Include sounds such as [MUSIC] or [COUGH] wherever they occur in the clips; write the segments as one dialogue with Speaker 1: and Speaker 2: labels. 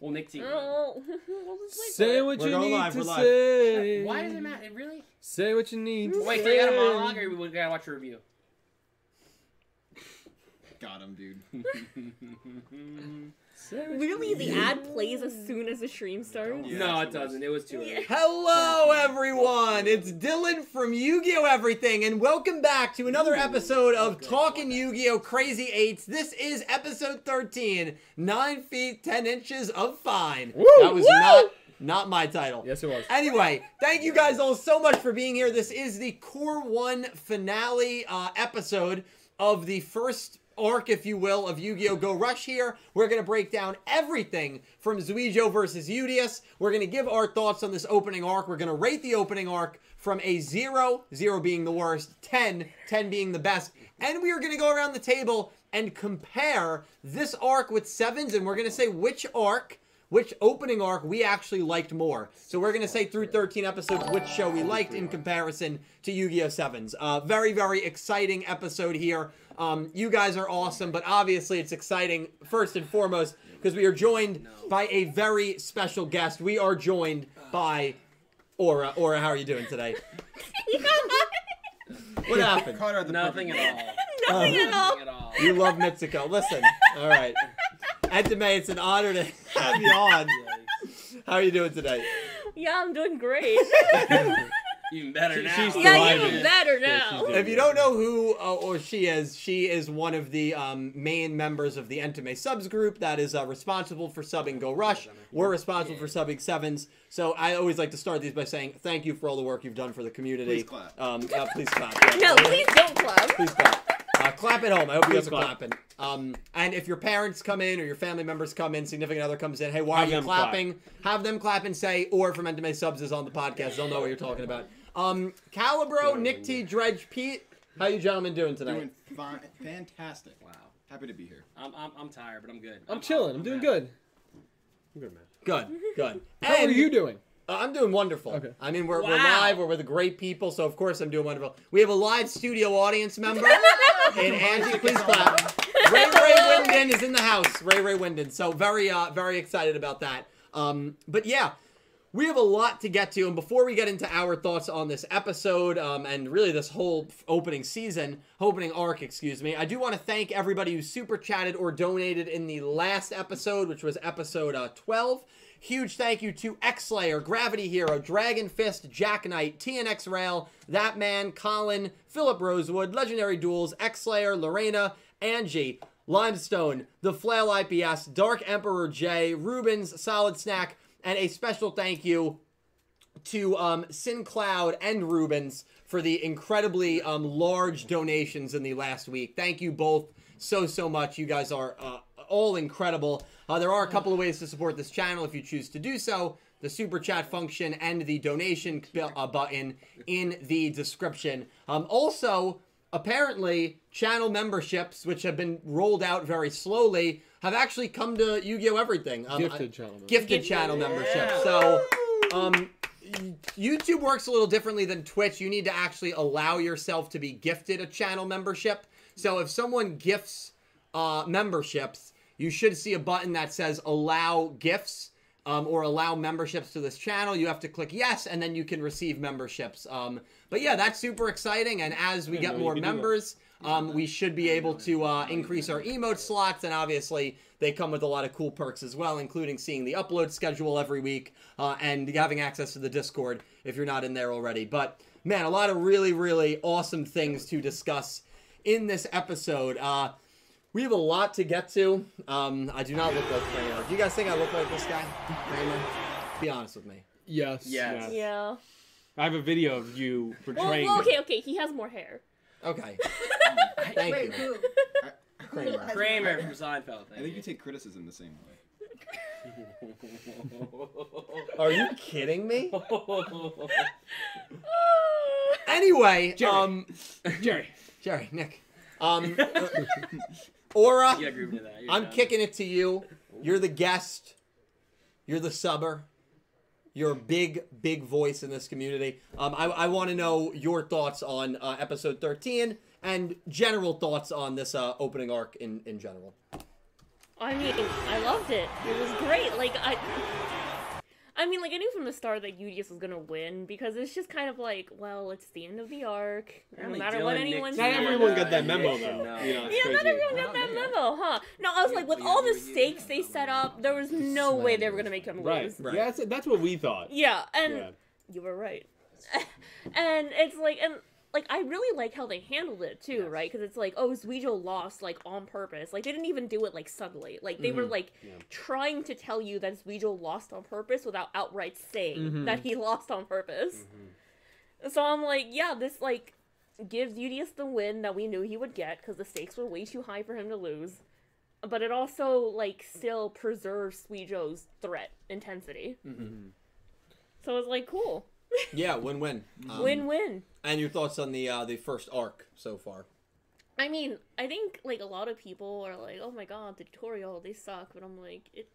Speaker 1: Well, Nick T.
Speaker 2: Oh, we'll just wait for
Speaker 3: Say
Speaker 2: it.
Speaker 3: [LAUGHS] what
Speaker 4: We're
Speaker 3: you
Speaker 4: going
Speaker 3: need
Speaker 4: live,
Speaker 3: to
Speaker 4: we're live.
Speaker 3: say.
Speaker 1: Why does it matter? It really?
Speaker 3: Say what you need. To
Speaker 1: Wait, so
Speaker 3: say.
Speaker 1: you got a monologue, or we gotta watch a review? [LAUGHS]
Speaker 4: Got him, dude.
Speaker 3: Say what you
Speaker 2: Literally, the
Speaker 3: need.
Speaker 2: ad plays as soon as the stream starts. [LAUGHS]
Speaker 1: no,
Speaker 4: Yeah,
Speaker 1: it
Speaker 4: that's the worst.
Speaker 1: doesn't. It was too early.
Speaker 2: Yeah.
Speaker 4: Hello, everyone! It's Dylan from Yu Gi Oh! Everything, and welcome back to another episode of Talking Yu Gi Oh! Crazy Eights. This is episode 13 9 feet 10 inches of fine.
Speaker 3: Woo!
Speaker 4: that was
Speaker 3: Woo!
Speaker 4: not, not my title.
Speaker 3: Yes, it was.
Speaker 4: Anyway, thank you guys all so much for being here. This is the Core One finale uh, episode of the first arc, if you will, of Yu-Gi-Oh! Go Rush. Here, we're gonna break down everything from Zuijo versus Udius. We're gonna give our thoughts on this opening arc. We're gonna rate the opening arc from a zero, zero being the worst, 10, 10 being the best, and we are gonna go around the table and compare this arc with sevens, and we're gonna say which arc which opening arc we actually liked more. So we're gonna say through 13 episodes which show we liked in comparison to Yu-Gi-Oh! Sevens. Uh, very very exciting episode here. Um, you guys are awesome, but obviously it's exciting first and foremost because we are joined by a very special guest. We are joined by Aura. Aura, how are you doing today? What happened?
Speaker 3: Caught her at the
Speaker 1: Nothing
Speaker 3: perfect-
Speaker 1: at all.
Speaker 2: [LAUGHS] Nothing at all.
Speaker 1: Nothing at all.
Speaker 4: You love Mitsuko. Listen, all right. Edame, it's an honor to have you on. How are you doing today?
Speaker 2: Yeah, I'm doing great. [LAUGHS]
Speaker 1: Even better now.
Speaker 3: she's
Speaker 2: yeah,
Speaker 3: Thriving.
Speaker 2: even better
Speaker 3: Yeah, she's
Speaker 2: now.
Speaker 3: doing-
Speaker 4: If you don't know who uh, or she is, she is one of the um, main members of the Entame subs group that is uh, responsible for subbing Go Rush. We're responsible for subbing Sevens. So I always like to start these by saying thank you for all the work you've done for the community.
Speaker 3: Please clap.
Speaker 4: Um, uh, please clap.
Speaker 2: [LAUGHS]
Speaker 4: yeah.
Speaker 2: No, please don't club.
Speaker 4: Please clap. Uh, clap at home. I hope you guys
Speaker 3: Please
Speaker 4: are
Speaker 3: clap.
Speaker 4: clapping. Um, and if your parents come in or your family members come in, significant other comes in, hey, why
Speaker 3: Have
Speaker 4: are you
Speaker 3: them clap.
Speaker 4: clapping? Have them clap and say, or from Entame Subs is on the podcast, they'll know what you're talking about. Um, Calibro, Nick T, Dredge, Pete, how you gentlemen doing tonight?
Speaker 5: Doing fine, fantastic.
Speaker 1: Wow.
Speaker 5: Happy to be here.
Speaker 1: I'm, I'm, I'm tired, but I'm good.
Speaker 3: I'm chilling. I'm doing good. I'm good, man.
Speaker 4: Good, good.
Speaker 3: How are
Speaker 4: And,
Speaker 3: you doing?
Speaker 4: uh, I'm doing wonderful.
Speaker 3: Okay.
Speaker 4: I mean, we're, we're
Speaker 1: Wow.
Speaker 4: live, we're with great people, so of course I'm doing wonderful. We have a live studio audience member. and Angie, please clap. Ray Ray Winden is in the house. Ray Ray Winden. So very uh very excited about that. Um but yeah, we have a lot to get to and before we get into our thoughts on this episode um, and really this whole f- opening season opening arc excuse me i do want to thank everybody who super chatted or donated in the last episode which was episode uh, 12 huge thank you to x-layer gravity hero dragon fist jack knight tnx rail that man colin philip rosewood legendary duels x-layer lorena angie limestone the flail ips dark emperor j rubens solid snack and a special thank you to um, SinCloud and Rubens for the incredibly um, large donations in the last week. Thank you both so, so much. You guys are uh, all incredible. Uh, there are a couple of ways to support this channel if you choose to do so. The super chat function and the donation bu- uh, button in the description. Um, also, apparently channel memberships which have been rolled out very slowly have actually come to yu-gi-oh everything um,
Speaker 3: Gifted
Speaker 4: I-
Speaker 3: channel membership.
Speaker 4: gifted channel membership so um y- youtube works a little differently than twitch you need to actually allow yourself to be gifted a channel membership so if someone gifts uh, memberships you should see a button that says allow gifts um, or allow memberships to this channel, you have to click yes, and then you can receive memberships. Um, but yeah, that's super exciting. And as we
Speaker 3: Yeah, no,
Speaker 4: get
Speaker 3: you
Speaker 4: more
Speaker 3: can do that.
Speaker 4: members, um, we should be able to uh, increase our emote slots. And obviously, they come with a lot of cool perks as well, including seeing the upload schedule every week uh, and having access to the Discord if you're not in there already. But man, a lot of really, really awesome things to discuss in this episode. Uh, we have a lot to get to. Um, I do not look like Kramer. Do you guys think I look like this guy? Kramer? Be honest with me.
Speaker 3: Yes.
Speaker 1: Yes.
Speaker 2: Yeah.
Speaker 3: I have a video of you
Speaker 2: Well,
Speaker 3: portraying.
Speaker 2: well,
Speaker 3: me.
Speaker 2: okay, okay. He has more hair.
Speaker 4: Okay.
Speaker 1: I-
Speaker 4: Thank
Speaker 5: Wait,
Speaker 4: you.
Speaker 5: who? I,
Speaker 4: Kramer.
Speaker 1: Kramer from Seinfeld. [LAUGHS]
Speaker 5: I think you take criticism the same way.
Speaker 4: Are you kidding me?
Speaker 2: [LAUGHS] Oh.
Speaker 4: Anyway,
Speaker 3: Jerry.
Speaker 4: um,
Speaker 3: Jerry.
Speaker 4: Jerry, Nick, um, Aura,
Speaker 1: you agree with that. You're
Speaker 4: I'm
Speaker 1: done.
Speaker 4: kicking it to you. You're the guest. You're the subber. You're a big, big voice in this community. Um, I, I want to know your thoughts on uh, episode 13 and general thoughts on this uh, opening arc in, in general.
Speaker 2: I mean, I loved it. It was great. Like I, I mean, like I knew from the start that Udius was gonna win because it's just kind of like, well, it's the end of the arc. No
Speaker 1: Apparently
Speaker 2: matter
Speaker 1: Dylan
Speaker 2: what
Speaker 1: nicked Not
Speaker 2: anyone
Speaker 5: Not
Speaker 2: says.
Speaker 5: everyone
Speaker 1: everyone
Speaker 5: got that
Speaker 1: uh,
Speaker 5: memo
Speaker 1: yeah,
Speaker 5: though.
Speaker 1: no.
Speaker 5: You know, it's
Speaker 2: Yeah, not
Speaker 5: crazy.
Speaker 2: everyone got that memo, huh? No, I was
Speaker 1: Yeah,
Speaker 2: like, with
Speaker 1: but
Speaker 2: all
Speaker 1: you-
Speaker 2: the
Speaker 1: you-
Speaker 2: stakes they set up, there was no way they were gonna make him
Speaker 5: Right.
Speaker 2: lose.
Speaker 4: Right.
Speaker 5: Yeah, that's, that's what we thought.
Speaker 2: Yeah, and
Speaker 5: Yeah.
Speaker 2: you were right. [LAUGHS] and it's like, and like, I really like how they handled it too,
Speaker 1: Yes.
Speaker 2: right? Because it's like, oh, Zuijo lost like on purpose. Like they didn't even do it like subtly. Like they were like
Speaker 5: Yeah.
Speaker 2: trying to tell you that Zuijo lost on purpose without outright saying
Speaker 4: Mhm.
Speaker 2: that he lost on purpose. So I'm like, yeah, this like gives UDS the win that we knew he would get because the stakes were way too high for him to lose. But it also like still preserves Suijo's threat intensity. So it's like cool.
Speaker 4: Yeah, win-win. Um,
Speaker 2: Win win.
Speaker 4: And your thoughts on the uh, the first arc so far?
Speaker 2: I mean, I think like a lot of people are like, "Oh my god, the tutorial, they suck." But I'm like, it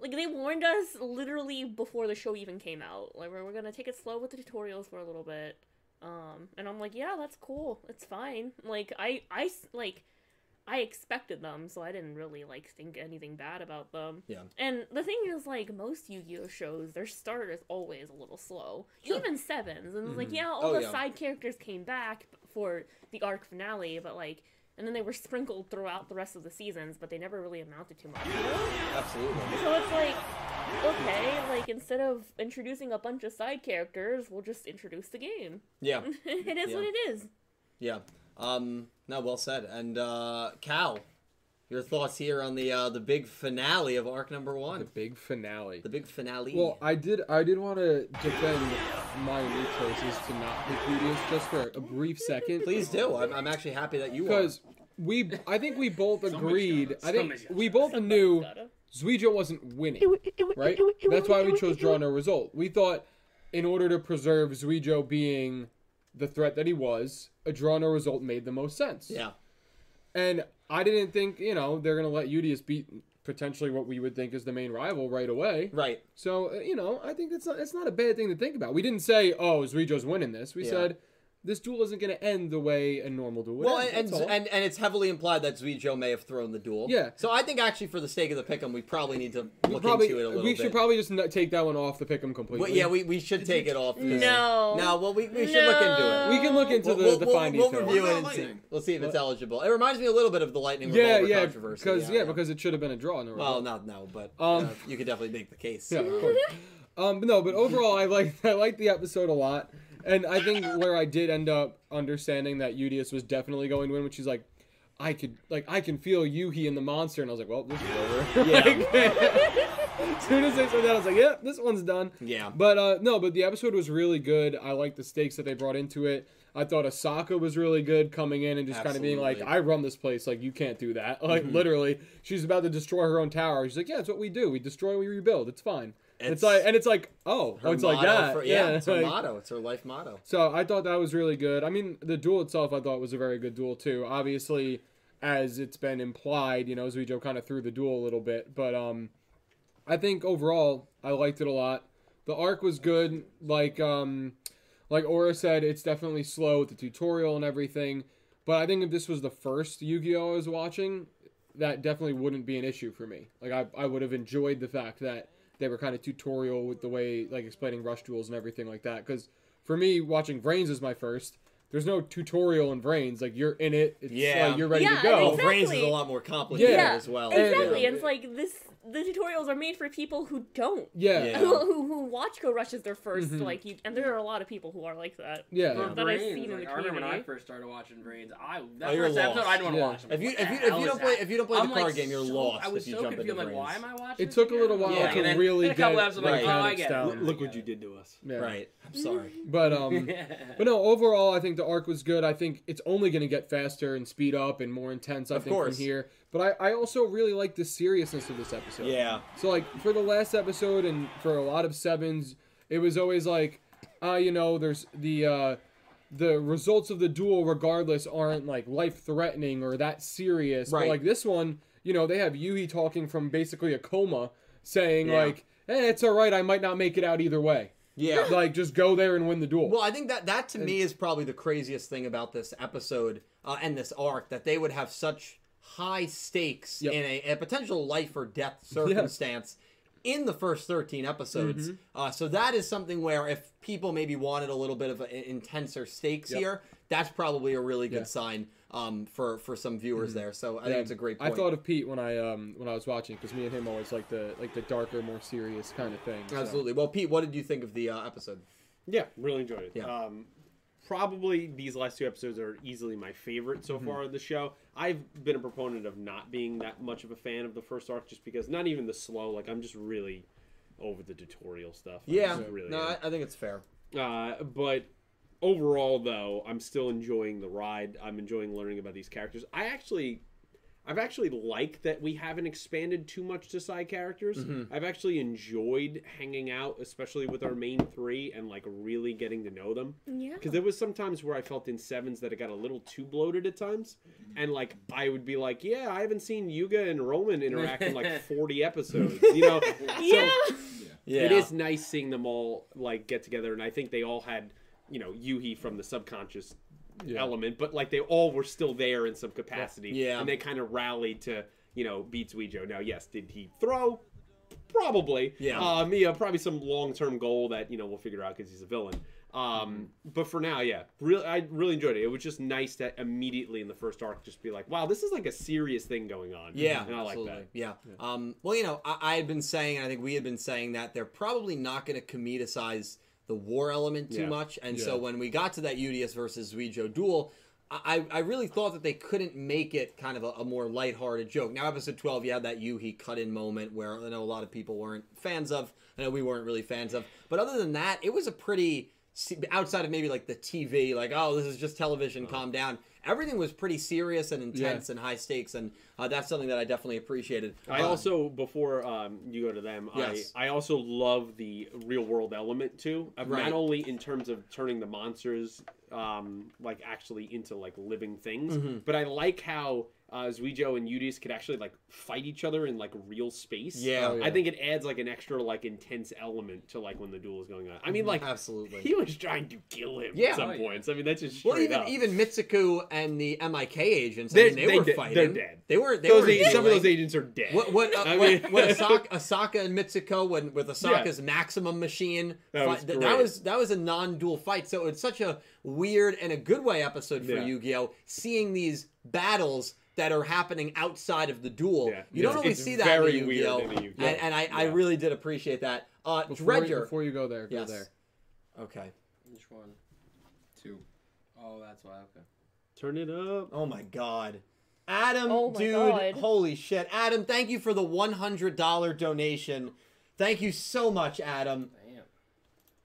Speaker 2: like they warned us literally before the show even came out. Like we're, we're going to take it slow with the tutorials for a little bit. Um and I'm like, "Yeah, that's cool. It's fine." Like I I s- like I expected them, so I didn't really like think anything bad about them.
Speaker 4: Yeah.
Speaker 2: And the thing is, like most Yu-Gi-Oh shows, their start is always a little slow.
Speaker 4: Sure.
Speaker 2: Even sevens, and it's like, yeah, all
Speaker 4: Oh,
Speaker 2: the
Speaker 4: yeah.
Speaker 2: side characters came back for the arc finale, but like, and then they were sprinkled throughout the rest of the seasons, but they never really amounted to much. you know?
Speaker 4: Absolutely.
Speaker 2: So it's like, okay, like instead of introducing a bunch of side characters, we'll just introduce the game. [LAUGHS]
Speaker 4: Yeah,
Speaker 2: it is what
Speaker 4: Yeah.
Speaker 2: it is.
Speaker 4: yeah. Um, no, well said. And uh, Cal, your thoughts here on the uh, the big finale of arc number
Speaker 3: The
Speaker 4: one,
Speaker 3: big finale.
Speaker 4: the big finale.
Speaker 3: Well, I did. I did want to defend my new choices to not pick Rudius just for a brief second.
Speaker 4: Please do. I'm, I'm actually happy that you are.
Speaker 3: because we. I think we both agreed. I think
Speaker 1: Somebody's got
Speaker 3: we both knew
Speaker 2: Gotta-
Speaker 3: Zuijo wasn't winning, right? That's why we chose draw no result. We thought, in order to preserve Zuijo being the threat that he was, a draw no result made the most sense.
Speaker 4: Yeah,
Speaker 3: And I didn't think, you know, they're gonna let Udius beat potentially what we would think is the main rival right away.
Speaker 4: right.
Speaker 3: So uh, you know, I think that's not that's not a bad thing to think about. We didn't say, "Oh, Zuijo's winning this." We
Speaker 4: Yeah.
Speaker 3: said, "This duel isn't going to end the way a normal duel would
Speaker 4: Well,
Speaker 3: end."
Speaker 4: and
Speaker 3: that's all.
Speaker 4: and, and it's heavily implied that Zuijo may have thrown the duel.
Speaker 3: Yeah.
Speaker 4: So I think actually, for the sake of the pick'em, we probably need to
Speaker 3: we
Speaker 4: look
Speaker 3: probably
Speaker 4: into it a little
Speaker 3: we
Speaker 4: bit.
Speaker 3: should probably just n- take that one off the pick'em completely.
Speaker 4: Well, yeah, we, we should take it off. because-
Speaker 2: No.
Speaker 4: No. Well, we, we should look into it.
Speaker 3: we can look into
Speaker 4: We'll,
Speaker 3: the,
Speaker 4: we'll,
Speaker 3: the
Speaker 4: we'll,
Speaker 3: findings.
Speaker 4: we'll
Speaker 3: though.
Speaker 4: review it and
Speaker 6: What about
Speaker 4: see.
Speaker 6: lightning?
Speaker 4: We'll see if it's eligible. It reminds me a little bit of the lightning
Speaker 3: yeah,
Speaker 4: revolver
Speaker 3: yeah,
Speaker 4: controversy.
Speaker 3: because yeah, because it should have been a draw. No,
Speaker 4: Well,
Speaker 3: result.
Speaker 4: not now, but
Speaker 3: Um,
Speaker 4: uh, you could definitely make the case.
Speaker 3: Yeah, of
Speaker 4: [LAUGHS]
Speaker 3: course. um, but no, but overall, I like I like the episode a lot, and I think where I did end up understanding that Udius was definitely going to win, which is like, I could like I can feel Yuhi and the monster, and I was like, well, this is over. [LAUGHS]
Speaker 4: Yeah.
Speaker 3: Like, as soon as they said that, I was like, yeah, this one's done.
Speaker 4: Yeah.
Speaker 3: But uh, no, but the episode was really good. I like the stakes that they brought into it. I thought Asaka was really good coming in and just kind of being like,
Speaker 4: Absolutely. Mm-hmm.
Speaker 3: I run this place. Like, you can't do that. [LAUGHS] Like, literally, she's about to destroy her own tower. She's like, yeah, it's what we do. We destroy, we rebuild. It's fine. It's,
Speaker 4: It's
Speaker 3: like, and it's like, oh, oh,
Speaker 4: Her
Speaker 3: it's like
Speaker 4: motto
Speaker 3: that.
Speaker 4: for-
Speaker 3: yeah.
Speaker 4: yeah, it's her
Speaker 3: [LAUGHS] like-
Speaker 4: motto. It's her life motto.
Speaker 3: so I thought that was really good. I mean, the duel itself, I thought was a very good duel too. Obviously, as it's been implied, you know, Zuijo kind of threw the duel a little bit, but um, I think overall I liked it a lot. The arc was good. Like um, like Aura said, it's definitely slow with the tutorial and everything. But I think if this was the first Yu-Gi-Oh I was watching, that definitely wouldn't be an issue for me. Like I, I would have enjoyed the fact that they were kind of tutorial with the way like explaining rush duels and everything like that. Because for me, watching Vrains is my first. There's no tutorial in Vrains. Like you're in it. It's
Speaker 4: Yeah.
Speaker 3: like, you're ready
Speaker 2: Yeah,
Speaker 3: to
Speaker 2: I
Speaker 3: go.
Speaker 2: think
Speaker 4: Well, Vrains is a
Speaker 2: Exactly.
Speaker 4: lot more complicated
Speaker 3: Yeah.
Speaker 4: as well.
Speaker 2: Exactly.
Speaker 3: Yeah.
Speaker 2: And it's like this the tutorials are made for people who don't
Speaker 3: Yeah.
Speaker 4: Yeah.
Speaker 2: who, who, who watch Go Rush as their 1st like you, and there are a lot of people who are like that.
Speaker 3: Yeah.
Speaker 2: Um,
Speaker 3: Yeah.
Speaker 2: that I've
Speaker 1: Brains,
Speaker 2: seen in
Speaker 1: like,
Speaker 2: the
Speaker 1: I remember when I
Speaker 2: community.
Speaker 1: first started watching Brains. I that
Speaker 4: Oh, you're
Speaker 1: first episode
Speaker 4: lost.
Speaker 1: I didn't want to
Speaker 3: Yeah.
Speaker 1: watch. I'm
Speaker 4: If you
Speaker 1: like,
Speaker 4: if you
Speaker 1: "What the
Speaker 4: if
Speaker 1: hell
Speaker 4: you
Speaker 1: is
Speaker 4: don't play
Speaker 1: that?"
Speaker 4: if you don't play
Speaker 1: I'm,
Speaker 4: the
Speaker 1: like,
Speaker 4: card game, you're
Speaker 1: so-
Speaker 4: lost.
Speaker 1: I was
Speaker 4: if you
Speaker 1: so
Speaker 4: jump
Speaker 1: confused.
Speaker 4: into
Speaker 1: I'm like,
Speaker 4: Vrains.
Speaker 1: why am I watching?
Speaker 3: It
Speaker 1: this
Speaker 3: took a
Speaker 1: again?
Speaker 3: little while
Speaker 1: Yeah,
Speaker 3: to
Speaker 1: and then-
Speaker 3: really
Speaker 1: then a couple
Speaker 3: get
Speaker 1: episodes, I'm like,
Speaker 3: the
Speaker 1: oh, I
Speaker 3: mechanics
Speaker 1: get it.
Speaker 3: down.
Speaker 1: Look-
Speaker 5: Look what you did to us.
Speaker 3: Yeah.
Speaker 4: Right. I'm sorry.
Speaker 1: [LAUGHS]
Speaker 3: But
Speaker 4: [LAUGHS]
Speaker 3: um, but no, overall, I think the arc was good. I think it's only going to get faster and speed up and more intense. I
Speaker 4: Of
Speaker 3: think
Speaker 4: course.
Speaker 3: from here. But I, I also really like the seriousness of this
Speaker 1: Mm-hmm.
Speaker 3: episode.
Speaker 4: Yeah.
Speaker 3: So like for the last episode and for a lot of sevens, it was always like, uh, you know, there's the uh, the results of the duel, regardless, aren't like life threatening or that serious.
Speaker 4: Right.
Speaker 3: But like this one, you know, they have Yui talking from basically a coma, saying
Speaker 4: Yeah.
Speaker 3: like, eh, it's all right. I might not make it out either way.
Speaker 4: Yeah.
Speaker 3: [LAUGHS] Like just go there and win the duel.
Speaker 4: Well, I think that that to me is probably the craziest thing about this episode uh, and this arc that they would have such high stakes
Speaker 3: Yep.
Speaker 4: in a, a potential life
Speaker 3: [LAUGHS]
Speaker 4: or death circumstance in the first 13 episodes.
Speaker 3: Mm-hmm.
Speaker 4: Uh, so that is something where if people maybe wanted a little bit of a, intenser stakes
Speaker 3: Yep.
Speaker 4: here, that's probably a really good
Speaker 3: Yeah. Mm-hmm.
Speaker 4: sign um, for for some viewers there. So I
Speaker 3: Yeah,
Speaker 4: think it's a great
Speaker 3: I
Speaker 4: point.
Speaker 3: thought of Pete when I um when I was watching because me and him always like the like the darker, more serious kind of thing. so.
Speaker 4: Absolutely. Well, Pete, what did you think of the uh, episode?
Speaker 7: Yeah, really enjoyed it.
Speaker 4: Yeah.
Speaker 7: Um, probably these last two episodes are easily my favorite
Speaker 4: Mm-hmm.
Speaker 7: so far of the show. I've been a proponent of not being that much of a fan of the first arc just because not even the slow. Like I'm just really over the tutorial stuff. I
Speaker 4: Yeah,
Speaker 7: just really.
Speaker 4: no,
Speaker 7: am.
Speaker 4: I, I think it's fair.
Speaker 7: Uh, but overall, though, I'm still enjoying the ride. I'm enjoying learning about these characters. I actually, I've actually liked that we haven't expanded too much to side characters. I've actually enjoyed hanging out, especially with our main three, and like really getting to know them. [LAUGHS]
Speaker 2: Yeah.
Speaker 7: Because there was some times where I felt in sevens that it got a little too bloated at times, and like I would be like, "Yeah, I haven't seen Yuga and Roman interact
Speaker 2: [LAUGHS]
Speaker 7: in like 40 episodes," you know.
Speaker 2: Yeah.
Speaker 4: Yeah,
Speaker 7: It is nice seeing them all like get together, and I think they all had, you know, Yuhi from the subconscious
Speaker 3: Yeah.
Speaker 7: element, but like they all were still there in some capacity.
Speaker 4: Yeah.
Speaker 7: and they kind of rallied to, you know, beat Zuijo. Now, yes, did he throw? Probably.
Speaker 4: Yeah.
Speaker 7: Um, yeah, probably some long-term goal that you know we'll figure out because he's a villain. Um, but for now, yeah, really, I really enjoyed it. It was just nice to immediately in the first arc just be like, wow, this is like a serious thing going on.
Speaker 4: Yeah,
Speaker 7: [LAUGHS] and I like
Speaker 4: absolutely.
Speaker 7: that.
Speaker 4: Yeah. Um, well, you know, I, I had been saying, and I think we had been saying that they're probably not going to comedicize the war element too
Speaker 7: Yeah.
Speaker 4: much. And so
Speaker 3: Yeah.
Speaker 4: when we got to that UDS versus Zuijo duel, I, I I really thought that they couldn't make it kind of a, a more lighthearted joke. Now, episode 12, you had that Yuhi cut in moment where I know a lot of people weren't fans of. I know we weren't really fans of. But other than that, it was a pretty, se- outside of maybe like the TV, like, oh, this is just television,
Speaker 7: Uh-huh.
Speaker 4: calm down. Everything was pretty serious and
Speaker 3: Yeah.
Speaker 4: intense and high stakes, and uh, that's something that I definitely appreciated.
Speaker 7: I
Speaker 4: Uh,
Speaker 7: also before um, you go to them,
Speaker 4: Yes.
Speaker 7: I I also love the real world element too. of
Speaker 4: Right.
Speaker 7: Not only in terms of turning the monsters um, like actually into like living things,
Speaker 4: Mm-hmm.
Speaker 7: but I like how uh, Zuijo and Udis could actually like fight each other in like real space.
Speaker 4: Yeah.
Speaker 3: Oh, yeah.
Speaker 7: I think it adds like an extra like intense element to like when the duel is going on. I mean, like
Speaker 4: absolutely.
Speaker 7: he was trying to kill him
Speaker 4: Yeah.
Speaker 7: at some
Speaker 1: Oh, yeah.
Speaker 7: points. I mean, that's just
Speaker 4: well,
Speaker 7: straight
Speaker 4: even
Speaker 7: up.
Speaker 4: even Mitsuku and the MIK agents, I
Speaker 7: They're-
Speaker 4: mean, they,
Speaker 7: they
Speaker 4: were
Speaker 7: de- they're
Speaker 4: fighting.
Speaker 7: dead.
Speaker 4: They were. They
Speaker 7: those
Speaker 4: were
Speaker 7: agents, some of
Speaker 4: dealing.
Speaker 7: those agents are dead.
Speaker 4: What what, uh,
Speaker 7: I
Speaker 4: what-
Speaker 7: mean- [LAUGHS]
Speaker 4: what Asaka, Asaka and Mitsuko when with Asaka's maximum machine
Speaker 7: That was
Speaker 4: fight- th- that
Speaker 7: great.
Speaker 4: was that was a non-dual fight so it's such a weird and a good way episode for
Speaker 7: Yeah.
Speaker 4: Yu-Gi-Oh seeing these battles that are happening outside of the duel
Speaker 7: Yeah.
Speaker 4: you don't
Speaker 7: Yeah.
Speaker 4: always
Speaker 7: It's
Speaker 4: see that
Speaker 7: very
Speaker 4: in
Speaker 7: weird
Speaker 4: Yu-Gi-Oh
Speaker 7: in a
Speaker 4: and,
Speaker 7: Yu-Gi-Oh.
Speaker 4: and I, I
Speaker 7: Yeah.
Speaker 4: really did appreciate that uh,
Speaker 3: Before, you,
Speaker 4: Dredger
Speaker 3: before you go there, go
Speaker 4: Yes.
Speaker 3: there.
Speaker 4: okay
Speaker 1: Which one?
Speaker 5: Two.
Speaker 1: Oh, that's why. Okay.
Speaker 7: Turn it up.
Speaker 4: oh my god Adam
Speaker 2: Oh my
Speaker 4: dude
Speaker 2: God.
Speaker 4: holy shit Adam thank you for the $100 donation thank you so much Adam
Speaker 1: Damn.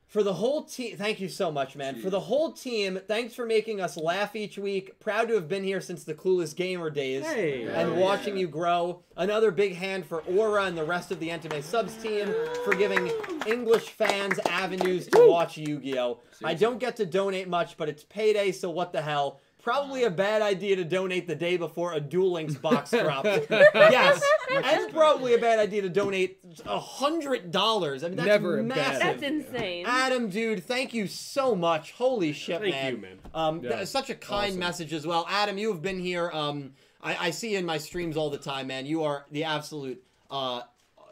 Speaker 4: For the whole team, thank you so much, man. For the whole team, thanks for making us laugh each week. Proud to have been here since the Clueless Gamer days
Speaker 7: Hey.
Speaker 1: Yeah.
Speaker 4: and watching you grow. Another big hand for Aura and the rest of the Entame subs team for giving English fans avenues to watch Yu Gi Oh! I don't get to donate much, but it's payday, so what the hell? Probably a bad idea to donate the day before a Duel Links box drops. yes,
Speaker 2: [LAUGHS]
Speaker 4: and probably a bad idea to donate a hundred dollars. I mean, that's
Speaker 3: Never a bad
Speaker 4: massive.
Speaker 2: That's insane.
Speaker 4: Adam, dude, thank you so much. Holy shit,
Speaker 7: Thank
Speaker 4: man.
Speaker 7: you, man.
Speaker 4: Um,
Speaker 3: Yeah.
Speaker 4: that is such a kind
Speaker 3: Awesome.
Speaker 4: message as well. Adam, you have been here. Um, I, I see you in my streams all the time, man. You are the absolute, uh,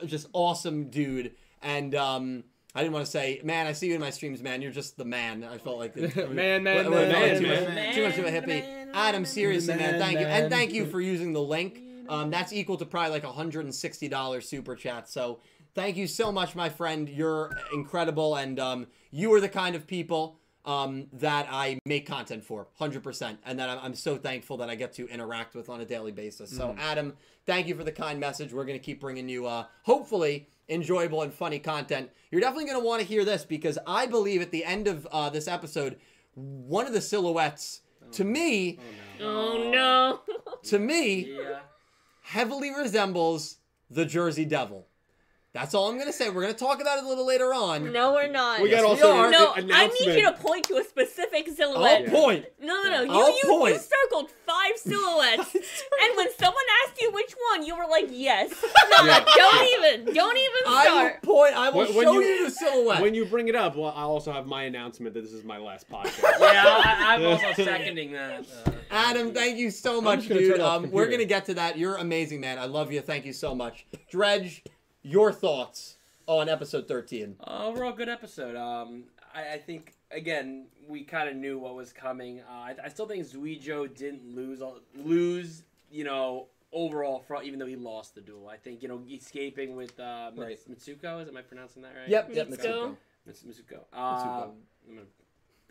Speaker 4: just awesome dude. And um, I didn't want to say, man, I see you in my streams, man. You're just the man. I felt
Speaker 3: [LAUGHS]
Speaker 4: like the, [LAUGHS]
Speaker 3: Man, man, man,
Speaker 4: Wait, wait,
Speaker 3: man,
Speaker 4: wait, too,
Speaker 3: man.
Speaker 4: much, too much of a hippie. Adam, seriously, man,
Speaker 3: Man,
Speaker 4: thank you, and
Speaker 3: man.
Speaker 4: thank you for using the link. Um, that's equal to probably like a hundred and sixty dollars super chat. So thank you so much, my friend. You're incredible, and um, you are the kind of people um, that I make content for, hundred percent, and that I'm, I'm so thankful that I get to interact with on a daily basis. So Adam, thank you for the kind message. We're gonna keep bringing you, uh, hopefully. Enjoyable and funny content. You're definitely going to want to hear this because I believe at the end of uh, this episode, one of the silhouettes to me
Speaker 1: Oh no.
Speaker 2: Oh no. [LAUGHS]
Speaker 4: to me
Speaker 1: Yeah.
Speaker 4: heavily resembles the jersey devil That's all I'm gonna say. We're gonna talk about it a little later on.
Speaker 2: No, we're not.
Speaker 7: We got
Speaker 4: Yes, we
Speaker 7: also
Speaker 4: are.
Speaker 7: an
Speaker 2: no, I
Speaker 7: announcement.
Speaker 2: need you to point to a specific
Speaker 4: I'll
Speaker 2: silhouette.
Speaker 7: Yeah.
Speaker 4: Oh, point.
Speaker 2: No, no, no. You,
Speaker 4: I'll
Speaker 2: you, you
Speaker 4: point.
Speaker 2: circled five silhouettes, [LAUGHS] and when someone asked you which one, you were like, "Yes." No,
Speaker 7: Yeah.
Speaker 2: don't even, don't even
Speaker 4: [LAUGHS] I
Speaker 2: start.
Speaker 4: will point. I will
Speaker 7: When- when
Speaker 4: show you,
Speaker 7: you-
Speaker 4: the silhouette.
Speaker 7: When you bring it up, well, I'll also have my announcement that this is my last
Speaker 2: [LAUGHS]
Speaker 7: podcast.
Speaker 1: Yeah, I, [LAUGHS] I'm also seconding that. Uh,
Speaker 4: Adam, thank you so much,
Speaker 3: just gonna
Speaker 4: dude.
Speaker 3: turn off
Speaker 4: Um,
Speaker 3: computer.
Speaker 4: we're gonna get to that. You're amazing, man. I love you. Thank you so much, Dredge. Your thoughts on episode 13?
Speaker 1: Uh, overall, good episode. Um, I, I think again we kind of knew what was coming. Uh, I, I still think Zuijo didn't lose all, lose you know overall front, even though he lost the duel. I think you know escaping with uh, Mits-
Speaker 4: Right.
Speaker 1: Mitsuko. Is am I pronouncing that right?
Speaker 4: Yep, yep,
Speaker 2: Mitsuko.
Speaker 4: Mitsuko.
Speaker 1: Mits- Mitsuko. Um,
Speaker 4: Mitsuko.
Speaker 1: I'm gonna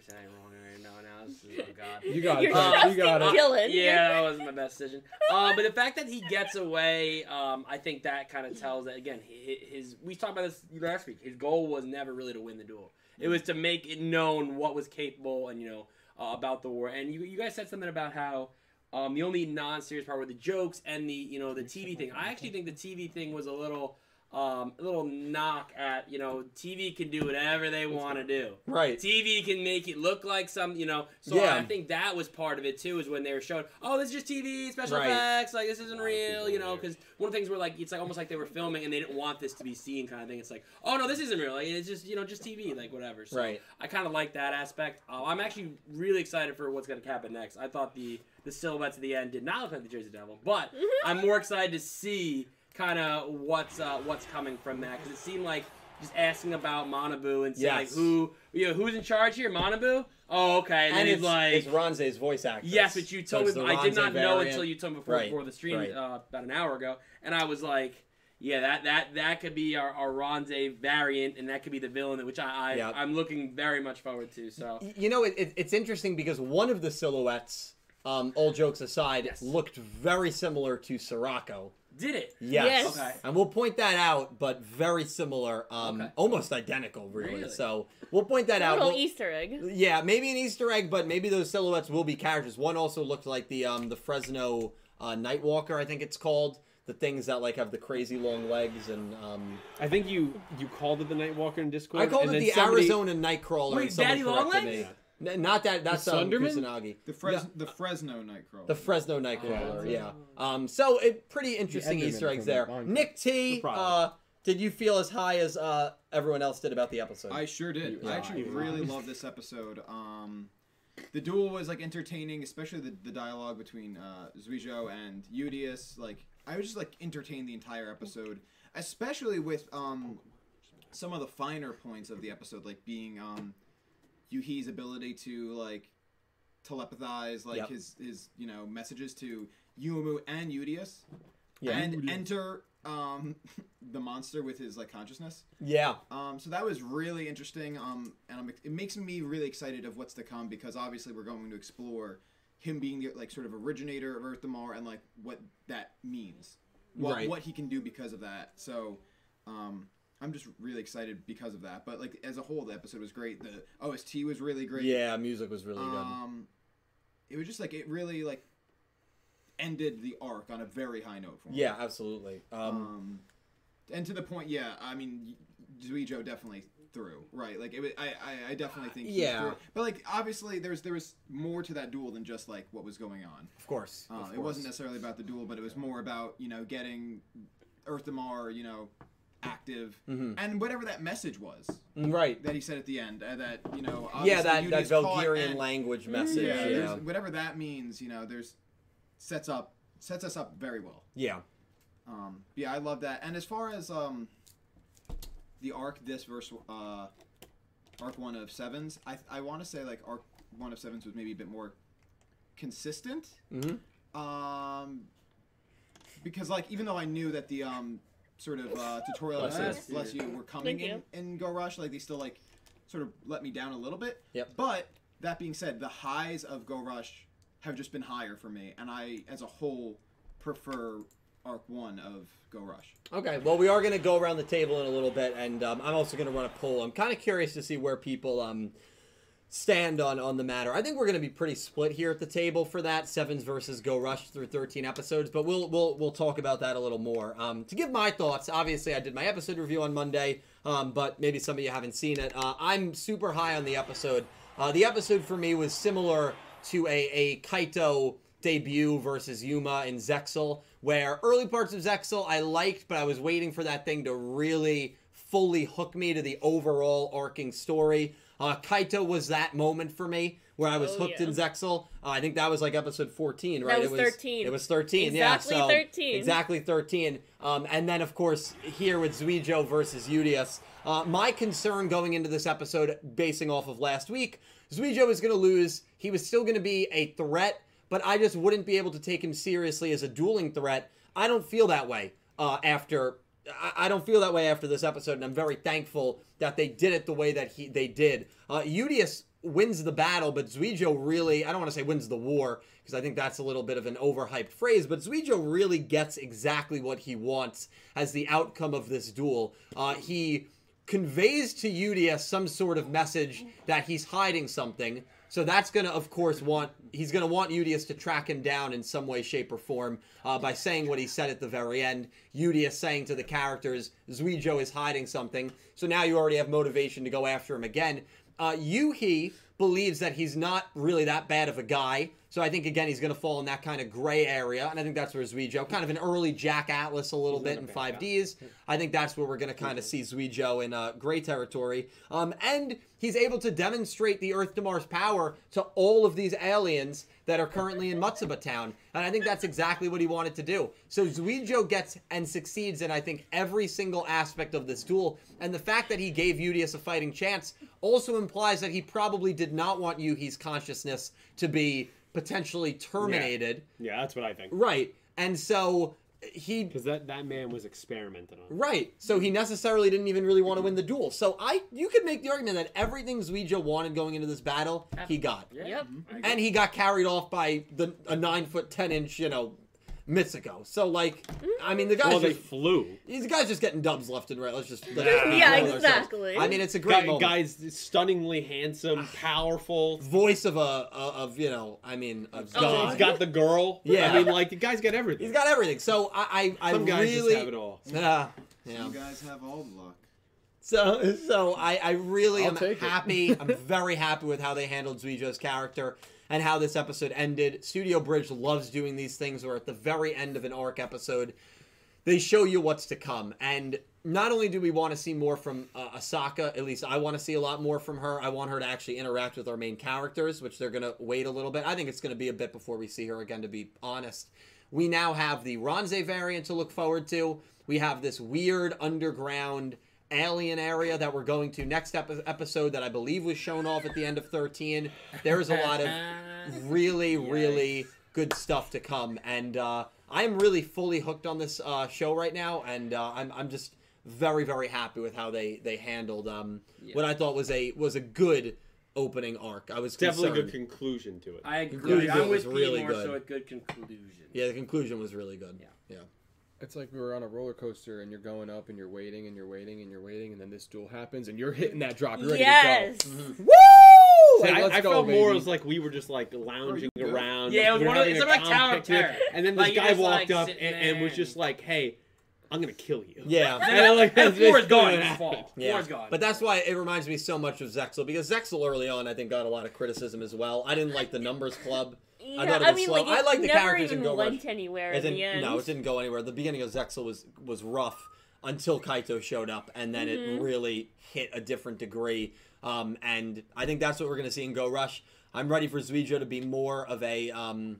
Speaker 1: say it wrong right now. Now this is oh god.
Speaker 3: You got
Speaker 2: You're
Speaker 3: it.
Speaker 1: Uh,
Speaker 3: Dredge. You
Speaker 2: trusting
Speaker 3: got it.
Speaker 2: Dylan.
Speaker 1: Yeah,
Speaker 2: [LAUGHS]
Speaker 1: that wasn't my best decision. Um, but the fact that he gets away, um, I think that kind of tells that again. hi- His we talked about this last week. His goal was never really to win the duel. It was to make it known what was capable and you know uh, about the war. And you you guys said something about how. Um, the only non-serious part were the jokes and the you know the TV thing. I actually think the TV thing was a little um, a little knock at you know TV can do whatever they want to do.
Speaker 4: Right.
Speaker 1: TV can make it look like some, you know. So
Speaker 4: Yeah.
Speaker 1: I think that was part of it too, is when they were showing, oh, this is just TV, special
Speaker 4: Right.
Speaker 1: effects, like this isn't
Speaker 8: A lot of
Speaker 1: real,
Speaker 8: people
Speaker 1: you know.
Speaker 8: were-
Speaker 1: Because one of the things where like it's like almost like they were filming and they didn't want this to be seen, kind of thing. It's like, oh no, this isn't real. Like, it's just you know just TV, like whatever. So
Speaker 4: Right.
Speaker 1: I kind of like that aspect. Uh, I'm actually really excited for what's going to happen next. I thought the the silhouettes at the end did not look like the Jersey Devil,
Speaker 8: [LAUGHS]
Speaker 1: but I'm more excited to see kind of what's uh, what's coming from that because it seemed like just asking about Manabu and saying like,
Speaker 4: Yes.
Speaker 1: who you know, who's in charge here, Manabu. Oh, okay. And,
Speaker 4: And
Speaker 1: then
Speaker 4: it's,
Speaker 1: he's like,
Speaker 4: it's Ronze's voice actor.
Speaker 1: Yes, but you told me. I did not know until you told me before,
Speaker 4: Right,
Speaker 1: before the stream
Speaker 4: right.
Speaker 1: uh, about an hour ago, and I was like, "Yeah, that that that could be our, our Ronde variant, and that could be the villain, which I, I
Speaker 4: Yep.
Speaker 1: I'm looking very much forward to." So
Speaker 4: You know, it, it, it's interesting because one of the silhouettes, um, all jokes aside,
Speaker 1: Yes.
Speaker 4: looked very similar to Sirocco.
Speaker 1: did it?
Speaker 4: Yes.
Speaker 2: Yes.
Speaker 1: Okay.
Speaker 4: And we'll point that out, but very similar, um,
Speaker 1: Okay.
Speaker 4: almost identical, really.
Speaker 1: Really?
Speaker 4: So we'll point that out.
Speaker 2: Little
Speaker 4: We'll-
Speaker 2: Easter egg.
Speaker 4: Yeah, maybe an Easter egg, but maybe those silhouettes will be characters. One also looked like the um the Fresno uh, Nightwalker, I think it's called. The things that like have the crazy long legs and um
Speaker 7: I think you you called it the Nightwalker in Discord.
Speaker 4: I called
Speaker 7: and
Speaker 4: it
Speaker 7: then
Speaker 4: the
Speaker 7: somebody-
Speaker 4: Arizona Nightcrawler.
Speaker 1: Wait,
Speaker 4: and someone
Speaker 1: Daddy Long
Speaker 4: corrected
Speaker 1: Legs?
Speaker 4: me. N- not that. That's um,
Speaker 3: Sunderman?
Speaker 4: Kusanagi.
Speaker 5: The, Fres-
Speaker 4: No,
Speaker 5: the Fresno Nightcrawler.
Speaker 4: the Fresno Nightcrawler.
Speaker 3: Oh.
Speaker 4: yeah. Um. So it pretty interesting
Speaker 3: Enderman
Speaker 4: Easter eggs
Speaker 3: from
Speaker 4: there.
Speaker 3: Minecraft.
Speaker 4: Nick T.
Speaker 7: No problem.
Speaker 4: Uh, did you feel as high as uh everyone else did about the episode?
Speaker 5: I sure did.
Speaker 4: You
Speaker 5: I actually
Speaker 4: lied.
Speaker 5: really loved this episode. Um, the duel was like entertaining, especially the, the dialogue between uh, Zuijo and Udius. Like I was just like entertained the entire episode, especially with um, some of the finer points of the episode, like being um, Yuhi's ability to like telepathize like
Speaker 4: Yep.
Speaker 5: his his you know messages to Yuumu and Udius,
Speaker 4: Yeah.
Speaker 5: and enter um, [LAUGHS] the monster with his like consciousness.
Speaker 4: yeah.
Speaker 5: Um, so that was really interesting, um, and I'm, it makes me really excited of what's to come because obviously we're going to explore him being the like sort of originator of Earth Earthamar and like what that means, what
Speaker 4: Right.
Speaker 5: what he can do because of that. So um, I'm just really excited because of that. But like as a whole, the episode was great. The OST was really great.
Speaker 4: Yeah. Music was really good.
Speaker 5: Um, it was just like it really like ended the arc on a very high note for me.
Speaker 4: Yeah. Absolutely. um
Speaker 5: Um, and to the point, yeah. I mean, Zuijo definitely threw right. Like it was, I, I, I definitely think. he
Speaker 4: Yeah.
Speaker 5: threw. But like, obviously, there was there was more to that duel than just like what was going on.
Speaker 4: Of course.
Speaker 5: Uh,
Speaker 4: of
Speaker 5: it wasn't
Speaker 4: course.
Speaker 5: necessarily about the duel, but it was more about you know getting Earthamar, you know, active
Speaker 4: Mhm.
Speaker 5: and whatever that message was
Speaker 4: Mm, Right.
Speaker 5: that he said at the end. Uh, that you know,
Speaker 4: Yeah,
Speaker 5: obviously
Speaker 4: that, that
Speaker 5: Udi's caught
Speaker 4: Bulgarian
Speaker 5: and- Mm-hmm.
Speaker 4: language message.
Speaker 5: Yeah,
Speaker 4: Yeah.
Speaker 5: there's-
Speaker 4: Yeah.
Speaker 5: whatever that means, you know, there's sets up sets us up very well. Um, yeah, I love that. And as far as um, the arc this verse uh, arc one of sevens, I I want to say like arc one of sevens was maybe a bit more consistent.
Speaker 4: Mhm.
Speaker 5: Um, because like even though I knew that the um sort of
Speaker 4: [LAUGHS]
Speaker 5: uh, tutorial
Speaker 4: Bless you.
Speaker 5: episodes, bless you, were coming
Speaker 2: Thank
Speaker 5: in in Go Rush, like they still like sort of let me down a little bit.
Speaker 4: Yep.
Speaker 5: But that being said, the highs of Go Rush have just been higher for me, and I, as a whole, prefer Arc One of Go Rush.
Speaker 4: Okay. Well, we are going to go around the table in a little bit, and um, I'm also going to run a poll. I'm kind of curious to see where people um, stand on on the matter. I think we're going to be pretty split here at the table for that Sevens versus Go Rush through 13 episodes, but we'll we'll we'll talk about that a little more. Um, to give my thoughts, obviously I did my episode review on Monday, um, but maybe some of you haven't seen it. Uh, I'm super high on the episode. Uh, the episode for me was similar to a a Kaito debut versus Yuma in Zexel, where early parts of Zexel I liked, but I was waiting for that thing to really fully hook me to the overall arcing story. Uh, Kaito was that moment for me where I was
Speaker 2: Oh,
Speaker 4: hooked
Speaker 2: yeah.
Speaker 4: in Zexel. Uh, I think that was like episode 14, right?
Speaker 2: was
Speaker 4: it
Speaker 2: 13.
Speaker 4: It was 13,
Speaker 2: Exactly
Speaker 4: yeah. So
Speaker 2: 13.
Speaker 4: Exactly 13. Um, and then, of course, here with Zuijo versus Udius. Uh, my concern going into this episode, basing off of last week, Zuijo is going to lose. He was still going to be a threat, but I just wouldn't be able to take him seriously as a dueling threat. I don't feel that way uh, after I, I don't feel that way after this episode, and I'm very thankful that they did it the way that he they did. Uh, Udius wins the battle, but Zuijo really, I don't want to say wins the war, because I think that's a little bit of an overhyped phrase, but Zuijo really gets exactly what he wants as the outcome of this duel. Uh, he conveys to Udius some sort of message that he's hiding something. So that's gonna, of course, want he's gonna want Udius to track him down in some way, shape, or form uh, by saying what he said at the very end. Udius saying to the characters, "Zuijo is hiding something." So now you already have motivation to go after him again. Uh, Yuhi believes that he's not really that bad of a guy, so I think again he's gonna fall in that kind of gray area, and I think that's where Zuijo, kind of an early Jack Atlas, a little bit in Five Ds. I think that's where we're gonna kind of see Zuijo in uh, gray territory. Um, and he's able to demonstrate the Earth to Mars power to all of these aliens that are currently in Matsuba Town. And I think that's exactly what he wanted to do. So Zuijo gets and succeeds in, I think, every single aspect of this duel. And the fact that he gave Udius a fighting chance also implies that he probably did not want Yuhi's consciousness to be potentially terminated.
Speaker 7: Yeah, that's what I think.
Speaker 4: Right. And so he
Speaker 7: Because that, that man was experimenting on.
Speaker 4: Right. So he necessarily didn't even really want to win the duel. So I you could make the argument that everything Zuija wanted going into this battle, he got.
Speaker 1: Yeah.
Speaker 2: Yep.
Speaker 1: I agree.
Speaker 4: And he got carried off by the a nine foot ten inch, you know, Mitsuko. So like I mean the guy's
Speaker 7: Well, they
Speaker 4: just
Speaker 7: flew.
Speaker 4: the guy's just getting dubs left and right. Let's just let's
Speaker 7: Yeah.
Speaker 4: just be
Speaker 2: Yeah,
Speaker 4: real with ourselves.
Speaker 2: exactly.
Speaker 4: I mean it's a great
Speaker 7: Guy,
Speaker 4: moment. Ah.
Speaker 7: guys, stunningly handsome, powerful.
Speaker 4: voice of a of you know, I mean of
Speaker 2: Oh.
Speaker 7: He's got the girl.
Speaker 4: Yeah.
Speaker 7: I mean, like the guy's got everything.
Speaker 4: He's got everything. So I I, I
Speaker 7: Some guys
Speaker 4: really
Speaker 7: just have it all.
Speaker 4: Yeah. yeah.
Speaker 5: You guys have all the luck.
Speaker 4: So, so I, I really
Speaker 3: I'll
Speaker 4: am
Speaker 3: take it.
Speaker 4: happy.
Speaker 3: [LAUGHS]
Speaker 4: I'm very happy with how they handled Zuijo's character and how this episode ended. Studio Bridge loves doing these things where at the very end of an arc episode, they show you what's to come. And not only do we want to see more from uh, Asaka, at least I want to see a lot more from her. I want her to actually interact with our main characters, which they're going to wait a little bit. I think it's going to be a bit before we see her again, to be honest. We now have the Ronze variant to look forward to. We have this weird underground alien area that we're going to next epi- episode that I believe was shown off at the end of 13. There is a
Speaker 1: [LAUGHS]
Speaker 4: lot of really, really good stuff to come. And uh, I'm really fully hooked on this uh, show right now, and uh, I'm I'm just very, very happy with how they they handled um, what I thought was a was a good opening arc. I was
Speaker 7: Definitely
Speaker 4: concerned.
Speaker 7: good conclusion to it.
Speaker 1: I agree.
Speaker 4: Conclusion
Speaker 1: I'm
Speaker 4: was
Speaker 1: with
Speaker 4: really
Speaker 1: really more
Speaker 4: good.
Speaker 1: so a good conclusion. [LAUGHS]
Speaker 4: yeah, the conclusion was really good.
Speaker 1: Yeah.
Speaker 4: yeah.
Speaker 3: It's like we were on a roller coaster and you're going up and you're waiting and you're waiting and you're waiting and then this duel happens and you're hitting that
Speaker 1: Mm-hmm.
Speaker 3: drop. You're ready
Speaker 2: Yes.
Speaker 4: Mm-hmm.
Speaker 3: to go.
Speaker 4: Woo!
Speaker 3: Say,
Speaker 7: I,
Speaker 3: let's
Speaker 7: I
Speaker 3: go,
Speaker 7: felt more
Speaker 3: baby.
Speaker 7: as like we were just like lounging
Speaker 5: Oh, you-
Speaker 7: around.
Speaker 1: Yeah, it was
Speaker 7: We were
Speaker 1: one of the-
Speaker 7: having
Speaker 1: it's
Speaker 7: a
Speaker 1: like a
Speaker 7: calm
Speaker 1: tower
Speaker 7: picnic,
Speaker 1: terror.
Speaker 7: And then this
Speaker 1: Like, you're
Speaker 7: guy
Speaker 1: just,
Speaker 7: walked
Speaker 1: like,
Speaker 7: up and,
Speaker 1: sitting
Speaker 7: and was
Speaker 1: there
Speaker 7: just
Speaker 1: and-
Speaker 7: like, "Hey, I'm gonna kill you."
Speaker 4: Yeah.
Speaker 1: And,
Speaker 7: Yeah, like,
Speaker 1: and
Speaker 7: that's
Speaker 1: four is
Speaker 7: basically
Speaker 1: gone.
Speaker 7: what
Speaker 1: It's
Speaker 7: happened.
Speaker 1: fault.
Speaker 4: Yeah.
Speaker 1: Four is gone.
Speaker 4: But that's why it reminds me so much of Zexel because Zexel early on I think got a lot of criticism as well. I didn't like the numbers club.
Speaker 2: Yeah,
Speaker 4: thought it was slow.
Speaker 2: like,
Speaker 4: I
Speaker 2: it
Speaker 4: like the
Speaker 2: never
Speaker 4: characters in
Speaker 2: even
Speaker 4: Go Rush.
Speaker 2: went anywhere
Speaker 4: It
Speaker 2: in
Speaker 4: didn't,
Speaker 2: the end.
Speaker 4: No, it didn't go anywhere. The beginning of Zexel was was rough until Kaito showed up, and then
Speaker 2: Mm-hmm.
Speaker 4: it really hit a different degree. Um, and I think that's what we're gonna see in Go Rush. I'm ready for Zuijo to be more of a um,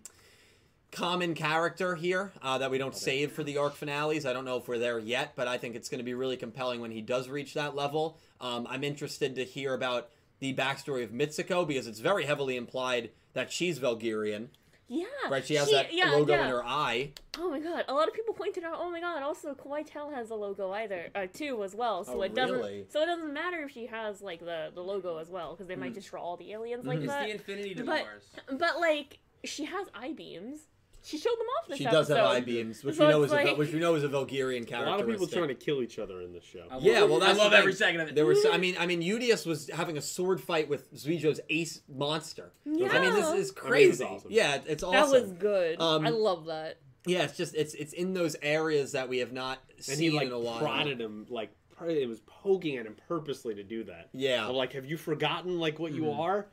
Speaker 4: common character here uh, that we don't save for the arc finales. I don't know if we're there yet, but I think it's going to be really compelling when he does reach that level. Um, I'm interested to hear about the backstory of Mitsuko because it's very heavily implied that she's Valgirian,
Speaker 2: Yeah.
Speaker 4: right? She has that
Speaker 2: Ah, yeah,
Speaker 4: logo
Speaker 2: yeah.
Speaker 4: in her eye.
Speaker 2: Oh my god! A lot of people pointed out. Oh my god! Also, Kawaii Town has a logo either, uh, too, as well. So
Speaker 4: Oh,
Speaker 2: it doesn't.
Speaker 4: really?
Speaker 2: So it doesn't matter if she has like the the logo as well, because they
Speaker 4: Mm-hmm.
Speaker 2: might just draw all the aliens like
Speaker 1: it's
Speaker 2: that.
Speaker 1: the infinity to
Speaker 2: But-
Speaker 1: Mars.
Speaker 2: But like, she has eye beams. She showed them off this
Speaker 4: She
Speaker 2: episode.
Speaker 4: does have eye beams, which
Speaker 2: So
Speaker 4: we know is
Speaker 2: it's
Speaker 4: a,
Speaker 2: like-
Speaker 4: which we know is a Vulgarian
Speaker 7: A
Speaker 4: character.
Speaker 7: lot of people trying to kill each other in this show.
Speaker 1: I love-
Speaker 4: Yeah, well, that's
Speaker 1: I love
Speaker 4: the
Speaker 1: every
Speaker 4: thing.
Speaker 1: second of it.
Speaker 4: There was,
Speaker 2: Mm.
Speaker 4: I mean, I mean, Udius was having a sword fight with Zuijo's ace monster.
Speaker 2: Yeah.
Speaker 4: I mean, this is
Speaker 7: I mean, it was
Speaker 4: crazy.
Speaker 7: awesome.
Speaker 4: Yeah, it's awesome.
Speaker 2: That was good.
Speaker 4: Um,
Speaker 2: I love that.
Speaker 4: Yeah, it's just it's it's in those areas that we have not
Speaker 7: and
Speaker 4: seen
Speaker 7: he like
Speaker 4: in a while.
Speaker 7: prodded him, like pr- it was poking at him purposely to do that.
Speaker 4: Yeah.
Speaker 7: I'm like, have you forgotten like what
Speaker 3: Mm-hmm.
Speaker 7: you are?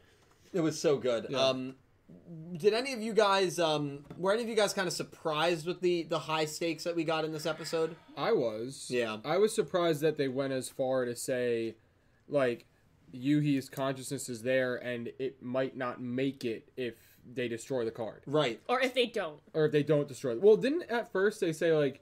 Speaker 4: It was so good.
Speaker 3: Yeah.
Speaker 4: Um, did any of you guys um were any of you guys kind of surprised with the the high stakes that we got in this episode?
Speaker 3: I was.
Speaker 4: Yeah.
Speaker 3: I was surprised that they went as far to say, like, Yuhi's consciousness is there and it might not make it if they destroy the card
Speaker 4: Right.
Speaker 2: Or if they don't.
Speaker 3: or if they don't destroy it. Well, didn't at first they say like,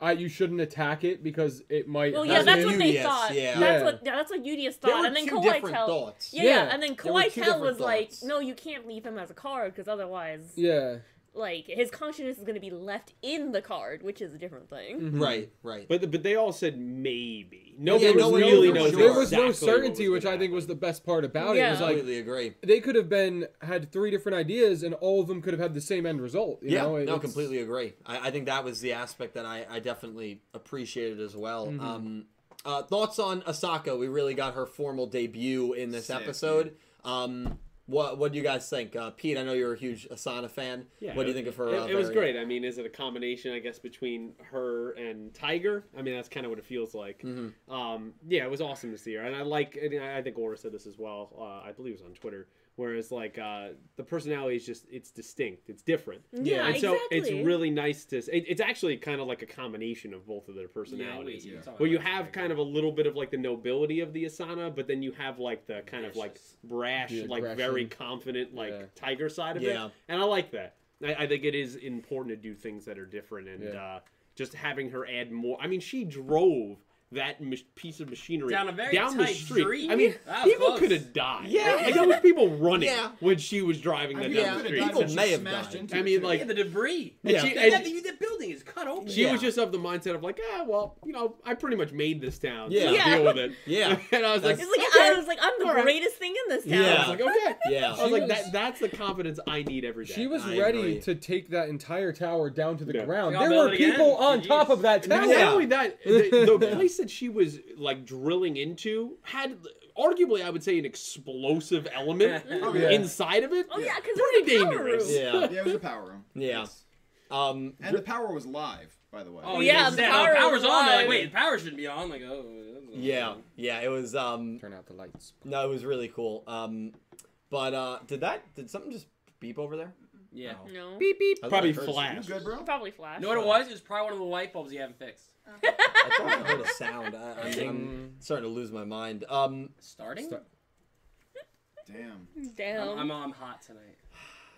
Speaker 3: I you shouldn't attack it because it might.
Speaker 2: Well,
Speaker 3: hurt
Speaker 2: yeah,
Speaker 4: That's
Speaker 2: that's
Speaker 3: you."
Speaker 2: what they
Speaker 4: Udius,
Speaker 2: thought.
Speaker 4: yeah.
Speaker 2: That's
Speaker 3: Yeah.
Speaker 2: what yeah, that's what Udius
Speaker 4: There were
Speaker 2: thought. And then
Speaker 4: two
Speaker 2: Kawhi
Speaker 4: different
Speaker 2: Tell.
Speaker 4: thoughts.
Speaker 2: Yeah,
Speaker 3: Yeah.
Speaker 2: and then
Speaker 4: There were
Speaker 2: Kawhi
Speaker 4: two
Speaker 2: Tell
Speaker 4: different
Speaker 2: was like,
Speaker 4: thoughts.
Speaker 2: "No, you can't leave him as a card because otherwise,
Speaker 3: Yeah.
Speaker 2: like, his consciousness is going to be left in the card, which is a different
Speaker 3: Mm.
Speaker 2: thing."
Speaker 3: Mm-hmm.
Speaker 4: Right. Right.
Speaker 7: But the, but they all said maybe. Nobody
Speaker 4: Yeah, no one
Speaker 7: really
Speaker 4: knew for
Speaker 7: knows.
Speaker 4: sure.
Speaker 3: There was no
Speaker 7: exactly what
Speaker 3: certainty,
Speaker 7: gonna
Speaker 3: which I think was the
Speaker 7: happen.
Speaker 3: best part about it. It was
Speaker 2: Yeah.
Speaker 4: I
Speaker 3: like
Speaker 4: completely agree.
Speaker 3: they could have been had three different ideas, and all of them could have had the same end result. You
Speaker 4: yeah,
Speaker 3: know? It-
Speaker 4: no,
Speaker 3: it's-
Speaker 4: completely agree. I, I think that was the aspect that I, I definitely appreciated as well.
Speaker 7: Mm-hmm.
Speaker 3: Mhm.
Speaker 4: Um, uh, thoughts on Asaka? We really got her formal debut in this
Speaker 5: Sick,
Speaker 4: episode. Um, what what do you guys think, uh, Pete? I know you're a huge Asana fan.
Speaker 7: Yeah.
Speaker 4: what do you think of her?
Speaker 7: It,
Speaker 4: uh,
Speaker 7: it was
Speaker 4: variant?
Speaker 7: great. I mean, is it a combination? I guess between her and Tiger. I mean, that's kind of what it feels like.
Speaker 4: Mhm.
Speaker 7: Um, yeah, it was awesome to see her, and I like. And I I think Aura said this as well. Uh, I believe it was on Twitter. Whereas, like, uh, the personality is just it's distinct. It's different.
Speaker 2: Yeah,
Speaker 7: and so it's
Speaker 2: exactly.
Speaker 7: really nice to. It, it's actually kind of like a combination of both of their
Speaker 1: Yeah,
Speaker 7: personalities.
Speaker 1: wait, yeah.
Speaker 5: Yeah.
Speaker 7: Well, you have kind of a little bit of like the nobility of the Asana, but then you have like the kind of like
Speaker 1: Vicious.
Speaker 7: brash,
Speaker 3: The
Speaker 7: like very
Speaker 3: aggression.
Speaker 7: confident, like
Speaker 3: Yeah.
Speaker 7: tiger side of
Speaker 4: Yeah.
Speaker 7: it. And I like that. I, I think it is important to do things that are different and
Speaker 3: Yeah.
Speaker 7: uh, just having her add more. I mean, she drove that mach- piece of machinery
Speaker 1: Down a very
Speaker 7: down the
Speaker 1: tight
Speaker 7: street.
Speaker 1: street.
Speaker 7: I mean,
Speaker 1: That was
Speaker 7: people
Speaker 1: close.
Speaker 7: could have died.
Speaker 4: Yeah.
Speaker 7: Like, there was people running
Speaker 4: Yeah.
Speaker 7: when she was driving
Speaker 5: I
Speaker 7: that
Speaker 5: mean,
Speaker 4: yeah,
Speaker 7: down
Speaker 5: could've
Speaker 7: the
Speaker 5: died
Speaker 7: street.
Speaker 5: if
Speaker 4: People
Speaker 5: she
Speaker 4: may have
Speaker 5: smashed
Speaker 4: died.
Speaker 5: into
Speaker 7: I
Speaker 5: it,
Speaker 7: mean,
Speaker 5: too.
Speaker 7: like-
Speaker 1: yeah, the debris.
Speaker 7: And
Speaker 4: Yeah.
Speaker 7: she-
Speaker 1: That-
Speaker 7: and-
Speaker 1: that- the, building is cut open.
Speaker 7: she
Speaker 4: Yeah.
Speaker 7: was just of the mindset of like, ah, well, you know, I pretty much made this town.
Speaker 4: Yeah.
Speaker 7: Yeah,
Speaker 2: Yeah.
Speaker 7: deal with it. [LAUGHS]
Speaker 4: Yeah.
Speaker 7: and I was like,
Speaker 2: It's like I was like, "I'm the
Speaker 7: All right.
Speaker 2: greatest thing in this town."
Speaker 4: Yeah.
Speaker 7: I was like, okay.
Speaker 4: Yeah.
Speaker 7: I was
Speaker 3: She
Speaker 7: like,
Speaker 3: was-
Speaker 7: that, that's the confidence I need every day.
Speaker 3: She was
Speaker 4: I
Speaker 3: ready
Speaker 4: agree.
Speaker 3: to take that entire tower down to the
Speaker 7: Yeah.
Speaker 3: ground.
Speaker 1: Y'all
Speaker 3: There
Speaker 1: build
Speaker 3: were
Speaker 1: it again?
Speaker 3: people on
Speaker 1: Jeez.
Speaker 3: top of that tower.
Speaker 7: Not
Speaker 4: Yeah.
Speaker 7: only that, the, the place that she was like drilling into had arguably, I would say, an explosive element
Speaker 5: Oh,
Speaker 3: yeah.
Speaker 7: inside of it.
Speaker 2: Oh yeah, because
Speaker 7: Pretty
Speaker 2: it's a power
Speaker 7: dangerous.
Speaker 2: room.
Speaker 4: Yeah.
Speaker 5: [LAUGHS]
Speaker 7: [LAUGHS]
Speaker 5: yeah, it was a power room.
Speaker 4: Yeah.
Speaker 5: Yes.
Speaker 4: Um,
Speaker 5: And the power was live, by the way.
Speaker 1: Oh
Speaker 2: Yeah,
Speaker 1: yeah,
Speaker 2: the
Speaker 1: the
Speaker 2: power
Speaker 1: power's
Speaker 2: is
Speaker 1: on. They're
Speaker 2: live.
Speaker 1: like, wait, the power shouldn't be on. Like, oh. that's-
Speaker 4: yeah, yeah. It was um,
Speaker 3: Turn out the lights.
Speaker 4: no, it was really cool. Um, but uh, did that did something just beep over there?
Speaker 1: Yeah.
Speaker 4: Oh.
Speaker 2: No,
Speaker 7: Beep beep.
Speaker 4: I
Speaker 7: Probably
Speaker 4: heard it.
Speaker 5: You
Speaker 7: flash.
Speaker 5: good, bro?
Speaker 2: probably Flash.
Speaker 1: You know what it was? It was probably one of the light bulbs you haven't fixed.
Speaker 4: I thought I heard a sound. I,
Speaker 7: [LAUGHS]
Speaker 4: I, I'm
Speaker 3: Ding.
Speaker 4: starting to lose my mind. Um,
Speaker 1: Starting?
Speaker 3: Start-
Speaker 5: Damn.
Speaker 2: Damn,
Speaker 1: I'm, I'm, I'm hot tonight.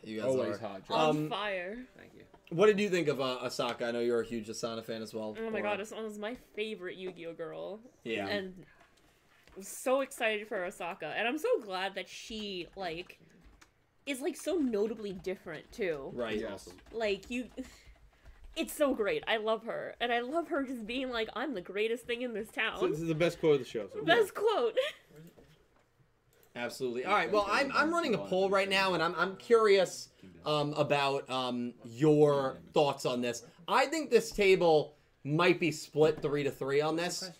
Speaker 4: you guys
Speaker 3: Always
Speaker 4: are.
Speaker 3: hot. Joe.
Speaker 2: on
Speaker 4: um,
Speaker 2: fire.
Speaker 1: Thank you.
Speaker 4: What did you think of uh, Asaka? I know you're a huge Asana fan as well.
Speaker 2: Oh my
Speaker 4: Or-
Speaker 2: god, this one was my favorite Yu-Gi-Oh girl,
Speaker 4: Yeah.
Speaker 2: and I'm so excited for Osaka, and I'm so glad that she like is like so notably different too.
Speaker 4: right.
Speaker 5: Yeah.
Speaker 2: Like you, [SIGHS] it's so great. I love her, and I love her just being like, "I'm the greatest thing in this
Speaker 7: So this
Speaker 2: town."
Speaker 7: is the best quote of the show. So
Speaker 2: [LAUGHS]
Speaker 7: far.
Speaker 2: Best
Speaker 7: [LAUGHS]
Speaker 2: quote.
Speaker 4: Absolutely. All right. Well, I'm, I'm running a poll right now, and I'm, I'm curious um, about um, your thoughts on this. I think this table might be split three to three on this.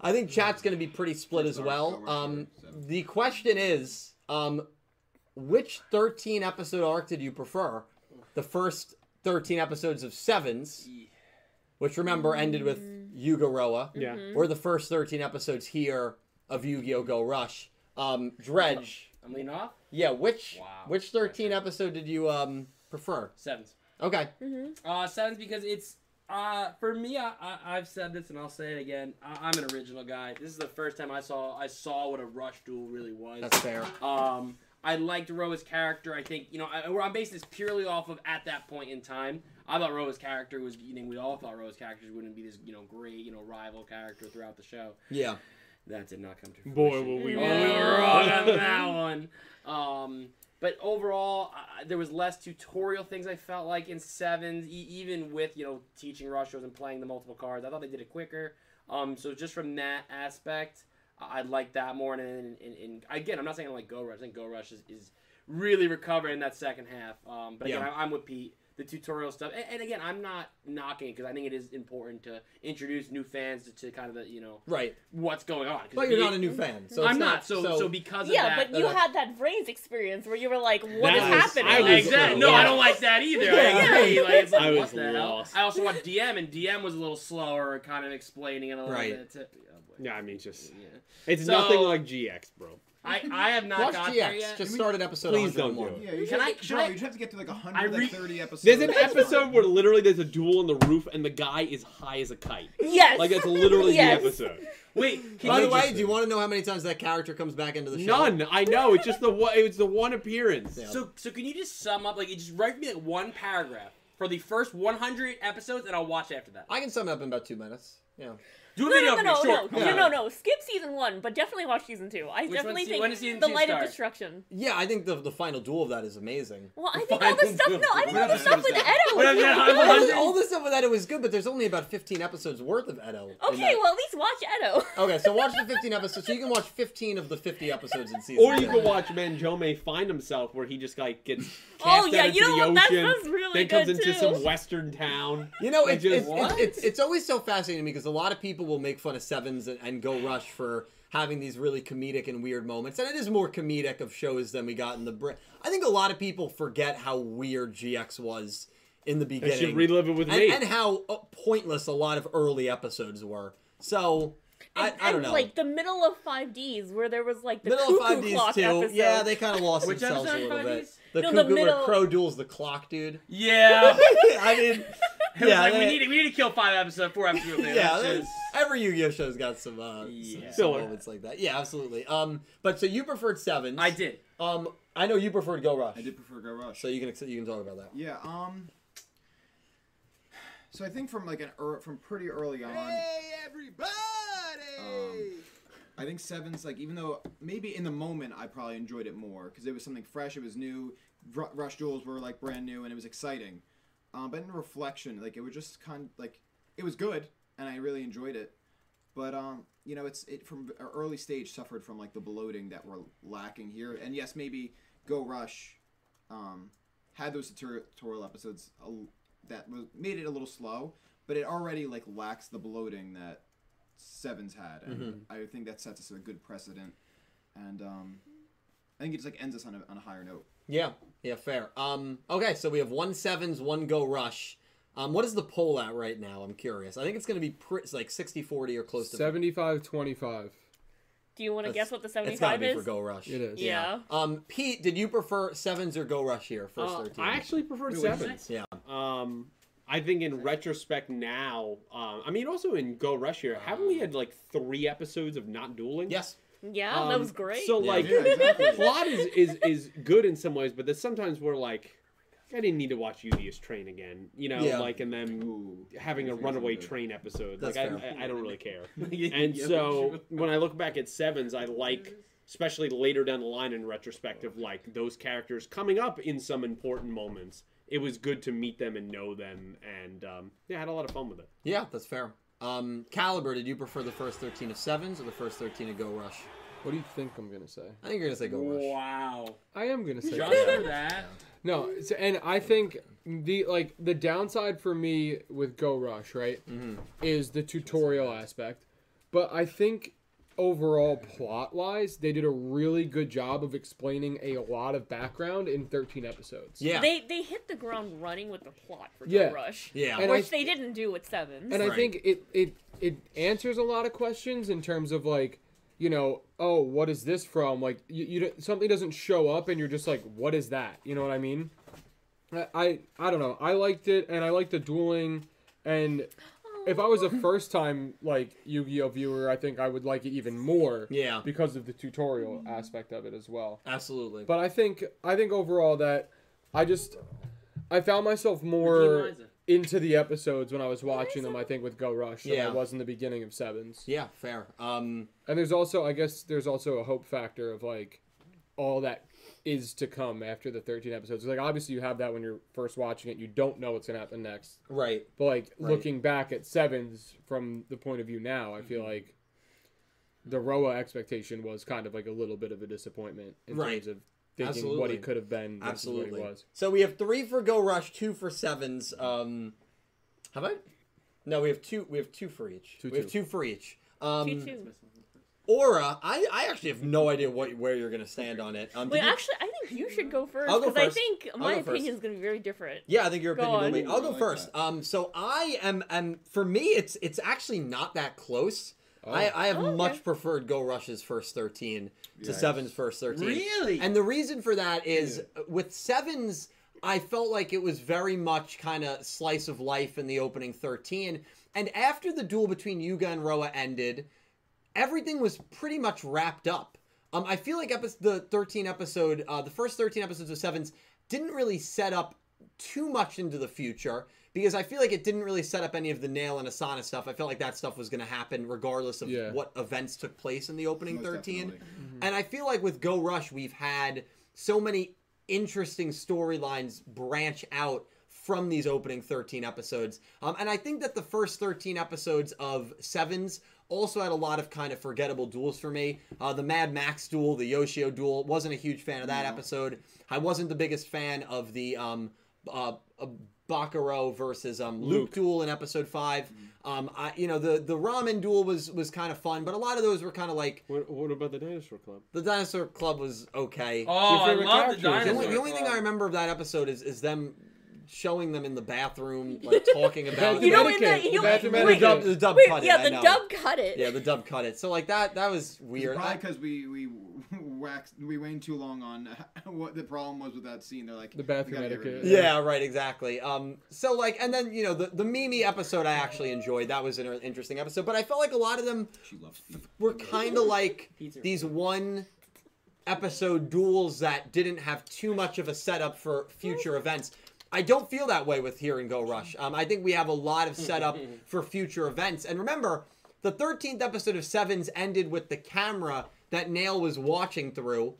Speaker 4: I think chat's going to be pretty split as well. Um, the question is um, which 13 episode arc did you prefer? The first 13 episodes of Sevens,
Speaker 1: E.
Speaker 4: which remember ended with Yuga Roa
Speaker 7: Yeah.
Speaker 4: or the first 13 episodes here of Yu-Gi-Oh! Go Rush. Um, Dredge.
Speaker 1: I'm leaning off.
Speaker 4: Yeah, which
Speaker 1: Oh. Wow.
Speaker 4: which 13 episode did you um prefer?
Speaker 1: Sevens.
Speaker 4: Okay.
Speaker 1: Uh, sevens because it's uh for me. I, I I've said this and I'll say it again. I, I'm an original guy. This is the first time I saw I saw what a rush duel really was.
Speaker 4: That's fair.
Speaker 1: Um, I liked Roa's character. I think you know I, I'm basing this purely off of at that point in time. I thought Roa's character was. You know, we all thought Roa's characters wouldn't be this you know great you know rival character throughout the show.
Speaker 4: Yeah.
Speaker 1: That did not come to fruition.
Speaker 7: Boy, were we
Speaker 1: Oh,
Speaker 2: Yeah.
Speaker 1: we were wrong on that one. Um, but overall, I, there was less tutorial things I felt like in sevens, e- even with you know teaching rosters and playing the multiple cards. I thought they did it quicker. Um, so just from that aspect, I, I like that more. And, and, and, and again, I'm not saying I like Go Rush. I think Go Rush is, is really recovering that second half. Um, but again,
Speaker 4: Yeah.
Speaker 1: I, I'm with Pete. the tutorial stuff. And, and again, I'm not knocking it because I think it is important to introduce new fans to, to kind of the you know
Speaker 4: Right.
Speaker 1: what's going on. 'Cause
Speaker 4: But you're
Speaker 1: it-
Speaker 4: not a new fan. So
Speaker 1: I'm
Speaker 4: it's
Speaker 1: not. So so, because of
Speaker 2: yeah,
Speaker 1: that,
Speaker 2: but you
Speaker 4: uh,
Speaker 2: had that brains experience where you were like, "What is
Speaker 7: That was-
Speaker 2: happening?"
Speaker 7: I
Speaker 1: I
Speaker 7: was-
Speaker 1: exactly. No, I don't
Speaker 7: [LAUGHS]
Speaker 1: like that either. I
Speaker 4: Yeah.
Speaker 1: agree. Like, it's like,
Speaker 7: I
Speaker 1: what
Speaker 7: was
Speaker 1: the hell?
Speaker 7: lost.
Speaker 1: I also watched DM, and DM was a little slower, kind of explaining it a little
Speaker 4: Right.
Speaker 1: bit. Too. Oh, boy.
Speaker 7: Yeah, I mean, just
Speaker 1: Yeah.
Speaker 7: it's
Speaker 1: So-
Speaker 7: nothing like GX, bro.
Speaker 1: I, I have not
Speaker 4: watch
Speaker 1: got there
Speaker 4: GX.
Speaker 1: yet.
Speaker 4: Just started episode.
Speaker 7: Please
Speaker 4: 101.
Speaker 7: don't do
Speaker 5: Yeah, you
Speaker 1: Can
Speaker 5: should,
Speaker 1: I-
Speaker 5: I,
Speaker 1: can
Speaker 5: Sean,
Speaker 1: I-
Speaker 5: you should have to get to like
Speaker 1: I re-
Speaker 5: 130 episodes.
Speaker 7: There's an
Speaker 5: That's fine.
Speaker 7: episode where literally there's a duel in the roof and the guy is high as a kite.
Speaker 2: Yes.
Speaker 7: Like that's
Speaker 2: [LAUGHS]
Speaker 7: literally
Speaker 2: Yes.
Speaker 7: the episode.
Speaker 1: Wait, can
Speaker 4: By
Speaker 1: you
Speaker 4: the way,
Speaker 1: just-
Speaker 4: do you want to know how many times that character comes back into the show?
Speaker 7: None. I know. It's just the one. It's the one appearance.
Speaker 4: Yeah.
Speaker 1: so so can you just sum up like you just write me like one paragraph for the first 100 episodes, and I'll watch after that.
Speaker 4: I can sum it up in about two minutes. Yeah.
Speaker 1: Do a
Speaker 2: No,
Speaker 1: video
Speaker 2: no, no, no,
Speaker 1: for me,
Speaker 2: no,
Speaker 1: short.
Speaker 2: no,
Speaker 1: come
Speaker 2: no,
Speaker 1: on.
Speaker 2: no, Skip season one, but definitely watch season two. I
Speaker 1: one's
Speaker 2: definitely
Speaker 1: se-
Speaker 2: think
Speaker 1: when does season
Speaker 2: the
Speaker 1: two
Speaker 2: light
Speaker 1: start?
Speaker 2: of destruction.
Speaker 4: Yeah, I think the the final duel of that is amazing.
Speaker 2: Well, I think all the
Speaker 1: Final
Speaker 2: stuff. No, I think all the
Speaker 5: Duel.
Speaker 2: stuff with the
Speaker 1: What
Speaker 2: Edo. was
Speaker 1: is that?
Speaker 2: really
Speaker 1: How
Speaker 4: all,
Speaker 2: good.
Speaker 1: much-
Speaker 4: the, all the stuff with Edo is good, but there's only about 15 episodes worth of Edo. in
Speaker 2: Okay,
Speaker 4: that.
Speaker 2: well at least watch Edo.
Speaker 4: Okay, so watch the 15 episodes. So you can watch 15 of the 50 episodes in season.
Speaker 7: Or you
Speaker 4: two.
Speaker 7: can watch Manjome find himself where he just like gets cast
Speaker 2: Oh, yeah,
Speaker 7: out into
Speaker 2: you know
Speaker 7: the
Speaker 2: what? That
Speaker 7: ocean,
Speaker 2: sounds really
Speaker 7: then comes
Speaker 2: good,
Speaker 7: into
Speaker 2: too.
Speaker 7: some western town.
Speaker 4: [LAUGHS] You know,
Speaker 7: Like,
Speaker 4: it's,
Speaker 7: just-
Speaker 4: it's, it's,
Speaker 1: what?
Speaker 4: it's, it's always so fascinating to me because a lot of people will make fun of Sevens and, and Go Rush for having these really comedic and weird moments. And it is more comedic of shows than we got in the. Brit. I think a lot of people forget how weird GX was in the
Speaker 7: They
Speaker 4: beginning.
Speaker 7: should relive it with
Speaker 4: and,
Speaker 7: me.
Speaker 4: and how uh, pointless a lot of early episodes were. So, I,
Speaker 2: And-
Speaker 4: I don't
Speaker 2: and,
Speaker 4: know.
Speaker 2: Like the middle of five Ds, where there was like the
Speaker 4: middle
Speaker 2: cuckoo
Speaker 4: of five D's
Speaker 2: clock
Speaker 4: too.
Speaker 2: episode.
Speaker 4: Yeah, they kind of lost
Speaker 1: Which
Speaker 4: themselves a
Speaker 1: episode
Speaker 4: little
Speaker 1: five
Speaker 4: bit.
Speaker 1: D's?
Speaker 4: The
Speaker 2: No, the
Speaker 4: cuckoo
Speaker 2: middle-
Speaker 4: where Crow duels the clock, dude.
Speaker 1: [LAUGHS] Yeah.
Speaker 4: [LAUGHS] I mean,
Speaker 1: It was
Speaker 4: yeah,
Speaker 1: like, we
Speaker 4: they-
Speaker 1: need to, we need to kill five episodes, four episodes. man.
Speaker 4: yeah.
Speaker 1: That's
Speaker 4: there's-
Speaker 1: just-
Speaker 4: Every Yu-Gi-Oh show's got some, uh,
Speaker 1: Yeah.
Speaker 4: some- some,
Speaker 7: Filler.
Speaker 4: moments like that. Yeah, absolutely. Um, but so you preferred sevens.
Speaker 1: I did.
Speaker 4: Um, I know you preferred Go Rush.
Speaker 5: I did prefer Go Rush.
Speaker 4: So you can you can talk about that.
Speaker 5: Yeah. Um. So I think from like an ear from pretty early on.
Speaker 4: everybody!
Speaker 5: Um, I think Seven's like even though maybe in the moment I probably enjoyed it more because it was something fresh, it was new. Ru- Rush duels were like brand new and it was exciting. Um, but in reflection, like it was just kind like it was good and I really enjoyed it. But um, you know, it's it from an early stage suffered from like the bloating that we're lacking here. And yes, maybe Go Rush um, had those tutorial episodes a l that was, made it a little slow, but it already like lacks the bloating that Sevens had, and I think that sets us a good precedent. And um, I think it just like ends us on a, on a higher note.
Speaker 4: Yeah, yeah, fair. Um, okay, so we have one sevens, one Go Rush. Um, what is the poll at right now? I'm curious. I think it's going to be pr- it's like 60-40 or close to
Speaker 3: 75 25.
Speaker 2: Do you want to
Speaker 4: That's-
Speaker 2: guess what the
Speaker 4: It's got to
Speaker 2: seventy-five
Speaker 4: be for
Speaker 2: is?
Speaker 4: Go Rush.
Speaker 3: It is.
Speaker 2: Yeah.
Speaker 4: Um, Pete, did you prefer sevens or Go Rush here? First
Speaker 7: Uh,
Speaker 4: thirteen.
Speaker 7: I actually preferred
Speaker 1: Wait, what'd you
Speaker 7: sevens.
Speaker 1: say?
Speaker 4: yeah.
Speaker 7: Um, I think in retrospect now, um, I mean also in Go Rush here, haven't we had like three episodes of not dueling?
Speaker 4: Yes.
Speaker 2: Yeah, that
Speaker 7: Um,
Speaker 2: was great.
Speaker 7: So
Speaker 4: Yeah.
Speaker 7: like,
Speaker 5: Yeah, exactly.
Speaker 7: the [LAUGHS] plot is, is is good in some ways, but there's sometimes where like, I didn't need to watch Udius train again, you know,
Speaker 4: Yeah.
Speaker 7: like and then
Speaker 5: Ooh,
Speaker 7: having a
Speaker 5: That's
Speaker 7: runaway
Speaker 5: good.
Speaker 7: train episode.
Speaker 4: That's
Speaker 7: like
Speaker 4: fair.
Speaker 7: I, I, I don't
Speaker 4: [LAUGHS]
Speaker 7: really care.
Speaker 1: Yeah,
Speaker 7: And
Speaker 1: yeah,
Speaker 7: so when I look back at sevens, I like, especially later down the line in retrospective, like those characters coming up in some important moments. It was good to meet them and know them, and um, yeah, I had a lot of fun with it.
Speaker 4: Yeah, that's fair. Um, Caliber, did you prefer the first thirteen of sevens or the first thirteen of Go Rush?
Speaker 3: What do you think I'm going to say?
Speaker 4: I think you're gonna say Go
Speaker 7: Oh
Speaker 4: Rush.
Speaker 1: Wow.
Speaker 3: I am going to say
Speaker 1: Just
Speaker 3: that.
Speaker 1: for that.
Speaker 3: No, so, and I think the like the downside for me with Go Rush, right, is the tutorial aspect. But I think overall plot wise, they did a really good job of explaining a lot of background in 13 episodes.
Speaker 4: Yeah.
Speaker 2: They they hit the ground running with the plot for
Speaker 3: Yeah.
Speaker 2: Go Rush.
Speaker 4: yeah.
Speaker 3: And I-
Speaker 2: Which they didn't do with sevens.
Speaker 3: And I
Speaker 4: Right.
Speaker 3: think it, it it answers a lot of questions in terms of like, you know, oh, what is this from? Like, you, you don't- something doesn't show up, and you're just like, what is that? You know what I mean? I I, I don't know. I liked it, and I liked the dueling, and if I was a first time like Yu-Gi-Oh viewer, I think I would like it even more.
Speaker 4: Yeah.
Speaker 3: Because of the tutorial aspect of it as well.
Speaker 4: Absolutely.
Speaker 3: But I think I think overall that I just I found myself
Speaker 1: Ricky
Speaker 3: more
Speaker 1: Liza.
Speaker 3: into the episodes when I was watching them. I think with Go Rush than
Speaker 4: Yeah.
Speaker 3: I was in the beginning of Sevens.
Speaker 4: yeah, fair. Um,
Speaker 3: And there's also I guess there's also a hope factor of like all that is to come after the 13 episodes. Like obviously you have that when you're first watching it, you don't know what's gonna happen next.
Speaker 4: right.
Speaker 3: But like
Speaker 4: Right.
Speaker 3: looking back at Sevens from the point of view now, I
Speaker 4: Mm-hmm.
Speaker 3: feel like the Roa expectation was kind of like a little bit of a disappointment in
Speaker 4: Right.
Speaker 3: terms of thinking what
Speaker 4: Absolutely.
Speaker 3: he could have been versus what
Speaker 4: Absolutely.
Speaker 3: he was.
Speaker 4: So we have three for Go Rush, two for sevens. Um, have I? No, we have two. We have two for each.
Speaker 3: Two,
Speaker 4: we have
Speaker 3: two.
Speaker 4: two for each. Um,
Speaker 2: Two, two.
Speaker 4: Aura, I, I actually have no idea what where you're gonna stand on it. Um, did
Speaker 2: Wait,
Speaker 4: you-
Speaker 2: actually, I think you should go first
Speaker 4: I'll go
Speaker 2: because I
Speaker 4: first.
Speaker 2: think
Speaker 4: I'll
Speaker 2: my
Speaker 4: go first.
Speaker 2: opinion is going to be very different.
Speaker 4: Yeah, I think your
Speaker 2: Go
Speaker 4: opinion will
Speaker 2: on.
Speaker 4: be. I'll
Speaker 5: Ooh, I
Speaker 4: go
Speaker 5: like
Speaker 4: first.
Speaker 5: that.
Speaker 4: Um, so I am, and for me, it's it's actually not that close. I, I have
Speaker 2: Oh, okay.
Speaker 4: much preferred Go Rush's first thirteen to
Speaker 5: Nice.
Speaker 4: Seven's first thirteen.
Speaker 1: Really?
Speaker 4: And the reason for that is uh, with Sevens, I felt like it was very much kind of slice of life in the opening thirteen. And after the duel between Yuga and Roa ended, everything was pretty much wrapped up. Um, I feel like epi- the 13 episode, uh, the first 13 episodes of Sevens didn't really set up too much into the future because I feel like it didn't really set up any of the Nail and Asana stuff. I felt like that stuff was going to happen regardless of
Speaker 3: Yeah.
Speaker 4: what events took place in the opening
Speaker 5: Most
Speaker 4: 13.
Speaker 5: definitely.
Speaker 4: Mm-hmm. And I feel like with Go Rush, we've had so many interesting storylines branch out from these opening 13 episodes. Um, and I think that the first 13 episodes of Sevens also had a lot of kind of forgettable duels for me. Uh, the Mad Max duel, the Yoshio duel, wasn't a huge fan of that episode. I wasn't the biggest fan of the um, uh, uh, Bakuro versus um, Luke. duel in episode five. Um, I, you know, the, the ramen duel was, was kind of fun, but a lot of those were kind of like
Speaker 7: What, what about the dinosaur club?
Speaker 4: the dinosaur club was okay.
Speaker 1: Oh, I
Speaker 3: favorite
Speaker 1: love the
Speaker 3: character is
Speaker 4: the
Speaker 1: dinosaur.
Speaker 3: in
Speaker 4: only, the only thing I remember of that episode is is them showing them in the bathroom, like
Speaker 2: [LAUGHS]
Speaker 4: talking about.
Speaker 2: You know, in
Speaker 3: Medicaid.
Speaker 2: the you know,
Speaker 3: That's
Speaker 2: wait,
Speaker 3: Medicaid.
Speaker 4: [LAUGHS] the dub, the dub
Speaker 2: wait,
Speaker 4: cut
Speaker 2: yeah,
Speaker 4: it. I
Speaker 2: the
Speaker 4: know.
Speaker 2: dub cut it.
Speaker 4: Yeah, the dub cut it. So like that, that was weird.
Speaker 5: Probably
Speaker 4: I,
Speaker 5: because we we [LAUGHS] waxed we waned too long on [LAUGHS] what the problem was with that scene. They're like
Speaker 3: The bathroom
Speaker 5: "We gotta get rid of
Speaker 3: etiquette.
Speaker 5: it."
Speaker 4: yeah, right, exactly. Um, so like, and then you know the the Mimi episode I actually enjoyed. That was an interesting episode, but I felt like a lot of them
Speaker 5: She loves people.
Speaker 4: were kind of like
Speaker 1: Pizza.
Speaker 4: these one episode duels that didn't have too much of a setup for future events. I don't feel that way with Here and Go Rush. Um, I think we have a lot of setup for future events. And remember, the 13th episode of Sevens ended with the camera that Nail was watching through.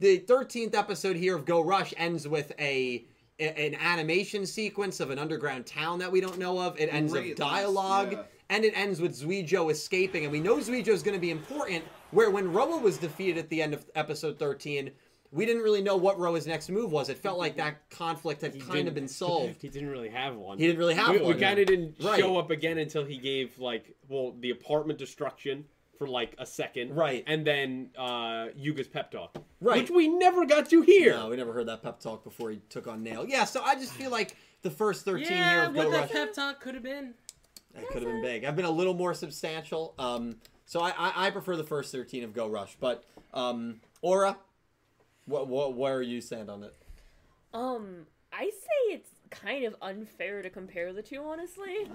Speaker 4: The 13th episode here of Go Rush ends with a an animation sequence of an underground town that we don't know of. It ends
Speaker 5: Great
Speaker 4: with dialogue.
Speaker 5: lines, yeah.
Speaker 4: And it ends with Zuijo escaping, and we know Zuijo's going to be important. Where when Roa was defeated at the end of episode 13, we didn't really know what Roa's next move was. It felt like that conflict had kind of
Speaker 7: didn't-
Speaker 4: been solved. [LAUGHS]
Speaker 7: [LAUGHS] He didn't really have one.
Speaker 4: He didn't really have
Speaker 7: we,
Speaker 4: one.
Speaker 7: We kind of didn't
Speaker 4: Right.
Speaker 7: show up again until he gave like well the apartment destruction for like a second,
Speaker 4: Right.
Speaker 7: And then uh Yuga's pep talk,
Speaker 4: Right.
Speaker 7: Which we never got to hear.
Speaker 4: No, we never heard that pep talk before he took on Nail. Yeah, so I just feel like the first 13 year
Speaker 1: Yeah,
Speaker 4: of
Speaker 1: what
Speaker 4: Go
Speaker 1: that
Speaker 4: Rush
Speaker 1: pep talk could have been.
Speaker 4: that could have been big. I've been a little more substantial. Um, so I, I, I prefer the first 13 of Go Rush, but um, Aura, what, what, where are you stand on it?
Speaker 2: Um, I say it's kind of unfair to compare the two, honestly,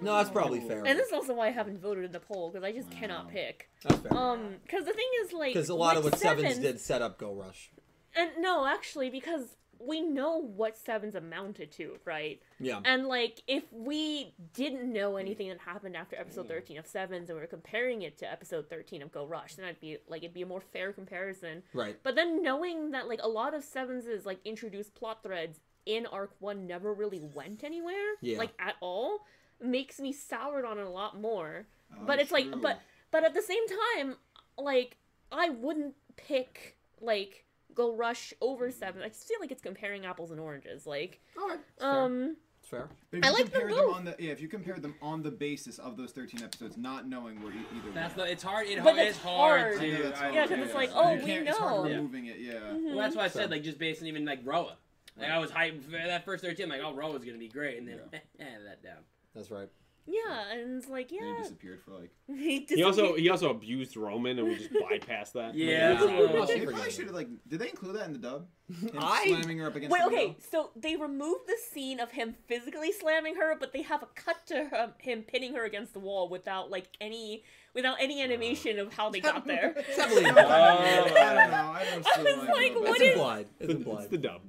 Speaker 4: No, that's probably
Speaker 5: Oh.
Speaker 4: fair.
Speaker 2: and this is also why I haven't voted in the poll because I just cannot
Speaker 5: Wow.
Speaker 2: pick.
Speaker 4: That's fair.
Speaker 2: Um, because the thing is, like,
Speaker 4: Because a lot of
Speaker 2: with
Speaker 4: what Sevens
Speaker 2: Sevens-
Speaker 4: did set up Go Rush.
Speaker 2: and no, actually, because we know what Sevens amounted to, right?
Speaker 4: Yeah.
Speaker 2: And like, if we didn't know anything that happened after episode thirteen of Sevens, and we were comparing it to episode thirteen of Go Rush, then I'd be like, it'd be a more fair comparison.
Speaker 4: Right.
Speaker 2: But then knowing that like a lot of Sevens's like introduced plot threads in arc one never really went anywhere,
Speaker 4: Yeah.
Speaker 2: like at all, makes me soured on it a lot more.
Speaker 5: Oh,
Speaker 2: but it's
Speaker 5: true.
Speaker 2: like, but but at the same time, like I wouldn't pick like Go Rush over Seven. I just feel like it's comparing apples and oranges. Like,
Speaker 4: All right.
Speaker 2: um,
Speaker 4: It's fair.
Speaker 5: But if
Speaker 2: I
Speaker 5: you
Speaker 2: like them
Speaker 5: compare
Speaker 2: both.
Speaker 5: on the yeah, if you compare them on the basis of those thirteen episodes, not knowing where e- either
Speaker 1: That's
Speaker 5: one.
Speaker 1: the, it's hard. It,
Speaker 2: But
Speaker 1: it's
Speaker 2: it's
Speaker 1: hard,
Speaker 2: hard.
Speaker 1: to.
Speaker 5: I know that's
Speaker 1: I-
Speaker 5: hard,
Speaker 2: Yeah, 'cause it's like,
Speaker 5: You
Speaker 2: oh, we
Speaker 5: can't- It's hard
Speaker 2: know. Yeah.
Speaker 5: removing it. Yeah.
Speaker 1: Well, that's why I
Speaker 4: So-
Speaker 1: said like just based on even like Roa. Like I was hyped for that first 13. like, oh, Roa's gonna be great, and then [LAUGHS] let down.
Speaker 4: That's [LAUGHS] right.
Speaker 2: yeah, and it's like,
Speaker 5: And he
Speaker 2: yeah,
Speaker 5: disappeared for like.
Speaker 2: he, [LAUGHS]
Speaker 7: He also he also abused Roman, and we just bypassed [LAUGHS] that.
Speaker 1: Yeah.
Speaker 4: Yeah.
Speaker 2: Oh,
Speaker 1: so-
Speaker 5: [LAUGHS] They
Speaker 4: Super
Speaker 5: probably
Speaker 4: good.
Speaker 5: should have like. Did they include that in the dub? Him
Speaker 4: I- [LAUGHS]
Speaker 5: slamming her up against.
Speaker 2: Wait,
Speaker 5: the
Speaker 2: okay,
Speaker 5: wall?
Speaker 2: so they removed the scene of him physically slamming her, but they have a cut to her, um, him pinning her against the wall without like any without
Speaker 4: Uh,
Speaker 2: any animation of how they got there.
Speaker 4: [LAUGHS] It's
Speaker 2: [LAUGHS]
Speaker 4: heavily
Speaker 5: I don't know.
Speaker 4: implied. [LAUGHS]
Speaker 5: I don't know. I don't.
Speaker 2: I
Speaker 5: still
Speaker 2: was
Speaker 5: don't
Speaker 2: like,
Speaker 5: know, but-
Speaker 2: what
Speaker 4: It's
Speaker 2: is-
Speaker 4: implied. It's
Speaker 7: It's the, it's
Speaker 4: implied.
Speaker 7: the dub.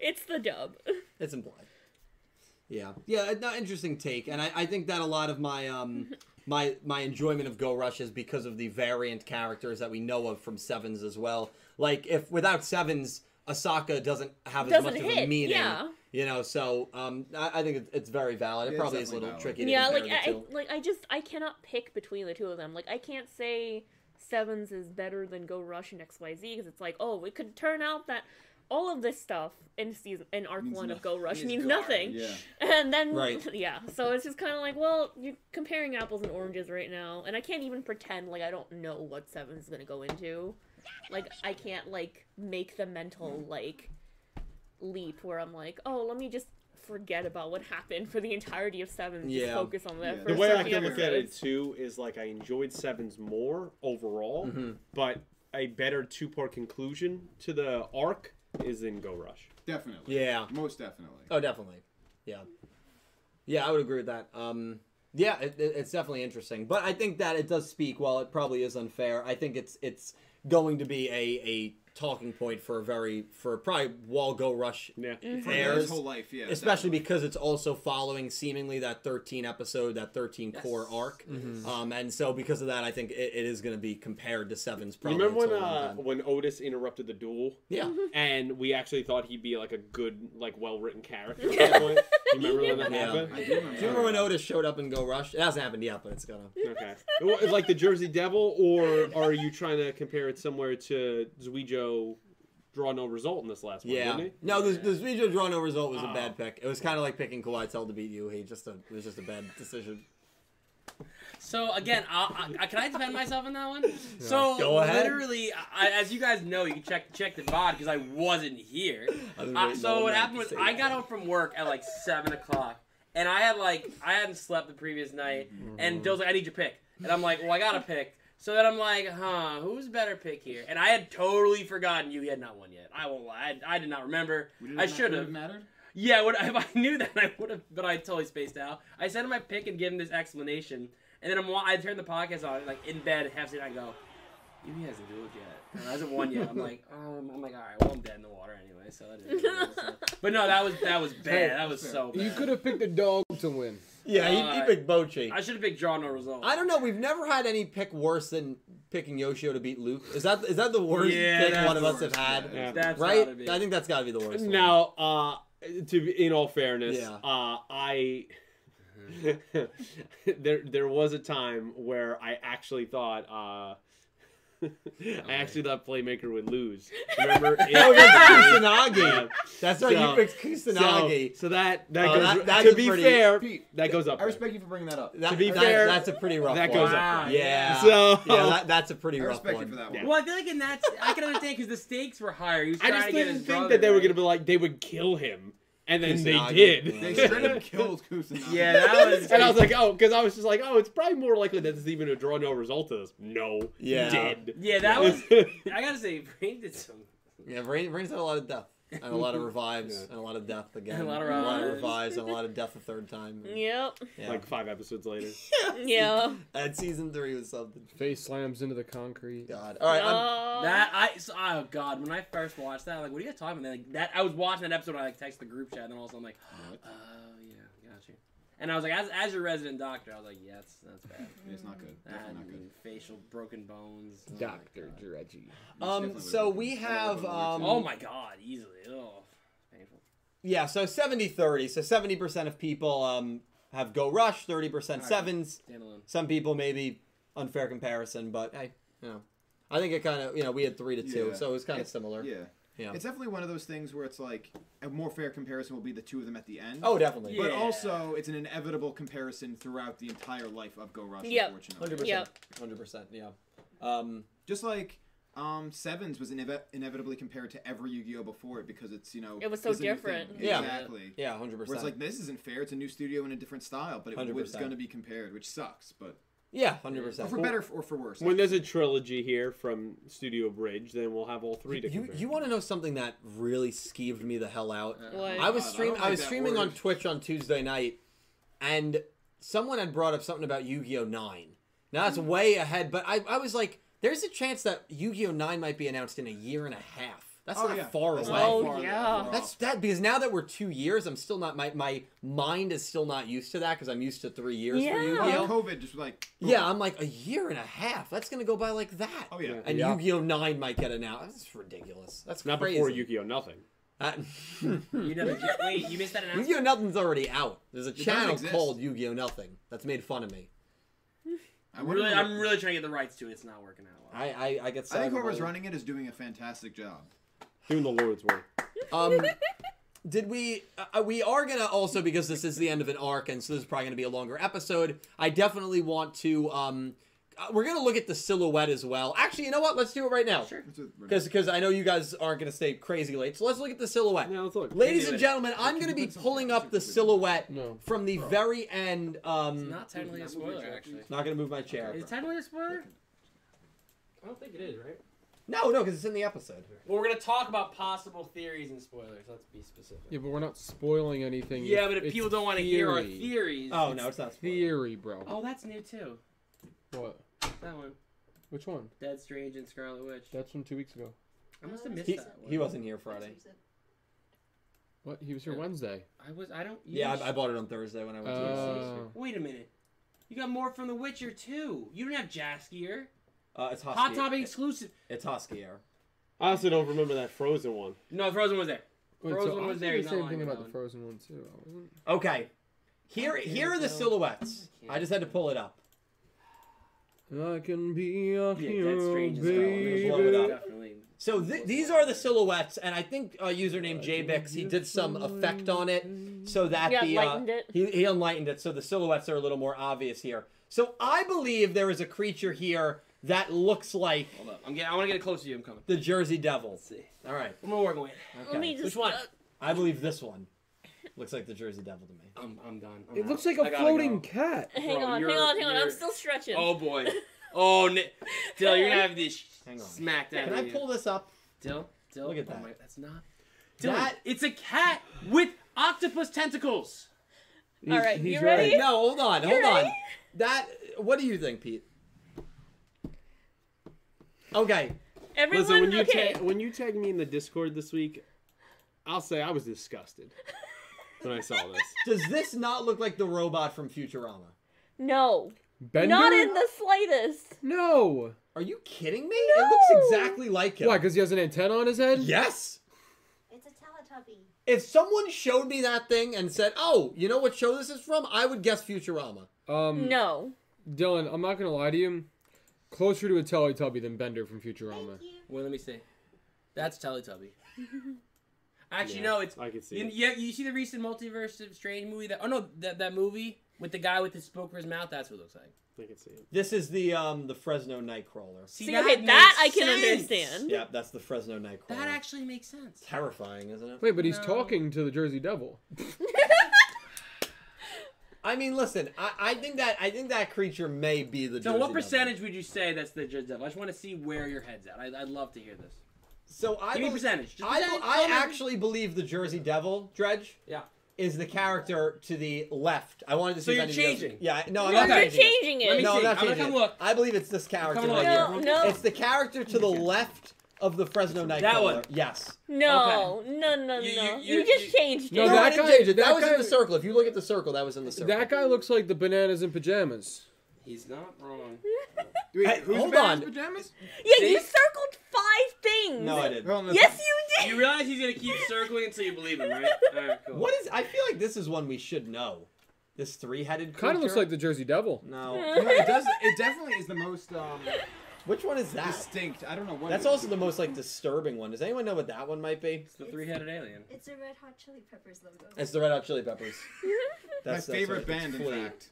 Speaker 2: It's the dub.
Speaker 4: It's implied. Yeah. Yeah. No, interesting take, and I, I think that a lot of
Speaker 2: [LAUGHS]
Speaker 4: my um my my enjoyment of Go Rush is because of the variant characters that we know of from Sevens as well. Like if without Sevens, Asaka doesn't have as
Speaker 2: Doesn't
Speaker 4: much of a
Speaker 2: hit,
Speaker 4: meaning.
Speaker 2: yeah.
Speaker 4: You know, so um, I, I think it, it's very valid. It
Speaker 5: Yeah, it's
Speaker 4: probably is a
Speaker 5: definitely
Speaker 4: little
Speaker 5: valid.
Speaker 4: tricky. To
Speaker 2: Yeah, like
Speaker 4: compare the
Speaker 2: I
Speaker 4: two.
Speaker 2: like I just I cannot pick between the two of them. Like I can't say sevens is better than go rush and XYZ because it's like, oh, it could turn out that all of this stuff in season in arc
Speaker 5: Means
Speaker 2: one of
Speaker 4: [LAUGHS]
Speaker 5: nothing.
Speaker 2: Go Rush
Speaker 5: Means
Speaker 2: means
Speaker 5: garbage.
Speaker 2: nothing.
Speaker 5: Yeah.
Speaker 2: [LAUGHS] And then
Speaker 4: Right.
Speaker 2: yeah. So it's just kinda like, well, you're comparing apples and oranges right now, and I can't even pretend like I don't know what sevens is gonna go into. Like I can't like make the mental like leap where I'm like, oh, let me just forget about what happened for the entirety of seven.
Speaker 4: Yeah.
Speaker 2: Just focus on that.
Speaker 5: Yeah.
Speaker 2: first
Speaker 5: The
Speaker 7: The way I
Speaker 2: 13
Speaker 7: can look at it
Speaker 2: episodes.
Speaker 7: too is like I enjoyed Sevens more overall,
Speaker 4: Mhm.
Speaker 7: but a better two part conclusion to the arc is in Go Rush.
Speaker 5: Definitely.
Speaker 4: Yeah.
Speaker 5: Most definitely.
Speaker 4: Oh, definitely. Yeah. Yeah, I would agree with that. Um, yeah, it, it- it's definitely interesting, but I think that it does speak. While it probably is unfair, I think it's it's going to be a a talking point for a very for probably while Go Rush,
Speaker 7: Yeah.
Speaker 5: For
Speaker 4: Airs.
Speaker 5: his whole life, yeah.
Speaker 4: especially
Speaker 5: definitely.
Speaker 4: because it's also following seemingly that thirteen episode that thirteen
Speaker 1: Yes.
Speaker 4: core arc.
Speaker 7: Mm-hmm.
Speaker 4: Um, and so because of that, I think it, it is going to be compared to Seven's.
Speaker 7: You
Speaker 4: Probably
Speaker 7: remember when
Speaker 4: until a long
Speaker 7: uh,
Speaker 4: time.
Speaker 7: when Otis interrupted the duel
Speaker 4: yeah,
Speaker 7: [LAUGHS] and we actually thought he'd be like a good, like well written character at [LAUGHS] that point? You remember when that
Speaker 4: Yeah.
Speaker 7: happened?
Speaker 5: I do remember.
Speaker 4: do you remember when Otis showed up in Go Rush? It hasn't happened yet, but it's gonna.
Speaker 7: Okay. Well, it's like the Jersey Devil, or are you trying to compare it somewhere to Zuijo draw no result in this last one?
Speaker 4: Yeah.
Speaker 7: Didn't
Speaker 4: No, the
Speaker 1: Yeah.
Speaker 4: the Zuijo draw no result was a
Speaker 7: Oh.
Speaker 4: bad pick. It was kind of like picking Kawaitel to beat you. He just a, it was just a bad decision.
Speaker 1: So again, I, I, can I defend myself on that one? So
Speaker 4: Go ahead.
Speaker 1: literally, I, as you guys know, you can check check the VOD because I wasn't here.
Speaker 4: I've been
Speaker 1: Uh,
Speaker 4: waiting all
Speaker 1: so what
Speaker 4: night
Speaker 1: happened
Speaker 4: to
Speaker 1: was
Speaker 4: say
Speaker 1: I
Speaker 4: that.
Speaker 1: got home from work at like seven o'clock, and I had like I hadn't slept the previous night,
Speaker 5: Mm-hmm.
Speaker 1: and
Speaker 4: Mm-hmm.
Speaker 1: Dill's like, "I need your pick," and I'm like, "Well, I got a pick." So then I'm like, "Huh, who's better pick here?" And I had totally forgotten you had not won yet. I won't lie, I, I did not remember.
Speaker 5: Would it
Speaker 1: I
Speaker 5: ma-
Speaker 1: should
Speaker 5: would it
Speaker 1: have.
Speaker 5: mattered.
Speaker 1: Yeah, would, [LAUGHS] if I knew that, I would have, but I totally spaced out. I sent him my pick and gave him this explanation, and then I'm, wa- I turned the podcast on, like in bed, half asleep, and I go, "He hasn't dueled yet. Or hasn't won yet." I'm like, [LAUGHS] um, I'm like, all right, well, I'm dead in the water anyway, so that is. But no, that was that was bad. That was so bad.
Speaker 3: You could have picked a dog to win.
Speaker 4: Yeah, he, he
Speaker 1: Uh,
Speaker 4: picked Bochi.
Speaker 1: I should have picked draw no result.
Speaker 4: I don't know. We've never had any pick worse than picking Yoshio to beat Luke. Is that is that the worst
Speaker 1: Yeah,
Speaker 4: pick
Speaker 1: that's
Speaker 4: one of
Speaker 5: the
Speaker 4: us have
Speaker 5: worst,
Speaker 4: had?
Speaker 5: yeah.
Speaker 1: That's
Speaker 4: Right?
Speaker 1: gotta be.
Speaker 4: I think that's got to be the worst.
Speaker 7: we?
Speaker 4: one.
Speaker 7: [LAUGHS] Now, uh, to be, in all fairness,
Speaker 4: Yeah. Mm-hmm.
Speaker 7: uh, I [LAUGHS] there there was a time where I actually thought. Uh, [LAUGHS] I actually thought Playmaker would
Speaker 4: [LAUGHS]
Speaker 7: lose. Remember?
Speaker 4: Oh,
Speaker 7: It-
Speaker 4: that's Kusanagi. That's right.
Speaker 7: So-
Speaker 4: you picked
Speaker 7: So,
Speaker 4: Kusanagi.
Speaker 7: so that that
Speaker 4: Oh,
Speaker 7: goes.
Speaker 4: that- that
Speaker 7: to
Speaker 4: is
Speaker 7: be
Speaker 4: pretty-
Speaker 7: fair,
Speaker 5: Pete,
Speaker 7: that goes up.
Speaker 5: I
Speaker 7: there.
Speaker 5: respect you for bringing that up.
Speaker 4: that,
Speaker 7: to be
Speaker 4: that-
Speaker 7: fair,
Speaker 4: that's a pretty rough
Speaker 7: that
Speaker 4: one.
Speaker 7: goes
Speaker 1: Wow,
Speaker 7: up. There.
Speaker 4: Yeah.
Speaker 7: So
Speaker 4: yeah, that, that's a pretty
Speaker 5: I
Speaker 4: rough
Speaker 5: respect
Speaker 4: one.
Speaker 5: you for that
Speaker 7: Yeah.
Speaker 5: one.
Speaker 1: Well, I feel like in that, I can understand because the stakes were higher. He was
Speaker 7: I
Speaker 1: trying
Speaker 7: just
Speaker 1: to get his
Speaker 7: didn't think
Speaker 1: brother,
Speaker 7: that they were
Speaker 1: right?
Speaker 7: gonna be like they would kill him, and then they
Speaker 4: Kusanagi.
Speaker 7: did.
Speaker 4: Yeah.
Speaker 7: [LAUGHS]
Speaker 5: They straight up killed Kusanagi.
Speaker 1: Yeah,
Speaker 5: [LAUGHS]
Speaker 1: that was.
Speaker 7: and I was like, oh, because I was just like, oh, it's probably more likely that there's even a draw no result to this. No,
Speaker 4: Yeah.
Speaker 7: dead.
Speaker 1: yeah, that
Speaker 7: [LAUGHS]
Speaker 1: was. I gotta say, Brain did some
Speaker 4: Yeah, Rain, Rain's had a lot of death. And a
Speaker 5: [LAUGHS]
Speaker 4: lot of revives, and a lot of death again.
Speaker 1: And a lot of revives.
Speaker 4: revives, and a lot of death a third time.
Speaker 1: [LAUGHS]
Speaker 2: Yep.
Speaker 4: Yeah.
Speaker 7: Like five episodes later.
Speaker 4: [LAUGHS]
Speaker 2: Yeah.
Speaker 4: and season three was something.
Speaker 3: Face slams into the concrete.
Speaker 4: God. All right. um,
Speaker 2: No.
Speaker 4: I'm-
Speaker 1: That I so, oh god when I first watched that I'm like what are you guys talking about like that I was watching that episode and I like text the group chat and then all of a sudden I'm like oh yeah got you and I was like as, as your resident doctor I was like yeah that's that's [LAUGHS] bad
Speaker 5: It's not good.
Speaker 1: that
Speaker 5: Definitely not good.
Speaker 1: and facial broken bones Oh my
Speaker 3: Doctor
Speaker 1: God.
Speaker 3: Dredgy.
Speaker 4: Um,
Speaker 5: Definitely
Speaker 4: so
Speaker 5: would've
Speaker 4: we
Speaker 5: been-
Speaker 4: have, um,
Speaker 1: oh my god easily oh painful
Speaker 4: yeah. So 70 30. So 70% of people um, have Go Rush, 30%
Speaker 1: Alright.
Speaker 4: sevens.
Speaker 1: standalone
Speaker 4: Some people maybe unfair comparison, but hey, you know. I think it kind of, you know, we had three to two,
Speaker 5: Yeah.
Speaker 4: so it was kind of
Speaker 5: It's-
Speaker 4: similar.
Speaker 5: yeah.
Speaker 4: Yeah.
Speaker 5: It's definitely one of those things where it's like a more fair comparison will be the two of them at the end.
Speaker 4: Oh, definitely.
Speaker 5: But
Speaker 1: Yeah.
Speaker 5: also, it's an inevitable comparison throughout the entire life of Go Rush,
Speaker 2: Yep.
Speaker 5: unfortunately.
Speaker 4: 100%.
Speaker 2: Yep.
Speaker 4: 100%. Yeah. Um,
Speaker 5: Just like um, Sevens was ineve- inevitably compared to every Yu Gi Oh before it because it's, you know.
Speaker 2: It was so
Speaker 5: it's a new thing.
Speaker 2: different.
Speaker 4: Yeah.
Speaker 5: Exactly.
Speaker 4: yeah, 100%.
Speaker 5: Where it's like, this isn't fair. It's a new studio and a different style, but it was
Speaker 4: 100%.
Speaker 5: going to be compared, which sucks. But
Speaker 4: yeah, 100%.
Speaker 5: or for better or for worse.
Speaker 7: When there's a trilogy here from Studio Bridge, then we'll have all three to
Speaker 4: You
Speaker 7: compare.
Speaker 4: you want to know something that really skeeved me the hell out?
Speaker 1: Uh,
Speaker 2: What?
Speaker 4: I was
Speaker 5: God, I
Speaker 4: stream
Speaker 5: don't
Speaker 4: I,
Speaker 5: like
Speaker 4: was
Speaker 5: that
Speaker 4: streaming on
Speaker 5: word.
Speaker 4: Twitch on Tuesday night, and someone had brought up something about Yu-Gi-Oh Nine. Now that's
Speaker 5: Hmm.
Speaker 4: way ahead, but I I was like, there's a chance that Yu-Gi-Oh Nine might be announced in a year and a half. That's
Speaker 5: oh,
Speaker 4: not
Speaker 5: yeah.
Speaker 4: far
Speaker 5: That's
Speaker 4: away.
Speaker 5: not
Speaker 2: Oh,
Speaker 5: far
Speaker 2: yeah.
Speaker 5: off.
Speaker 4: That's that because now that we're two years, I'm still not my my mind is still not used to that because I'm used to three years for
Speaker 2: Yeah.
Speaker 5: Oh,
Speaker 4: Yu-Gi-Oh.
Speaker 5: COVID just like.
Speaker 4: Yeah, I'm like a year and a half. That's gonna go by like that.
Speaker 5: Oh, yeah.
Speaker 4: And
Speaker 7: Yeah.
Speaker 4: Yu-Gi-Oh Nine might get announced. That's ridiculous. That's
Speaker 7: Not
Speaker 4: crazy.
Speaker 7: before Yu-Gi-Oh! Nothing.
Speaker 4: [LAUGHS] Uh,
Speaker 1: you
Speaker 4: [LAUGHS]
Speaker 1: never wait you missed that announcement
Speaker 4: Yu-Gi-Oh! Nothing's already out. There's a
Speaker 5: doesn't
Speaker 4: channel
Speaker 5: exist.
Speaker 4: called Yu-Gi-Oh! Nothing that's made fun of me.
Speaker 5: I
Speaker 1: I'm
Speaker 5: wonder
Speaker 1: really,
Speaker 5: who-
Speaker 1: I'm really trying to get the rights to it. It's not working out well.
Speaker 4: I, I, I get
Speaker 5: I
Speaker 4: sad.
Speaker 5: think
Speaker 4: when
Speaker 5: whoever's
Speaker 4: they-
Speaker 5: running it is doing a fantastic job.
Speaker 7: Doing the Lord's work.
Speaker 4: Um,
Speaker 7: [LAUGHS]
Speaker 2: [LAUGHS]
Speaker 4: did we? Uh, we are gonna also because this is the end of an arc, and so this is probably gonna be a longer episode. I definitely want to. Um, uh, we're gonna look at the silhouette as well. Actually, you know what? Let's do it right now.
Speaker 1: Sure.
Speaker 5: That's what we're doing.
Speaker 4: Because I know you guys aren't gonna stay crazy late, so let's look at the silhouette.
Speaker 7: Now let's look.
Speaker 4: Ladies
Speaker 5: Maybe
Speaker 4: and
Speaker 5: later.
Speaker 4: gentlemen, I'm
Speaker 5: Can
Speaker 4: gonna be
Speaker 5: you put some
Speaker 4: pulling
Speaker 5: pictures
Speaker 4: up
Speaker 5: in
Speaker 4: the
Speaker 5: so we-
Speaker 4: silhouette
Speaker 3: No.
Speaker 4: from the very end. Um,
Speaker 1: Not technically a spoiler, actually.
Speaker 4: not gonna move my chair.
Speaker 1: Is it technically a spoiler?
Speaker 9: I don't think it is, right?
Speaker 4: No, no, because it's in the episode.
Speaker 1: Well, we're gonna talk about possible theories and spoilers. Let's be specific.
Speaker 3: Yeah, but we're not spoiling anything.
Speaker 1: Yeah,
Speaker 3: It's-
Speaker 1: but if
Speaker 3: it's
Speaker 1: people don't want to hear our
Speaker 3: theory.
Speaker 1: theories.
Speaker 4: Oh no, it's not. Spoiler.
Speaker 3: Theory, bro.
Speaker 1: Oh, that's new too.
Speaker 3: What?
Speaker 1: That one,
Speaker 3: Which one?
Speaker 1: Dead Strange and Scarlet Witch.
Speaker 3: That's from two weeks ago.
Speaker 1: I must have missed
Speaker 4: He,
Speaker 1: that one.
Speaker 4: he wasn't here Friday.
Speaker 3: What? He was here
Speaker 1: Yeah.
Speaker 3: Wednesday.
Speaker 1: I was. I don't. you
Speaker 4: Yeah,
Speaker 1: didn't
Speaker 4: I, I bought it on Thursday when I went to.
Speaker 3: Uh,
Speaker 1: Wait a minute. You got more from The Witcher too. You don't have Jaskier.
Speaker 4: Uh, it's Husky.
Speaker 1: Hot Topic exclusive.
Speaker 4: It's Husky Air.
Speaker 7: I also don't remember that Frozen one.
Speaker 1: No, Frozen was there.
Speaker 3: wait,
Speaker 1: Frozen
Speaker 3: so I
Speaker 1: was
Speaker 3: was
Speaker 1: there, not
Speaker 3: thinking The same
Speaker 1: lying
Speaker 3: thing about
Speaker 1: down.
Speaker 3: the frozen one too. I wasn't-
Speaker 4: Okay. Here, here are the silhouettes. I just had to pull it up.
Speaker 3: I can be a hero,
Speaker 4: baby.
Speaker 1: Blow it up.
Speaker 4: So th- these are the silhouettes, and I think uh, username JBix he did some effect on it so that
Speaker 2: Yeah,
Speaker 4: the uh,
Speaker 2: lightened it.
Speaker 4: he he enlightened it so the silhouettes are a little more obvious here. So I believe there is a creature here that looks like
Speaker 1: Hold up. I'm getting. I want to get close to you. I'm coming.
Speaker 4: the Jersey Devil.
Speaker 1: Let's see.
Speaker 4: All right,
Speaker 1: I'm gonna work on it.
Speaker 2: Let me
Speaker 4: okay.
Speaker 2: just.
Speaker 1: Which one?
Speaker 2: uh,
Speaker 4: I believe this one looks like the Jersey Devil to me.
Speaker 1: I'm. I'm done. I'm
Speaker 3: It
Speaker 1: out.
Speaker 3: looks like
Speaker 1: I
Speaker 3: a
Speaker 1: gotta
Speaker 3: floating
Speaker 1: go.
Speaker 3: cat.
Speaker 2: hang
Speaker 1: Bro,
Speaker 2: on,
Speaker 1: you're-
Speaker 2: hang on, hang on. I'm
Speaker 1: you're-
Speaker 2: still stretching.
Speaker 1: Oh boy. Oh,
Speaker 3: [LAUGHS]
Speaker 1: Ni- Dill, you're gonna have this
Speaker 4: Hang on.
Speaker 1: smacked out
Speaker 4: Can
Speaker 1: of
Speaker 4: I
Speaker 1: you.
Speaker 4: pull this up?
Speaker 1: Dill, Dill.
Speaker 4: Look at that.
Speaker 1: Oh my, that's not. Dill,
Speaker 4: That-
Speaker 1: it's a cat with octopus tentacles.
Speaker 2: All right, you ready?
Speaker 4: No, hold on, hold on.
Speaker 2: ready?
Speaker 4: That. What do you think, Pete? Okay.
Speaker 2: Everyone,
Speaker 7: Listen, when you
Speaker 2: okay.
Speaker 7: tag when you tagged me in the Discord this week, I'll say I was disgusted when I saw this.
Speaker 4: Does this not look like the robot from Futurama?
Speaker 2: no,
Speaker 3: [LAUGHS] Bender?
Speaker 2: not in the slightest.
Speaker 3: No.
Speaker 4: Are you kidding me? It
Speaker 2: No.
Speaker 4: looks exactly like him.
Speaker 3: Why? Because he has an antenna on his head.
Speaker 4: yes.
Speaker 10: It's a Teletubby.
Speaker 4: If someone showed me that thing and said, "Oh, you know what show this is from?" I would guess Futurama.
Speaker 3: Um,
Speaker 2: No,
Speaker 3: Dylan, I'm not gonna lie to you. Closer to a Teletubby than Bender from Futurama.
Speaker 10: Thank you.
Speaker 1: Wait, let me see. That's Teletubby. [LAUGHS] Actually,
Speaker 7: Yeah,
Speaker 1: no, it's.
Speaker 7: I can see.
Speaker 1: You,
Speaker 7: it.
Speaker 1: yeah, you see the recent multiverse of strange movie that? Oh no, that that movie with the guy with the spoke for his mouth. That's what it looks like.
Speaker 7: I can see it.
Speaker 4: This is the um the Fresno Nightcrawler.
Speaker 1: See,
Speaker 2: See, okay, that I can understand.
Speaker 4: Yep, that's the Fresno Nightcrawler.
Speaker 1: That actually makes sense.
Speaker 4: terrifying, isn't it?
Speaker 3: Wait, but he's
Speaker 1: No.
Speaker 3: talking to the Jersey Devil.
Speaker 4: I mean, listen, I, I think that I think that creature may be the.
Speaker 1: So,
Speaker 4: Jersey
Speaker 1: what
Speaker 4: Devil.
Speaker 1: percentage would you say that's the judge devil? I just want to see where your head's at. I, I'd love to hear this.
Speaker 4: So I
Speaker 1: Give me
Speaker 4: bel-
Speaker 1: percentage. Just
Speaker 4: I,
Speaker 1: percentage.
Speaker 4: I
Speaker 1: Tell me-
Speaker 4: actually believe the Jersey Devil Dredge.
Speaker 1: Yeah.
Speaker 4: Is the character to the left? I wanted to see.
Speaker 1: So
Speaker 4: if
Speaker 1: you're
Speaker 4: any of you guys-
Speaker 1: changing.
Speaker 4: Yeah, no, I'm
Speaker 2: no,
Speaker 4: not
Speaker 2: you're
Speaker 4: changing. it.
Speaker 2: changing
Speaker 1: Let
Speaker 2: it.
Speaker 1: me
Speaker 4: No,
Speaker 1: see.
Speaker 4: I'm not
Speaker 1: I'm
Speaker 4: changing.
Speaker 1: gonna
Speaker 4: it.
Speaker 1: look.
Speaker 4: I believe it's this character
Speaker 1: coming
Speaker 4: right
Speaker 1: over.
Speaker 2: no,
Speaker 4: here.
Speaker 2: no,
Speaker 4: It's the character to the left of the Fresno Nightcrawler.
Speaker 1: That one.
Speaker 4: Yes.
Speaker 2: no, no, no, no.
Speaker 1: You-
Speaker 2: You,
Speaker 1: you- you-
Speaker 2: just
Speaker 1: you-
Speaker 2: changed
Speaker 3: No,
Speaker 2: it.
Speaker 4: No, I
Speaker 3: that
Speaker 4: didn't
Speaker 3: guy-
Speaker 4: change it. That,
Speaker 3: that
Speaker 4: was in
Speaker 3: guy-
Speaker 4: the circle. If you look at the circle, that was in the circle.
Speaker 3: That guy looks like the bananas in pajamas.
Speaker 1: He's not wrong.
Speaker 5: Wait,
Speaker 4: Hey,
Speaker 5: who's
Speaker 4: hold
Speaker 5: in
Speaker 4: on.
Speaker 5: pajamas?
Speaker 2: yeah,
Speaker 1: see?
Speaker 2: you circled five things.
Speaker 4: No, I didn't.
Speaker 5: Well, no,
Speaker 2: Yes, you did.
Speaker 1: You realize he's gonna keep circling until you believe him, right? All right, cool.
Speaker 4: What is? I feel like this is one we should know. This three-headed creature.
Speaker 3: Kind of looks like the Jersey Devil.
Speaker 4: No.
Speaker 5: No, it does. It definitely is the most um,
Speaker 4: Which one is that?
Speaker 5: distinct. I don't know what.
Speaker 4: That's
Speaker 5: it is.
Speaker 4: also the most like disturbing one. Does anyone know what that one might be?
Speaker 1: It's the three-headed alien.
Speaker 10: It's a Red Hot Chili Peppers logo.
Speaker 4: It's the Red Hot Chili Peppers.
Speaker 5: my favorite
Speaker 4: what it- it's
Speaker 5: band. In
Speaker 4: Flea.
Speaker 5: fact,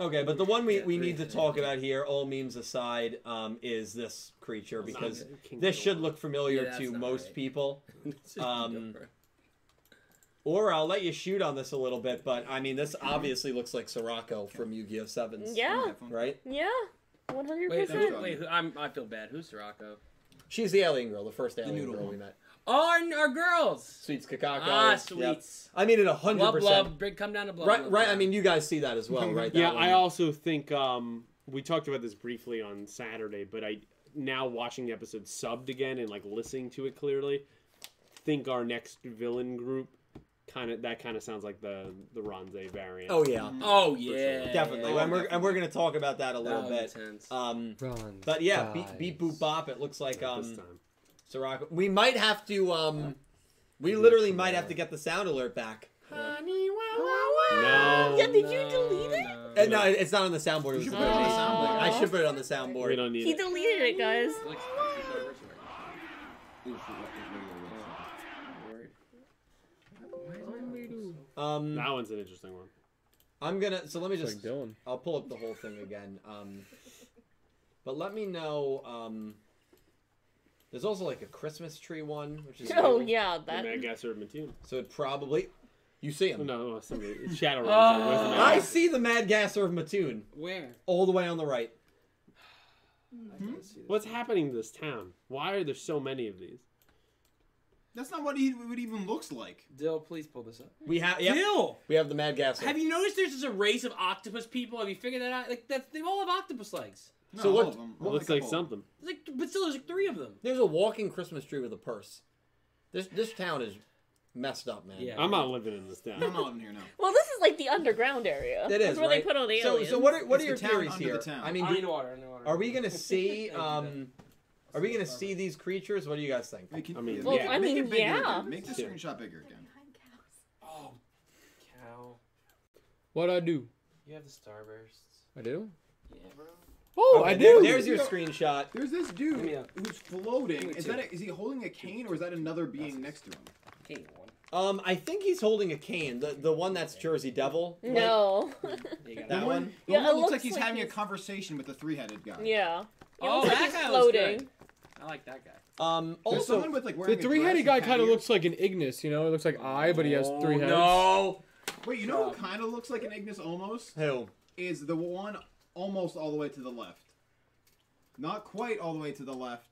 Speaker 4: Okay, but the one we,
Speaker 1: Yeah,
Speaker 4: we
Speaker 1: three.
Speaker 4: need to talk about here, all memes aside, um, is this creature because
Speaker 7: King
Speaker 4: this
Speaker 7: Kong.
Speaker 4: should look familiar
Speaker 1: Yeah, that's
Speaker 4: to
Speaker 1: not
Speaker 4: most
Speaker 1: right.
Speaker 4: people. Um, Or I'll let you shoot on this a little bit, but I mean, this obviously looks like Sorako from Yu Gi Oh! Sevens.
Speaker 2: Yeah,
Speaker 4: Right?
Speaker 2: [LAUGHS] yeah, one hundred
Speaker 1: wait,
Speaker 2: percent.
Speaker 1: who, wait. Who, I'm, I feel bad. Who's Sorako?
Speaker 4: She's the alien girl, the first alien
Speaker 5: noodle
Speaker 4: girl we
Speaker 5: one.
Speaker 4: met.
Speaker 1: Oh, our, our girls.
Speaker 4: Sweets Kakako.
Speaker 1: Ah,
Speaker 4: yep.
Speaker 1: sweets.
Speaker 4: I mean, it 100%.
Speaker 1: Blub blub. Big come down to blub.
Speaker 4: Right,
Speaker 1: blub,
Speaker 4: right.
Speaker 1: blub.
Speaker 4: I mean, you guys see that as well, right? That
Speaker 7: [LAUGHS] Yeah,
Speaker 4: one.
Speaker 7: I also think um, we talked about this briefly on Saturday, but I now watching the episode subbed again and like listening to it clearly, think our next villain group kind of that kind of sounds like the the Ronze variant.
Speaker 4: Oh, yeah.
Speaker 5: Mm-hmm.
Speaker 1: Oh yeah.
Speaker 4: Definitely.
Speaker 5: yeah.
Speaker 4: And we're, and we're going to talk about that a
Speaker 1: That
Speaker 4: little
Speaker 1: was
Speaker 4: bit.
Speaker 1: intense.
Speaker 4: Um,
Speaker 3: Bronze.
Speaker 4: but yeah, beat,
Speaker 3: thighs.
Speaker 4: beat boop bop. It looks like.
Speaker 7: At this
Speaker 4: um.
Speaker 7: time.
Speaker 4: Soraka. We might have to. Um, we
Speaker 7: Maybe
Speaker 4: literally
Speaker 7: it's
Speaker 5: uh,
Speaker 4: might have
Speaker 7: tomorrow.
Speaker 4: to get the sound alert back.
Speaker 1: Honey, wow,
Speaker 7: No.
Speaker 2: Yeah, did you delete it?
Speaker 1: Oh, No.
Speaker 4: Uh, no, it- it's not on the soundboard. It was
Speaker 5: Oh, should
Speaker 4: the
Speaker 5: put it on the soundboard.
Speaker 4: I should put it on the soundboard.
Speaker 7: We don't need
Speaker 2: He
Speaker 7: it.
Speaker 2: deleted it, guys.
Speaker 5: uh,
Speaker 4: Um,
Speaker 7: That one's an interesting one.
Speaker 4: I'm gonna. So let me
Speaker 3: It's
Speaker 4: just.
Speaker 3: like Dylan.
Speaker 4: I'll pull up the whole thing again. Um, but let me know. Um, there's also like a Christmas tree one, which is.
Speaker 2: [LAUGHS] Oh
Speaker 4: cool.
Speaker 2: yeah,
Speaker 7: The
Speaker 2: that.
Speaker 7: Mad Gas or Mattoon.
Speaker 4: So it probably. You see
Speaker 7: Oh,
Speaker 4: him.
Speaker 7: no, no, somebody. It's Shadowrun.
Speaker 1: Oh.
Speaker 7: Where's the Mad
Speaker 4: I
Speaker 7: Gas?
Speaker 4: see the Mad Gasser of Mattoon
Speaker 1: Where?
Speaker 4: all the way on the right.
Speaker 7: What's happening to this town? Why are there so many of these?
Speaker 5: That's not what he what he even looks like.
Speaker 1: Dill, please pull this up.
Speaker 4: We have. Yep,
Speaker 1: Dill,
Speaker 4: we have the Mad Gasser.
Speaker 1: have you noticed there's just a race of octopus people? Have you figured that out? Like that's, they all have octopus legs.
Speaker 5: No,
Speaker 4: So what-
Speaker 5: all of them.
Speaker 7: It looks like something.
Speaker 1: There's like, but still, there's like three of them.
Speaker 4: There's a walking Christmas tree with a purse. This this town is messed up, man.
Speaker 1: Yeah.
Speaker 7: I'm not living in this
Speaker 5: No,
Speaker 7: town.
Speaker 5: no, I'm here now.
Speaker 2: Well, this is like the underground area.
Speaker 4: That
Speaker 2: That's
Speaker 4: is,
Speaker 2: where
Speaker 4: right?
Speaker 2: they put all the
Speaker 4: So
Speaker 2: aliens.
Speaker 4: so what are what
Speaker 5: It's
Speaker 4: are
Speaker 5: the
Speaker 4: your
Speaker 5: town
Speaker 4: theories
Speaker 5: under the
Speaker 4: here?
Speaker 5: town.
Speaker 4: I mean,
Speaker 1: I
Speaker 4: do-
Speaker 1: need water. I need water.
Speaker 4: are we
Speaker 5: [LAUGHS]
Speaker 4: gonna
Speaker 1: [LAUGHS]
Speaker 4: see?
Speaker 1: Thank you,
Speaker 4: um, are we gonna see these creatures? What do you guys think?
Speaker 5: We can,
Speaker 7: I mean,
Speaker 5: make it-
Speaker 7: Well, I
Speaker 5: make
Speaker 2: mean,
Speaker 5: it bigger
Speaker 2: yeah.
Speaker 5: again. Make the
Speaker 7: Yeah.
Speaker 5: screenshot bigger again.
Speaker 10: Behind cows.
Speaker 1: Oh, cow!
Speaker 3: What I do?
Speaker 1: You have the starbursts.
Speaker 3: I do.
Speaker 1: Yeah, bro.
Speaker 3: Oh,
Speaker 4: Okay,
Speaker 3: I
Speaker 4: there-
Speaker 3: do.
Speaker 4: There's your
Speaker 5: Yeah.
Speaker 4: screenshot.
Speaker 5: There's this
Speaker 1: Give
Speaker 5: dude
Speaker 1: me a-
Speaker 5: who's
Speaker 1: Give
Speaker 5: floating.
Speaker 1: me
Speaker 5: Is
Speaker 1: two.
Speaker 5: that a, is he holding a cane or is that another being next to him?
Speaker 1: King one.
Speaker 4: Um, I think he's holding a cane. The the one that's Jersey Devil. like-
Speaker 2: No.
Speaker 1: [LAUGHS] You got
Speaker 4: That
Speaker 5: the
Speaker 1: it.
Speaker 4: one?
Speaker 5: one, the
Speaker 2: Yeah,
Speaker 5: one
Speaker 2: it
Speaker 5: that looks like
Speaker 2: looks
Speaker 5: he's
Speaker 2: like
Speaker 5: having a
Speaker 2: he's-
Speaker 5: conversation with a three-headed guy.
Speaker 2: [LAUGHS] yeah.
Speaker 1: Oh,
Speaker 2: looks like
Speaker 1: that
Speaker 2: he's
Speaker 1: guy
Speaker 2: floating.
Speaker 1: looks good. I like that guy.
Speaker 4: Um,
Speaker 5: There's
Speaker 4: also,
Speaker 5: someone with like
Speaker 3: The
Speaker 5: wearing a
Speaker 3: three-headed guy
Speaker 5: dress and
Speaker 3: kind of
Speaker 5: panniers.
Speaker 3: looks like an Ignis. You know, it looks like eye, but he has three heads.
Speaker 1: Oh, No.
Speaker 5: Wait, you know who kind of looks like an Ignis almost
Speaker 4: who?
Speaker 5: is the one almost all the way to the left, not quite all the way to the left.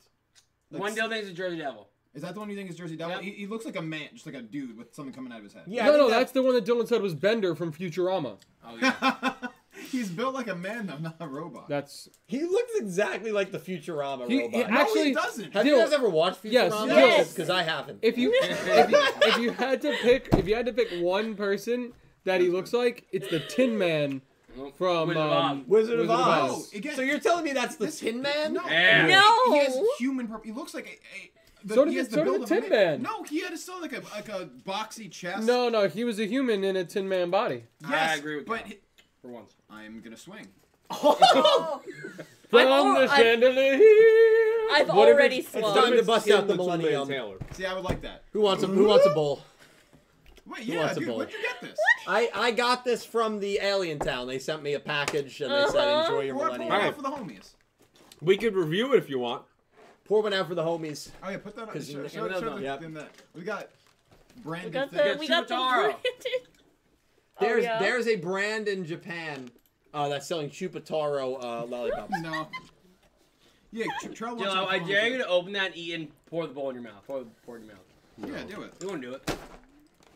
Speaker 5: Like,
Speaker 1: One Dill thinks a Jersey Devil.
Speaker 5: Is that the one you think is Jersey Devil?
Speaker 1: Yep.
Speaker 5: He, he looks like a man, just like a dude with something coming out of his head.
Speaker 4: Yeah, I
Speaker 3: no,
Speaker 4: think
Speaker 3: no,
Speaker 4: that-
Speaker 3: that's the one that Dylan said was Bender from Futurama.
Speaker 1: Oh yeah.
Speaker 5: [LAUGHS] He's built like a man, though, not a robot.
Speaker 3: That's
Speaker 4: He looks exactly like the Futurama
Speaker 3: He-
Speaker 4: robot.
Speaker 3: he-
Speaker 5: no,
Speaker 3: actually-
Speaker 5: he doesn't.
Speaker 4: Have you
Speaker 3: Dylan-
Speaker 4: guys ever watched Futurama?
Speaker 3: Yes,
Speaker 2: Yes.
Speaker 4: Because I haven't.
Speaker 3: if you if, you- if you had to pick if you had to pick one person that he looks like, it's the Tin Man from
Speaker 1: Wizard of
Speaker 3: um,
Speaker 1: Oz.
Speaker 4: Wizard,
Speaker 3: Wizard of Oz.
Speaker 5: No, again-
Speaker 4: so you're telling me that's the
Speaker 5: This-
Speaker 4: Tin Man? [LAUGHS]
Speaker 5: No,
Speaker 1: Yeah.
Speaker 5: He has
Speaker 2: No.
Speaker 5: human. Pur- he looks like a. a the,
Speaker 3: So did
Speaker 5: he has
Speaker 3: the-
Speaker 5: the
Speaker 3: so did
Speaker 5: build
Speaker 3: the
Speaker 5: of a
Speaker 3: Tin Man.
Speaker 5: No, he had a still like a like a boxy chest.
Speaker 3: No, no, he was a human in a Tin Man body.
Speaker 5: yes,
Speaker 1: I agree with
Speaker 5: but
Speaker 1: that.
Speaker 5: he-
Speaker 1: For once.
Speaker 5: I'm gonna swing.
Speaker 2: Oh,
Speaker 3: From
Speaker 2: al-
Speaker 3: the
Speaker 2: I've-
Speaker 3: chandelier.
Speaker 2: I've
Speaker 3: What if
Speaker 2: already
Speaker 3: it's-
Speaker 4: It's
Speaker 2: swung.
Speaker 4: time to
Speaker 7: It's
Speaker 4: bust
Speaker 7: Tim
Speaker 4: out the
Speaker 7: with Tim Van
Speaker 4: millennium.
Speaker 7: Taylor.
Speaker 5: See, I would like that.
Speaker 4: Who wants a Who wants a
Speaker 3: [LAUGHS]
Speaker 4: bowl?
Speaker 5: Wait,
Speaker 4: Who
Speaker 5: yeah,
Speaker 4: wants a
Speaker 5: dude,
Speaker 4: bowl?
Speaker 5: where'd you get this?
Speaker 4: I I got this from the Alien Town. They sent me a package and they said
Speaker 2: Uh-huh.
Speaker 4: enjoy your
Speaker 5: Pour pour
Speaker 4: millennium.
Speaker 5: one out
Speaker 7: Alright.
Speaker 5: for the homies.
Speaker 7: We could review it if you want.
Speaker 4: Pour one out for the homies.
Speaker 5: Oh yeah, put that on.
Speaker 4: 'Cause
Speaker 5: Show,
Speaker 4: you-
Speaker 5: show, show,
Speaker 1: Yeah.
Speaker 5: the-
Speaker 4: Yep.
Speaker 5: them that. We got
Speaker 2: we
Speaker 5: Brandon.
Speaker 2: got the
Speaker 5: Thicke.
Speaker 2: we got the
Speaker 1: Chupataro.
Speaker 2: branded-
Speaker 4: There's
Speaker 2: oh, yeah.
Speaker 4: there's a brand in Japan uh, that's selling Chupataro uh,
Speaker 5: [LAUGHS]
Speaker 4: lollipops.
Speaker 5: No. Yeah, tr- try watching.
Speaker 1: Dill, I, I
Speaker 5: the
Speaker 1: dare you
Speaker 5: phone.
Speaker 1: to open that and eat and pour the bowl in your mouth. Pour, pour it in your mouth.
Speaker 5: Yeah, do it.
Speaker 1: You won't do it.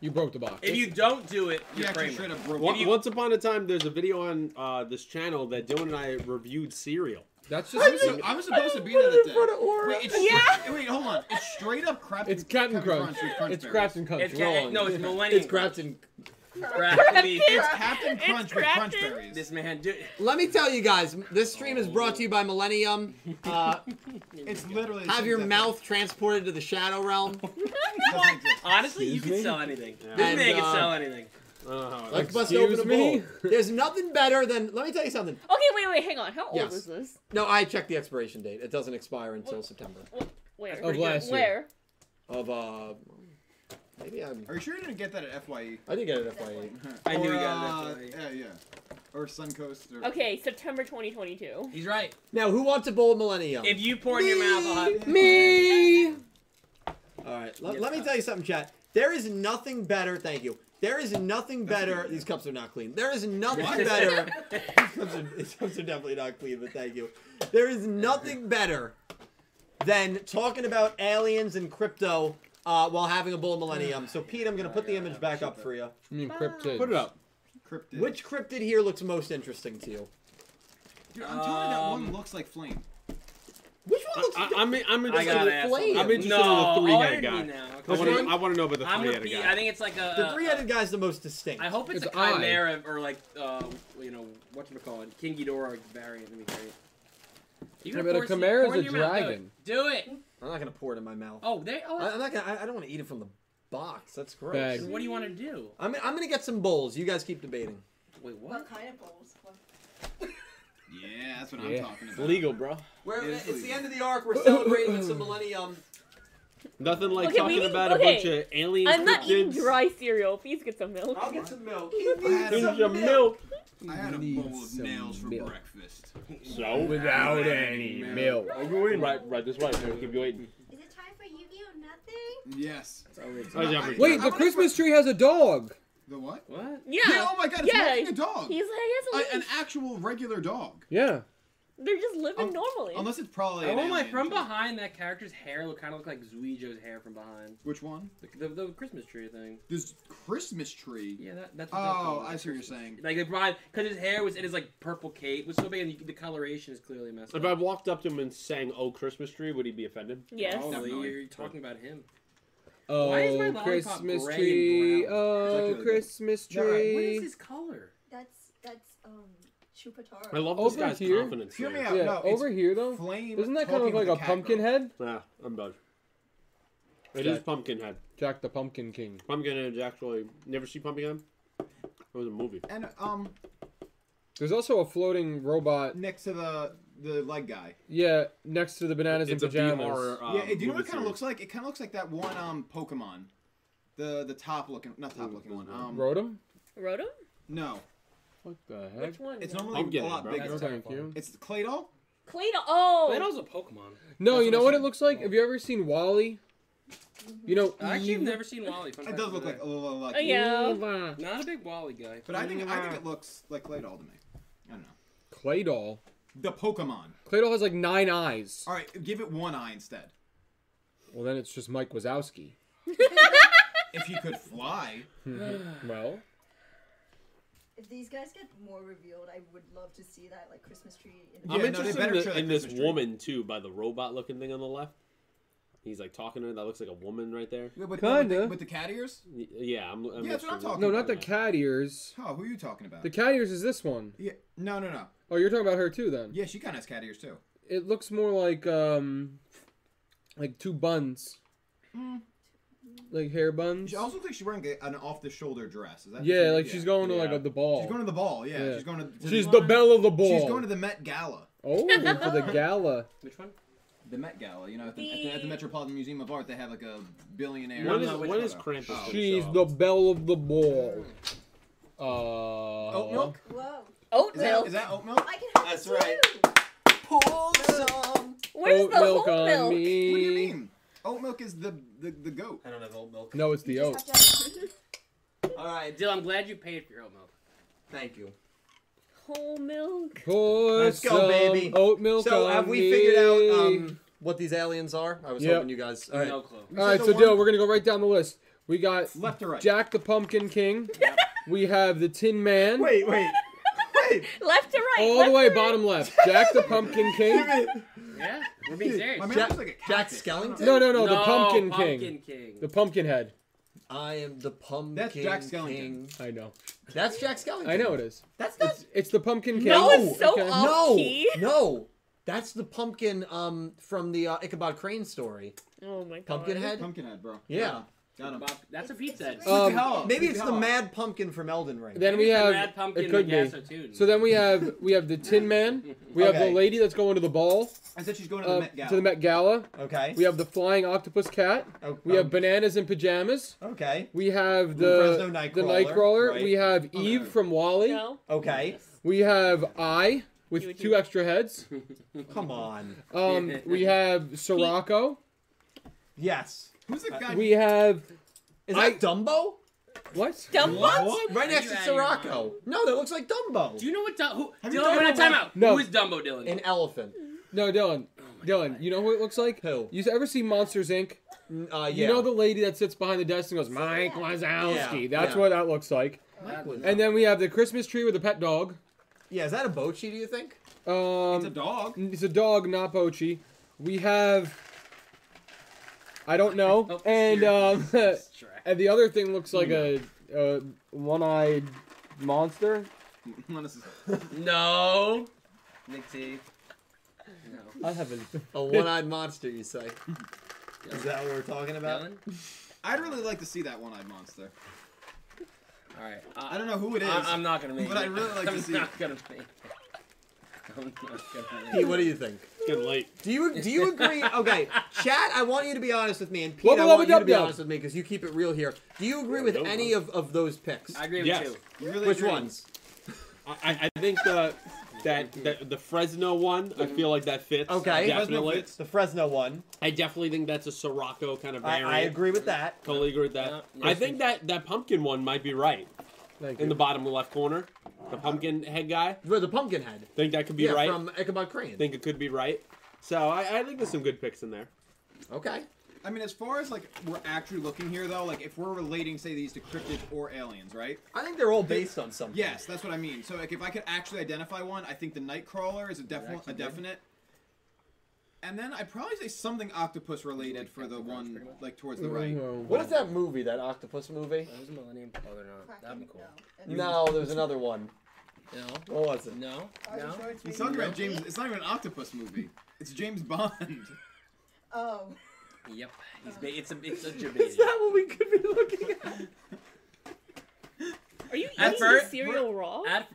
Speaker 3: You broke the box.
Speaker 1: If you don't do it,
Speaker 5: You
Speaker 1: you're Kramer.
Speaker 5: actually straight up broke.
Speaker 7: Once,
Speaker 5: it.
Speaker 7: once upon a time, there's a video on uh, this channel that Dylan and I reviewed cereal.
Speaker 3: That's
Speaker 5: I'm,
Speaker 3: just
Speaker 5: su- I'm supposed to be there
Speaker 4: it in
Speaker 5: today.
Speaker 4: front of Aura.
Speaker 5: Wait, it's yeah. Wait, hold on. It's straight up crap.
Speaker 3: it's Captain Crunch.
Speaker 5: with Crunch
Speaker 3: It's
Speaker 5: berries.
Speaker 3: Captain Crunch.
Speaker 1: It's ca-
Speaker 3: Wrong.
Speaker 1: no,
Speaker 3: [LAUGHS]
Speaker 1: it's Millennium.
Speaker 4: It's Grafton.
Speaker 1: [LAUGHS] Crafty.
Speaker 5: It's Captain
Speaker 2: It's
Speaker 5: Crunch with Crunch
Speaker 2: Grafton.
Speaker 5: berries.
Speaker 1: This man, dude.
Speaker 4: Let me tell you guys, this stream is brought to you by Millennium. Uh,
Speaker 5: It's literally. the
Speaker 4: have
Speaker 5: same
Speaker 4: your
Speaker 5: thing.
Speaker 4: mouth transported to the Shadow Realm.
Speaker 5: Doesn't exist.
Speaker 1: Honestly, you
Speaker 3: Excuse
Speaker 1: can
Speaker 3: me?
Speaker 1: sell anything.
Speaker 7: Yeah.
Speaker 1: This
Speaker 4: And,
Speaker 1: man
Speaker 4: uh,
Speaker 1: can sell anything.
Speaker 7: I don't know how it
Speaker 4: Let's
Speaker 7: looks.
Speaker 4: bust open a
Speaker 3: Excuse me?
Speaker 7: [LAUGHS]
Speaker 4: bowl. There's nothing better than. Let me tell you something.
Speaker 2: [LAUGHS] Okay, wait, wait, hang on. How old
Speaker 4: Yes.
Speaker 2: is this?
Speaker 4: No, I checked the expiration date. It doesn't expire until September
Speaker 2: Where?
Speaker 3: Of last year.
Speaker 2: Where?
Speaker 4: of uh. Maybe I'm.
Speaker 5: Are you sure you didn't get that at FYE?
Speaker 4: I did get it at FYE.
Speaker 1: I knew
Speaker 5: or,
Speaker 1: he got
Speaker 5: uh,
Speaker 1: it.
Speaker 5: Yeah, yeah. Or Suncoast. Or...
Speaker 2: Okay, September 2022.
Speaker 1: He's right.
Speaker 4: Now, who wants a bowl of Millennium?
Speaker 1: If you pour in your mouth, I'll have-
Speaker 3: Me.
Speaker 4: All right. Let,
Speaker 1: Yes,
Speaker 4: let me
Speaker 1: sir.
Speaker 4: tell you something, chat. There is nothing better. Thank you. There is nothing
Speaker 5: That's
Speaker 4: better.
Speaker 5: good.
Speaker 4: These cups are not clean. There is nothing [LAUGHS]
Speaker 5: What?
Speaker 4: better. these, cups are, these cups are definitely not clean, but thank you. There is nothing better than talking about aliens and crypto uh, while having a bull millennium. [SIGHS] So, Pete, I'm going to put the image back up for you.
Speaker 3: I mean, cryptid.
Speaker 7: Put it up.
Speaker 5: Cryptid.
Speaker 4: Which cryptid here looks most interesting to you?
Speaker 5: Dude, I'm telling you that one
Speaker 1: Um,
Speaker 5: looks like Flame.
Speaker 4: Which one looks?
Speaker 7: I, I, I'm, I'm
Speaker 1: I
Speaker 7: interested.
Speaker 1: got
Speaker 4: the
Speaker 1: an
Speaker 4: flame.
Speaker 1: asshole.
Speaker 4: I'm
Speaker 7: interested in the
Speaker 1: no,
Speaker 7: three-headed
Speaker 1: order me
Speaker 7: guy.
Speaker 1: now.
Speaker 7: I want to. I want to know about the
Speaker 1: I'm
Speaker 7: three
Speaker 1: gonna
Speaker 7: headed
Speaker 1: be, I
Speaker 7: guy.
Speaker 1: think it's like a.
Speaker 7: uh,
Speaker 4: the three-headed guy's the most distinct.
Speaker 1: I hope it's,
Speaker 3: It's
Speaker 1: a
Speaker 3: eye.
Speaker 1: chimera or like, uh, you know, what you call it, King Ghidorah variant. That'd be great. You
Speaker 3: Yeah,
Speaker 1: gonna
Speaker 3: but a
Speaker 1: pour some-
Speaker 3: chimera's
Speaker 1: pour in
Speaker 3: a
Speaker 1: your mouth, do it.
Speaker 3: dragon.
Speaker 1: Do it.
Speaker 4: I'm not going to pour it in my mouth.
Speaker 1: Oh, they. Oh,
Speaker 4: I,
Speaker 1: that's-
Speaker 4: I'm not gonna. I, I don't want to eat it from the box. That's gross.
Speaker 3: Bag.
Speaker 1: what do you want to do?
Speaker 4: I'm, I'm gonna get some bowls. You guys keep debating.
Speaker 1: Wait, what?
Speaker 10: What kind of balls? What-
Speaker 5: Yeah, that's what
Speaker 7: Yeah.
Speaker 5: I'm talking about.
Speaker 7: Legal, bro.
Speaker 4: We're,
Speaker 5: It is
Speaker 4: it's the
Speaker 5: legal.
Speaker 4: end of the arc. We're celebrating with some millennium.
Speaker 7: Nothing like
Speaker 2: Okay, we
Speaker 7: talking
Speaker 2: need-
Speaker 7: about
Speaker 2: okay.
Speaker 7: a bunch of alien
Speaker 2: I'm not eating
Speaker 7: cryptids.
Speaker 2: dry cereal. Please get some milk.
Speaker 4: [LAUGHS] I'll get some milk.
Speaker 5: I had
Speaker 7: Here's
Speaker 5: a-
Speaker 7: your milk.
Speaker 5: I had a
Speaker 3: Need
Speaker 5: bowl of
Speaker 3: some
Speaker 5: nails for
Speaker 3: milk.
Speaker 5: breakfast.
Speaker 7: So
Speaker 3: Without any milk.
Speaker 7: I'll go in. Right, right. This way. I'll keep you waiting.
Speaker 11: Is it time for Yu-Gi-Oh! Nothing?
Speaker 5: Yes.
Speaker 1: That's all weird.
Speaker 7: Oh, yeah, but-
Speaker 3: Wait, the Christmas tree has a dog.
Speaker 5: The what?
Speaker 1: What?
Speaker 2: Yeah.
Speaker 5: Yeah. Oh my God! It's
Speaker 2: Yeah.
Speaker 5: walking a dog.
Speaker 2: He's like, he
Speaker 5: A-
Speaker 2: has a
Speaker 5: an
Speaker 2: leash.
Speaker 5: actual regular dog.
Speaker 3: Yeah.
Speaker 2: They're just living
Speaker 5: Um,
Speaker 2: normally.
Speaker 5: Unless it's probably.
Speaker 1: Oh
Speaker 5: an
Speaker 1: my!
Speaker 5: alien.
Speaker 1: From behind, that character's hair look kind of look like Zuijo's hair from behind.
Speaker 5: Which one?
Speaker 1: The, the, the Christmas tree thing.
Speaker 5: This Christmas tree.
Speaker 1: Yeah, that, that's. What they're
Speaker 5: Oh,
Speaker 1: calling
Speaker 5: I
Speaker 1: it.
Speaker 5: see what you're saying.
Speaker 1: Like they probably because his hair was in his like purple cape was so big, and you- the coloration is clearly messed
Speaker 7: If I
Speaker 1: up.
Speaker 7: walked up to him and sang "Oh Christmas Tree," would he be offended?
Speaker 2: yes.
Speaker 1: Holy,
Speaker 5: Definitely.
Speaker 1: you're talking about him.
Speaker 3: Oh,
Speaker 1: Why is my lollipop
Speaker 3: Christmas
Speaker 1: gray
Speaker 3: tree.
Speaker 1: and brown?
Speaker 5: It's actually
Speaker 3: Oh,
Speaker 5: really good.
Speaker 3: Christmas
Speaker 5: Yeah, right.
Speaker 1: What is
Speaker 3: tree.
Speaker 1: his color?
Speaker 11: That's that's um Chupataro.
Speaker 7: I love
Speaker 3: Over
Speaker 7: this guy's
Speaker 3: here.
Speaker 7: confidence.
Speaker 5: Hear me
Speaker 7: there.
Speaker 5: out.
Speaker 3: Yeah,
Speaker 5: no, it's
Speaker 3: over here though.
Speaker 5: Flame.
Speaker 3: Doesn't that kind of
Speaker 5: talking
Speaker 3: look like
Speaker 5: to
Speaker 3: a
Speaker 5: cat girl.
Speaker 3: pumpkin head?
Speaker 7: Nah, I'm done. It
Speaker 3: Yeah.
Speaker 7: is Pumpkinhead.
Speaker 3: Jack the Pumpkin King.
Speaker 7: Pumpkinhead is actually. Never see Pumpkinhead? It was a movie.
Speaker 5: And um,
Speaker 3: There's also a floating robot.
Speaker 5: next to the the leg guy.
Speaker 3: Yeah, next to the bananas
Speaker 7: it's
Speaker 3: and
Speaker 7: a
Speaker 3: pajamas.
Speaker 7: B-horror. Um,
Speaker 5: yeah, hey, do you know
Speaker 7: movie
Speaker 5: what it kind of
Speaker 7: series.
Speaker 5: looks like? It kind of looks like that one um Pokemon, the the top looking, not top looking one. Um,
Speaker 3: Rotom?
Speaker 2: Rotom?
Speaker 5: no,
Speaker 3: What the heck?
Speaker 2: Which one?
Speaker 5: it's
Speaker 2: though?
Speaker 5: normally
Speaker 7: Pumpkin,
Speaker 5: a lot
Speaker 7: bro.
Speaker 5: bigger.
Speaker 1: That's-
Speaker 3: Thank you.
Speaker 5: It's the Claydol.
Speaker 2: Claydol. Oh.
Speaker 1: Plato's a Pokemon.
Speaker 3: No, you
Speaker 5: That's what
Speaker 3: know
Speaker 5: I
Speaker 3: what it
Speaker 5: said.
Speaker 3: looks like? Have you ever seen Wally? You know,
Speaker 1: I actually have
Speaker 3: Eve-
Speaker 1: never seen Wally. Fun
Speaker 5: It
Speaker 1: fact
Speaker 5: does
Speaker 1: of
Speaker 5: look
Speaker 1: the
Speaker 5: like
Speaker 1: day.
Speaker 5: a little like.
Speaker 2: Oh, yeah.
Speaker 3: Eva.
Speaker 1: Not a big Wally guy.
Speaker 5: But I think I think it looks like Claydol to me. I don't know.
Speaker 3: Claydol.
Speaker 5: The Pokemon.
Speaker 3: Claydol has like nine eyes.
Speaker 5: All right, give it one eye instead.
Speaker 3: Well, then it's just Mike Wazowski.
Speaker 5: If he could fly,
Speaker 3: Well,
Speaker 10: If these guys get more revealed, I would love to see that like Christmas tree. In
Speaker 5: Yeah,
Speaker 7: I'm
Speaker 5: no, they
Speaker 7: interested
Speaker 5: better
Speaker 7: in,
Speaker 5: show
Speaker 7: the,
Speaker 5: that
Speaker 7: in this
Speaker 5: Christmas tree.
Speaker 7: woman too, by the robot-looking thing on the left. He's like talking to her. That looks like a woman right there.
Speaker 5: Yeah, with,
Speaker 3: Kinda.
Speaker 5: with, the, with the cat ears.
Speaker 7: Y- Yeah, I'm. I'm
Speaker 5: Yeah, that's what I'm
Speaker 7: interested.
Speaker 5: talking
Speaker 3: no, not the
Speaker 7: Yeah.
Speaker 3: cat ears.
Speaker 5: Oh, who are you talking about?
Speaker 3: The cat ears is this one.
Speaker 5: yeah, no, no, no.
Speaker 3: Oh, you're talking about her too, then.
Speaker 5: Yeah, she kind of has cat ears too.
Speaker 3: It looks more like um, like two buns, like hair buns.
Speaker 5: She also thinks she's wearing a, an off-the-shoulder dress. Is that?
Speaker 3: yeah, like she's going to like
Speaker 7: Yeah.
Speaker 3: a, the ball.
Speaker 5: She's going to the ball. Yeah,
Speaker 3: Yeah.
Speaker 5: she's going to. to
Speaker 3: She's the belle of the ball.
Speaker 5: She's going to the Met Gala. [LAUGHS]
Speaker 3: oh, for the gala.
Speaker 1: Which one?
Speaker 5: The Met Gala, you know, at the, at the, at
Speaker 2: The-
Speaker 5: the Metropolitan Museum of Art, they have like a billionaire.
Speaker 7: When
Speaker 5: I don't
Speaker 7: is-
Speaker 5: know which
Speaker 7: when
Speaker 5: one
Speaker 7: is
Speaker 5: though.
Speaker 7: Krampus
Speaker 5: Oh.
Speaker 7: gonna-
Speaker 3: She's
Speaker 7: show.
Speaker 3: the belle of the ball. Uh,
Speaker 5: Oat milk?
Speaker 10: Whoa!
Speaker 2: Oat
Speaker 5: Is that,
Speaker 2: milk.
Speaker 5: is that oat milk?
Speaker 10: I can have
Speaker 4: That's
Speaker 10: two!
Speaker 4: right. Pull some.
Speaker 2: Where's
Speaker 3: oat
Speaker 2: the
Speaker 3: milk
Speaker 2: whole
Speaker 3: on
Speaker 2: milk?
Speaker 3: me.
Speaker 5: What do you mean? Oat milk is the the, the goat.
Speaker 4: I don't have oat milk.
Speaker 3: No, it's the
Speaker 10: You
Speaker 3: oat.
Speaker 10: just have to have two.
Speaker 4: All right.
Speaker 1: Dill, I'm glad you paid for your oat milk.
Speaker 4: Thank you.
Speaker 2: Whole milk.
Speaker 3: Pour
Speaker 4: Let's go,
Speaker 3: some
Speaker 4: baby.
Speaker 3: Oat milk.
Speaker 4: So
Speaker 3: on
Speaker 4: have we
Speaker 3: me.
Speaker 4: figured out um, what these aliens are? I was
Speaker 3: Yep.
Speaker 4: hoping you guys. All right.
Speaker 1: No clue.
Speaker 5: We
Speaker 3: All
Speaker 5: said
Speaker 3: right,
Speaker 5: the
Speaker 3: so
Speaker 5: one-
Speaker 3: Dill, we're gonna go right down the list. We got
Speaker 5: left to right.
Speaker 3: Jack the Pumpkin King. We have the Tin Man.
Speaker 4: Wait, wait, wait.
Speaker 2: [LAUGHS] Left to right.
Speaker 3: All
Speaker 2: left
Speaker 3: the way
Speaker 2: to right.
Speaker 3: bottom left. [LAUGHS] Jack the
Speaker 4: [LAUGHS]
Speaker 3: Pumpkin King.
Speaker 1: Yeah, we're being serious.
Speaker 5: My man
Speaker 4: Jack-
Speaker 5: looks like a
Speaker 4: Jack
Speaker 5: cactus.
Speaker 4: Skellington?
Speaker 3: No, no, no, the Pumpkin, King.
Speaker 1: Pumpkin King.
Speaker 3: The Pumpkin Head.
Speaker 4: I am the pumpkin.
Speaker 5: That's Jack Skellington.
Speaker 4: King.
Speaker 3: I know.
Speaker 4: That's Jack Skellington.
Speaker 3: I know it is.
Speaker 4: That's not.
Speaker 3: It's the Pumpkin King.
Speaker 2: No, it's so
Speaker 3: Okay.
Speaker 2: off.
Speaker 4: no,
Speaker 2: key?
Speaker 4: no. That's the pumpkin um from the uh, Ichabod Crane story.
Speaker 2: Oh my god.
Speaker 4: Pumpkinhead.
Speaker 5: Pumpkinhead, bro.
Speaker 4: Yeah.
Speaker 5: Got him.
Speaker 1: Bob- That's a pizza.
Speaker 11: It's-
Speaker 1: It's
Speaker 11: it's
Speaker 3: Um,
Speaker 5: Hello.
Speaker 4: Maybe it's the
Speaker 5: Hello.
Speaker 4: mad pumpkin from Elden Ring.
Speaker 3: Then we
Speaker 1: the
Speaker 3: have
Speaker 1: Mad Pumpkin
Speaker 3: it
Speaker 1: and
Speaker 3: could be.
Speaker 1: Gasotune.
Speaker 3: So then we have we have the Tin Man. We have the
Speaker 4: Okay.
Speaker 3: lady that's going to the ball
Speaker 5: I said she's going to the
Speaker 3: uh,
Speaker 5: Met Gala.
Speaker 3: to the Met Gala.
Speaker 4: okay.
Speaker 3: We have the flying octopus cat.
Speaker 4: Oh,
Speaker 3: We
Speaker 4: um,
Speaker 3: have bananas and pajamas.
Speaker 4: Okay.
Speaker 3: We have the
Speaker 4: Fresno Nightcrawler,
Speaker 3: the Nightcrawler.
Speaker 4: right.
Speaker 3: We have
Speaker 5: Okay.
Speaker 3: Eve from Wally.
Speaker 2: No.
Speaker 4: Okay.
Speaker 3: We have I
Speaker 2: You would
Speaker 3: with two
Speaker 2: do- [LAUGHS]
Speaker 3: extra heads.
Speaker 4: Come on.
Speaker 3: Um, we have Sirocco.
Speaker 4: Yes. Uh,
Speaker 5: Who's the guy?
Speaker 3: We have
Speaker 4: Is
Speaker 3: I-
Speaker 4: that Dumbo?
Speaker 3: what?
Speaker 2: Dumbo.
Speaker 4: Right
Speaker 1: Are you
Speaker 4: next
Speaker 1: out of
Speaker 4: to
Speaker 1: your mind?
Speaker 4: Sirocco. No, that looks like Dumbo.
Speaker 1: Do you know what Dum- who?
Speaker 5: Have you
Speaker 1: Dylan,
Speaker 5: done
Speaker 1: we're not
Speaker 5: Dumbo?
Speaker 1: time out.
Speaker 3: No.
Speaker 1: Who is Dumbo Dylan?
Speaker 4: An elephant.
Speaker 3: No, Dylan.
Speaker 2: Oh
Speaker 3: Dylan, you know who it looks like?
Speaker 4: Who?
Speaker 3: You ever see Monsters Inc?
Speaker 4: Uh, yeah.
Speaker 3: You know the lady that sits behind the desk and goes, Mike Wazowski.
Speaker 4: Yeah,
Speaker 3: That's
Speaker 4: yeah.
Speaker 3: what that looks like.
Speaker 4: Mike was-
Speaker 3: And then we have the Christmas tree with a pet dog.
Speaker 4: yeah, is that a Bochi? Do you think?
Speaker 3: Um,
Speaker 5: It's a dog.
Speaker 3: It's a dog, not Pochi. We have. I
Speaker 2: [LAUGHS]
Speaker 3: don't know.
Speaker 1: [LAUGHS] Oh,
Speaker 3: And um, [LAUGHS]
Speaker 1: Shrek.
Speaker 3: and the other thing looks like a, a one-eyed monster.
Speaker 5: [LAUGHS] Honestly.
Speaker 1: No. Nick T. No.
Speaker 3: I have a. [LAUGHS]
Speaker 4: A one-eyed monster, you say?
Speaker 1: Yeah.
Speaker 4: Is that what we're talking about?
Speaker 1: Dylan?
Speaker 5: I'd really like to see that one-eyed monster.
Speaker 1: All right.
Speaker 5: I don't know who it is.
Speaker 1: I, am not gonna make
Speaker 5: but
Speaker 1: it.
Speaker 5: I'd really like to
Speaker 1: I'm
Speaker 5: see
Speaker 1: not
Speaker 5: it.
Speaker 1: gonna make it. I'm not gonna make
Speaker 4: Pete,
Speaker 1: it.
Speaker 4: what do you think?
Speaker 7: Good light.
Speaker 4: Do you do you agree? Okay, chat. I want you to be honest with me, and Pete,
Speaker 3: Wubba
Speaker 4: I want
Speaker 3: wubba
Speaker 4: you to
Speaker 3: dub
Speaker 4: be
Speaker 3: dub.
Speaker 4: honest with me because you keep it real here. Do you agree with
Speaker 7: no,
Speaker 4: any of, of those picks?
Speaker 1: I agree with
Speaker 7: Yes.
Speaker 1: you.
Speaker 5: You really
Speaker 4: Which
Speaker 5: agree.
Speaker 4: ones?
Speaker 7: I- I, I think the that, that the Fresno one. I feel like that fits.
Speaker 4: Okay.
Speaker 5: Fresno
Speaker 7: definitely.
Speaker 5: fits.
Speaker 4: The Fresno one.
Speaker 7: I definitely think that's a Sirocco kind of variant.
Speaker 4: with that.
Speaker 7: Totally agree with that.
Speaker 1: Yeah, yeah.
Speaker 7: I think that that pumpkin one might be right
Speaker 3: Thank
Speaker 7: in
Speaker 3: you.
Speaker 7: the bottom left corner. The pumpkin head guy.
Speaker 4: For the pumpkin head.
Speaker 7: Think that could be
Speaker 4: yeah,
Speaker 7: right.
Speaker 4: from Ichabod Crane.
Speaker 7: Think it could be right. So I, I think there's some good picks
Speaker 1: [LAUGHS]
Speaker 7: in there.
Speaker 4: okay.
Speaker 5: I mean, as far as like we're actually looking here, though, like if we're relating, say, these to cryptids or aliens, right?
Speaker 4: I think they're all based on something.
Speaker 5: Yes, that's what I mean. So, like, if I could actually identify one, I think the Nightcrawler is a definite, a
Speaker 1: actually good.
Speaker 5: definite. And then I'd probably say something octopus related for the one like towards the right.
Speaker 1: Oh,
Speaker 4: What is that movie? That octopus movie?
Speaker 1: That was Millennium. Oh, they're not. That'd be cool.
Speaker 4: No, there's another one.
Speaker 1: No.
Speaker 4: What was it?
Speaker 1: No. No.
Speaker 5: He's talking about James. It's not even an octopus movie. It's
Speaker 1: [LAUGHS]
Speaker 5: James Bond.
Speaker 10: Oh. [LAUGHS]
Speaker 1: Yep. He's ba- it's a
Speaker 5: [LAUGHS]
Speaker 1: it's a
Speaker 4: Is
Speaker 1: Jamaican.
Speaker 4: that what we could be looking at?
Speaker 2: Are you
Speaker 1: At
Speaker 2: eating
Speaker 1: first-
Speaker 2: the cereal raw?
Speaker 1: At-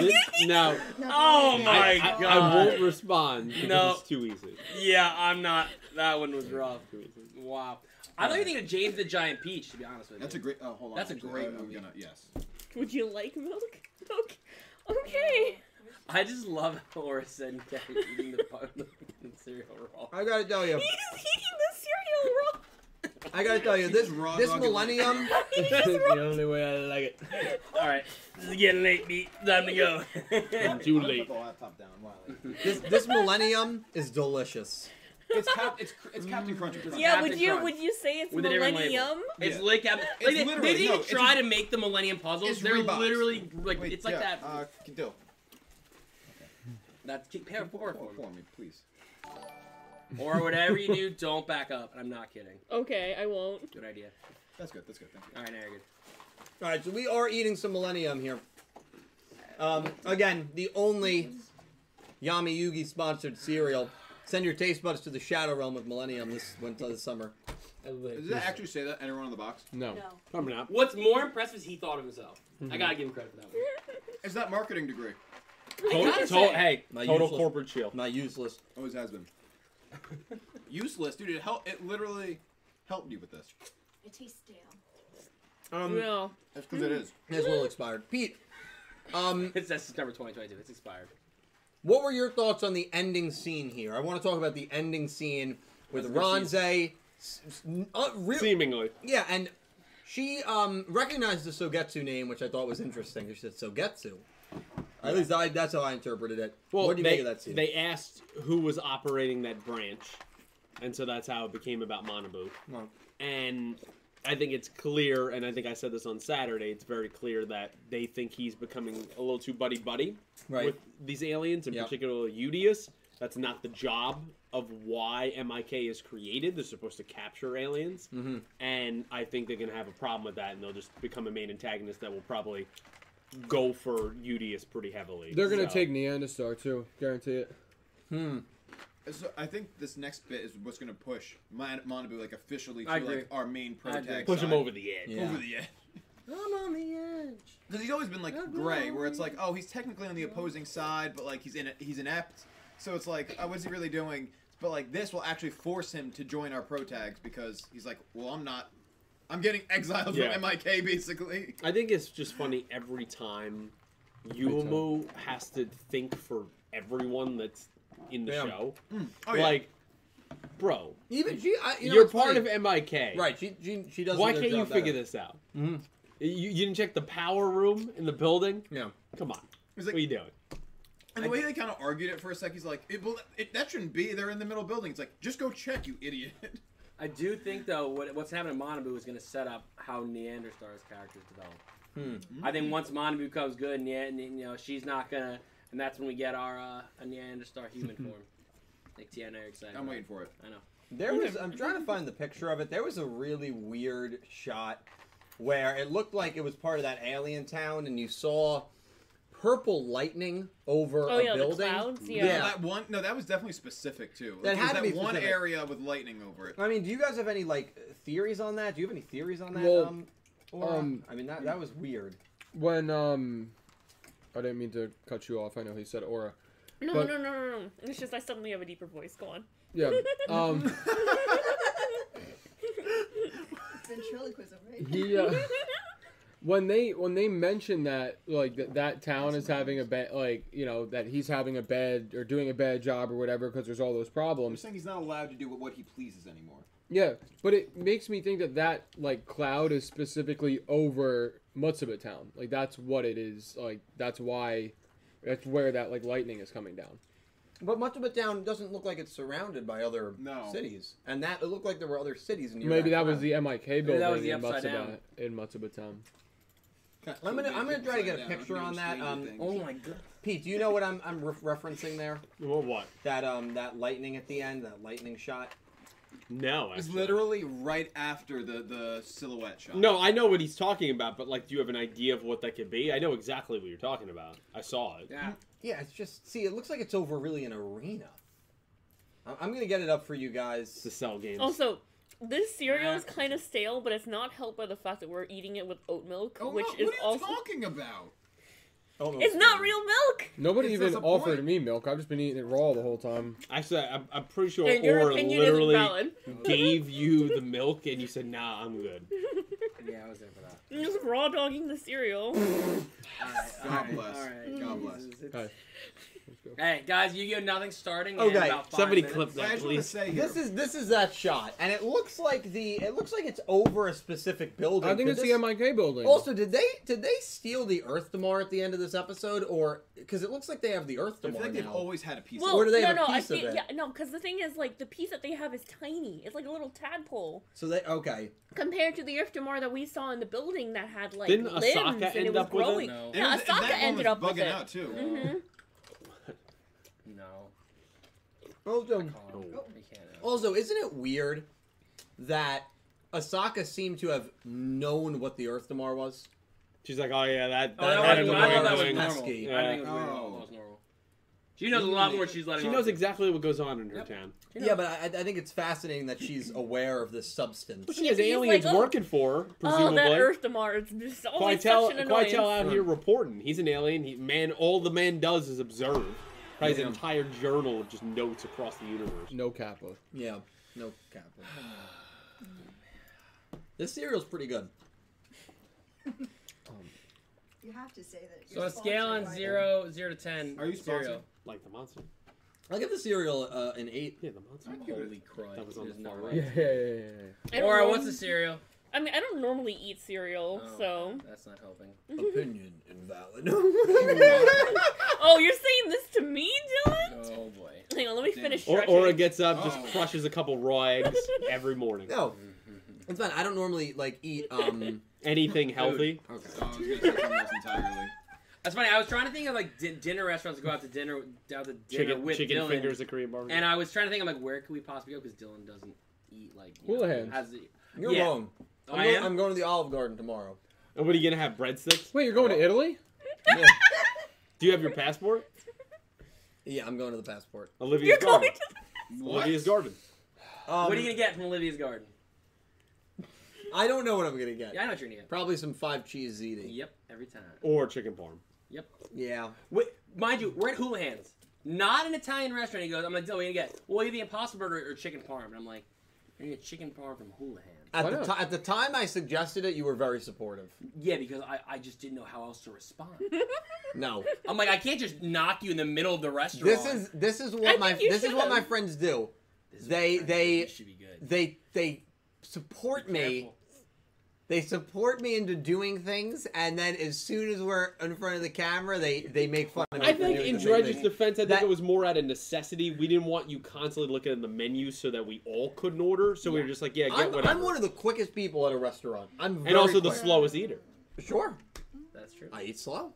Speaker 7: This-
Speaker 1: [LAUGHS]
Speaker 7: no,
Speaker 1: Oh
Speaker 7: I,
Speaker 1: my
Speaker 7: I-
Speaker 1: God.
Speaker 7: I won't respond because
Speaker 1: No.
Speaker 7: it's too easy.
Speaker 1: yeah, I'm [LAUGHS] not. That one was rough.
Speaker 7: Too easy.
Speaker 1: Wow. I thought you were thinking of James the Giant Peach. To be honest with you.
Speaker 5: That's a great. Oh, hold on.
Speaker 1: That's a
Speaker 5: actually,
Speaker 1: great
Speaker 5: I- I'm
Speaker 1: movie.
Speaker 5: gonna- yes.
Speaker 2: Would you like milk? [LAUGHS] Okay. Okay.
Speaker 1: I just love Horace and Cat eating the [LAUGHS] pu- the cereal raw.
Speaker 4: I gotta tell you.
Speaker 2: He's eating the cereal raw.
Speaker 4: I gotta tell you. This
Speaker 5: Raw
Speaker 4: this
Speaker 5: dog
Speaker 1: [LAUGHS]
Speaker 5: and-
Speaker 4: millennium.
Speaker 2: [LAUGHS] Um,
Speaker 7: the only way I like it.
Speaker 1: All right, this is getting late, beat. Time to go.
Speaker 5: Um,
Speaker 7: Too late.
Speaker 5: the laptop Oh, down. Wiley.
Speaker 4: This this millennium is delicious.
Speaker 5: [LAUGHS] it's, cap, it's, it's Captain Crunch. Crunch.
Speaker 2: Yeah,
Speaker 1: Captain
Speaker 2: would you
Speaker 1: Crunch.
Speaker 2: would you say it's
Speaker 1: With a different label.
Speaker 2: millennium?
Speaker 1: [LAUGHS] It's
Speaker 5: Yeah.
Speaker 1: like, like
Speaker 5: It's
Speaker 1: they,
Speaker 5: literally-
Speaker 1: they didn't
Speaker 5: no,
Speaker 1: even
Speaker 5: it's
Speaker 1: try
Speaker 5: a-
Speaker 1: to make the Millennium puzzles.
Speaker 5: it's
Speaker 1: They're
Speaker 5: reboxed.
Speaker 1: literally like
Speaker 5: Wait,
Speaker 1: it's like
Speaker 5: yeah,
Speaker 1: that.
Speaker 5: Uh, Dill,
Speaker 1: that's keep pair
Speaker 5: pour,
Speaker 1: forward
Speaker 5: pour [LAUGHS] for me, please.
Speaker 1: or whatever you do, don't back up. I'm not kidding.
Speaker 2: Okay, I won't.
Speaker 1: Good idea.
Speaker 5: That's good. That's good. Thank you.
Speaker 1: All right, now you're good.
Speaker 4: All right, so we are eating some Millennium here. Um, again, the only Yami Yugi sponsored cereal. Send your taste buds to the shadow realm of Millennium this winter, this summer.
Speaker 5: Does that actually say that anyone on the box?
Speaker 3: No.
Speaker 7: Coming up.
Speaker 1: What's more impressive is he thought of himself. I gotta give him credit for that one. [LAUGHS]
Speaker 5: Is that marketing degree?
Speaker 7: Total,
Speaker 1: gotta
Speaker 7: total-
Speaker 1: say-
Speaker 7: hey,
Speaker 4: My
Speaker 7: total
Speaker 4: useless-
Speaker 7: corporate shield.
Speaker 4: Not useless.
Speaker 5: Always Oh,
Speaker 1: [LAUGHS]
Speaker 5: has been. Useless, dude. It helped. It literally helped you with this.
Speaker 12: It tastes stale.
Speaker 4: Um,
Speaker 2: no.
Speaker 5: That's because
Speaker 1: Hmm.
Speaker 5: it is.
Speaker 4: It's a little expired. Pete, um,
Speaker 1: It's that's September 2022. It's expired.
Speaker 4: what were your thoughts on the ending scene here? I want to talk about the ending scene with
Speaker 1: That's a good
Speaker 4: Ronze. s- s- Uh, re-
Speaker 7: Seemingly.
Speaker 4: Yeah, and she um, recognized the Sogetsu name, which I thought was interesting. She said Sogetsu. At least I, that's how I interpreted it.
Speaker 7: Well,
Speaker 4: what do you
Speaker 7: they,
Speaker 4: make of that scene?
Speaker 7: They asked who was operating that branch, and so that's how it became about Manabu.
Speaker 4: Well,
Speaker 7: And I think it's clear, and I think I said this on Saturday. It's very clear that they think he's becoming a little too buddy buddy
Speaker 4: right.
Speaker 7: with these aliens, in
Speaker 4: Yeah.
Speaker 7: particular Udius. That's not the job of why MIK is created. They're supposed to capture aliens,
Speaker 4: Mhm.
Speaker 7: and I think they're gonna have a problem with that, and they'll just become a main antagonist that will probably go for Udius pretty heavily.
Speaker 3: They're gonna
Speaker 7: So-
Speaker 3: take Neanderstar too. Guarantee it.
Speaker 5: So I think this next bit is what's gonna push Mon- Monabu like officially to
Speaker 1: I agree.
Speaker 5: like our main protagonist.
Speaker 7: push him over the edge.
Speaker 4: Yeah.
Speaker 5: Over the edge.
Speaker 4: I'm on the edge.
Speaker 5: Because he's always been like
Speaker 4: Oh,
Speaker 5: gray, where it's
Speaker 4: glory.
Speaker 5: like, oh, he's technically on the opposing side, but like he's in he's inept. So it's like, oh, what's he really doing? But like this will actually force him to join our pro tags because he's like, well, I'm not, I'm getting exiled
Speaker 7: Yeah.
Speaker 5: from MIK basically.
Speaker 7: I think it's just funny every time Yuumu has to think for everyone that's in the
Speaker 4: Yeah.
Speaker 7: show.
Speaker 5: Oh yeah,
Speaker 7: like, bro,
Speaker 4: Even she, I, you know,
Speaker 7: you are
Speaker 4: it's
Speaker 7: part
Speaker 4: funny.
Speaker 7: of MIK.
Speaker 4: Right. She, she, she does.
Speaker 7: Why
Speaker 4: their
Speaker 7: can't you
Speaker 4: job
Speaker 7: figure
Speaker 4: better.
Speaker 7: this out?
Speaker 4: Mhm.
Speaker 7: You, you didn't check the power room in the building?
Speaker 4: Yeah.
Speaker 7: Come on.
Speaker 5: he's
Speaker 7: what are you
Speaker 5: like,
Speaker 7: doing?
Speaker 5: and the way they kind of argued it for a sec, he's like, it, well, it, that shouldn't be. They're in the middle building. It's like, just go check, you idiot. [LAUGHS]
Speaker 1: I do think though what, what's happening to Monabu is going to set up how Neanderstar's characters develop.
Speaker 7: Hmm.
Speaker 1: I think once Monabu becomes good, Neand, you know, she's not gonna, and that's when we get our uh, a Neanderstar
Speaker 7: [LAUGHS]
Speaker 1: human form. Like Tiana, are excited.
Speaker 5: I'm
Speaker 1: about.
Speaker 5: waiting for it.
Speaker 4: There was. I'm trying to find the picture of it. There was a really weird shot where it looked like it was part of that alien town, and you saw purple lightning over
Speaker 2: Oh
Speaker 4: a
Speaker 2: yeah, the
Speaker 4: building.
Speaker 2: clouds. Yeah.
Speaker 5: No,
Speaker 4: Yeah.
Speaker 5: that one. No, that was definitely specific too.
Speaker 4: That
Speaker 5: Like, it was
Speaker 4: had to be
Speaker 5: that one
Speaker 4: specific.
Speaker 5: area with lightning over it.
Speaker 4: I mean, do you guys have any like theories on that? Do you have any theories on that?
Speaker 3: Well,
Speaker 4: um,
Speaker 13: Or,
Speaker 3: Um,
Speaker 4: I mean, that that was weird.
Speaker 3: when um, I didn't mean to cut you off. I know he said aura.
Speaker 2: No,
Speaker 3: But-
Speaker 2: no, no, no, no. It's just I suddenly have a deeper voice. Go [LAUGHS] on.
Speaker 3: Yeah. Um,
Speaker 4: [LAUGHS]
Speaker 5: [LAUGHS]
Speaker 10: Ventriloquism, right?
Speaker 3: he uh, when they when they mentioned that like that that town is having a bad like you know that he's having a bad or doing a bad job or whatever because there's all those
Speaker 13: I'm
Speaker 3: problems.
Speaker 13: saying he's not allowed to do what he pleases anymore.
Speaker 3: Yeah, but it makes me think that that like cloud is specifically over Mutsuba town. Like that's what it is. Like that's why that's where that like lightning is coming down.
Speaker 4: But much of it down doesn't look like it's surrounded by other
Speaker 13: No.
Speaker 4: cities, and that it looked like there were other cities near.
Speaker 3: Maybe that
Speaker 4: that
Speaker 3: was
Speaker 4: town.
Speaker 3: the MIK building
Speaker 1: that was the
Speaker 3: in
Speaker 1: upside
Speaker 3: Mutsuba
Speaker 1: down.
Speaker 3: in Mutsuba town.
Speaker 4: I'm gonna I'm gonna try to get a
Speaker 13: Upside down,
Speaker 4: picture
Speaker 13: doing
Speaker 4: on that.
Speaker 13: Stranger
Speaker 4: Um,
Speaker 13: Things.
Speaker 4: oh my god, Pete, do you know what I'm I'm re- referencing there?
Speaker 7: Well, what?
Speaker 4: That um that lightning at the end, that lightning shot.
Speaker 7: No,
Speaker 13: It's
Speaker 7: actually.
Speaker 13: literally right after the the silhouette shot.
Speaker 7: No, I know what he's talking about, but like, do you have an idea of what that could be? I know exactly what you're talking about. I saw it.
Speaker 1: Yeah.
Speaker 4: Yeah, it's just see, it looks like it's over really an arena. I- I'm gonna get it up for you
Speaker 7: It's the
Speaker 4: guys.
Speaker 7: cell games.
Speaker 2: [LAUGHS] Also, this cereal
Speaker 1: Ah.
Speaker 2: is kind of stale, but it's not helped by the fact that we're eating it with oat milk,
Speaker 13: Oh,
Speaker 2: which
Speaker 13: what,
Speaker 2: is
Speaker 13: what are you
Speaker 2: also
Speaker 13: talking about?
Speaker 4: Oh, no,
Speaker 2: it's not real milk.
Speaker 3: Nobody
Speaker 13: It's-
Speaker 3: even
Speaker 13: that's a
Speaker 3: offered
Speaker 13: point.
Speaker 3: me milk. I've just been eating it raw the whole time.
Speaker 7: Actually, I'm, I'm pretty sure
Speaker 2: and your
Speaker 7: Or
Speaker 2: opinion isn't
Speaker 7: literally
Speaker 2: valid.
Speaker 7: gave you the milk, and you said, "Nah, I'm good."
Speaker 1: Yeah, I was there for that.
Speaker 2: I'm just raw dogging the cereal.
Speaker 13: God bless. God bless.
Speaker 3: Hey.
Speaker 1: Hey guys, Yu-Gi-Oh! Nothing starting. in
Speaker 4: Okay,
Speaker 1: about five
Speaker 7: Oh, Somebody
Speaker 1: minutes.
Speaker 7: clip
Speaker 13: I
Speaker 7: that,
Speaker 13: just want to
Speaker 7: please.
Speaker 13: say here,
Speaker 4: This is this is that shot, and it looks like the it looks like it's over a specific building.
Speaker 3: I think
Speaker 4: Could
Speaker 3: it's
Speaker 4: this-
Speaker 3: the MIK building.
Speaker 4: Also, did they did they steal the Earth Demar at the end of this episode, or because it looks like they have the Earth
Speaker 13: I feel
Speaker 4: Demar
Speaker 13: like they've
Speaker 4: now?
Speaker 13: always had a piece
Speaker 4: Where
Speaker 2: well,
Speaker 13: of
Speaker 4: do they
Speaker 2: no,
Speaker 4: have a
Speaker 2: no, I
Speaker 4: piece of
Speaker 2: think
Speaker 4: it?
Speaker 2: yeah, no, because the thing is, like, the piece that they have is tiny. It's like a little tadpole
Speaker 4: So they okay.
Speaker 2: compared to the Earth Demar that we saw in the building that had like
Speaker 7: Didn't
Speaker 2: limbs
Speaker 7: Asaka
Speaker 2: and
Speaker 7: end
Speaker 2: it was
Speaker 7: up with it?
Speaker 2: growing.
Speaker 1: No.
Speaker 13: It
Speaker 2: Yeah,
Speaker 13: was-
Speaker 2: Asaka
Speaker 13: that one
Speaker 2: ended
Speaker 13: was
Speaker 2: up with
Speaker 13: bugging
Speaker 2: it.
Speaker 13: out too.
Speaker 7: [LAUGHS]
Speaker 2: hmm
Speaker 1: No.
Speaker 4: Also,
Speaker 1: Oh, we can't.
Speaker 4: also, isn't it weird that Asaka seemed to have known what the Earth Demar was?
Speaker 7: She's like, "Oh yeah, that."
Speaker 1: Oh, that
Speaker 7: that
Speaker 1: was- I thought
Speaker 7: had annoying
Speaker 1: that was
Speaker 7: thing."
Speaker 1: normal.
Speaker 4: pesky.
Speaker 1: I think it was
Speaker 13: Yeah.
Speaker 1: weird.
Speaker 13: Oh.
Speaker 1: That was normal. She knows a lot more. She's letting.
Speaker 7: She
Speaker 1: on.
Speaker 7: knows exactly what goes on in her
Speaker 1: Yep.
Speaker 7: town.
Speaker 1: You
Speaker 4: Yeah,
Speaker 1: know.
Speaker 4: but I, I think it's fascinating that she's aware of this substance.
Speaker 7: But she has
Speaker 2: He's
Speaker 7: aliens
Speaker 2: like, oh,
Speaker 7: working for her,
Speaker 2: Oh,
Speaker 7: presumably.
Speaker 2: that Earth Demar is just always
Speaker 7: Quietel,
Speaker 2: such an annoyance.
Speaker 7: Quietel out here reporting. He's an alien. He, man, all the man does is observe. Probably
Speaker 4: Yeah.
Speaker 7: an entire journal of just notes across the universe.
Speaker 3: no kappa.
Speaker 4: Yeah, no cap.
Speaker 1: [SIGHS]
Speaker 4: This cereal's pretty good.
Speaker 10: You have to say that.
Speaker 1: So
Speaker 10: you're
Speaker 1: a scale
Speaker 10: sponsored
Speaker 1: on
Speaker 10: by-
Speaker 1: zero, zero to ten.
Speaker 13: Are you
Speaker 1: cereal.
Speaker 7: Like the monster.
Speaker 4: I'll give the cereal uh, an eight.
Speaker 7: Yeah, the monster.
Speaker 13: I'd give it-
Speaker 1: Holy Christ!
Speaker 7: That was on
Speaker 1: there's
Speaker 7: the
Speaker 1: no
Speaker 7: far
Speaker 1: way.
Speaker 7: right.
Speaker 3: Yeah, yeah, yeah, yeah.
Speaker 2: I
Speaker 1: [LAUGHS]
Speaker 2: don't
Speaker 1: Or
Speaker 2: know.
Speaker 1: what's the cereal?
Speaker 2: I mean, I don't normally eat cereal,
Speaker 1: Oh,
Speaker 2: so.
Speaker 1: that's not helping.
Speaker 4: Opinion
Speaker 2: [LAUGHS]
Speaker 4: invalid. [LAUGHS]
Speaker 2: Oh, you're saying this to me, Dylan?
Speaker 1: Oh boy.
Speaker 2: Hang on, let me
Speaker 13: Damn.
Speaker 2: finish.
Speaker 7: Or
Speaker 2: stretching.
Speaker 7: [LAUGHS] Aura gets up, just
Speaker 13: Oh.
Speaker 7: crushes a couple raw eggs every morning.
Speaker 4: no, it's fine. I don't normally like eat. Um,
Speaker 7: Anything healthy.
Speaker 4: okay.
Speaker 13: Oh, I was gonna say something else [LAUGHS]
Speaker 2: [LAUGHS]
Speaker 13: entirely.
Speaker 1: That's funny. I was trying to think of like di- dinner restaurants to go out to dinner, down to dinner
Speaker 7: Chicken,
Speaker 1: with
Speaker 7: chicken
Speaker 1: Dylan.
Speaker 7: fingers at Korean barbecue.
Speaker 1: And I was trying to think. I'm like, where could we possibly go? Because Dylan doesn't eat like. you
Speaker 3: Houlihan.
Speaker 1: know, has the-
Speaker 4: You're
Speaker 1: Yeah.
Speaker 4: wrong.
Speaker 1: Oh,
Speaker 4: I'm,
Speaker 1: I
Speaker 4: going,
Speaker 1: am?
Speaker 4: I'm going to the Olive Garden tomorrow.
Speaker 7: And what are you gonna have? Breadsticks?
Speaker 3: Wait, you're going to Italy?
Speaker 4: Yeah,
Speaker 7: Do you have your passport?
Speaker 4: Yeah, I'm going to the passport.
Speaker 7: Olivia's
Speaker 2: You're
Speaker 7: garden.
Speaker 2: going to.
Speaker 13: What?
Speaker 7: Olivia's garden.
Speaker 4: Um,
Speaker 1: what are you gonna get from Olivia's Garden?
Speaker 4: I don't know what I'm gonna get.
Speaker 1: Yeah, I know what you're gonna get.
Speaker 4: Probably some five cheese ziti.
Speaker 1: Yep, every time.
Speaker 4: Oh.
Speaker 7: Or chicken parm.
Speaker 4: Yeah.
Speaker 1: Wait, mind you, we're at Houlihan's, not an Italian restaurant. He goes, I'm like, Dylan, what are you gonna get? Well, either the Impossible Burger or chicken parm. And I'm like, you're gonna get chicken parm from Houlihan's.
Speaker 4: At
Speaker 3: Why
Speaker 4: the,
Speaker 3: not?
Speaker 4: ti- at the time I suggested it, you were very supportive.
Speaker 1: Yeah, because I, I just didn't know how else to respond.
Speaker 2: [LAUGHS]
Speaker 1: [LAUGHS]
Speaker 4: No,
Speaker 1: I'm like, I can't just knock you in the middle of the restaurant.
Speaker 4: this is this is
Speaker 2: I
Speaker 4: what my
Speaker 2: think you
Speaker 4: this is what my
Speaker 2: should've.
Speaker 4: friends do.
Speaker 1: This is
Speaker 4: they-
Speaker 1: what I'm
Speaker 4: they-
Speaker 1: saying, this should be good.
Speaker 4: They they support
Speaker 1: Be
Speaker 4: me.
Speaker 1: careful.
Speaker 4: They support me into doing things, and then as soon as we're in front of the camera, they they make fun of me.
Speaker 7: I
Speaker 4: for
Speaker 7: think
Speaker 4: doing
Speaker 7: in
Speaker 4: the
Speaker 7: Dredge's
Speaker 4: thing.
Speaker 7: defense, I think
Speaker 4: That-
Speaker 7: it was more out of necessity. We didn't want you constantly looking at the menu so that we all couldn't order. So we were just like, yeah, get
Speaker 4: I'm,
Speaker 7: whatever.
Speaker 4: I'm one of the quickest people at a restaurant. I'm very
Speaker 7: and also the
Speaker 4: quick.
Speaker 7: slowest eater.
Speaker 4: Sure,
Speaker 1: That's true.
Speaker 4: I eat slow.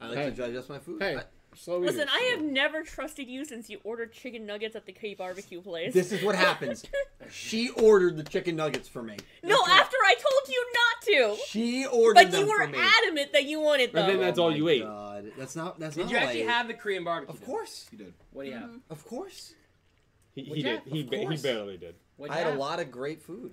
Speaker 4: I like
Speaker 3: Hey.
Speaker 4: to digest my food.
Speaker 3: Hey,
Speaker 4: I-
Speaker 3: slow
Speaker 2: Listen,
Speaker 3: eaters.
Speaker 2: I have never trusted you since you ordered chicken nuggets at the K barbecue place.
Speaker 4: this is
Speaker 1: [LAUGHS]
Speaker 4: what happens. she ordered the chicken nuggets for me.
Speaker 2: [LAUGHS] no, after I told you not to.
Speaker 4: She ordered
Speaker 2: But
Speaker 4: them
Speaker 2: you were
Speaker 4: for me. Oh
Speaker 2: adamant that you wanted
Speaker 7: And then
Speaker 2: them.
Speaker 7: that's all
Speaker 4: my
Speaker 7: you ate.
Speaker 4: God. That's not. That's
Speaker 1: Did
Speaker 4: not
Speaker 1: you
Speaker 4: all I
Speaker 1: actually
Speaker 4: ate.
Speaker 1: have the Korean barbecue?
Speaker 4: Of
Speaker 1: though?
Speaker 4: course,
Speaker 13: You did.
Speaker 1: What do you have?
Speaker 4: of course.
Speaker 7: He,
Speaker 4: Well,
Speaker 7: he
Speaker 4: yeah,
Speaker 7: did. He,
Speaker 4: of
Speaker 7: ba- he
Speaker 4: course.
Speaker 7: barely did.
Speaker 1: What'd
Speaker 4: I
Speaker 1: you
Speaker 4: had a
Speaker 1: have?
Speaker 4: lot of great food.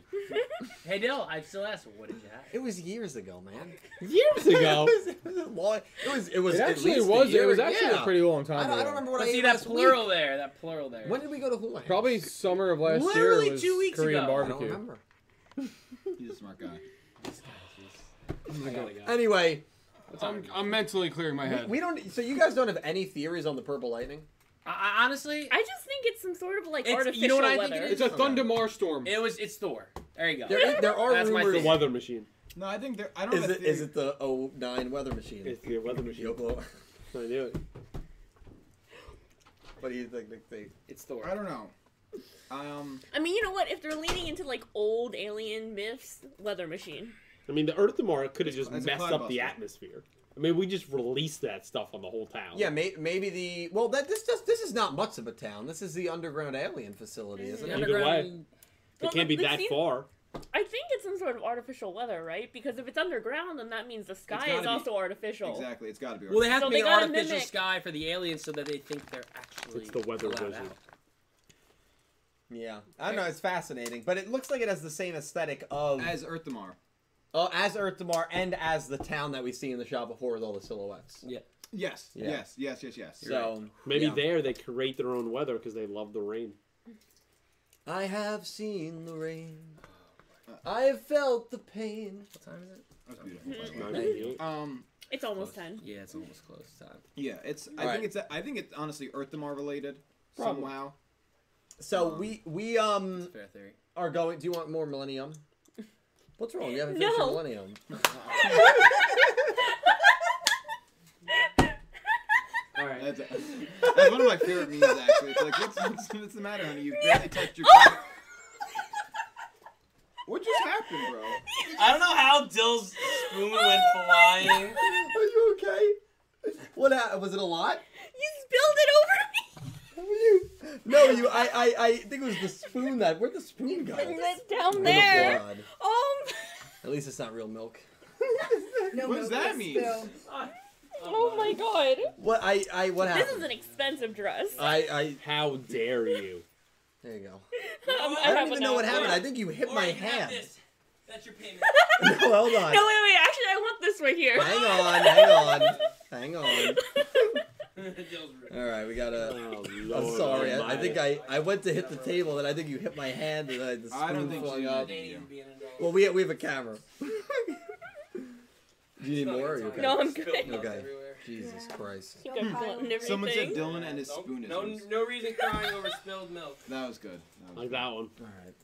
Speaker 1: Hey, Dill, I still asked, what did you have?
Speaker 4: It was years ago, man.
Speaker 7: Years ago.
Speaker 4: [LAUGHS] it was. It was. A long, it was. It was.
Speaker 3: It
Speaker 4: at
Speaker 3: actually
Speaker 4: least a
Speaker 3: was. It
Speaker 4: year-
Speaker 3: was actually
Speaker 4: yeah.
Speaker 3: a pretty long time
Speaker 4: I don't, I
Speaker 3: ago.
Speaker 4: don't remember what
Speaker 1: Let's
Speaker 4: I
Speaker 1: see
Speaker 4: ate
Speaker 1: that
Speaker 4: last
Speaker 1: plural
Speaker 4: week.
Speaker 1: there. That plural there.
Speaker 4: When did we go to Hula? Hoop?
Speaker 3: Probably summer of last
Speaker 1: Literally
Speaker 3: year was
Speaker 1: two weeks
Speaker 3: Korean
Speaker 1: ago.
Speaker 4: I don't
Speaker 3: barbecue.
Speaker 4: remember.
Speaker 13: He's a smart guy.
Speaker 4: Oh
Speaker 1: I gotta go.
Speaker 4: Anyway,
Speaker 3: I'm, I'm mentally clearing my
Speaker 4: we, we don't. So you guys don't have any theories on the purple lightning?
Speaker 1: I, I honestly,
Speaker 2: [LAUGHS] I just think it's some sort of like
Speaker 1: It's- you know
Speaker 2: artificial
Speaker 1: what I think
Speaker 2: weather.
Speaker 1: it
Speaker 3: It's a
Speaker 4: Okay.
Speaker 3: thundamar storm.
Speaker 1: it was it's Thor. There you go. [LAUGHS]
Speaker 4: There, i- there are
Speaker 1: That's my
Speaker 4: rumors.
Speaker 1: theory.
Speaker 7: Weather machine.
Speaker 13: No, I think there. I don't.
Speaker 4: Is
Speaker 13: have a
Speaker 4: it is
Speaker 13: theory.
Speaker 4: it the 09 weather machine? [LAUGHS]
Speaker 7: It's the weather machine.
Speaker 4: Yokohama.
Speaker 7: I knew it.
Speaker 4: What do you think, Nick? Think?
Speaker 1: It's Thor.
Speaker 13: I don't know. Um,
Speaker 2: I mean, you know what? If they're leaning into like old alien myths, weather machine.
Speaker 7: I mean, the Earth tomorrow could have just
Speaker 13: It's a
Speaker 7: messed up the
Speaker 13: cloudbuster.
Speaker 7: atmosphere. I mean, we just released that stuff on the whole town.
Speaker 4: Yeah, may, maybe the well that this does this is not much of a town. This is the underground alien facility, isn't
Speaker 1: The
Speaker 4: it?
Speaker 7: Either way.
Speaker 1: underground-
Speaker 7: It
Speaker 2: Well,
Speaker 7: can't be
Speaker 2: we've
Speaker 7: that
Speaker 2: seen-
Speaker 7: far.
Speaker 2: I think it's some sort of artificial weather, right? Because if it's underground, then that means the sky
Speaker 13: gotta
Speaker 2: is
Speaker 13: be-
Speaker 2: also artificial.
Speaker 13: exactly. It's got to be.
Speaker 1: Well, they have
Speaker 2: So
Speaker 1: to
Speaker 2: they
Speaker 1: make an
Speaker 2: gotta
Speaker 1: artificial
Speaker 2: mimic-
Speaker 1: sky for the aliens so that they think they're actually.
Speaker 7: It's the weather
Speaker 1: allowed
Speaker 7: wizard.
Speaker 1: out.
Speaker 4: Yeah, I don't know. It's fascinating, but it looks like it has the same aesthetic of as,
Speaker 13: as Earth tomorrow.
Speaker 4: oh, as Earthdamar and as the town that we see in the shop before with all the silhouettes.
Speaker 13: Yes.
Speaker 4: Yeah.
Speaker 13: Yes. Yes. Yes. Yes.
Speaker 4: So
Speaker 7: Maybe
Speaker 4: yeah.
Speaker 7: there they create their own weather because they love the rain.
Speaker 4: I have seen the rain. I have felt the pain.
Speaker 14: What time is it?
Speaker 13: That's beautiful.
Speaker 7: mm-hmm.
Speaker 13: by the way.
Speaker 7: 98.
Speaker 13: Um.
Speaker 2: It's almost
Speaker 1: Close.
Speaker 2: [LAUGHS]
Speaker 3: [LAUGHS]
Speaker 2: ten.
Speaker 1: Yeah, it's almost close time.
Speaker 13: Yeah. It's. I
Speaker 4: Alright.
Speaker 13: think it's. I think it's honestly Earth tomorrow related
Speaker 4: Probably.
Speaker 13: somehow. [LAUGHS]
Speaker 4: So
Speaker 13: Um,
Speaker 4: we we um
Speaker 1: Fair theory.
Speaker 4: are going. Do you want more Millennium? What's wrong? You haven't
Speaker 2: No.
Speaker 4: finished your Millennium.
Speaker 14: All right.
Speaker 13: That's, that's one of my favorite memes. Actually, it's like, what's, what's, what's the matter, honey? You barely touched
Speaker 7: [LAUGHS]
Speaker 13: your. [LAUGHS]
Speaker 5: Oh!
Speaker 13: what just happened, bro?
Speaker 1: I don't know how Dill's spoon
Speaker 2: [LAUGHS]
Speaker 1: went flying.
Speaker 4: Are you okay? What ha- was it? A lot?
Speaker 2: You spilled it over
Speaker 4: Were you? No, you. I, I. I think it was the spoon that. Where'd the spoon go?
Speaker 2: me. It's down
Speaker 4: Oh,
Speaker 2: there.
Speaker 4: God.
Speaker 2: Oh,
Speaker 4: At least it's not real milk.
Speaker 10: No,
Speaker 13: What does
Speaker 10: no,
Speaker 13: that
Speaker 10: it's
Speaker 13: mean?
Speaker 10: still-
Speaker 2: oh my god.
Speaker 4: What I. I. What
Speaker 2: This is
Speaker 4: happened? Uh,
Speaker 2: an expensive dress.
Speaker 4: [LAUGHS] I. I.
Speaker 7: How dare you?
Speaker 4: There you go.
Speaker 2: I'm-
Speaker 4: I
Speaker 2: have
Speaker 4: don't even know what
Speaker 2: enough.
Speaker 4: happened. [LAUGHS] I think you hit my hand.
Speaker 1: That's your [LAUGHS] payment.
Speaker 4: No, hold on.
Speaker 2: No, wait, wait. Actually, I want this right here.
Speaker 4: Hang
Speaker 2: [LAUGHS]
Speaker 4: on. Hang on. Hang on.
Speaker 1: Dill's rude.
Speaker 4: All right, we gotta. Uh,
Speaker 7: Oh,
Speaker 4: I'm
Speaker 7: Lord
Speaker 4: sorry. I, I
Speaker 7: Almighty.
Speaker 4: think I, I went to hit the table, and I think you hit my hand, and I, the spoon
Speaker 13: I don't think
Speaker 4: flung
Speaker 13: she
Speaker 4: up.
Speaker 13: did.
Speaker 1: They didn't be in it at all.
Speaker 4: Well, we we have a camera. Do you need
Speaker 1: It's not
Speaker 4: more? Or
Speaker 1: even
Speaker 4: you
Speaker 1: time.
Speaker 4: okay?
Speaker 2: No, I'm good.
Speaker 1: Spilled milk
Speaker 4: Okay.
Speaker 1: everywhere.
Speaker 4: Jesus
Speaker 10: Yeah.
Speaker 4: Christ.
Speaker 2: Keep on blowing everything.
Speaker 13: Someone said Dylan and his
Speaker 1: Nope.
Speaker 13: spoon is.
Speaker 1: No,
Speaker 13: hers.
Speaker 1: no reason crying over spilled milk.
Speaker 13: That was good. That was
Speaker 7: Like
Speaker 13: good.
Speaker 7: that one.
Speaker 4: All right.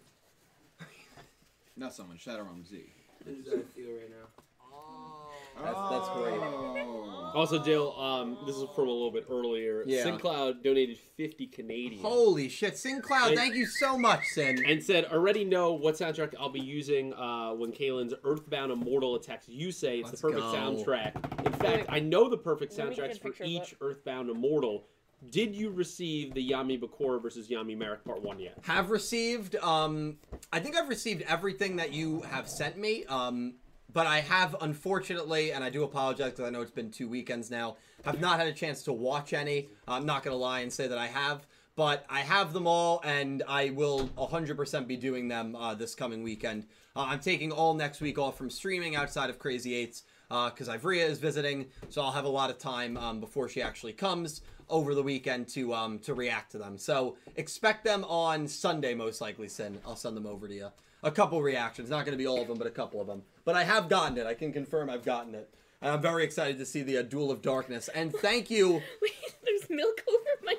Speaker 13: Not someone. Shadow Realm Z.
Speaker 1: [LAUGHS] This is how I feel right now.
Speaker 4: Oh. That's- that's great.
Speaker 13: Oh.
Speaker 7: Also, Dale, um, this is from a little bit earlier.
Speaker 4: Yeah.
Speaker 7: SinCloud donated 50 Canadian.
Speaker 4: Holy shit, Sin Cloud!
Speaker 7: Hey.
Speaker 4: Thank you so much, Sin.
Speaker 7: and said, already know what soundtrack I'll be using uh, when Kalen's Earthbound Immortal attacks. You say it's
Speaker 4: Let's
Speaker 7: the perfect
Speaker 4: go.
Speaker 7: soundtrack. In fact, I know the perfect
Speaker 2: Let me get a
Speaker 7: soundtracks for
Speaker 2: picture of
Speaker 7: each Earthbound Immortal. Did you receive the Yami Bakura versus Yami Merrick Part 1 yet?
Speaker 4: Have received. Um, I think I've received everything that you have sent me. Um, but I have unfortunately, and I do apologize because I know it's been two weekends now. Have not had a chance to watch any. I'm not gonna lie and say that I have. But I have them all, and I will 100% be doing them uh, this coming weekend. Uh, I'm taking all next week off from streaming outside of Crazy Eights because Ivrea is visiting, so I'll have a lot of time um, before she actually comes over the weekend to um, to react to them. So expect them on Sunday, most likely. Sin, I'll send them over to you. A couple reactions, not going to be all of them, but a couple of them. But I have gotten it. I can confirm I've gotten it. And I'm very excited to see the uh, Duel of Darkness. And thank you.
Speaker 2: [LAUGHS] Wait, there's milk over my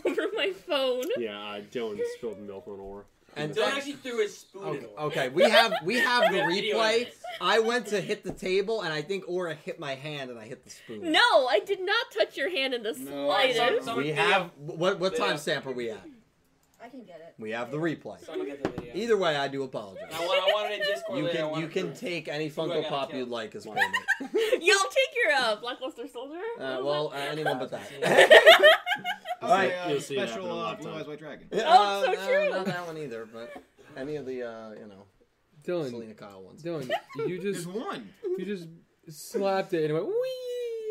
Speaker 2: [LAUGHS] over my phone.
Speaker 7: Yeah, uh, Dylan spilled milk on Aura.
Speaker 4: And
Speaker 1: Dylan
Speaker 4: thank-
Speaker 1: actually threw his spoon at
Speaker 4: okay,
Speaker 1: him.
Speaker 4: okay, we have we have the
Speaker 1: We have [LAUGHS] video
Speaker 4: replay.
Speaker 1: evidence.
Speaker 4: I went to hit the table, and I think Aura hit my hand, and I hit the spoon.
Speaker 2: No, I did not touch your hand in the
Speaker 13: No,
Speaker 1: I'm
Speaker 2: slightest.
Speaker 1: sorry.
Speaker 4: we
Speaker 1: Video.
Speaker 4: have what what
Speaker 1: Video.
Speaker 4: time stamp are we at?
Speaker 10: I can get it.
Speaker 4: We have the
Speaker 10: Yeah.
Speaker 4: replay.
Speaker 1: Someone get the video.
Speaker 4: Either way, I do apologize.
Speaker 1: I want, I want it in Discord.
Speaker 4: You
Speaker 1: later. I
Speaker 4: can
Speaker 1: want
Speaker 4: you
Speaker 1: it
Speaker 4: can
Speaker 1: for-
Speaker 4: take any
Speaker 1: I
Speaker 4: Funko
Speaker 1: gotta
Speaker 4: Pop
Speaker 1: kill.
Speaker 4: you'd like as payment.
Speaker 2: [LAUGHS] Y'all take your uh, Blackluster Soldier.
Speaker 4: Uh, well, uh, anyone
Speaker 1: [LAUGHS]
Speaker 4: but that.
Speaker 13: All
Speaker 4: Alright.
Speaker 13: right. Uh,
Speaker 7: You'll see it
Speaker 13: special
Speaker 7: happen
Speaker 13: uh,
Speaker 7: in a lifetime.
Speaker 13: Blue Eyes White Dragon.
Speaker 2: Oh, it's so
Speaker 4: Uh, no,
Speaker 2: true.
Speaker 4: Not that one either, but any of the uh, you know
Speaker 3: Dylan,
Speaker 4: Selena Kyle ones. [LAUGHS]
Speaker 3: Dylan, you
Speaker 13: There's
Speaker 3: just
Speaker 13: one.
Speaker 3: you just slapped it and it went wee.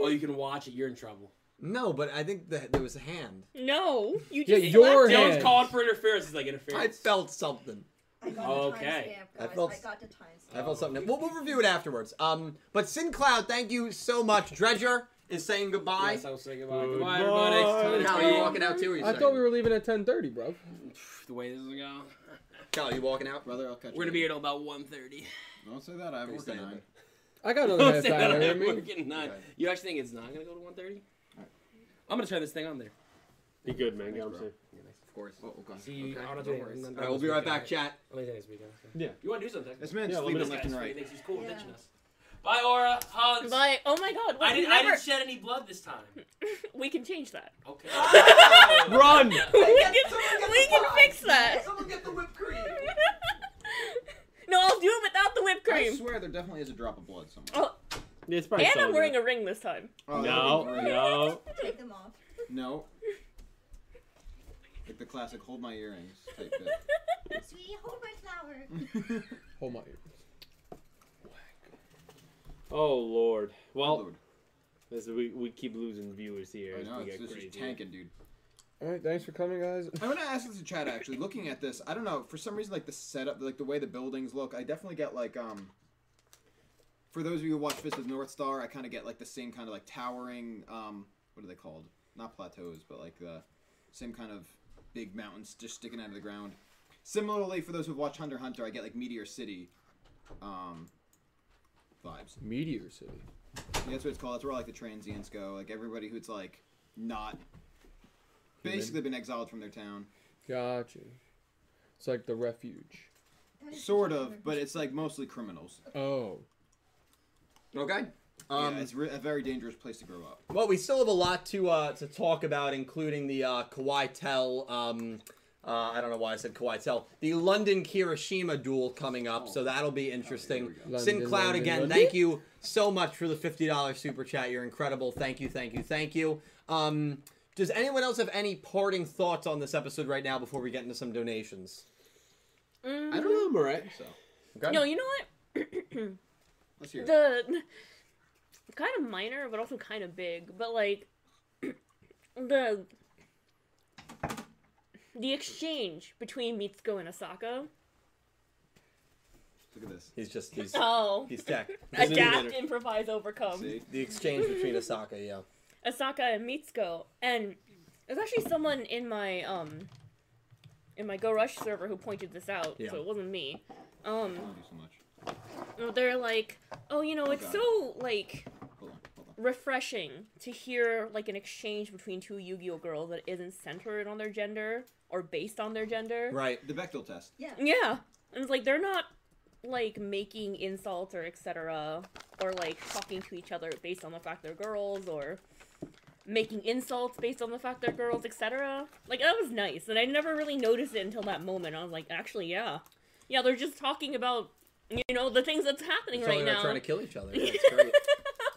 Speaker 1: Oh, you can Oh, watch it. You're in trouble.
Speaker 4: No, but I think that there was a hand.
Speaker 2: [LAUGHS] No, you
Speaker 3: Yeah,
Speaker 2: just
Speaker 3: your
Speaker 2: left it.
Speaker 1: Jones
Speaker 3: hand.
Speaker 1: called for interference. He's like
Speaker 4: I
Speaker 1: interference.
Speaker 4: felt something.
Speaker 10: I got
Speaker 1: Okay.
Speaker 10: the
Speaker 4: I
Speaker 10: timestamp,
Speaker 4: felt-
Speaker 10: guys. I got the timestamp.
Speaker 4: I
Speaker 2: Oh.
Speaker 4: felt something. We'll, we'll review it afterwards. Um, but Sin Cloud, thank you so much. Dredger is saying goodbye.
Speaker 15: Yes, I will say goodbye.
Speaker 7: Good
Speaker 1: Goodbye, everybody. It's time to
Speaker 4: Cal,
Speaker 1: leave.
Speaker 4: you walking out too? Or you
Speaker 3: I thought we were leaving at 10:30, bro.
Speaker 1: The way this is going,
Speaker 4: Cal, you walking out?
Speaker 5: Brother, I'll catch
Speaker 1: we're gonna
Speaker 5: you.
Speaker 1: be here till about 1.30.
Speaker 5: [LAUGHS] Don't say that. I have
Speaker 4: Please
Speaker 5: work
Speaker 4: stay
Speaker 5: at nine.
Speaker 3: I
Speaker 1: [LAUGHS]
Speaker 3: got another
Speaker 1: Don't
Speaker 3: half
Speaker 1: say that.
Speaker 3: hour.
Speaker 1: I'm
Speaker 3: I mean,
Speaker 1: working nine.
Speaker 5: Okay.
Speaker 1: You actually think it's not gonna go to 1.30?
Speaker 5: Alright.
Speaker 1: I'm gonna try this thing on there.
Speaker 7: Be good, man. Go
Speaker 5: Thanks,
Speaker 7: home
Speaker 4: Of course.
Speaker 5: Oh, okay.
Speaker 15: See, I don't know
Speaker 1: Don't
Speaker 15: do
Speaker 1: worry.
Speaker 15: anything.
Speaker 4: All right, we'll be right back, chat.
Speaker 15: Let me next week. okay?
Speaker 1: You want to do something?
Speaker 5: This man's
Speaker 7: Yeah, let me
Speaker 5: sleeping
Speaker 7: just
Speaker 5: left
Speaker 1: This
Speaker 5: and
Speaker 1: guy's-
Speaker 5: right.
Speaker 1: He thinks he's cool
Speaker 10: Yeah.
Speaker 1: ditching us. Bye, Aura. Hugs.
Speaker 2: But oh my god,
Speaker 1: I
Speaker 2: we
Speaker 1: didn't.
Speaker 2: can
Speaker 1: I
Speaker 2: never.
Speaker 1: didn't shed any blood this time.
Speaker 2: we can change that.
Speaker 1: Okay.
Speaker 7: soon. Run!
Speaker 2: we
Speaker 10: get-
Speaker 2: can,
Speaker 10: [LAUGHS] someone get
Speaker 2: we
Speaker 10: the
Speaker 2: can
Speaker 10: pie.
Speaker 2: fix that.
Speaker 10: Someone get the whipped cream.
Speaker 2: no, I'll do it without the whipped
Speaker 5: I
Speaker 2: cream.
Speaker 5: swear there definitely is a drop of blood somewhere.
Speaker 2: Oh,
Speaker 7: It's probably
Speaker 2: And I'm wearing a ring this time.
Speaker 5: Oh,
Speaker 7: No,
Speaker 5: that'd be great.
Speaker 4: Oh.
Speaker 7: no.
Speaker 10: Take them off.
Speaker 5: No. Like the classic hold my earrings type
Speaker 2: [LAUGHS]
Speaker 10: Sweetie, hold my flower.
Speaker 5: bit.
Speaker 3: hold my.
Speaker 7: Oh lord. Well,
Speaker 5: Lord.
Speaker 7: as we, we keep losing viewers here.
Speaker 5: I
Speaker 7: as
Speaker 5: know,
Speaker 7: we
Speaker 5: it's,
Speaker 7: get
Speaker 5: this is
Speaker 7: crazy.
Speaker 5: tanking, dude.
Speaker 3: All right, thanks for coming, guys.
Speaker 5: I'm gonna ask this to chat actually. Looking at this, I don't know. For some reason, like the setup, like the way the buildings look, I definitely get like um. For those of you who watch Fist of North Star, I kind of get like the same kind of like towering um. What are they called? Not plateaus, but like the same kind of big mountains just sticking out of the ground. Similarly, for those who watch Hunter x Hunter, I get like Meteor City, um, vibes.
Speaker 3: Meteor City.
Speaker 5: Yeah, That's what it's called. That's where all, like the transients go. Like everybody who's like not basically been exiled from their town.
Speaker 3: Gotcha. It's like the refuge.
Speaker 10: That is
Speaker 5: Sort
Speaker 10: the
Speaker 5: of,
Speaker 10: flower.
Speaker 5: but it's like mostly criminals.
Speaker 3: Oh.
Speaker 4: Okay. Um,
Speaker 5: yeah, it's re- a very dangerous place to grow up.
Speaker 4: Well, we still have a lot to uh, to talk about, including the uh, Kawhi Tel. Um, uh, I don't know why I said Kawhi Tel. The London Kirishima duel coming up, so that'll be interesting.
Speaker 5: Okay,
Speaker 3: Oh, we go.
Speaker 4: Sin
Speaker 3: London,
Speaker 4: Cloud
Speaker 3: London,
Speaker 4: again.
Speaker 3: London.
Speaker 4: Thank you so much for the fifty dollars super chat. You're incredible. Thank you, thank you, thank you. Um, does anyone else have any parting thoughts on this episode right now before we get into some donations?
Speaker 2: Mm-hmm.
Speaker 7: I don't know. I'm alright.
Speaker 5: So
Speaker 4: Okay.
Speaker 2: Mm, No, you know what?
Speaker 5: let's hear. it.
Speaker 2: The [LAUGHS] kind of minor, but also kind of big. But like [CLEARS THROAT] the the exchange between Mitsuko and Asako.
Speaker 5: Look at this.
Speaker 4: He's just he's
Speaker 2: Oh, [LAUGHS]
Speaker 4: he's tech.
Speaker 2: adapt, improvise, overcome.
Speaker 5: See,
Speaker 4: The exchange between Asaka, yeah.
Speaker 2: Asaka and Mitsuko, and there's actually someone in my um in my Go Rush server who pointed this out,
Speaker 4: Yeah.
Speaker 2: so it wasn't me. Um,
Speaker 5: I love you so much.
Speaker 2: they're like, oh, you know, it's
Speaker 5: God.
Speaker 2: so like
Speaker 5: Hold on, hold on.
Speaker 2: refreshing to hear like an exchange between two Yu-Gi-Oh girls that isn't centered on their gender or based on their gender.
Speaker 4: Right.
Speaker 5: The Bechtel test.
Speaker 10: Yeah.
Speaker 2: Yeah, and it's like they're not like making insults or etc. or like talking to each other based on the fact they're girls or making insults based on the fact they're girls, etc. Like that was nice, and I never really noticed it until that moment. I was like, actually, yeah, yeah, they're just talking about you know the things that's happening
Speaker 4: It's
Speaker 2: right
Speaker 4: only about
Speaker 2: now.
Speaker 4: trying to kill
Speaker 2: [LAUGHS]
Speaker 4: each other. Yeah, it's [LAUGHS] great.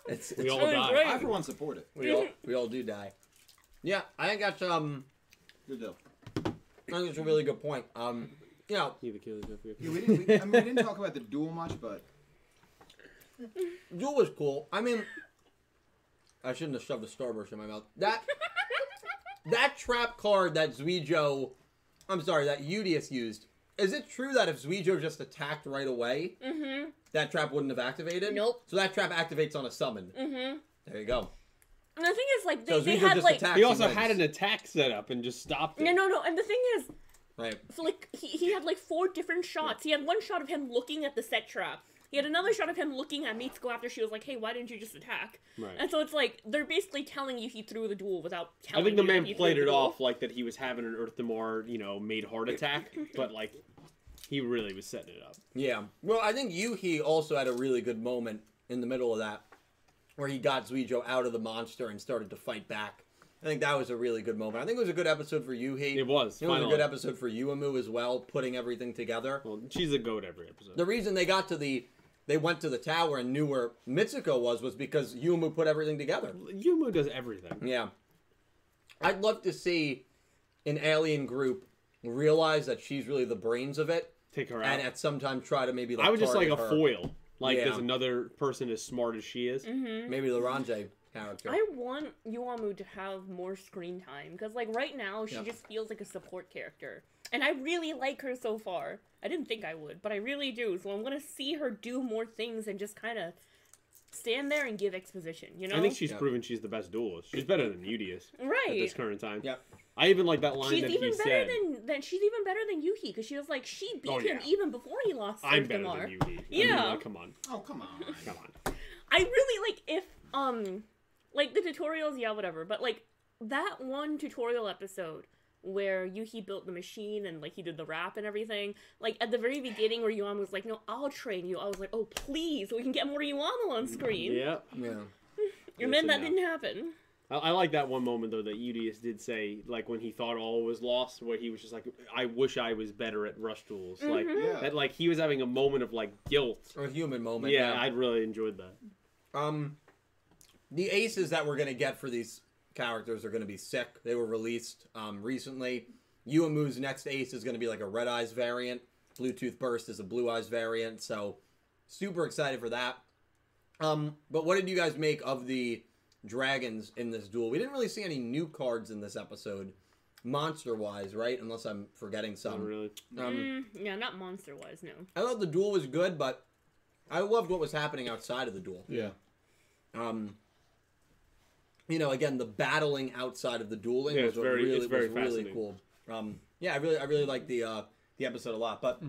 Speaker 4: It's,
Speaker 7: We
Speaker 4: it's-
Speaker 7: all
Speaker 2: That was
Speaker 7: die.
Speaker 2: great.
Speaker 5: I for one support it.
Speaker 2: [LAUGHS]
Speaker 4: We all we all do die. Yeah, I think that's um
Speaker 5: Good deal.
Speaker 4: I think that's a really good point. Um you know,
Speaker 7: Either kill yourself or-
Speaker 5: Yeah, we didn't. We, I mean, we didn't talk about the duel much, but
Speaker 4: Duel was cool. I mean I shouldn't have shoved a starburst in my mouth. That that trap card that Zuijo I'm sorry, that Udius used. Is it true that if Zuijo just attacked right away,
Speaker 2: Mm-hmm.
Speaker 4: that trap wouldn't have activated?
Speaker 2: Nope.
Speaker 4: So that trap activates on a summon.
Speaker 2: Mm-hmm.
Speaker 4: There you go.
Speaker 2: And the thing is, like, they,
Speaker 4: So
Speaker 2: they
Speaker 4: Zuijo
Speaker 2: had
Speaker 4: just
Speaker 2: like
Speaker 4: attacks.
Speaker 7: He
Speaker 4: and
Speaker 7: also
Speaker 4: wins.
Speaker 7: had an attack set up and just stopped it.
Speaker 2: no, no, no. And the thing is,
Speaker 4: right.
Speaker 2: So like he, he had like four different shots. He had one shot of him looking at the set trap. He had another shot of him looking at Mitsuko after she was like, "Hey, why didn't you just attack?"
Speaker 7: Right.
Speaker 2: And so it's like they're basically telling you he threw the duel without
Speaker 7: I
Speaker 2: telling.
Speaker 7: think the
Speaker 2: you that
Speaker 7: man
Speaker 2: he
Speaker 7: played
Speaker 2: threw
Speaker 7: it
Speaker 2: the duel.
Speaker 7: off like that he was having an Earth Demar, you know, made heart attack, but like he really was setting it up.
Speaker 4: Yeah. Well, I think Yuhi also had a really good moment in the middle of that where he got Zuijo out of the monster and started to fight back. I think that was a really good moment. I think it was a good episode for Yuhi.
Speaker 7: It was.
Speaker 4: It was a
Speaker 7: finally.
Speaker 4: good episode for Yuumu as well, putting everything together.
Speaker 7: Well, she's a goat every episode.
Speaker 4: The reason they got to the they went to the tower and knew where Mitsuko was was because Yuumu put everything together.
Speaker 7: Yumu does everything.
Speaker 4: Yeah. I'd love to see an alien group realize that she's really the brains of it
Speaker 7: Take her out.
Speaker 4: and at some time try to maybe like
Speaker 7: I would just like
Speaker 4: target
Speaker 7: a
Speaker 4: her.
Speaker 7: foil. Like
Speaker 4: Yeah.
Speaker 2: Mm-hmm.
Speaker 7: there's another person as smart as she is.
Speaker 4: Maybe Larange character.
Speaker 2: I want Yuamu to have more screen time because, like, right now she
Speaker 4: Yeah.
Speaker 2: just feels like a support character, and I really like her so far. I didn't think I would, but I really do. So I'm gonna see her do more things and just kind of stand there and give exposition. You know,
Speaker 7: I think she's
Speaker 4: Yeah.
Speaker 7: proven she's the best duelist. She's better than Udius at
Speaker 2: right?
Speaker 7: this current time.
Speaker 4: Yep.
Speaker 7: I even like that line
Speaker 2: She's
Speaker 7: that
Speaker 2: even
Speaker 7: he
Speaker 2: better
Speaker 7: said.
Speaker 2: than, than she's even better than Yuhi because she was like she beat
Speaker 7: Oh,
Speaker 2: him
Speaker 7: yeah.
Speaker 2: even before he lost.
Speaker 7: I'm
Speaker 2: Serf
Speaker 7: better
Speaker 2: Damar.
Speaker 7: than Yudi.
Speaker 2: Yeah.
Speaker 7: I mean, like, come on,
Speaker 13: Oh come on.
Speaker 7: come on.
Speaker 2: I really like if um like the tutorials, yeah, whatever, but like that one tutorial episode where Yuhi built the machine and like he did the rap and everything, like at the very beginning where Yuan was like, No, I'll train you, I was like, Oh please, we can get more Yuan on screen.
Speaker 7: Mm, Yeah.
Speaker 4: yeah.
Speaker 2: And
Speaker 7: Yes
Speaker 2: then
Speaker 7: and
Speaker 2: that
Speaker 7: no.
Speaker 2: didn't happen.
Speaker 7: I, I like that one moment though that Udius did say, like when he thought all was lost, where he was just like, "I wish I was better at rush duels." Like
Speaker 13: Yeah.
Speaker 7: that, like he was having a moment of like guilt.
Speaker 4: Or a human moment.
Speaker 7: yeah, I really enjoyed that.
Speaker 4: Um, the aces that we're gonna get for these characters are gonna be sick. They were released um, recently. Uemu's next ace is gonna be like a red eyes variant. Bluetooth burst is a blue eyes variant. So super excited for that. Um, but what did you guys make of the dragons in this duel? We didn't really see any new cards in this episode, monster wise, right? Unless I'm forgetting
Speaker 7: Not
Speaker 4: some.
Speaker 7: really.
Speaker 4: Um,
Speaker 2: Mm, yeah, not monster wise, no.
Speaker 4: I thought the duel was good, but I loved what was happening outside of the duel.
Speaker 3: Yeah.
Speaker 4: Um, you know, again, the battling outside of the dueling
Speaker 7: Yeah,
Speaker 4: was
Speaker 7: it's
Speaker 4: what
Speaker 7: very-
Speaker 4: really
Speaker 7: it's very
Speaker 4: was really
Speaker 7: fascinating.
Speaker 4: cool. Um, yeah, I really, I really liked the uh, the episode a lot. But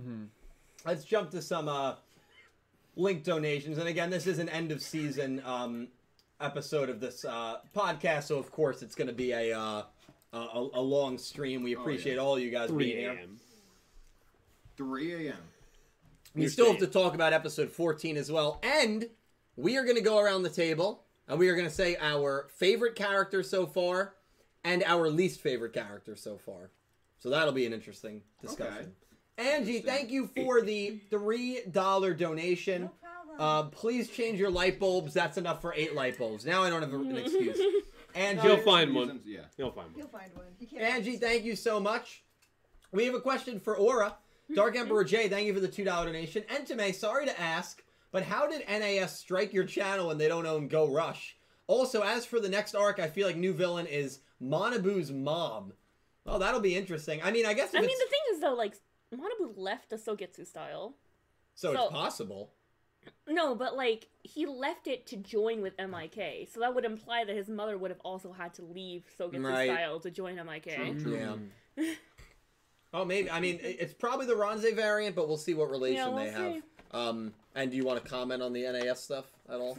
Speaker 4: let's jump to some uh, link donations. And again, this is an end of season um, episode of this uh, podcast, so of course it's going to be a, uh, a a a long stream. We
Speaker 7: Oh,
Speaker 13: yeah.
Speaker 4: appreciate all you guys being
Speaker 7: Three
Speaker 4: here.
Speaker 7: a.m.
Speaker 13: 3 a.m.
Speaker 4: We
Speaker 7: You're
Speaker 4: still have to
Speaker 7: staying.
Speaker 4: talk about episode 14 as well. And we are going to go around the table and we are going to say our favorite character so far and our least favorite character so far. So that'll be an interesting discussion. Angie, thank you for the $3 donation.
Speaker 16: No problem.
Speaker 4: Uh, please change your light bulbs. That's enough for eight light bulbs. Now I don't
Speaker 2: [LAUGHS]
Speaker 4: have an
Speaker 7: [LAUGHS]
Speaker 4: excuse. Angie,
Speaker 7: You'll find
Speaker 13: Reasons-
Speaker 7: one.
Speaker 13: Yeah.
Speaker 7: You'll find one.
Speaker 10: He'll find one. He can't.
Speaker 4: Angie, thank you so much. We have a question for Aura.
Speaker 2: Mm-hmm.
Speaker 4: Dark Emperor J, thank you for the $2 donation. Entame, sorry to ask, but how did NAS strike your channel when they don't own Go Rush? Also, as for the next arc, I feel like new villain is Monabu's mom. Oh, that'll be interesting. I mean, I guess if
Speaker 2: I mean
Speaker 4: it's,
Speaker 2: the thing is though, like Manabu left the Sogetsu style.
Speaker 4: so,
Speaker 2: so-
Speaker 4: it's possible.
Speaker 2: No, but like he left it to join with MIK, so that would imply that his mother would have also had to leave Sogetsu
Speaker 4: Right.
Speaker 2: style to join MIK. [LAUGHS]
Speaker 4: Yeah. Oh, maybe. I mean, it- it's probably the Ronze variant, but we'll see what relation
Speaker 2: Yeah, we'll
Speaker 4: they have.
Speaker 2: see.
Speaker 4: Um, and do you want to comment on the NAS stuff at all?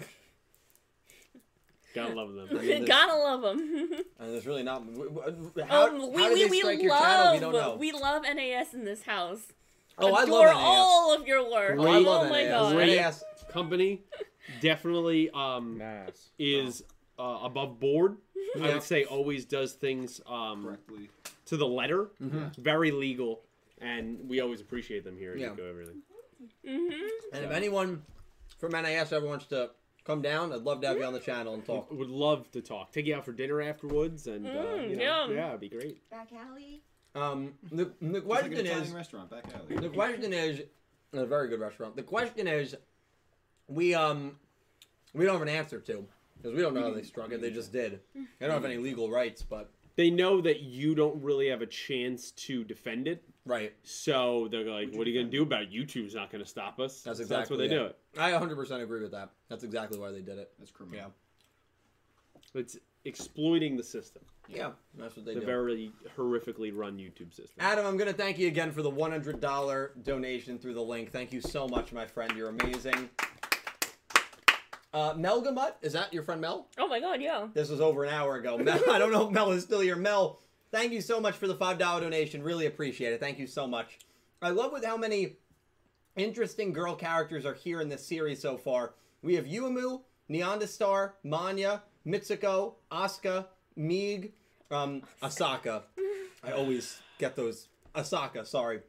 Speaker 2: [LAUGHS]
Speaker 7: Gotta love them.
Speaker 4: mean, this-
Speaker 2: Gotta love him.
Speaker 4: And there's really not. w- w- How,
Speaker 2: um,
Speaker 4: how
Speaker 2: we
Speaker 4: did
Speaker 2: we,
Speaker 4: they
Speaker 2: we
Speaker 4: strike
Speaker 2: love
Speaker 4: your channel? We don't know.
Speaker 2: we love NAS in this house.
Speaker 4: oh, I
Speaker 2: Adore
Speaker 4: love NAS.
Speaker 2: all of your work.
Speaker 4: Oh, I
Speaker 2: oh
Speaker 4: love
Speaker 2: my
Speaker 4: NAS.
Speaker 2: god.
Speaker 7: Great.
Speaker 4: NAS.
Speaker 7: Company definitely um
Speaker 3: Nice. [LAUGHS]
Speaker 7: is uh, above board. I
Speaker 4: Yeah.
Speaker 7: would say always does things um
Speaker 13: Correctly.
Speaker 7: to the letter. Very legal, and we always appreciate them here at
Speaker 4: Yeah.
Speaker 7: Eco Everything.
Speaker 2: Mm-hmm.
Speaker 4: And if anyone from NAS ever wants to come down, I'd love to have you on the channel and talk.
Speaker 7: Would love to talk. Take you out for dinner afterwards, and uh,
Speaker 2: Mm,
Speaker 7: you know,
Speaker 2: yum.
Speaker 7: yeah, it'd be great.
Speaker 16: Back alley.
Speaker 4: Um, the,
Speaker 13: Just
Speaker 4: the
Speaker 13: like
Speaker 4: question
Speaker 13: an Italian
Speaker 4: is,
Speaker 13: restaurant back alley.
Speaker 4: the question is, a very good restaurant. The question is, we um, we don't have an answer to because we don't know how they struck it. They just did. They don't have any legal rights, but
Speaker 7: they know that you don't really have a chance to defend it,
Speaker 4: right.
Speaker 7: so they're like, "What are you going to do about it? YouTube's not going to stop us."
Speaker 4: That's
Speaker 7: So
Speaker 4: exactly
Speaker 7: that's what they do.
Speaker 4: it.
Speaker 7: It.
Speaker 4: I 100% agree with that. That's exactly why they did it.
Speaker 13: That's criminal.
Speaker 4: Yeah.
Speaker 7: It's exploiting the system,
Speaker 4: Yeah, that's what they
Speaker 7: the
Speaker 4: do.
Speaker 7: very horrifically run YouTube system.
Speaker 4: Adam, I'm going to thank you again for the $100 donation through the link. Thank you so much, my friend. You're amazing. Uh, Mel Gamut, is that your friend Mel?
Speaker 2: Oh my god,
Speaker 4: [LAUGHS]
Speaker 2: yeah. [LAUGHS]
Speaker 4: This was over an hour ago. [LAUGHS] Mel, I don't know if Mel is still here. Mel, thank you so much for the $5 donation. Really appreciate it. Thank you so much. I love with how many interesting girl characters are here in this series so far. We have Yuumu, Neonda Star, Manya, Mitsuko, Asuka, Meeg, um, Asaka. I always get those. Asaka, sorry.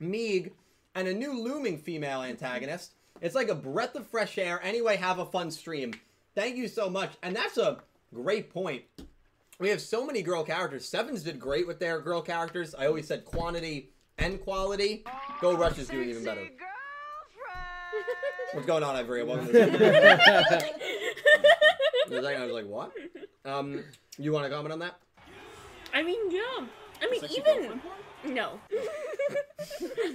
Speaker 4: Meeg, and a new looming female antagonist. It's like a breath of fresh air. Anyway, have a fun stream. Thank you so much. And that's a great point. We have so many girl characters. Sevens did great with their girl characters. I always said quantity and quality. Go Rush is doing even better. What's going on, Ivory? Welcome to the show. For a second, I was like, what? Um, you want to comment on that?
Speaker 2: I mean, yeah. I mean,
Speaker 13: Sexy
Speaker 2: even
Speaker 13: girlfriend porn?
Speaker 2: no.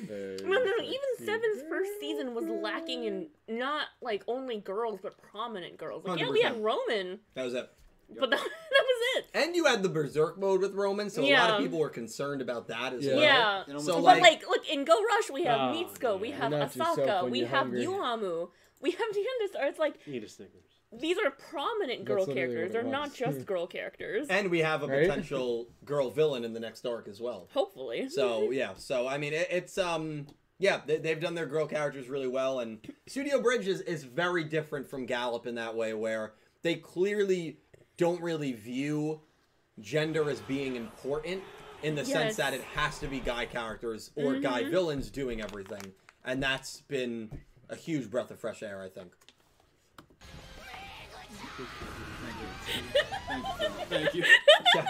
Speaker 2: No, no, no. Even Seven's first season was lacking in not like only girls, but prominent girls. Like, yeah, we had
Speaker 4: 100%.
Speaker 2: Roman,
Speaker 4: That was it.
Speaker 2: but that, [LAUGHS] that was it.
Speaker 4: And you had the berserk mode with Roman, so a lot
Speaker 2: Yeah.
Speaker 4: of people were concerned about that as
Speaker 3: Yeah.
Speaker 4: well.
Speaker 2: Yeah.
Speaker 13: It almost-
Speaker 4: So
Speaker 13: But,
Speaker 4: like,
Speaker 2: but like, look in Go Rush, we have
Speaker 7: Oh,
Speaker 2: Mitsuko, we
Speaker 7: yeah.
Speaker 2: have
Speaker 3: Not yourself
Speaker 2: Asaka,
Speaker 3: when
Speaker 2: we
Speaker 3: you're
Speaker 2: have
Speaker 3: hungry.
Speaker 2: Yuamu, we have [LAUGHS] Diandis. Or it's like
Speaker 7: Eat a Snickers.
Speaker 2: these are prominent
Speaker 3: That's
Speaker 2: girl
Speaker 3: literally
Speaker 2: characters.
Speaker 3: what
Speaker 2: They're
Speaker 3: it
Speaker 2: not
Speaker 3: was. Hmm.
Speaker 2: just girl characters.
Speaker 4: and we have a
Speaker 3: Right?
Speaker 4: potential girl villain in the next arc as well.
Speaker 2: Hopefully.
Speaker 4: So yeah, so I mean, it, it's um, yeah, they, they've done their girl characters really well, and Studio Bridge is, is very different from Gallop in that way, where they clearly don't really view gender as being important in the sense
Speaker 2: Yes.
Speaker 4: that it has to be guy characters or guy villains doing everything, and that's been a huge breath of fresh air, I think.
Speaker 13: Thank you.
Speaker 4: shout,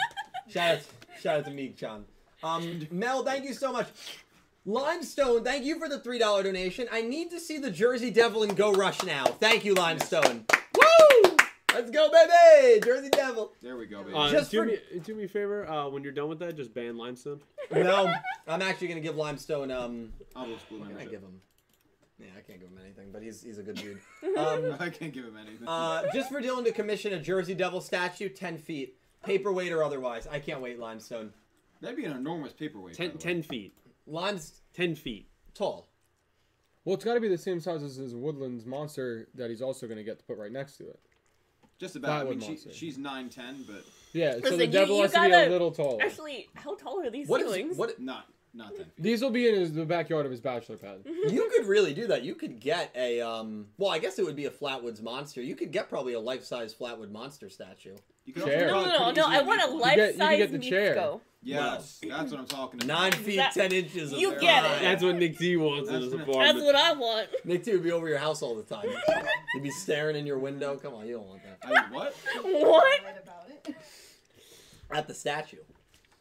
Speaker 4: shout out, shout out to Meek Chan. Um, Mel, thank you so much. Limestone, thank you for the three dollar donation. I need to see the Jersey Devil and Go Rush now. Thank you, Limestone. Woo! Let's go, baby! Jersey Devil.
Speaker 13: There we go, baby.
Speaker 7: Uh,
Speaker 4: Just
Speaker 7: do,
Speaker 4: for-
Speaker 7: me, do me a favor. Uh, when you're done with that, just ban limestone.
Speaker 4: No, I'm actually gonna give Limestone. Um,
Speaker 13: I'll just blue
Speaker 4: what can I give him? Yeah, I can't give him anything, but he's he's a good dude.
Speaker 13: membership.
Speaker 4: Um, [LAUGHS]
Speaker 13: I can't give him anything.
Speaker 4: uh, just for Dylan to commission a Jersey Devil statue, ten feet, paperweight or otherwise. I can't wait, Limestone.
Speaker 13: That'd be an enormous paperweight. by
Speaker 7: Ten,
Speaker 13: the way.
Speaker 7: ten feet.
Speaker 4: Lime's
Speaker 7: Ten feet.
Speaker 4: tall.
Speaker 3: Well, it's got to be the same size as his Woodlands monster that he's also going to get to put right next to it.
Speaker 13: Just
Speaker 3: That
Speaker 13: about. I
Speaker 3: would
Speaker 13: mean, she,
Speaker 3: monster.
Speaker 13: she's nine ten, but
Speaker 3: Yeah, so
Speaker 2: Listen,
Speaker 3: the
Speaker 2: you-
Speaker 3: devil
Speaker 2: you
Speaker 3: has to be a
Speaker 2: gotta-
Speaker 3: little taller.
Speaker 2: [LAUGHS] Actually, how tall are these
Speaker 4: What
Speaker 2: ceilings?
Speaker 4: is what?
Speaker 13: not not ten feet.
Speaker 3: These will be in his, the backyard of his bachelor pad.
Speaker 4: you could really do that. You could get a um well, I guess it would be a Flatwoods monster. You could get probably a life-size Flatwood monster statue.
Speaker 13: You could
Speaker 3: Chair.
Speaker 2: no,
Speaker 13: probably
Speaker 2: no, no,
Speaker 13: pretty
Speaker 2: no! I
Speaker 13: easily
Speaker 2: want a
Speaker 13: make one.
Speaker 3: get- you
Speaker 2: life
Speaker 3: can
Speaker 2: size
Speaker 3: get the chair. Um,
Speaker 2: Mitsuko.
Speaker 13: Yes, that's what I'm talking about.
Speaker 4: Nine feet
Speaker 2: That-
Speaker 4: ten inches. of
Speaker 2: You
Speaker 4: that.
Speaker 2: get it.
Speaker 7: That's what Nick D wants in his
Speaker 13: That's-
Speaker 2: That's
Speaker 7: apartment.
Speaker 2: what I want. [LAUGHS]
Speaker 4: Nick T would be over your house all the time. He'd be staring in your window. Come on, you don't want that.
Speaker 13: I, what?
Speaker 2: What?
Speaker 10: Right about it. [LAUGHS]
Speaker 4: At the statue.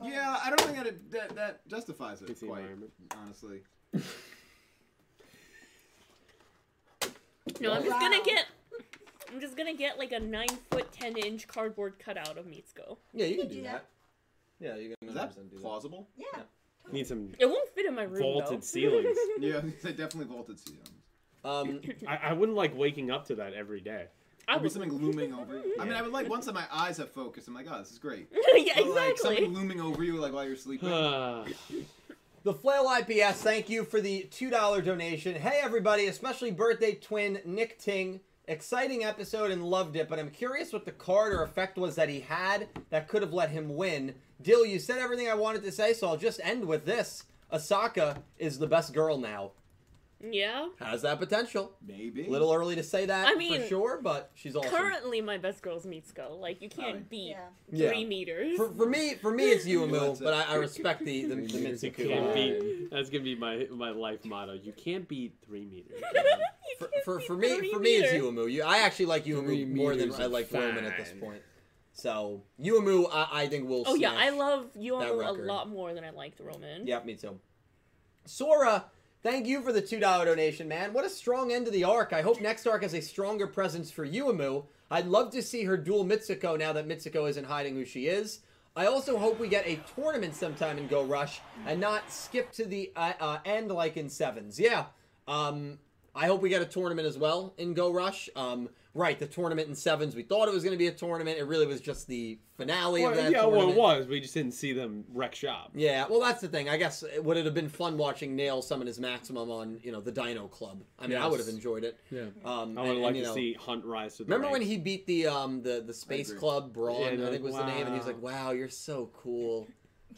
Speaker 13: Yeah, I don't think that it, that, that justifies it
Speaker 7: It's the
Speaker 13: quite
Speaker 7: environment.
Speaker 13: honestly.
Speaker 2: No, I'm just
Speaker 10: Wow.
Speaker 2: gonna get. I'm just gonna get like a nine foot ten inch cardboard cutout of Mitsuko.
Speaker 4: Yeah, you can
Speaker 10: could
Speaker 4: do
Speaker 10: do
Speaker 4: that. Yeah, you can
Speaker 13: Is
Speaker 4: 100%
Speaker 13: that
Speaker 4: do that.
Speaker 13: plausible?
Speaker 10: Yeah.
Speaker 7: Need some.
Speaker 2: It won't fit in my room though. [LAUGHS]
Speaker 7: Vaulted ceilings.
Speaker 13: Yeah, [LAUGHS] they definitely vaulted ceilings.
Speaker 4: Um,
Speaker 7: I, I wouldn't like waking up to that every day. [SIGHS]
Speaker 4: [LAUGHS]
Speaker 2: I
Speaker 13: There'd be
Speaker 2: would. [LAUGHS]
Speaker 13: something looming over. You. I mean, I would like once that my eyes have focused. I'm like, oh, this is great.
Speaker 2: yeah,
Speaker 13: But, like
Speaker 2: exactly.
Speaker 13: something looming over you, like while you're sleeping.
Speaker 7: Ah.
Speaker 4: The Flail IPS, thank you for the $2 donation. Hey, everybody, especially birthday twin Nick Ting. Exciting episode and loved it, but I'm curious what the card or effect was that he had that could have let him win. Dill, you said everything I wanted to say, so I'll just end with this. Asaka is the best girl now.
Speaker 2: Yeah.
Speaker 4: Has that potential.
Speaker 13: Maybe.
Speaker 4: A little early to say that
Speaker 2: I mean,
Speaker 4: for sure, but she's awesome.
Speaker 2: Currently, my best girl's Mitsuko. Like you can't
Speaker 13: Alright.
Speaker 2: beat
Speaker 10: Yeah.
Speaker 4: Yeah.
Speaker 2: three meters. [LAUGHS]
Speaker 4: For, for me, for me, it's you,
Speaker 13: Well, [LAUGHS]
Speaker 4: Amu,
Speaker 13: that's
Speaker 4: but
Speaker 13: it.
Speaker 4: I, I respect
Speaker 13: [LAUGHS]
Speaker 4: the the, the
Speaker 7: You
Speaker 4: Mitsuku.
Speaker 7: can't
Speaker 3: Fine.
Speaker 7: beat. That's gonna be my my life motto. You can't beat three [LAUGHS] meters.
Speaker 4: for, for, for me for me it's Uemu. You, I actually like
Speaker 3: Three
Speaker 4: Uemu more than
Speaker 3: meters
Speaker 4: I
Speaker 3: of
Speaker 4: like Roman at this
Speaker 7: fine.
Speaker 4: point. So Uemu, I, I think will.
Speaker 2: Oh yeah, I
Speaker 4: smash.
Speaker 2: love Yuomu a
Speaker 4: record.
Speaker 2: lot more than I like the Roman.
Speaker 4: Yep, me too. Sora, thank you for the two dollar donation, man. What a strong end to the arc. I hope next arc has a stronger presence for Uemu. I'd love to see her duel Mitsuko now that Mitsuko isn't hiding who she is. I also hope we get a tournament sometime in Go Rush and not skip to the uh, uh, end like in Sevens. Yeah. Um, I hope we get a tournament as well in Go Rush. Um, right, the tournament in Sevens. We thought it was going to be a tournament. It really was just the finale
Speaker 7: Well,
Speaker 4: of that
Speaker 7: yeah,
Speaker 4: tournament.
Speaker 7: well, it was. We just didn't see them wreck shop.
Speaker 4: Yeah, well, that's the thing. I guess it would it have been fun watching Nail summon his maximum on you know the Dino Club? I mean, I
Speaker 3: Yes.
Speaker 4: would have enjoyed it.
Speaker 3: Yeah.
Speaker 4: Um,
Speaker 7: I would
Speaker 4: and-
Speaker 7: like
Speaker 4: and, you
Speaker 7: to
Speaker 4: know,
Speaker 7: see Hunt rise to the.
Speaker 4: Remember when
Speaker 7: ranks.
Speaker 4: he beat the um the the Space
Speaker 13: agree.
Speaker 4: Club Braun?
Speaker 7: Yeah,
Speaker 4: I
Speaker 7: and
Speaker 4: think
Speaker 7: like,
Speaker 4: was the name, and he was like, "Wow, you're so cool."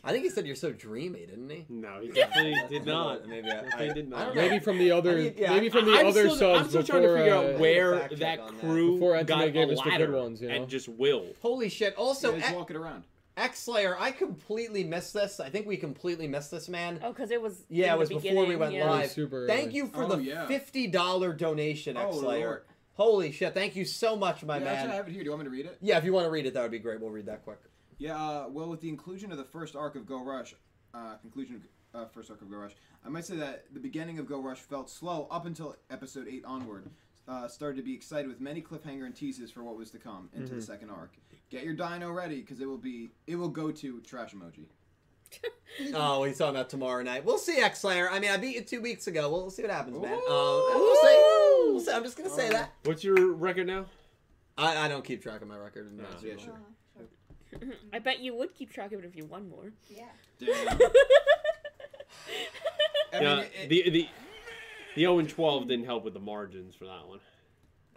Speaker 4: I think he said, "You're so dreamy," didn't he?
Speaker 7: [LAUGHS] No, he definitely did not.
Speaker 4: Maybe I-
Speaker 7: Definitely
Speaker 4: I-
Speaker 7: did
Speaker 4: I
Speaker 7: not.
Speaker 4: don't know.
Speaker 3: Maybe from the other,
Speaker 4: need- yeah,
Speaker 3: maybe from the
Speaker 7: I'm
Speaker 3: other
Speaker 7: still,
Speaker 3: subs.
Speaker 7: I'm still trying to
Speaker 3: before,
Speaker 7: figure
Speaker 3: uh,
Speaker 7: out where
Speaker 4: Fact check
Speaker 7: that
Speaker 4: on that.
Speaker 7: crew
Speaker 3: Before Anthony
Speaker 7: got
Speaker 3: gave
Speaker 7: a
Speaker 3: us the good
Speaker 7: ladder
Speaker 3: ones, you know?
Speaker 7: and just will.
Speaker 4: Holy shit!
Speaker 13: So
Speaker 4: Also,
Speaker 13: he's
Speaker 4: X-
Speaker 13: walking around.
Speaker 4: X Slayer, I completely missed this. I think we completely missed this, man.
Speaker 2: Oh, because it was.
Speaker 4: Yeah,
Speaker 2: in
Speaker 4: it was
Speaker 2: the
Speaker 4: before we
Speaker 2: beginning,
Speaker 4: went
Speaker 2: yeah.
Speaker 3: It was
Speaker 4: live.
Speaker 3: super
Speaker 4: Thank
Speaker 3: early.
Speaker 4: you for
Speaker 13: Oh,
Speaker 4: the
Speaker 13: yeah.
Speaker 4: fifty dollar donation, X
Speaker 13: Oh,
Speaker 4: Slayer.
Speaker 13: Lord.
Speaker 4: Holy shit! Thank you so much, my
Speaker 13: yeah,
Speaker 4: man.
Speaker 13: actually, I have it here. Do you want me to read it?
Speaker 4: Yeah, if you want to read it, that would be great. We'll read that quick.
Speaker 13: Yeah, uh, well, with the inclusion of the first arc of Go Rush, uh, conclusion of uh, first arc of Go Rush, I might say that the beginning of Go Rush felt slow up until episode 8 onward. uh, started to be excited with many cliffhanger and teases for what was to come into the
Speaker 7: Mhm.
Speaker 13: second arc. Get your dino ready because it will be it will go to trash emoji.
Speaker 4: Oh, he's talking about tomorrow night. We'll see, X Slayer. I mean, I beat you two weeks ago. We'll see what happens, man. Uh, we'll see. We'll see. I'm just gonna say that.
Speaker 7: What's your record now?
Speaker 4: I, I don't keep track of my record. in Master
Speaker 13: yeah,
Speaker 4: Duel.
Speaker 13: sure.
Speaker 10: Uh,
Speaker 2: [LAUGHS] I bet you would keep track of it if you won
Speaker 4: [LAUGHS]
Speaker 2: more.
Speaker 10: Yeah.
Speaker 13: [LAUGHS] Damn. I
Speaker 7: yeah,
Speaker 13: mean, it-
Speaker 7: Uh, the the the 0 and 12 didn't help with the margins for that one.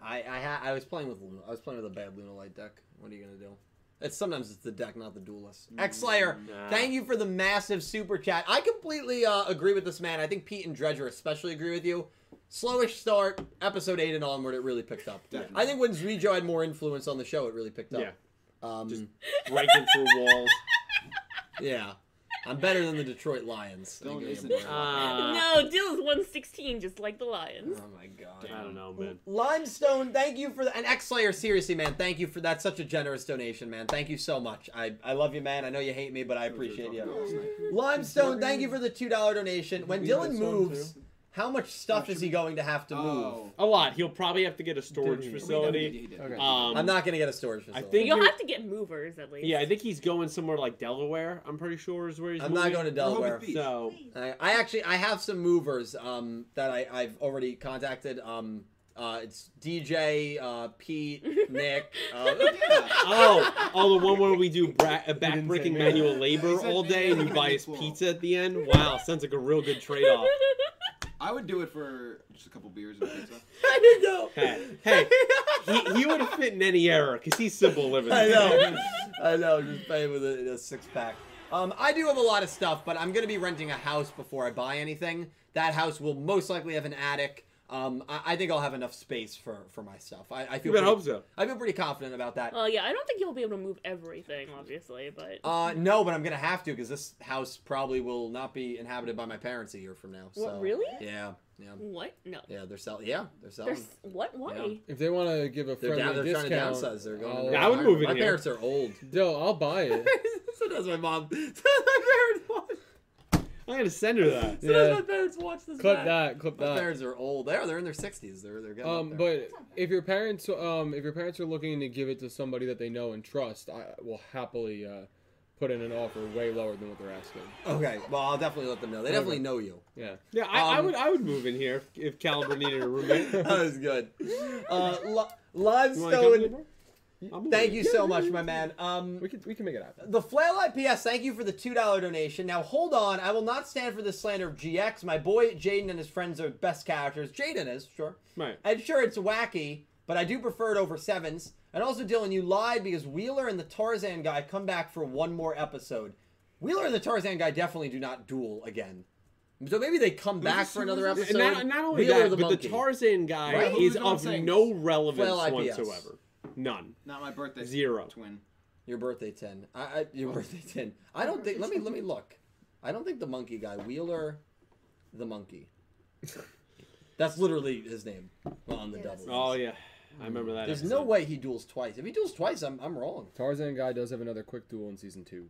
Speaker 4: I I, ha- I was playing with Luna. I was playing with a bad Luna Light deck. What are you gonna do? It's sometimes it's the deck, not the duelist.
Speaker 7: Mm.
Speaker 4: X Slayer,
Speaker 7: Nah.
Speaker 4: thank you for the massive super chat. I completely uh, agree with this man. I think Pete and Dredger especially agree with you. Slowish start, episode eight and onward, it really picked up.
Speaker 13: Definitely.
Speaker 4: I think when Zuijo had more influence on the show, it really picked up.
Speaker 7: Yeah,
Speaker 4: Um,
Speaker 7: Just- breaking through
Speaker 2: [LAUGHS]
Speaker 7: walls.
Speaker 4: yeah. I'm better than the Detroit Lions. I think
Speaker 13: Don't
Speaker 4: I am
Speaker 13: listen
Speaker 4: better.
Speaker 13: to
Speaker 7: Uh,
Speaker 2: no, Dill's 116, just like the Lions.
Speaker 4: Oh my god.
Speaker 7: I don't know, man.
Speaker 4: Limestone, thank you for that. And X Slayer, seriously, man, thank you for that. Such a generous donation, man. Thank you so much. I, I love you, man. I know you hate me, but I appreciate you. Limestone, thank you for the $2 donation. When Dylan moves, how much stuff is he going to have to move?
Speaker 13: Oh.
Speaker 7: A lot. He'll probably have to get a storage
Speaker 3: Didn't he?
Speaker 7: facility.
Speaker 3: Okay.
Speaker 13: [LAUGHS]
Speaker 7: Um,
Speaker 4: I'm not going to get a storage facility.
Speaker 7: think-
Speaker 2: You'll
Speaker 7: you-
Speaker 2: have to get movers at least. [LAUGHS]
Speaker 7: Yeah, I think he's going somewhere like Delaware. I'm pretty sure is where he's.
Speaker 4: I'm not
Speaker 7: moving.
Speaker 4: going to Delaware.
Speaker 13: Rehoboth Beach.
Speaker 7: So
Speaker 10: Please.
Speaker 4: I, I actually I have some movers um, that I, I've already contacted. Um, uh, it's DJ, uh, [LAUGHS] Pete, Nick. Uh,
Speaker 7: oh oh the one where we do bra- uh, back
Speaker 3: didn't
Speaker 7: breaking
Speaker 3: say
Speaker 7: manual
Speaker 3: that.
Speaker 13: He
Speaker 7: labor
Speaker 13: said
Speaker 7: all day and you
Speaker 13: that.
Speaker 7: buy us pizza at the end. Wow, sounds like a real good trade off.
Speaker 13: I would do it for just a couple beers and pizza.
Speaker 4: I didn't know.
Speaker 7: Hey, hey, he, he would fit in any era because he's simple living.
Speaker 4: I know. I know. Just playing with a, a six pack. Um, I do have a lot of stuff, but I'm going to be renting a house before I buy anything. That house will most likely have an attic. Um, I, I think I'll have enough space for, for my stuff. I, I
Speaker 7: You
Speaker 4: feel
Speaker 7: better
Speaker 4: pretty,
Speaker 7: hope so.
Speaker 4: I feel pretty confident about that.
Speaker 2: Well, yeah, I don't think you'll be able to move everything, obviously, but
Speaker 4: Uh, no, but I'm gonna have to because this house probably will not be inhabited by my parents a year from now. So.
Speaker 2: what? Really?
Speaker 4: Yeah, yeah,
Speaker 2: What? No.
Speaker 4: yeah. They're selling. Yeah, they're selling.
Speaker 2: There's what? Why?
Speaker 4: Yeah.
Speaker 3: If they want to give a
Speaker 4: They're,
Speaker 3: friendly
Speaker 4: down, they're trying to
Speaker 3: discount,
Speaker 4: downsize. They're going.
Speaker 3: I'll-
Speaker 4: to
Speaker 7: Oh, I would move in
Speaker 4: My
Speaker 7: here.
Speaker 4: parents are old.
Speaker 3: Dill, I'll buy it.
Speaker 4: [LAUGHS] so does my mom. [LAUGHS] So does my parents watch.
Speaker 7: I'm gonna send her that.
Speaker 4: So does
Speaker 3: Yeah.
Speaker 4: my parents watch this.
Speaker 3: clip
Speaker 4: back.
Speaker 3: that. Clip
Speaker 4: My
Speaker 3: that.
Speaker 4: parents are old. They're they're in their sixties. They're they're getting
Speaker 3: Um,
Speaker 4: up there.
Speaker 3: but if your parents, um, if your parents are looking to give it to somebody that they know and trust, I will happily uh, put in an offer way lower than what they're asking.
Speaker 4: okay, well I'll definitely let them know. They definitely know you.
Speaker 7: [LAUGHS]
Speaker 4: [LAUGHS]
Speaker 3: Yeah.
Speaker 7: Yeah, I, I
Speaker 4: Um,
Speaker 7: would I would move in here if, if Caliber needed a roommate.
Speaker 4: that was good. Uh, li-
Speaker 7: You wanna come
Speaker 4: limestone.
Speaker 7: over? I'm
Speaker 4: Thank
Speaker 7: over.
Speaker 4: you so much, my man. Um,
Speaker 3: We can we can make it happen.
Speaker 4: The Flail IPS, thank you for the $2 donation. Now, hold on. I will not stand for the slander of GX. My boy Jaden and his friends are best characters. Jaden is, sure.
Speaker 7: Right.
Speaker 4: And sure, it's wacky, but I do prefer it over Sevens. And also, Dylan, you lied because Wheeler and the Tarzan guy come back for one more episode. Wheeler and the Tarzan guy definitely do not duel again. So maybe they come back for another
Speaker 13: Who's the
Speaker 4: episode.
Speaker 13: Tarzan?
Speaker 7: not, not only
Speaker 4: Wheeler
Speaker 7: that, but
Speaker 4: monkey.
Speaker 7: the Tarzan guy
Speaker 4: Right.
Speaker 7: is
Speaker 13: Who's on
Speaker 7: of
Speaker 13: things?
Speaker 7: no relevance
Speaker 4: Well, IPS.
Speaker 7: whatsoever. None.
Speaker 13: Not my birthday.
Speaker 7: Zero.
Speaker 13: Twin.
Speaker 4: Your birthday ten. I, I your birthday ten. I don't think. Let me let me look. I don't think the monkey guy Wheeler, the monkey. That's literally his name well, on the
Speaker 10: Yeah,
Speaker 4: double.
Speaker 10: that's-
Speaker 7: Oh yeah, I remember that.
Speaker 4: There's
Speaker 7: episode.
Speaker 4: no way he duels twice. If he duels twice, I'm I'm wrong.
Speaker 3: Tarzan guy does have another quick duel in season two.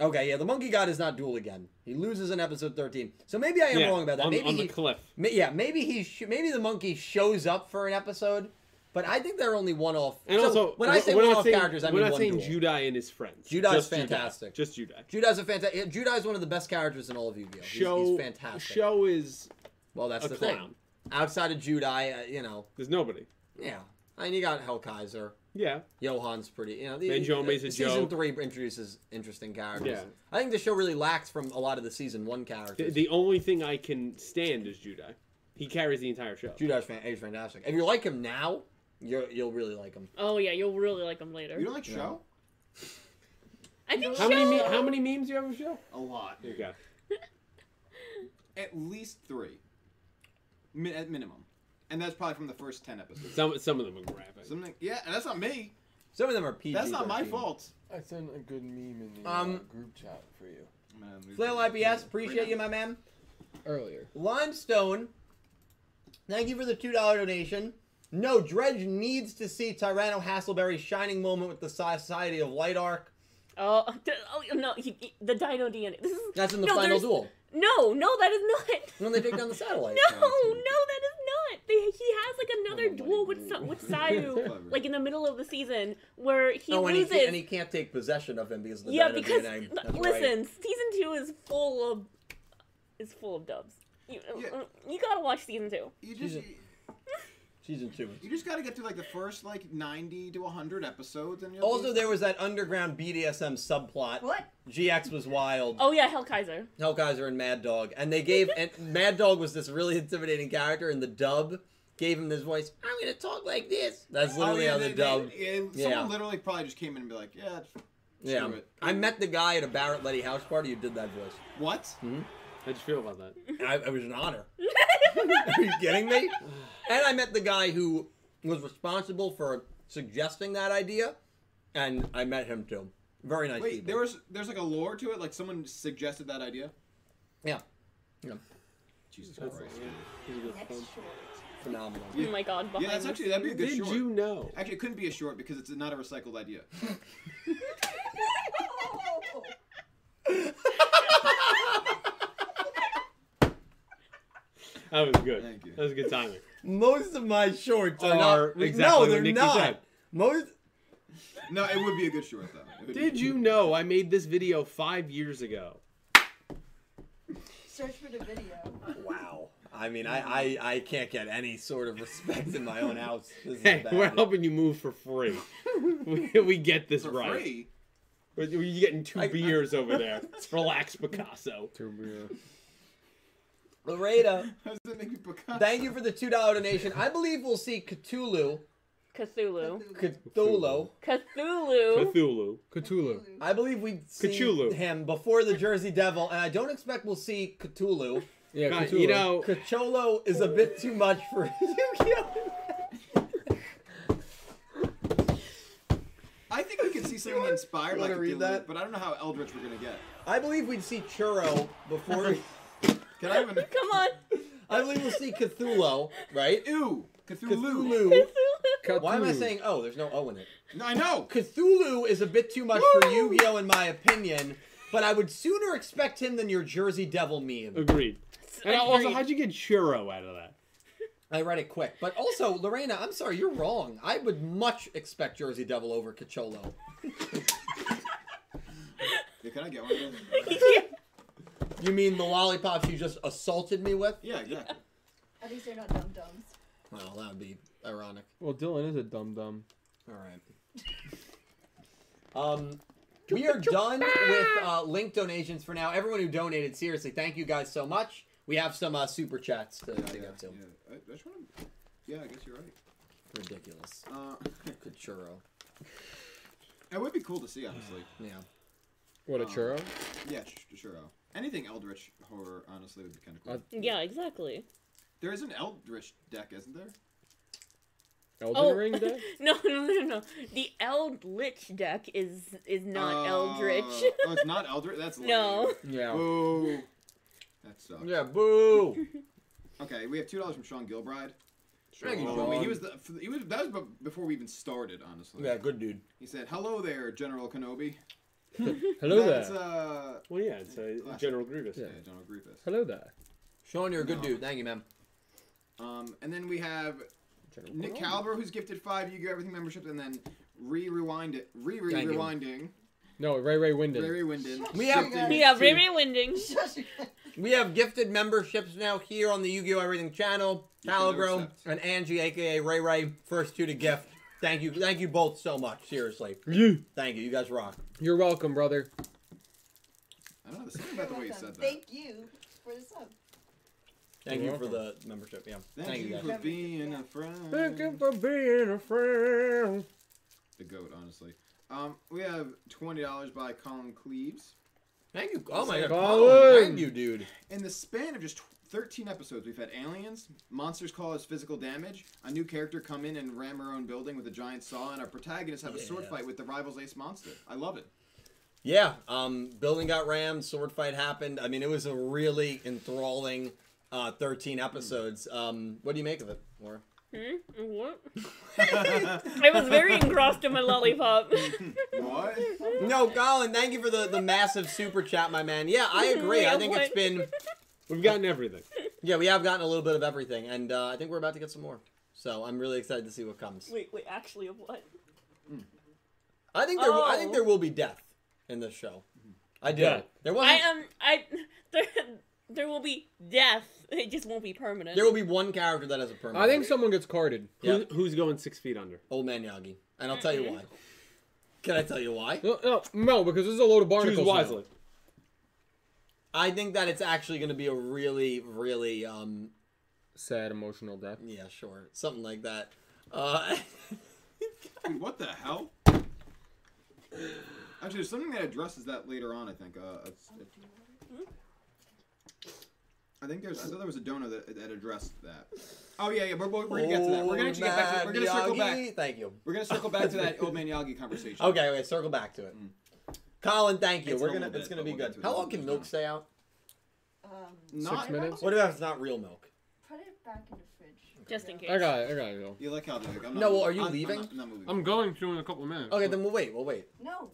Speaker 4: Okay, yeah, the monkey guy does not duel again. He loses in episode thirteen. So maybe I am
Speaker 7: Yeah,
Speaker 4: wrong about that.
Speaker 7: On,
Speaker 4: maybe
Speaker 7: on
Speaker 4: he,
Speaker 7: the cliff.
Speaker 4: ma- yeah, maybe he sh- maybe the monkey shows up for an episode, but I think they're only one off.
Speaker 7: And
Speaker 4: so
Speaker 7: also,
Speaker 4: when I say
Speaker 7: we're
Speaker 4: one
Speaker 7: not
Speaker 4: off
Speaker 7: saying-
Speaker 4: characters, I
Speaker 7: we're
Speaker 4: mean
Speaker 7: not
Speaker 4: one
Speaker 7: saying
Speaker 4: duel.
Speaker 7: Judai and his friends.
Speaker 4: Judai is
Speaker 7: Just Judai.
Speaker 4: fantastic.
Speaker 7: Just Judai.
Speaker 4: Judah's a fantastic. Judah's one of the best characters in all of Yu-Gi-Oh. He's-
Speaker 7: Show
Speaker 4: he's, fantastic.
Speaker 7: Show is
Speaker 4: Well, that's
Speaker 7: a
Speaker 4: the
Speaker 7: clown.
Speaker 4: thing. Outside of Judai, uh, you know,
Speaker 7: There's nobody.
Speaker 4: yeah. And you got Hell Kaiser.
Speaker 7: Yeah.
Speaker 4: Johan's pretty. You know, the,
Speaker 7: Benjomi's a
Speaker 4: season
Speaker 7: joke.
Speaker 4: three introduces interesting characters.
Speaker 7: Yeah.
Speaker 4: I think the show really lacks from a lot of the season one
Speaker 7: The,
Speaker 4: characters.
Speaker 7: the only thing I can stand is Judai. He carries the entire show.
Speaker 4: Judai's fan- he's fantastic. If you like him now, you're, you'll really like him.
Speaker 2: Oh yeah, you'll really like them later.
Speaker 13: You don't like show?
Speaker 2: I think
Speaker 7: How many me-
Speaker 2: Shell-
Speaker 7: how many memes do you have of show?
Speaker 13: A lot.
Speaker 7: Here you go.
Speaker 13: At least three. Mi- at minimum. And that's probably from the first ten episodes.
Speaker 7: Some some of them are graphic.
Speaker 13: Something. Yeah, and that's not me.
Speaker 4: Some of them are PG.
Speaker 13: That's not my fault.
Speaker 3: I sent a good meme in the
Speaker 4: uh, Um,
Speaker 3: group chat for you
Speaker 13: I'm gonna move
Speaker 4: Flail
Speaker 13: things.
Speaker 4: IPS, appreciate you, my man.
Speaker 3: earlier.
Speaker 4: Limestone, thank you for the $2 donation. No, Dredge needs to see Tyranno Hasselberry's shining moment with the Society of Light Arc.
Speaker 2: Oh, [LAUGHS] d- oh no, he, he- the Dino DNA. This is
Speaker 4: That's in the
Speaker 2: No,
Speaker 4: final
Speaker 2: there's-
Speaker 4: duel.
Speaker 2: [LAUGHS] no, no, that is not.
Speaker 4: When they take down the satellite.
Speaker 2: No, no, that is not. they, he has like another duel with Sa- with Sayu, like in the middle of the season where he
Speaker 4: oh, and he,
Speaker 2: loses.
Speaker 4: ca- and he can't take possession of him because of the
Speaker 2: yeah,
Speaker 4: Dino
Speaker 2: because
Speaker 4: DNA.
Speaker 2: l-
Speaker 4: That's right.
Speaker 2: listen, season two is full of is full of dubs. You, uh,
Speaker 5: Yeah.
Speaker 2: you gotta watch season two.
Speaker 5: You just you,
Speaker 4: season two.
Speaker 5: you just got to get through like the first like ninety to hundred episodes, and you'll
Speaker 4: Also,
Speaker 5: be-
Speaker 4: there was that underground BDSM subplot.
Speaker 10: What?
Speaker 4: GX was wild.
Speaker 2: Oh yeah, Hell Kaiser.
Speaker 4: Hellkaiser and Mad Dog, and they gave and Mad Dog was this really intimidating character, and the dub gave him this voice. I'm gonna talk like this. That's literally
Speaker 5: Oh, yeah,
Speaker 4: how the
Speaker 5: they- they-
Speaker 4: dub.
Speaker 5: it-
Speaker 4: Yeah.
Speaker 5: Someone literally probably just came in and be like, yeah, it's-
Speaker 4: yeah,
Speaker 5: screw it.
Speaker 4: I met the guy at a Barrett Letty house party who did that voice.
Speaker 5: what?
Speaker 7: How'd you feel about that?
Speaker 4: I, it was an
Speaker 5: [LAUGHS]
Speaker 4: honor. Are you kidding me? And I met the guy who was responsible for suggesting that idea, and I met him too. Very nice.
Speaker 5: Wait,
Speaker 4: people.
Speaker 5: there was there's like a lore to it. Like someone suggested that idea.
Speaker 4: yeah,
Speaker 5: Jesus Christ.
Speaker 10: Next short. [LAUGHS]
Speaker 4: phenomenal.
Speaker 5: [LAUGHS]
Speaker 2: Oh my god,
Speaker 5: Yeah,
Speaker 2: behind
Speaker 5: that's
Speaker 2: the
Speaker 5: actually that'd be a good
Speaker 7: Did
Speaker 5: short.
Speaker 7: you know?
Speaker 5: Actually, it couldn't be a short because it's not a recycled idea.
Speaker 10: Oh,
Speaker 7: That was good.
Speaker 5: Thank you.
Speaker 7: That was good timing.
Speaker 4: Most of my shorts are,
Speaker 7: Are
Speaker 4: not.
Speaker 7: exactly
Speaker 4: no,
Speaker 7: what
Speaker 4: they're
Speaker 7: Nikki
Speaker 4: not.
Speaker 7: said.
Speaker 4: Most.
Speaker 5: No, it would be a good short though. It would be-
Speaker 7: Did you
Speaker 5: [LAUGHS]
Speaker 7: know I made this video five years ago?
Speaker 10: search for the video.
Speaker 4: Wow. I mean, I, I, I can't get any sort of respect in my own house. This is
Speaker 7: [LAUGHS] Hey,
Speaker 4: bad.
Speaker 7: we're helping you move for free. we, we get this
Speaker 5: for
Speaker 7: right.
Speaker 5: free? [LAUGHS]
Speaker 7: We're, you're getting two
Speaker 4: I-
Speaker 7: beers over there. Relax, Picasso.
Speaker 4: Laredo,
Speaker 5: How does that make me Picasso?
Speaker 4: thank you for the $2 donation. I believe we'll see Cthulhu.
Speaker 2: Cthulhu.
Speaker 4: Cthulhu.
Speaker 2: Cthulhu.
Speaker 7: Cthulhu.
Speaker 3: Cthulhu.
Speaker 4: I believe we see
Speaker 7: Cthulhu.
Speaker 4: him before the Jersey Devil, and I don't expect we'll see Cthulhu.
Speaker 3: Yeah,
Speaker 7: God,
Speaker 3: Cthulhu.
Speaker 7: you know,
Speaker 4: Cthulhu is a bit too much for [LAUGHS] Yu-Gi-Oh!
Speaker 5: I think we could see something
Speaker 4: [LAUGHS]
Speaker 5: inspired
Speaker 4: You
Speaker 5: like
Speaker 4: wanna read
Speaker 5: Cthulhu,
Speaker 4: that?
Speaker 5: but I don't know how Eldritch we're gonna get.
Speaker 4: I believe we'd see Churro before.
Speaker 5: Can
Speaker 4: [LAUGHS]
Speaker 5: I even?
Speaker 2: Come on.
Speaker 4: I believe we'll see Cthulhu, right?
Speaker 5: Ew, Cthulhu.
Speaker 4: Cthulhu.
Speaker 3: [LAUGHS] Cthulhu.
Speaker 4: Why am I saying oh? There's no O in it.
Speaker 5: No, I know.
Speaker 4: Cthulhu is a bit too much for Yu-Gi-Oh, in my opinion. But I would sooner expect him than your Jersey Devil meme.
Speaker 7: agreed. And also,
Speaker 2: Agreed.
Speaker 7: how'd you get churro out of that?
Speaker 4: I read it quick, but also Lorena, I'm sorry, you're wrong. I would much expect Jersey Devil over Cacholo.
Speaker 5: Yeah, can I get one? of those?
Speaker 4: [LAUGHS]
Speaker 2: [LAUGHS]
Speaker 4: You mean the lollipops you just assaulted me with?
Speaker 5: Yeah, exactly.
Speaker 10: At least they're not dum
Speaker 5: [LAUGHS]
Speaker 10: dums.
Speaker 4: Well, that would be ironic.
Speaker 3: Well, Dylan is a dum
Speaker 4: [LAUGHS]
Speaker 3: dum.
Speaker 4: All right. Um, we are done with uh, link donations for now. Everyone who donated, seriously, thank you guys so much. We have some uh, super chats to,
Speaker 5: Yeah,
Speaker 4: to
Speaker 5: yeah,
Speaker 4: go to.
Speaker 5: yeah. I, I just want to. Yeah, I guess you're right.
Speaker 4: Ridiculous.
Speaker 5: Uh, [LAUGHS]
Speaker 4: Good churro.
Speaker 5: it would be cool to see, honestly.
Speaker 4: Yeah.
Speaker 3: What a
Speaker 5: Um,
Speaker 3: churro.
Speaker 5: Yeah, sh- sure. Anything Eldritch horror, honestly, would be kind of cool.
Speaker 3: Uh,
Speaker 2: Yeah, exactly.
Speaker 5: there is an Eldritch deck, isn't there?
Speaker 3: Elden
Speaker 2: Oh. [LAUGHS]
Speaker 3: Ring Day?
Speaker 2: No, no, no, no. The Eldritch deck is is not
Speaker 5: [LAUGHS]
Speaker 2: Eldritch.
Speaker 5: Uh, Oh, it's not Eldritch.
Speaker 4: [LAUGHS]
Speaker 5: That's
Speaker 2: No.
Speaker 4: Oh.
Speaker 3: Yeah.
Speaker 5: Boo. That sucks.
Speaker 4: Yeah, boo!
Speaker 5: Okay, we have two dollars from Sean Gilbride.
Speaker 4: Thank you,
Speaker 5: Oh, wait,
Speaker 4: Sean.
Speaker 5: he was the f- he was that was b- before we even started, honestly.
Speaker 4: Yeah, good dude.
Speaker 5: He said, "Hello there, General Kenobi."
Speaker 3: Hello
Speaker 5: That's,
Speaker 3: there.
Speaker 5: Uh,
Speaker 7: Well, yeah, it's uh,
Speaker 5: Classic.
Speaker 7: General Grievous.
Speaker 5: yeah, General Grievous.
Speaker 3: Hello there.
Speaker 4: Sean, you're a good
Speaker 5: No.
Speaker 4: dude. Thank you, man.
Speaker 5: Um, and then we have Nick Calver, who's gifted five You Get Everything memberships, and then re rewind it, re re
Speaker 4: Thank you.
Speaker 5: rewinding.
Speaker 3: No, Ray Ray Winden.
Speaker 5: Larry Wyndon.
Speaker 4: We have-
Speaker 5: gifted
Speaker 2: yeah,
Speaker 5: two-
Speaker 2: Ray Ray Winding.
Speaker 10: [LAUGHS]
Speaker 4: We have gifted memberships now here on the Yu Gi Oh! Everything channel.
Speaker 5: You can
Speaker 4: Calogro
Speaker 5: accept.
Speaker 4: and Angie, aka Ray Ray, first two to gift. Thank you, thank you both so much. Seriously,
Speaker 3: Yeah.
Speaker 4: thank you. You guys rock.
Speaker 3: You're welcome, brother.
Speaker 5: I don't know. There's something about the way you said that.
Speaker 10: Thank you for the sub.
Speaker 4: Thank
Speaker 3: You're
Speaker 4: you for the membership. Yeah,
Speaker 5: Thank, you,
Speaker 4: guys.
Speaker 5: for being a friend.
Speaker 3: Thank you for being a friend.
Speaker 5: the goat, honestly. Um, we have twenty dollars by Colin Cleves.
Speaker 4: Thank you. Oh my god,
Speaker 3: Colin.
Speaker 4: Colin, thank you, dude.
Speaker 5: In the span of just thirteen episodes, we've had aliens, monsters cause physical damage, a new character come in and ram her own building with a giant saw, and our protagonists have a sword
Speaker 4: Yeah.
Speaker 5: fight with the rival's ace monster. I
Speaker 2: [LAUGHS]
Speaker 5: love it.
Speaker 4: Yeah, um, building got rammed, sword fight happened. I mean, it was a really enthralling uh, 13 episodes. Um, what do you make of it,
Speaker 2: [LAUGHS]
Speaker 4: Laura?
Speaker 2: Hmm? What? I was very
Speaker 5: [LAUGHS]
Speaker 2: engrossed in my lollipop.
Speaker 5: What?
Speaker 2: [LAUGHS]
Speaker 4: No, Colin, thank
Speaker 2: [LAUGHS]
Speaker 4: you for the, the massive super chat, my man. Yeah, I agree. I think it's been
Speaker 7: We've gotten everything.
Speaker 4: Yeah, we have gotten a little bit of everything, and uh, I think we're about to get some more. So I'm really excited to see what comes.
Speaker 2: Wait, wait, actually, of what?
Speaker 4: I think there, will I
Speaker 2: Oh.
Speaker 4: think there will be death in this show. I do.
Speaker 7: Yeah.
Speaker 4: There
Speaker 2: I
Speaker 4: wasn't.
Speaker 2: am. I there, there will be death. It just won't be permanent.
Speaker 4: there will be one character that has a permanent.
Speaker 3: I think someone gets carded.
Speaker 4: Yeah.
Speaker 7: Who, who's going six feet under?
Speaker 4: old man Yagi, and I'll tell
Speaker 2: [LAUGHS]
Speaker 4: you why. Can I tell you why?
Speaker 3: No, no, no, because there's a load of barnacles.
Speaker 7: Choose
Speaker 3: now.
Speaker 7: wisely.
Speaker 4: I think that it's actually going to be a really, really, um,
Speaker 3: Sad emotional death.
Speaker 4: yeah, sure, something like that. Uh,
Speaker 5: Dude, what the hell? Actually, there's something that addresses that later on. I think. Uh, it's- it- I think there's. I thought there was a donor that, that addressed that. Oh yeah, yeah. We're, [LAUGHS] we're, we're gonna get to that. We're gonna actually get back. To, we're gonna circle
Speaker 4: Old man
Speaker 5: back.
Speaker 4: Yagi, Thank you.
Speaker 5: We're gonna circle back to that old man Yagi conversation.
Speaker 4: Okay, okay, circle back to it.
Speaker 5: Mm.
Speaker 4: Colin, thank you.
Speaker 5: It's
Speaker 4: We're
Speaker 5: a
Speaker 4: gonna,
Speaker 5: little
Speaker 4: it's
Speaker 5: bit,
Speaker 4: gonna be
Speaker 5: but we'll
Speaker 4: good.
Speaker 5: get to it
Speaker 4: How
Speaker 5: in a
Speaker 4: long
Speaker 5: little
Speaker 4: can
Speaker 5: bit.
Speaker 4: milk stay out?
Speaker 10: Um,
Speaker 5: Not.
Speaker 3: Six minutes?
Speaker 4: What if it's not real milk?
Speaker 10: Put it back in the fridge.
Speaker 2: just in case.
Speaker 3: I got it. I got it. Though.
Speaker 5: You like how they like, I'm not
Speaker 4: No, well,
Speaker 5: moving.
Speaker 4: are you
Speaker 5: I'm- I'm
Speaker 4: leaving?
Speaker 5: not- I'm not moving.
Speaker 3: I'm going to in a couple of minutes.
Speaker 4: Okay, then we'll wait. We'll wait.
Speaker 10: No,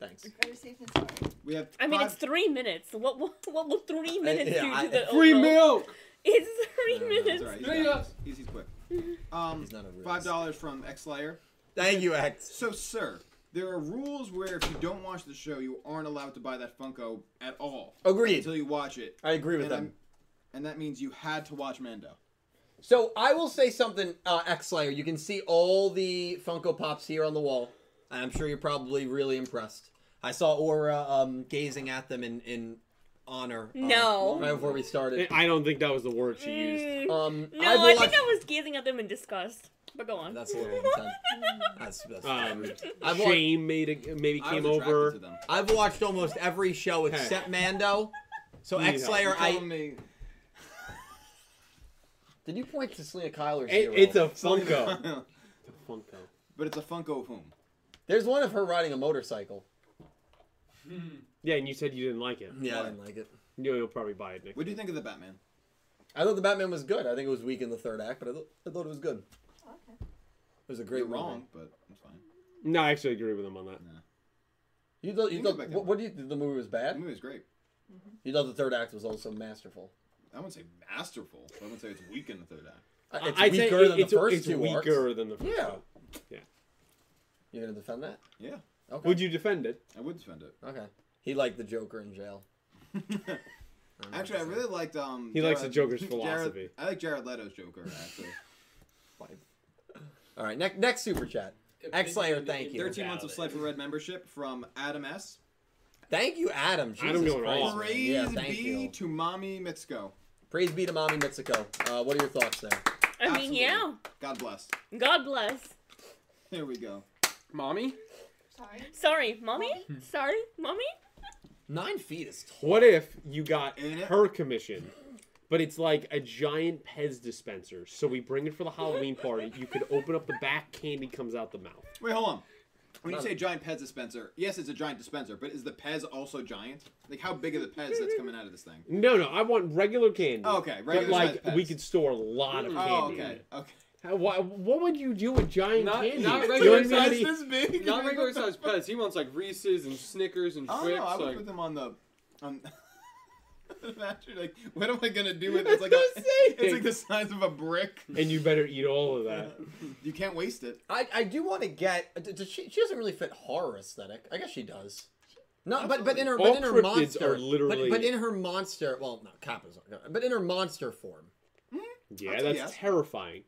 Speaker 4: Thanks.
Speaker 10: better safe than sorry.
Speaker 5: We have.
Speaker 2: I mean,
Speaker 5: five-
Speaker 2: it's three minutes. What will, what will three minutes
Speaker 4: yeah,
Speaker 2: do to
Speaker 4: I-
Speaker 2: the
Speaker 3: Free
Speaker 2: overall-
Speaker 3: milk.
Speaker 2: [LAUGHS] It's
Speaker 5: No,
Speaker 2: three
Speaker 5: no, no, it's
Speaker 2: minutes.
Speaker 5: alright, he's
Speaker 3: Three
Speaker 5: got
Speaker 3: minutes.
Speaker 5: this. He's,
Speaker 2: [LAUGHS]
Speaker 5: he's quick. Um,
Speaker 4: He's not a real.
Speaker 5: five dollars from X Layer.
Speaker 4: Thank you, X.
Speaker 5: So, sir, there are rules where if you don't watch the show, you aren't allowed to buy that Funko at all
Speaker 4: Agreed.
Speaker 5: until you watch it.
Speaker 4: I agree with
Speaker 5: And,
Speaker 4: them.
Speaker 5: I'm- and that means you had to watch Mando.
Speaker 4: So I will say something, uh, X Slayer. You can see all the Funko Pops here on the wall, and I'm sure you're probably really impressed. I saw Aura um, gazing at them in in honor. uh,
Speaker 2: No.
Speaker 4: right before we started.
Speaker 7: I don't think that was the word she used.
Speaker 2: Mm,
Speaker 4: Um,
Speaker 2: no, I, think I was gazing at them in disgust. But go on.
Speaker 4: That's a little intense.
Speaker 2: [LAUGHS]
Speaker 4: That's, that's
Speaker 7: Um,
Speaker 4: I've wa-
Speaker 7: Shame made a, maybe
Speaker 5: I
Speaker 7: came
Speaker 5: was attracted
Speaker 7: over.
Speaker 5: to them.
Speaker 4: I've watched almost every show except Mando. So
Speaker 7: Need
Speaker 4: X
Speaker 7: help.
Speaker 4: Slayer,
Speaker 5: You're telling
Speaker 4: I
Speaker 5: me
Speaker 4: did you point to Selena Kyle or
Speaker 7: It-
Speaker 4: Zero?
Speaker 7: it's a Funko.
Speaker 5: [LAUGHS]
Speaker 7: Funko.
Speaker 5: but it's a Funko whom?
Speaker 4: There's one of her riding a motorcycle.
Speaker 7: Yeah, and you said you didn't like it.
Speaker 4: Yeah, I
Speaker 5: Why?
Speaker 4: didn't like it.
Speaker 7: You know, you'll probably buy it next.
Speaker 5: What do you think of the Batman?
Speaker 4: I thought the Batman was good. I think it was weak in the third act, but I, th- I thought it was good. It
Speaker 10: Okay.
Speaker 4: was a great
Speaker 5: You're
Speaker 4: movie.
Speaker 5: wrong, but it's fine.
Speaker 7: No, I actually agree with him on that.
Speaker 4: You thought you
Speaker 5: You can go
Speaker 4: thought
Speaker 5: back and
Speaker 4: what, what do you think the movie was
Speaker 5: The
Speaker 4: bad?
Speaker 5: movie is great.
Speaker 4: You thought the third act was also masterful.
Speaker 5: I wouldn't say masterful. but I wouldn't say it's weak in the third act.
Speaker 4: Uh,
Speaker 7: I-
Speaker 4: It's
Speaker 7: I'd say
Speaker 4: weaker
Speaker 7: it-
Speaker 4: than
Speaker 7: it's,
Speaker 4: the first
Speaker 7: it's
Speaker 4: two
Speaker 7: weaker
Speaker 4: arcs.
Speaker 7: than the first
Speaker 4: Yeah.
Speaker 7: one.
Speaker 4: You're gonna defend that?
Speaker 5: Yeah,
Speaker 4: Okay.
Speaker 7: Would you defend it?
Speaker 5: I would defend it.
Speaker 4: Okay. He liked the Joker in jail.
Speaker 5: [LAUGHS]
Speaker 4: I'm not
Speaker 5: actually, I
Speaker 4: gonna say
Speaker 5: really liked. Um,
Speaker 7: He likes the
Speaker 5: [LAUGHS]
Speaker 7: Joker's
Speaker 5: Jared-
Speaker 7: philosophy.
Speaker 5: I like Jared Leto's Joker. Actually,
Speaker 4: it. All right. Next next super chat. X Slayer, thank you.
Speaker 5: thirteen months of Sled for Red membership from Adam S.
Speaker 4: Thank you, Adam. Jesus
Speaker 7: Adam going
Speaker 4: Christ,
Speaker 7: off.
Speaker 4: man.
Speaker 5: Praise
Speaker 4: Yeah, thank
Speaker 5: be
Speaker 4: you.
Speaker 5: to Mommy Mitsuko.
Speaker 4: Praise be to Mommy Mitsuko. Uh, what are your thoughts there?
Speaker 2: I mean,
Speaker 5: Absolutely.
Speaker 2: yeah.
Speaker 5: God bless.
Speaker 2: God bless.
Speaker 5: There we go.
Speaker 3: Mommy.
Speaker 10: Sorry. [LAUGHS]
Speaker 2: Sorry, mommy. Sorry, mommy.
Speaker 4: Nine feet is tall.
Speaker 7: What if you got
Speaker 5: Ain't it?
Speaker 7: her commission, but it's like a giant Pez dispenser? So we bring it for the Halloween party. You could open up the back, candy comes out the mouth.
Speaker 5: Wait, hold on. When you
Speaker 4: Not-
Speaker 5: say giant Pez dispenser, yes, it's a giant dispenser, but is the Pez also giant? Like, how big are the Pez that's coming out of this thing?
Speaker 7: No, no, I want regular candy.
Speaker 5: Oh, okay,
Speaker 7: But
Speaker 5: regular
Speaker 7: like
Speaker 5: size Pez.
Speaker 7: we could store a lot of candy.
Speaker 5: Oh,
Speaker 7: in
Speaker 5: okay,
Speaker 7: it.
Speaker 5: okay.
Speaker 7: How, why, what would you do with giant
Speaker 3: Not-
Speaker 7: candy?
Speaker 3: not
Speaker 7: You know
Speaker 3: regular
Speaker 7: what I mean?
Speaker 3: size.
Speaker 5: big.
Speaker 3: Not regular sized pets. He wants like Reese's and Snickers and
Speaker 5: Oh
Speaker 3: Twix.
Speaker 5: no, I would
Speaker 3: like,
Speaker 5: put them on the. On... [LAUGHS] Imagine, like, what am I gonna do with this? Like, a, it's like the size of a
Speaker 7: [LAUGHS]
Speaker 5: brick. Uh,
Speaker 7: And you better eat all of that.
Speaker 5: You can't waste it.
Speaker 4: I, I do want to get. uh, d- Does she, she doesn't really fit horror aesthetic. I guess she does. No, but but in her but
Speaker 7: All
Speaker 4: in her
Speaker 7: cryptids
Speaker 4: monster
Speaker 7: are literally-
Speaker 4: but, but in her monster well no Kappa's not- but in her monster form.
Speaker 5: Hmm?
Speaker 7: Yeah,
Speaker 5: That's-
Speaker 7: that's
Speaker 5: yes.
Speaker 7: terrifying.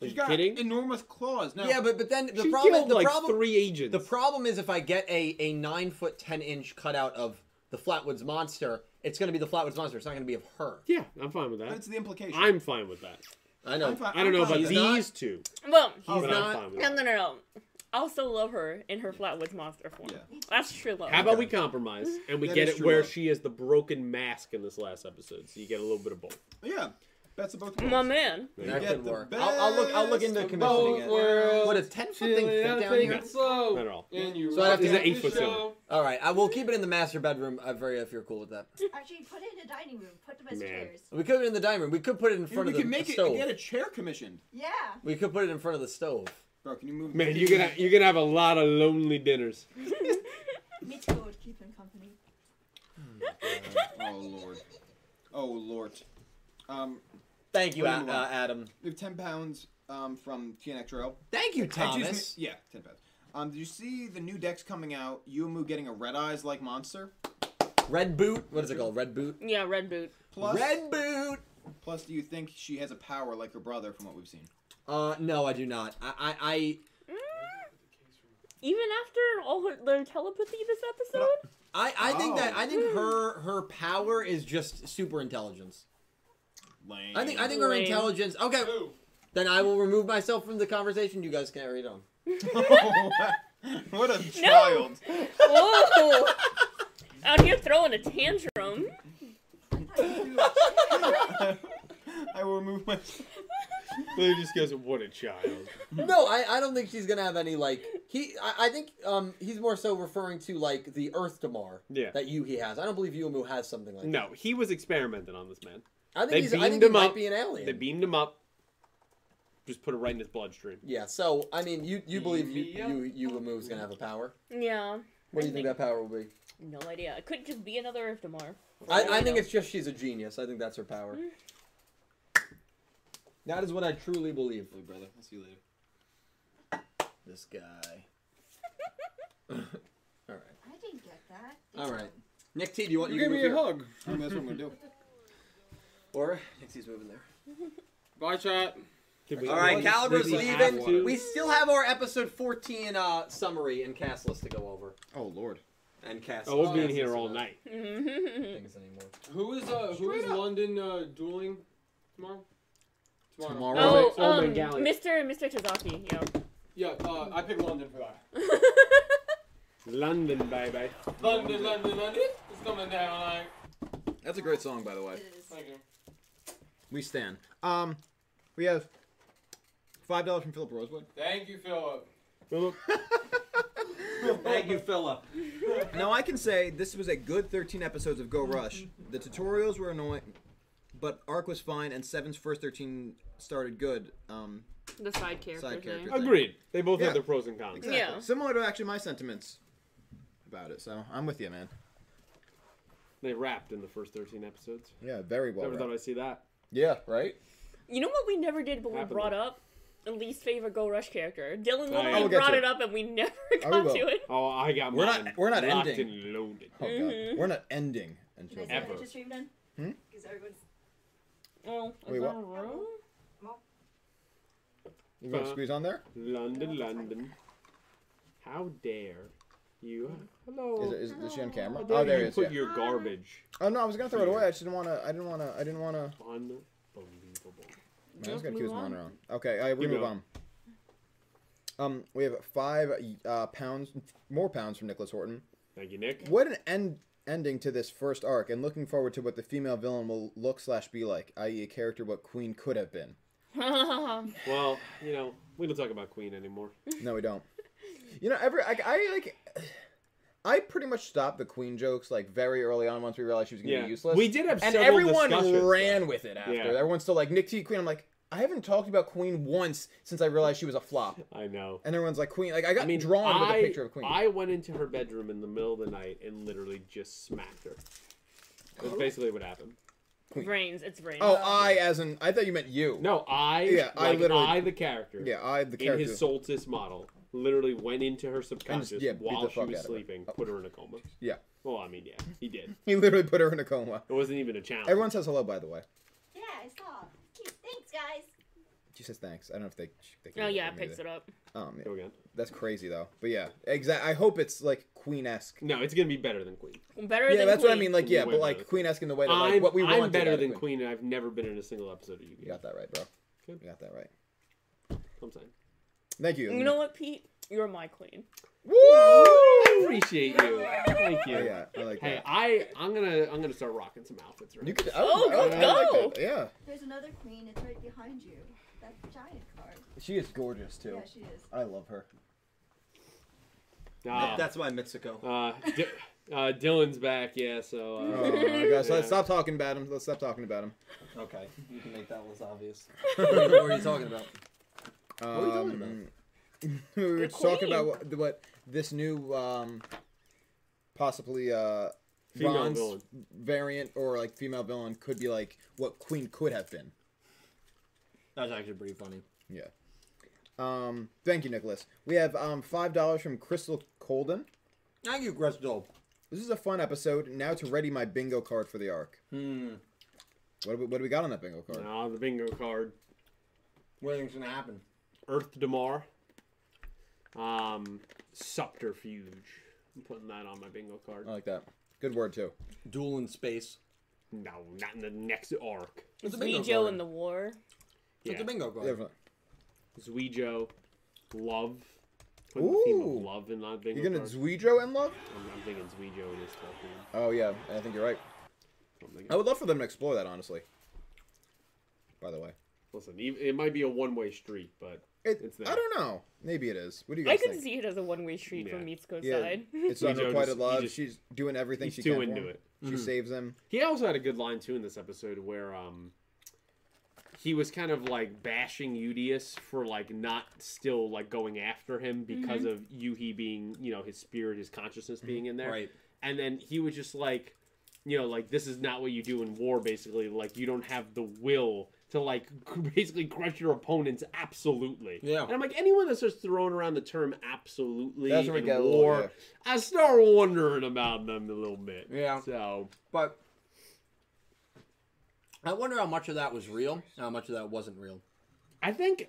Speaker 7: Are
Speaker 5: She's
Speaker 7: you
Speaker 5: got
Speaker 7: kidding?
Speaker 5: enormous claws. Now,
Speaker 4: yeah, but but then the
Speaker 7: she
Speaker 4: problem
Speaker 7: killed
Speaker 4: the
Speaker 7: like
Speaker 4: problem
Speaker 7: three agents.
Speaker 4: the problem is if I get a a nine foot ten inch cutout of the Flatwoods monster, it's going to be the Flatwoods monster. It's not going to be of her.
Speaker 7: yeah, I'm fine with
Speaker 5: but
Speaker 7: that.
Speaker 5: it's the implication.
Speaker 7: I'm fine with that.
Speaker 4: I know.
Speaker 5: I'm fi-
Speaker 7: I don't
Speaker 5: I'm
Speaker 7: know
Speaker 5: fine
Speaker 7: about
Speaker 5: with
Speaker 7: these
Speaker 5: that.
Speaker 7: two,
Speaker 2: Well,
Speaker 4: He's
Speaker 7: but
Speaker 4: not-
Speaker 7: I'm fine with
Speaker 2: no,
Speaker 7: that.
Speaker 2: no, no, no. I also love her in her Flatwoods monster form.
Speaker 5: Yeah.
Speaker 2: That's true love.
Speaker 7: How about we compromise and we
Speaker 5: That
Speaker 7: get
Speaker 5: is
Speaker 7: it
Speaker 5: true
Speaker 7: where
Speaker 5: love.
Speaker 7: she is the broken mask in this last episode, so you get a little bit of both.
Speaker 5: Yeah, that's about.
Speaker 2: My man.
Speaker 4: That
Speaker 5: get
Speaker 4: could
Speaker 5: the
Speaker 4: work. I'll, I'll look. I'll look
Speaker 5: best
Speaker 4: into
Speaker 5: of
Speaker 4: commissioning
Speaker 5: both
Speaker 4: it.
Speaker 3: worlds.
Speaker 4: Would a ten foot thing fit down here?
Speaker 3: slow.
Speaker 7: Not at all.
Speaker 3: And you
Speaker 4: So I'd have to-
Speaker 3: rock
Speaker 4: Is it
Speaker 3: the
Speaker 7: eight foot
Speaker 3: show.
Speaker 4: All right, I will keep it in the master bedroom. I'm very if you're cool with that.
Speaker 10: Actually, put it in the dining room. Put the best
Speaker 7: Man.
Speaker 10: chairs.
Speaker 4: We could put it in the dining room. We could put it in front
Speaker 5: we
Speaker 4: of the
Speaker 5: can make it
Speaker 4: stove.
Speaker 5: get a chair commissioned.
Speaker 10: Yeah.
Speaker 4: We could put it in front of the stove.
Speaker 5: Bro, can you move?
Speaker 7: Man, you're gonna you're gonna have a lot of lonely dinners.
Speaker 10: Mitchell would keep him company.
Speaker 5: oh lord. Oh lord. Um,
Speaker 4: Thank you,
Speaker 5: Wait,
Speaker 4: Ad-
Speaker 5: hold
Speaker 4: uh,
Speaker 5: on.
Speaker 4: Adam.
Speaker 5: we have ten pounds um, from TNX Rail.
Speaker 4: Thank you,
Speaker 5: Excuse me-
Speaker 4: Thomas.
Speaker 5: Yeah, ten pounds. Um, did you see the new decks coming out? Yumu getting a red eyes like monster.
Speaker 4: Red boot. What is it called? Red boot.
Speaker 2: Yeah, red boot.
Speaker 5: Plus,
Speaker 4: Red boot.
Speaker 5: plus, do you think she has a power like her brother from what we've seen?
Speaker 4: Uh, no, I do not. I, I, I
Speaker 2: Mm, Even after all her, their telepathy this episode,
Speaker 4: I, I think that
Speaker 5: Oh.
Speaker 4: I think her her power is just super intelligence.
Speaker 5: Lame.
Speaker 4: I think I think her
Speaker 2: Lame.
Speaker 4: intelligence. Okay, then I will remove myself from the conversation. You guys carry it on.
Speaker 5: [LAUGHS] what a child.
Speaker 2: [LAUGHS]
Speaker 5: [LAUGHS]
Speaker 2: whoa, [LAUGHS] out here throwing a tantrum.
Speaker 5: I will remove my. [LAUGHS]
Speaker 7: Lily just goes, "What a child."
Speaker 4: No, I, I don't think she's gonna have any like he. I, I think um he's more so referring to like the Earth Damar
Speaker 7: Yeah.
Speaker 4: that Yuhi has. I don't believe Yumu has something like
Speaker 7: No, he was experimenting on this man.
Speaker 4: that. I
Speaker 7: They
Speaker 4: think he's, I
Speaker 7: beamed
Speaker 4: think he
Speaker 7: him
Speaker 4: might
Speaker 7: up.
Speaker 4: be an alien.
Speaker 7: They beamed him up, just put it right in his bloodstream.
Speaker 4: yeah. So I mean, you you believe you
Speaker 3: Yup.
Speaker 4: you you Umu's gonna have a power?
Speaker 2: Yeah,
Speaker 4: What do you think that power will be?
Speaker 2: no idea. It could just be another if [LAUGHS] tomorrow.
Speaker 4: I, I think it's just she's a genius. I think that's her power. Mm. That is what I truly believe.
Speaker 5: Hey, brother, I'll see you later.
Speaker 4: This [LAUGHS] guy. All right.
Speaker 10: I didn't get that.
Speaker 4: All right. Nick T, do you want
Speaker 17: You
Speaker 4: you,
Speaker 17: gave
Speaker 4: to move
Speaker 17: me a
Speaker 4: here?
Speaker 17: hug.
Speaker 5: I think that's what I'm gonna do.
Speaker 4: Or Nick T's moving there.
Speaker 3: Bye, chat.
Speaker 7: Did
Speaker 4: All right,
Speaker 7: did
Speaker 4: Caliber's
Speaker 7: we have
Speaker 4: leaving.
Speaker 7: to-
Speaker 4: We still have our episode 14 uh, summary and cast list to go over.
Speaker 5: Oh lord.
Speaker 4: And cast.
Speaker 7: Oh, we'll be in
Speaker 4: cast
Speaker 7: here
Speaker 4: list
Speaker 7: all
Speaker 4: about
Speaker 7: night.
Speaker 4: Things anymore.
Speaker 3: Who is uh who is
Speaker 5: Straight up.
Speaker 3: London uh dueling tomorrow?
Speaker 4: Tomorrow.
Speaker 2: oh,
Speaker 3: Omen- Omen
Speaker 2: um,
Speaker 3: Galleon.
Speaker 2: Mr. and Mr. Tazaki, yeah.
Speaker 3: Yeah, uh, I picked London for that.
Speaker 7: London, baby.
Speaker 3: London, London, London. It's coming down like.
Speaker 5: That's a great song, by the way.
Speaker 10: It is.
Speaker 3: Thank you.
Speaker 5: We stand. Um, we have five dollars from Philip Rosewood.
Speaker 3: Thank you, Philip.
Speaker 4: Thank you, Philip.
Speaker 5: Now I can say this was a good 13 episodes of Go Rush. The tutorials were annoying, but Arc was fine, and Seven's first 13 started good. Um,
Speaker 2: [LAUGHS] The side character
Speaker 5: Side character.
Speaker 2: thing.
Speaker 7: [LAUGHS] Agreed. They both
Speaker 5: Yeah.
Speaker 7: have their pros and cons.
Speaker 5: exactly.
Speaker 2: Yeah.
Speaker 5: Similar to actually my sentiments about it. So I'm with you, man.
Speaker 7: They rapped in the first 13 episodes.
Speaker 5: Yeah, very well.
Speaker 7: Never thought I'd see that.
Speaker 5: Yeah, right.
Speaker 2: You know what we never did, but we
Speaker 7: Happened.
Speaker 2: brought up the least favorite Go Rush character.
Speaker 5: Oh,
Speaker 2: Dylan
Speaker 7: yeah. I
Speaker 2: literally
Speaker 7: will
Speaker 5: get
Speaker 2: brought
Speaker 5: to
Speaker 2: it up, and we never
Speaker 5: I
Speaker 2: got
Speaker 5: will.
Speaker 2: to it.
Speaker 7: Oh, I got
Speaker 5: We're
Speaker 7: mine
Speaker 5: not- we're not
Speaker 7: locked
Speaker 5: ending.
Speaker 7: and loaded.
Speaker 5: Oh god, we're not ending until.
Speaker 10: Can I say
Speaker 7: Ever.
Speaker 10: that to stream then?
Speaker 5: Hmm?
Speaker 10: Because everyone's.
Speaker 2: Oh,
Speaker 5: Wait, what? You
Speaker 7: Uh-huh.
Speaker 5: gonna squeeze on there?
Speaker 7: London, London. How dare you? Hello.
Speaker 5: Is, it- is, is she on camera?
Speaker 7: How dare
Speaker 5: Oh, there
Speaker 7: you
Speaker 5: it is.
Speaker 7: put
Speaker 5: Yeah.
Speaker 7: your garbage.
Speaker 5: Oh no, I was gonna throw it away. I just didn't wanna. I didn't wanna. I didn't wanna.
Speaker 7: Unbelievable.
Speaker 5: I was gonna
Speaker 2: move
Speaker 5: keep his
Speaker 2: on.
Speaker 5: monitor on. Okay, I we
Speaker 7: Keep it
Speaker 5: move on. Um, we have five uh, pounds, more pounds from Nicholas Horton.
Speaker 7: Thank you, Nick.
Speaker 5: What an end ending to this first arc, and looking forward to what the female villain will look slash be like, i.e., a character what Queen could have
Speaker 7: [LAUGHS]
Speaker 5: been.
Speaker 7: Well, you know, we don't talk about Queen anymore.
Speaker 5: No, we don't. You know, every I, I like, I pretty much stopped the Queen jokes like very early on once we realized she was gonna
Speaker 7: Yeah.
Speaker 5: be useless.
Speaker 7: We did have
Speaker 5: and
Speaker 7: several
Speaker 5: everyone
Speaker 7: discussions,
Speaker 5: ran with it after.
Speaker 7: Yeah.
Speaker 5: Everyone's still like Nick T Queen. I'm like, I haven't talked about Queen once since I realized she was a flop.
Speaker 7: I know.
Speaker 5: And everyone's like Queen. Like I got
Speaker 7: I mean,
Speaker 5: drawn with
Speaker 7: I,
Speaker 5: a picture of Queen.
Speaker 7: I went into her bedroom in the middle of the night and literally just smacked her. That's basically what happened.
Speaker 2: [LAUGHS] Brains, it's brains.
Speaker 5: oh, I as in I thought you meant you.
Speaker 7: No, I,
Speaker 5: Yeah, I
Speaker 7: like,
Speaker 5: literally-
Speaker 7: I, the character,
Speaker 5: Yeah, I the
Speaker 7: in
Speaker 5: character.
Speaker 7: his Soltis model, literally went into her subconscious
Speaker 5: yeah, beat the
Speaker 7: while she
Speaker 5: fuck
Speaker 7: was
Speaker 5: out of her. Oh.
Speaker 7: sleeping, put her in a coma.
Speaker 5: Yeah.
Speaker 7: Well, I mean, yeah, he did.
Speaker 5: [LAUGHS] He literally put her in a coma.
Speaker 7: It wasn't even a challenge.
Speaker 5: Everyone says hello, by the way.
Speaker 10: Yeah, I saw. Cute. Thanks, guys.
Speaker 5: She says thanks. I don't know if they. they
Speaker 2: Oh, yeah, it picks it up.
Speaker 5: Um,
Speaker 7: Go again.
Speaker 5: that's crazy though. But yeah, exact. I hope it's like Queen esque.
Speaker 7: No, it's gonna be better than Queen.
Speaker 2: Better
Speaker 5: Yeah,
Speaker 2: than
Speaker 5: that's what I
Speaker 2: Queen.
Speaker 5: mean. Like yeah,
Speaker 7: Way
Speaker 5: but
Speaker 7: better.
Speaker 5: like Queen esque in the way that like
Speaker 7: I'm,
Speaker 5: what we
Speaker 7: I'm
Speaker 5: wanted. out
Speaker 7: better
Speaker 5: of
Speaker 7: than Queen. and I've never been in a single episode of
Speaker 5: You
Speaker 7: Yu-Gi-Oh.
Speaker 5: got that right, bro.
Speaker 7: Good.
Speaker 5: You got that right.
Speaker 7: I'm saying.
Speaker 5: Thank you.
Speaker 2: You know what, Pete? You're my queen.
Speaker 7: I appreciate you. Thank you.
Speaker 5: Oh, yeah, I like
Speaker 7: Hey,
Speaker 5: that.
Speaker 7: I I'm gonna I'm gonna start rocking some outfits. Right
Speaker 5: You could.
Speaker 2: Oh,
Speaker 5: I would-
Speaker 2: go,
Speaker 5: I would
Speaker 2: go.
Speaker 5: Like that. yeah,
Speaker 10: There's another queen. It's right behind you. That giant card.
Speaker 5: she is gorgeous too.
Speaker 10: Yeah, she is.
Speaker 5: I love her.
Speaker 7: now.
Speaker 4: That's why Mitsuko.
Speaker 7: uh, D- uh, Dylan's back. Yeah, so.
Speaker 5: Oh
Speaker 7: Uh,
Speaker 5: my gosh,
Speaker 7: Yeah.
Speaker 5: let's stop talking about him. Let's stop talking about him.
Speaker 4: Okay, you can make that less obvious. [LAUGHS] [LAUGHS] what are you talking about?
Speaker 5: Um,
Speaker 4: are we talking about?
Speaker 5: [LAUGHS] we were
Speaker 2: The
Speaker 5: talking
Speaker 2: Queen.
Speaker 5: about what, what this new um, possibly uh,
Speaker 7: Female
Speaker 5: Ron's
Speaker 7: villain.
Speaker 5: variant or like female villain could be like what Queen could have been.
Speaker 4: That was actually pretty funny.
Speaker 5: Yeah. Um, thank you, Nicholas. We have um five dollars from Crystal Colden.
Speaker 4: Thank you, Crystal.
Speaker 5: This is a fun episode. Now to ready my bingo card for the arc.
Speaker 4: Hmm.
Speaker 5: What do we, what do we got on that bingo card?
Speaker 7: Nah, Uh, the bingo card.
Speaker 4: What do you think's gonna happen?
Speaker 7: Earth Damar. Um, Subterfuge. I'm putting that on my bingo card.
Speaker 5: I like that. Good word too.
Speaker 4: Duel in space.
Speaker 7: no, not in the next arc.
Speaker 4: It's a bingo
Speaker 2: Rijo
Speaker 4: card.
Speaker 2: in the war.
Speaker 4: It's
Speaker 7: Yeah.
Speaker 4: a bingo card.
Speaker 5: Definitely.
Speaker 7: Zuijo. Love. Putting the theme
Speaker 5: Ooh.
Speaker 7: of love in that bingo
Speaker 5: You're gonna
Speaker 7: card.
Speaker 5: Zuidro and love?
Speaker 7: I'm, I'm thinking Zuijo in this fucking.
Speaker 5: Oh yeah, I think you're right. I would love for them to explore that honestly. By the way,
Speaker 7: Listen, e- it might be a one-way street, but
Speaker 5: it,
Speaker 7: It's there.
Speaker 5: I don't know. Maybe it is. What do you
Speaker 2: I
Speaker 5: guys
Speaker 2: could
Speaker 5: think?
Speaker 2: see it as a one-way street from
Speaker 7: Yeah.
Speaker 2: Mitsuko's
Speaker 5: Yeah.
Speaker 2: side.
Speaker 5: It's
Speaker 2: [LAUGHS]
Speaker 7: Zuijo
Speaker 5: unrequited
Speaker 7: just- he
Speaker 5: love.
Speaker 7: just-
Speaker 5: She's doing everything
Speaker 7: he's
Speaker 5: she
Speaker 7: too
Speaker 5: can. for
Speaker 7: into
Speaker 5: him.
Speaker 7: it.
Speaker 5: She
Speaker 2: Mm.
Speaker 5: saves him.
Speaker 7: He also had a good line too in this episode where um he was kind of like bashing Udius for like not still like going after him
Speaker 4: Mm-hmm.
Speaker 7: because of Yuhi being, you know, his spirit, his consciousness being in there.
Speaker 4: Mm-hmm. Right.
Speaker 7: And then he was just like, you know, like this is not what you do in war basically. Like you don't have the will to like [LAUGHS] basically crush your opponents absolutely.
Speaker 4: Yeah.
Speaker 7: And I'm like anyone that starts throwing around the term absolutely
Speaker 5: That's where we
Speaker 7: in
Speaker 5: get a little-
Speaker 7: war,
Speaker 5: yeah.
Speaker 7: I start wondering about them a little bit.
Speaker 4: Yeah.
Speaker 7: So
Speaker 4: But I wonder how much of that was real, and how much of that wasn't real.
Speaker 7: I think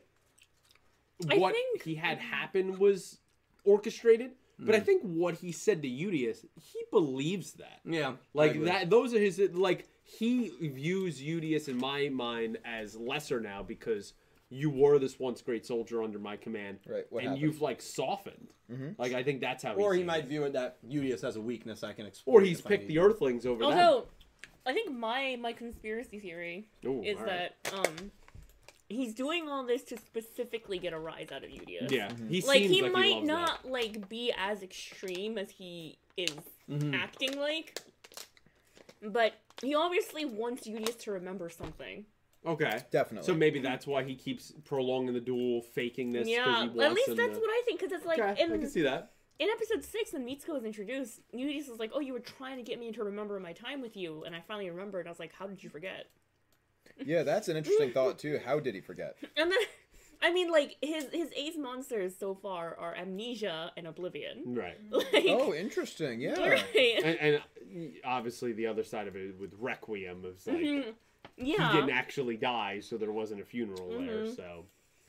Speaker 2: I
Speaker 7: what
Speaker 2: think-
Speaker 7: he had happen was orchestrated, but I think what he said to Udius, he believes that.
Speaker 4: Yeah,
Speaker 7: Like that those are his like he views Udius in my mind as lesser now because you were this once great soldier under my command.
Speaker 5: Right, what
Speaker 7: and
Speaker 5: happened?
Speaker 7: you've like softened. Like I think that's how
Speaker 4: Or
Speaker 7: he
Speaker 4: he
Speaker 7: sees
Speaker 4: might
Speaker 7: it.
Speaker 4: view it that Udius has a weakness I can exploit.
Speaker 7: or he's
Speaker 4: if I
Speaker 7: picked
Speaker 4: need
Speaker 7: the
Speaker 4: to.
Speaker 7: earthlings over
Speaker 2: Although, I think my my conspiracy theory
Speaker 7: them. Ooh,
Speaker 2: is
Speaker 7: all right.
Speaker 2: that um, he's doing all this to specifically get a rise out of Udius.
Speaker 7: Yeah. He
Speaker 2: Mm-hmm. like
Speaker 7: seems
Speaker 2: he
Speaker 7: like
Speaker 2: might
Speaker 7: he loves that.
Speaker 2: not like be as extreme as he is
Speaker 7: Hmm.
Speaker 2: acting like, but he obviously wants Udius to remember something.
Speaker 7: Okay.
Speaker 5: Definitely.
Speaker 7: So maybe that's why he keeps prolonging the duel, faking this. 'cause
Speaker 2: yeah,
Speaker 7: he wants
Speaker 2: at least
Speaker 7: him
Speaker 2: that's
Speaker 7: to...
Speaker 2: what I think. Because it's like
Speaker 7: Okay, I
Speaker 2: in
Speaker 7: can see that.
Speaker 2: in episode six when Mitsuko was introduced, Udius was like, "Oh, you were trying to get me to remember my time with you," and I finally remembered. And I was like, "How did you forget?" [LAUGHS]
Speaker 5: yeah, that's an interesting thought too. How did
Speaker 2: [LAUGHS]
Speaker 5: he forget?
Speaker 2: And then, I mean, like his his ace monsters so far are amnesia and oblivion. [LAUGHS]
Speaker 7: Right.
Speaker 2: Like,
Speaker 5: Oh, interesting. Yeah.
Speaker 2: [LAUGHS] right.
Speaker 7: And, and obviously, the other side of it with Requiem was like, he
Speaker 2: Mm-hmm. yeah. Mm-hmm.
Speaker 7: didn't actually die, so there wasn't a funeral there. So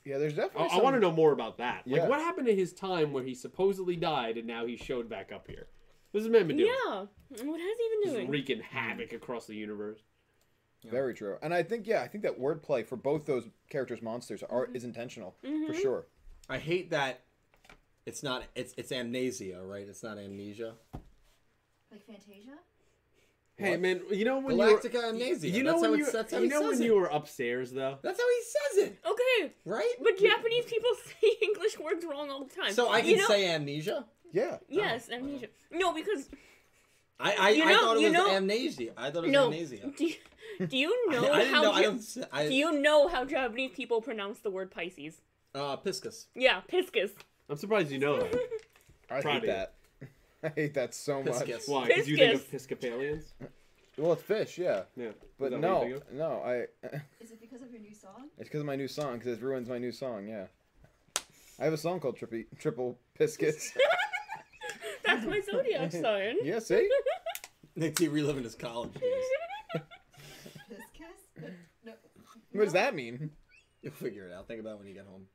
Speaker 5: Yeah, there's
Speaker 7: I,
Speaker 5: definitely.
Speaker 7: I want to know more about that.
Speaker 5: Yeah.
Speaker 7: Like, what happened to his time where he supposedly died and now he showed back up here? This is man been doing.
Speaker 2: Yeah. What has he been
Speaker 7: Just
Speaker 2: doing?
Speaker 7: wreaking havoc across the universe.
Speaker 5: Very true. And I think yeah, I think that wordplay for both those characters' monsters are
Speaker 2: Mm-hmm.
Speaker 5: is intentional for sure.
Speaker 4: I hate that. It's not. It's it's amnesia, right? It's not amnesia.
Speaker 10: Like Fantasia?
Speaker 7: Hey man, you know when
Speaker 4: Galactica
Speaker 7: you were,
Speaker 4: amnesia.
Speaker 7: You know
Speaker 4: That's
Speaker 7: when
Speaker 4: how
Speaker 7: you,
Speaker 4: it's- that's how
Speaker 7: you
Speaker 4: he
Speaker 7: know
Speaker 4: says
Speaker 7: when
Speaker 4: it.
Speaker 7: you were upstairs though.
Speaker 4: That's how he says it,
Speaker 2: Okay.
Speaker 4: right?
Speaker 2: But Japanese people [LAUGHS] say English words wrong all the time.
Speaker 4: So I can
Speaker 2: you know,
Speaker 4: say amnesia.
Speaker 5: Yeah.
Speaker 2: yes, amnesia. No, because
Speaker 4: I I,
Speaker 2: You
Speaker 4: I
Speaker 2: know-
Speaker 4: thought it
Speaker 2: you
Speaker 4: was
Speaker 2: know-
Speaker 4: amnesia. I thought it was
Speaker 2: no.
Speaker 4: amnesia.
Speaker 2: [LAUGHS] Do you, do you know
Speaker 4: [LAUGHS] I, I didn't
Speaker 2: how
Speaker 4: know. I
Speaker 2: Ja-
Speaker 4: don't. s- I,
Speaker 2: do you know how Japanese people pronounce the word Pisces?
Speaker 4: uh, Piscus.
Speaker 2: Yeah, Piscus.
Speaker 7: I'm surprised you know that.
Speaker 5: I
Speaker 7: Proud of
Speaker 5: hate
Speaker 7: you.
Speaker 5: that. [LAUGHS] I hate that so much.
Speaker 4: Piscus. [LAUGHS]
Speaker 7: Why? Because you think of
Speaker 2: Piscus.
Speaker 7: Piscopalians?
Speaker 5: Well, it's fish, yeah.
Speaker 7: Yeah.
Speaker 5: But
Speaker 7: Is that what you
Speaker 5: no,
Speaker 7: think of?
Speaker 5: no, I. [LAUGHS]
Speaker 10: Is it because of your new song?
Speaker 5: It's because of my new song. Because it ruins my new song. Yeah. I have a song called Trippy, Triple Piscuits.
Speaker 2: [LAUGHS] That's my zodiac sign.
Speaker 5: [LAUGHS]
Speaker 2: [LAUGHS]
Speaker 5: yeah, see?
Speaker 4: Nick's he reliving his college years.
Speaker 10: This kiss? No.
Speaker 5: What does that mean? [LAUGHS]
Speaker 4: You'll figure it out. Think about it when you get home.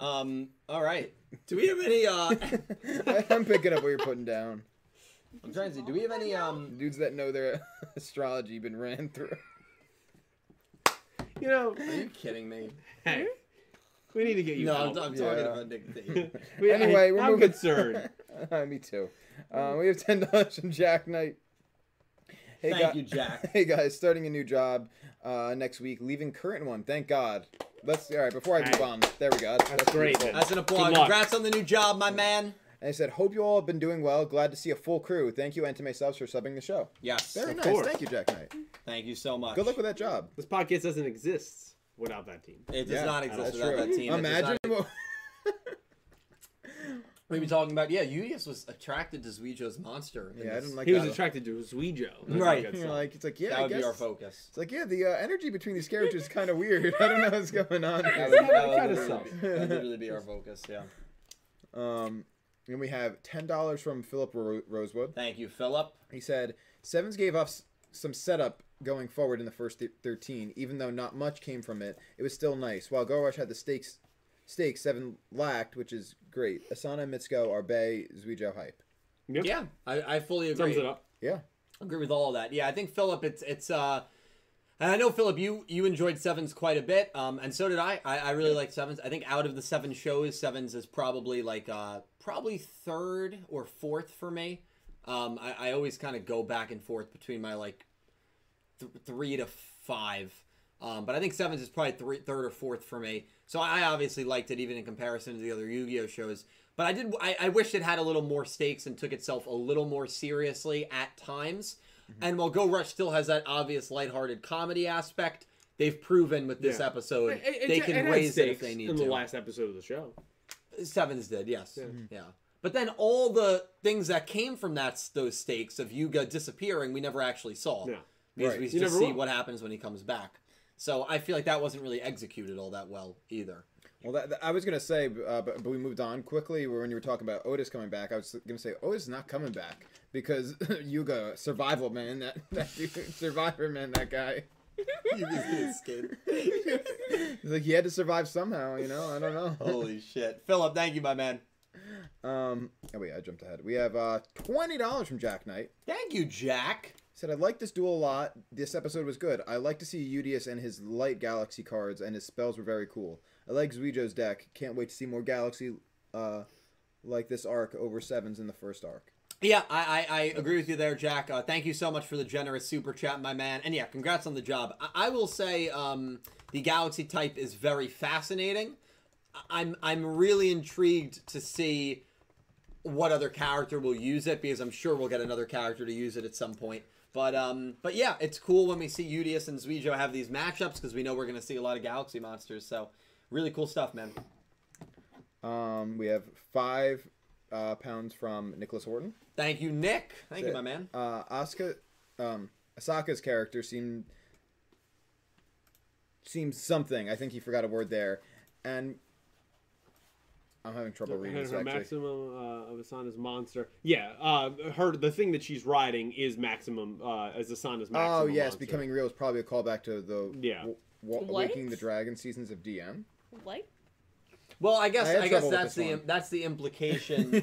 Speaker 4: Um. All right. Do we have any? uh [LAUGHS]
Speaker 5: I'm picking up what you're putting down.
Speaker 4: I'm trying to see. Do we have any? Um.
Speaker 5: Dudes that know their [LAUGHS] astrology been ran
Speaker 7: [LAUGHS]
Speaker 5: through.
Speaker 7: You know,
Speaker 4: Are you kidding me?
Speaker 7: hey, we need to get you
Speaker 4: No,
Speaker 7: out.
Speaker 4: I'm, I'm
Speaker 5: Yeah.
Speaker 4: talking about Nick. Dave. [LAUGHS]
Speaker 7: We- I-
Speaker 5: Anyway, we're
Speaker 7: I'm
Speaker 5: moving- [LAUGHS]
Speaker 7: concerned.
Speaker 5: Me too. Uh, we have ten dollars from Jack Knight. Hey,
Speaker 4: Thank
Speaker 5: guy-
Speaker 4: you, [LAUGHS] Jack.
Speaker 5: [LAUGHS] Hey guys, starting a new job uh, next week, leaving current one. Thank God. Let's all right. Before I move
Speaker 7: Hey.
Speaker 5: on, there we go. That's, that's
Speaker 7: great,
Speaker 5: beautiful.
Speaker 7: man.
Speaker 4: That's an applaud.
Speaker 7: Good luck.
Speaker 4: Congrats on the new job, my man.
Speaker 5: And he said, "Hope you all have been doing well. Glad to see a full crew. Thank you, Anime Subs, for subbing the show.
Speaker 4: Yes.
Speaker 5: Very
Speaker 7: Of
Speaker 5: nice.
Speaker 7: course.
Speaker 5: Thank you, Jack Knight.
Speaker 4: Thank you so much.
Speaker 5: Good luck with that job.
Speaker 7: This podcast doesn't exist without that team.
Speaker 4: It does
Speaker 5: Yeah,
Speaker 4: not exist
Speaker 5: that's
Speaker 4: without
Speaker 5: true.
Speaker 4: that team. It does
Speaker 5: Imagine
Speaker 4: not-
Speaker 5: what.
Speaker 4: We've been talking about yeah. Udius was attracted to Zuijo's monster. in
Speaker 5: Yeah, I
Speaker 4: this.
Speaker 5: didn't like
Speaker 7: he
Speaker 5: that.
Speaker 7: was attracted to Zuijo.
Speaker 4: Right.
Speaker 5: You're like it's like yeah,
Speaker 4: That
Speaker 5: I
Speaker 4: would be
Speaker 5: guess
Speaker 4: our focus.
Speaker 5: it's like yeah, the uh, energy between these characters is kind of weird. [LAUGHS] I don't know what's going on.
Speaker 4: That
Speaker 5: here.
Speaker 4: would, that would
Speaker 7: Kinda
Speaker 4: literally
Speaker 7: sucks.
Speaker 4: be- that would literally be our focus. Yeah.
Speaker 5: Um, and we have ten dollars from Philip Ro- Rosewood.
Speaker 4: Thank you, Philip.
Speaker 5: He said Sevens gave us some setup going forward in the first thir- thirteen, even though not much came from it. It was still nice. While Go Rush had the stakes, stakes Seven lacked, which is great. Asana, Mitsuko, Arbe, Zuijo hype.
Speaker 7: Yep.
Speaker 4: Yeah, I, I fully agree.
Speaker 7: Thumbs it up.
Speaker 5: Yeah,
Speaker 4: agree with all of that. Yeah, I think Philip, it's it's uh, and I know Philip, you you enjoyed Sevens quite a bit, um, and so did I. I, I really like Sevens. I think out of the seven shows, Sevens is probably like uh probably third or fourth for me. Um, I, I always kind of go back and forth between my like th- three to five. Um, but I think sevens is probably three, third or fourth for me. So I obviously liked it even in comparison to the other Yu-Gi-Oh shows. But I did. I, I wish it had a little more stakes and took itself a little more seriously at times.
Speaker 7: Mm-hmm.
Speaker 4: And while Go Rush still has that obvious lighthearted comedy aspect, they've proven with this
Speaker 7: Yeah.
Speaker 4: episode
Speaker 7: It- it-
Speaker 4: they
Speaker 7: it
Speaker 4: can
Speaker 7: had
Speaker 4: raise it if
Speaker 7: stakes
Speaker 4: they need
Speaker 7: in
Speaker 4: to.
Speaker 7: the last episode of the show.
Speaker 4: Sevens did, yes, yeah. But then all the things that came from that those stakes of Yuga disappearing, we never actually saw
Speaker 7: Yeah.
Speaker 4: because
Speaker 5: Right.
Speaker 4: we
Speaker 7: You
Speaker 4: just
Speaker 7: never
Speaker 4: see
Speaker 7: will.
Speaker 4: what happens when he comes back. So I feel like that wasn't really executed all that well either.
Speaker 5: Well, that, that- I was gonna say, uh, but, but we moved on quickly when you were talking about Otis coming back. I was gonna say Otis is not coming back because [LAUGHS] Yuga, survival man, that [LAUGHS] that dude, survivor man, that guy. [LAUGHS] He's like he had to survive somehow, you know. I don't know.
Speaker 4: Holy shit, Philip! Thank you, my man.
Speaker 5: Um, oh wait, I jumped ahead. We have uh twenty dollars from Jack Knight.
Speaker 4: Thank you, Jack.
Speaker 5: Said I like this duel a lot. This episode was good. I like to see Udius and his light galaxy cards, and his spells were very cool. I like Zuijo's deck. Can't wait to see more galaxy, uh, like this arc over sevens in the first arc.
Speaker 4: Yeah, I, I, I agree with you there, Jack. Uh, thank you so much for the generous super chat, my man. And yeah, congrats on the job. I, I will say um, the galaxy type is very fascinating. I- I'm I'm really intrigued to see what other character will use it because I'm sure we'll get another character to use it at some point. But um, but yeah, it's cool when we see Udius and Zuijo have these matchups because we know we're gonna see a lot of galaxy monsters. So really cool stuff, man.
Speaker 5: Um, we have five uh, pounds from Nicholas Horton.
Speaker 4: Thank you, Nick. Thank you,
Speaker 5: That-
Speaker 4: my man.
Speaker 5: Uh, Asuka, um, Asaka's character seemed seemed something. I think he forgot a word there, and I'm having trouble
Speaker 7: And
Speaker 5: reading this
Speaker 7: her
Speaker 5: actually.
Speaker 7: maximum uh, of Asana's monster. Yeah, uh, her the thing that she's riding is maximum uh, as Asana's maximum.
Speaker 5: Oh yes,
Speaker 7: monster.
Speaker 5: becoming real is probably a callback to the
Speaker 7: Yeah.
Speaker 5: wa- wa-
Speaker 2: What?
Speaker 5: Waking the Dragon seasons of DM.
Speaker 2: What?
Speaker 4: Well, I guess
Speaker 5: I had
Speaker 4: I,
Speaker 5: trouble
Speaker 4: guess
Speaker 5: with
Speaker 4: that's
Speaker 5: this
Speaker 4: the
Speaker 5: one.
Speaker 4: that's the
Speaker 5: [LAUGHS]
Speaker 4: implication.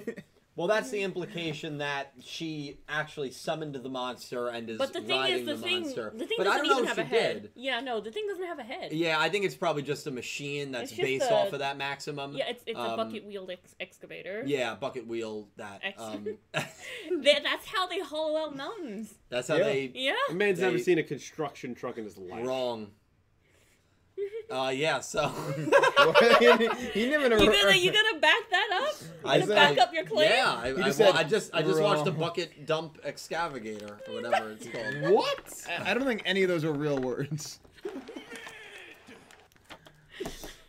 Speaker 4: well, that's the implication that she actually summoned the monster and is
Speaker 2: But the thing
Speaker 4: riding
Speaker 2: is, the,
Speaker 4: the
Speaker 2: thing,
Speaker 4: monster.
Speaker 2: the thing
Speaker 4: but I
Speaker 2: doesn't
Speaker 4: don't know
Speaker 2: even
Speaker 4: if
Speaker 2: have
Speaker 4: she
Speaker 2: a head.
Speaker 4: did.
Speaker 2: Yeah, no, the thing doesn't have a head.
Speaker 4: Yeah, I think it's probably just a machine
Speaker 2: It's
Speaker 4: that's
Speaker 2: just
Speaker 4: based
Speaker 2: a-
Speaker 4: off of that maximum.
Speaker 2: Yeah, it's it's a
Speaker 4: Um,
Speaker 2: bucket wheeled ex- excavator.
Speaker 4: Yeah, bucket wheel. That.
Speaker 2: Ex-
Speaker 4: Um, [LAUGHS]
Speaker 2: That- that's how they hollow out mountains.
Speaker 4: that's how
Speaker 5: Yeah.
Speaker 4: they.
Speaker 2: Yeah.
Speaker 7: A man's never
Speaker 4: They-
Speaker 7: seen a construction truck in his
Speaker 2: [LAUGHS]
Speaker 7: life.
Speaker 4: Wrong. Uh, yeah. So.
Speaker 5: [LAUGHS] he never.
Speaker 2: You gonna you
Speaker 5: [LAUGHS]
Speaker 2: gonna back that
Speaker 4: [LAUGHS]
Speaker 2: up?
Speaker 4: I
Speaker 2: You gonna back
Speaker 4: said-
Speaker 2: up your claim?
Speaker 4: Yeah, I, I,
Speaker 5: just
Speaker 4: wa-
Speaker 5: said
Speaker 4: I just I just watched a
Speaker 5: wrong.
Speaker 4: bucket dump excavator or whatever it's called.
Speaker 5: What? I I don't think any of those are real words.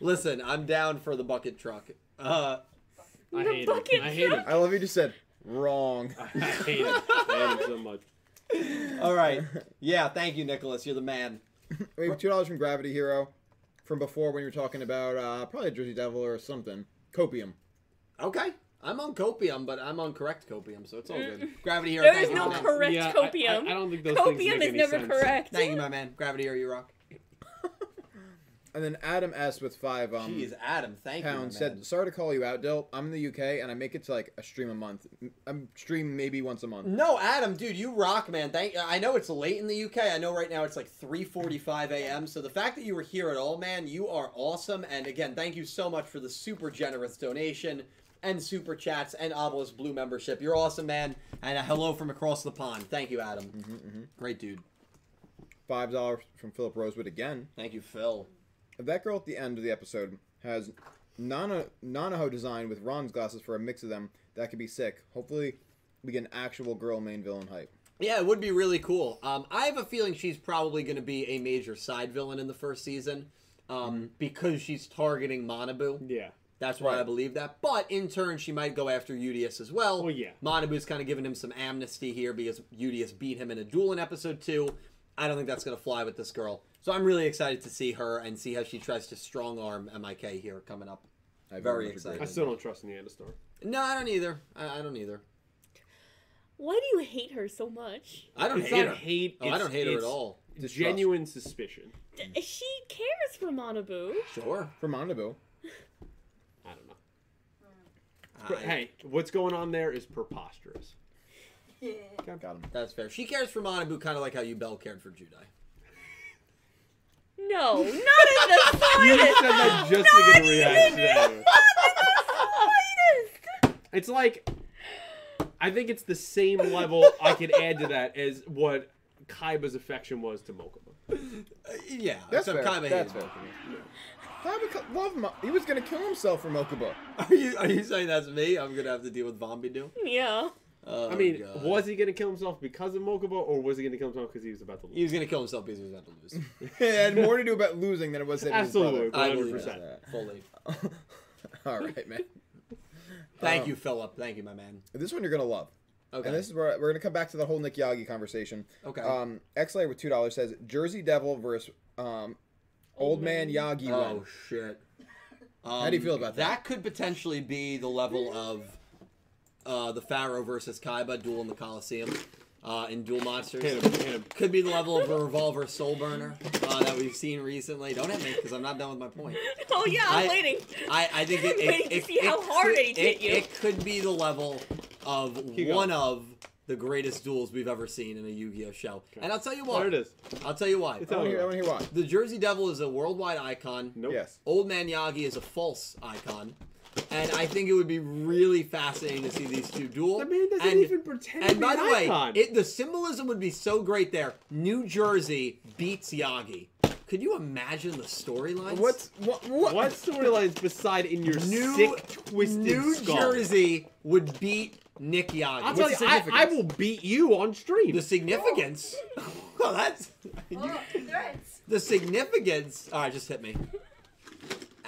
Speaker 4: Listen, I'm down for the bucket truck. Uh,
Speaker 7: I
Speaker 2: The
Speaker 7: hate
Speaker 2: bucket
Speaker 7: him. I hate him.
Speaker 5: I love you. Just said wrong.
Speaker 7: I hate him. I hate him so much.
Speaker 4: all
Speaker 5: [LAUGHS]
Speaker 4: right. Yeah, thank you, Nicholas. You're the man.
Speaker 5: We have two dollars from Gravity Hero, from before when you were talking about uh, probably a Jersey Devil or something. Copium.
Speaker 4: Okay. I'm on copium, but I'm on correct copium, so it's all good.
Speaker 2: [LAUGHS]
Speaker 4: Gravity Hero,
Speaker 2: There
Speaker 4: thank
Speaker 2: is
Speaker 4: you,
Speaker 2: no
Speaker 4: my man.
Speaker 2: correct
Speaker 7: Yeah, I-
Speaker 2: copium.
Speaker 7: I, I, don't think those things
Speaker 2: copium
Speaker 7: make
Speaker 2: is
Speaker 7: any
Speaker 2: never
Speaker 7: sense.
Speaker 2: correct.
Speaker 4: Thank you, my man. Gravity Hero, you rock.
Speaker 5: And then Adam S with five um
Speaker 4: Jeez, Adam, thank you, my man.
Speaker 5: pounds said, "Sorry to call you out, Dill. I'm in the UK and I make it to like a stream a month. I'm stream maybe once a month.
Speaker 4: No, Adam, dude, you rock, man. Thank. I know it's late in the UK. I know right now it's like 3:45 a.m. So the fact that you were here at all, man, you are awesome. And again, thank you so much for the super generous donation and super chats and Obelisk Blue membership. You're awesome, man. And a hello from across the pond. Thank you, Adam.
Speaker 5: Mm-hmm,
Speaker 4: Great dude.
Speaker 5: Five dollars from Philip Rosewood again.
Speaker 4: Thank you, Phil.
Speaker 5: That girl at the end of the episode has Nana Nanaho design with Ron's glasses for a mix of them. That could be sick. Hopefully, we get an actual girl main villain hype.
Speaker 4: Yeah, it would be really cool. Um, I have a feeling she's probably going to be a major side villain in the first season um, because she's targeting Monabu.
Speaker 7: Yeah.
Speaker 4: That's why I
Speaker 5: Right.
Speaker 4: believe that. But in turn, she might go after Udius as well.
Speaker 7: Well, yeah.
Speaker 4: Monabu's kind of giving him some amnesty here because Udius beat him in a duel in episode two. I don't think that's going to fly with this girl. So I'm really excited to see her and see how she tries to strong arm MIK here coming up.
Speaker 5: I
Speaker 4: Very
Speaker 5: much agree.
Speaker 4: excited.
Speaker 7: I still don't trust Neanderstar.
Speaker 4: No, I don't either. I, I don't either.
Speaker 2: Why do you hate her so much?
Speaker 4: I don't
Speaker 7: It's
Speaker 4: hate
Speaker 7: not
Speaker 4: her.
Speaker 7: hate.
Speaker 4: Oh, I
Speaker 7: it's-
Speaker 4: don't hate her at
Speaker 7: it's
Speaker 4: all.
Speaker 5: Distrust.
Speaker 7: Genuine suspicion.
Speaker 2: D- She cares for Monabu.
Speaker 4: Sure.
Speaker 5: From Monabu.
Speaker 7: I don't know.
Speaker 4: I-
Speaker 7: hey, what's going on there is preposterous.
Speaker 10: Yeah.
Speaker 5: Got him.
Speaker 4: That's fair. She cares for Monabu kind of like how you Bell cared for Judai.
Speaker 2: No, not in the slightest.
Speaker 7: said that just to get a reaction out of her. [LAUGHS] It's like I think it's the same level I could add to that as what Kaiba's affection was to Mokuba.
Speaker 4: Uh, yeah,
Speaker 5: That's
Speaker 4: except
Speaker 5: fair.
Speaker 4: Kaiba
Speaker 5: That's
Speaker 4: hates her.
Speaker 5: fair. Kaiba co- love Mo- he was gonna kill himself for Mokuba.
Speaker 4: [LAUGHS]
Speaker 5: [LAUGHS]
Speaker 4: Are you are you saying that's me? I'm gonna have to deal with Bombi do?
Speaker 2: yeah. [LAUGHS]
Speaker 4: Oh,
Speaker 7: I mean,
Speaker 4: God.
Speaker 7: was he gonna kill himself because of Mokuba, or was he gonna kill himself because he was about to
Speaker 4: he
Speaker 7: lose?
Speaker 4: was gonna kill himself because he was about to
Speaker 7: [LAUGHS]
Speaker 4: lose?
Speaker 5: it had more to do about losing than it was that his brother.
Speaker 7: Absolutely,
Speaker 4: I
Speaker 7: one hundred
Speaker 4: believe
Speaker 7: percent.
Speaker 4: Fully.
Speaker 7: Um,
Speaker 5: [LAUGHS] All right, man.
Speaker 4: Thank
Speaker 5: Um,
Speaker 4: you, Philip. Thank you, my man.
Speaker 5: This one you're gonna love.
Speaker 4: Okay.
Speaker 5: And this is where we're gonna come back to the whole Nick Yagi conversation.
Speaker 4: okay.
Speaker 5: Um, Xlayer with two dollars says Jersey Devil versus um, Old Man Yagi.
Speaker 4: oh
Speaker 5: win.
Speaker 4: shit. Um,
Speaker 5: How do you feel about that?
Speaker 4: That could potentially be the level of uh, the Pharaoh versus Kaiba duel in the Coliseum uh, in Duel Monsters.
Speaker 7: Hit him, hit him.
Speaker 4: Could be the level of a Revolver Soul Burner uh, that we've seen recently. Don't hit me because I'm not done with my point.
Speaker 2: Oh yeah, I'm
Speaker 4: I- [LAUGHS]
Speaker 2: waiting.
Speaker 4: I, I think
Speaker 2: [LAUGHS]
Speaker 4: it,
Speaker 2: I'm waiting
Speaker 4: it,
Speaker 2: to
Speaker 4: it,
Speaker 2: see how
Speaker 4: it
Speaker 2: hard
Speaker 4: could,
Speaker 2: it hit you.
Speaker 4: It could be the level of
Speaker 7: Keep
Speaker 4: one
Speaker 7: going.
Speaker 4: of the greatest duels we've ever seen in a Yu-Gi-Oh show. And I'll tell you
Speaker 7: There
Speaker 4: why.
Speaker 7: it is.
Speaker 4: I'll tell you why.
Speaker 7: It's
Speaker 5: I
Speaker 7: out.
Speaker 5: want to hear, I wanna hear why.
Speaker 4: The Jersey Devil is a worldwide icon.
Speaker 7: Nope.
Speaker 5: Yes.
Speaker 4: Old Man Yagi is a false icon. And I think it would be really fascinating to see these two duel.
Speaker 7: The man doesn't
Speaker 4: Oh, and,
Speaker 7: even pretend to
Speaker 4: And
Speaker 7: be
Speaker 4: by
Speaker 7: an
Speaker 4: the way,
Speaker 7: icon.
Speaker 4: it, the symbolism would be so great there. New Jersey beats Yagi. Could you imagine the storyline?
Speaker 5: What's what? What?
Speaker 7: What storylines beside in your
Speaker 4: New-
Speaker 7: sick twisted
Speaker 4: New
Speaker 7: skull?
Speaker 4: Jersey would beat Nick Yagi.
Speaker 7: I'll
Speaker 4: What's
Speaker 7: tell you,
Speaker 4: the
Speaker 7: I,
Speaker 4: significance?
Speaker 7: I will beat you on stream.
Speaker 4: The significance. [LAUGHS] well, that's
Speaker 10: Oh, threats.
Speaker 4: the significance. All right, just hit me.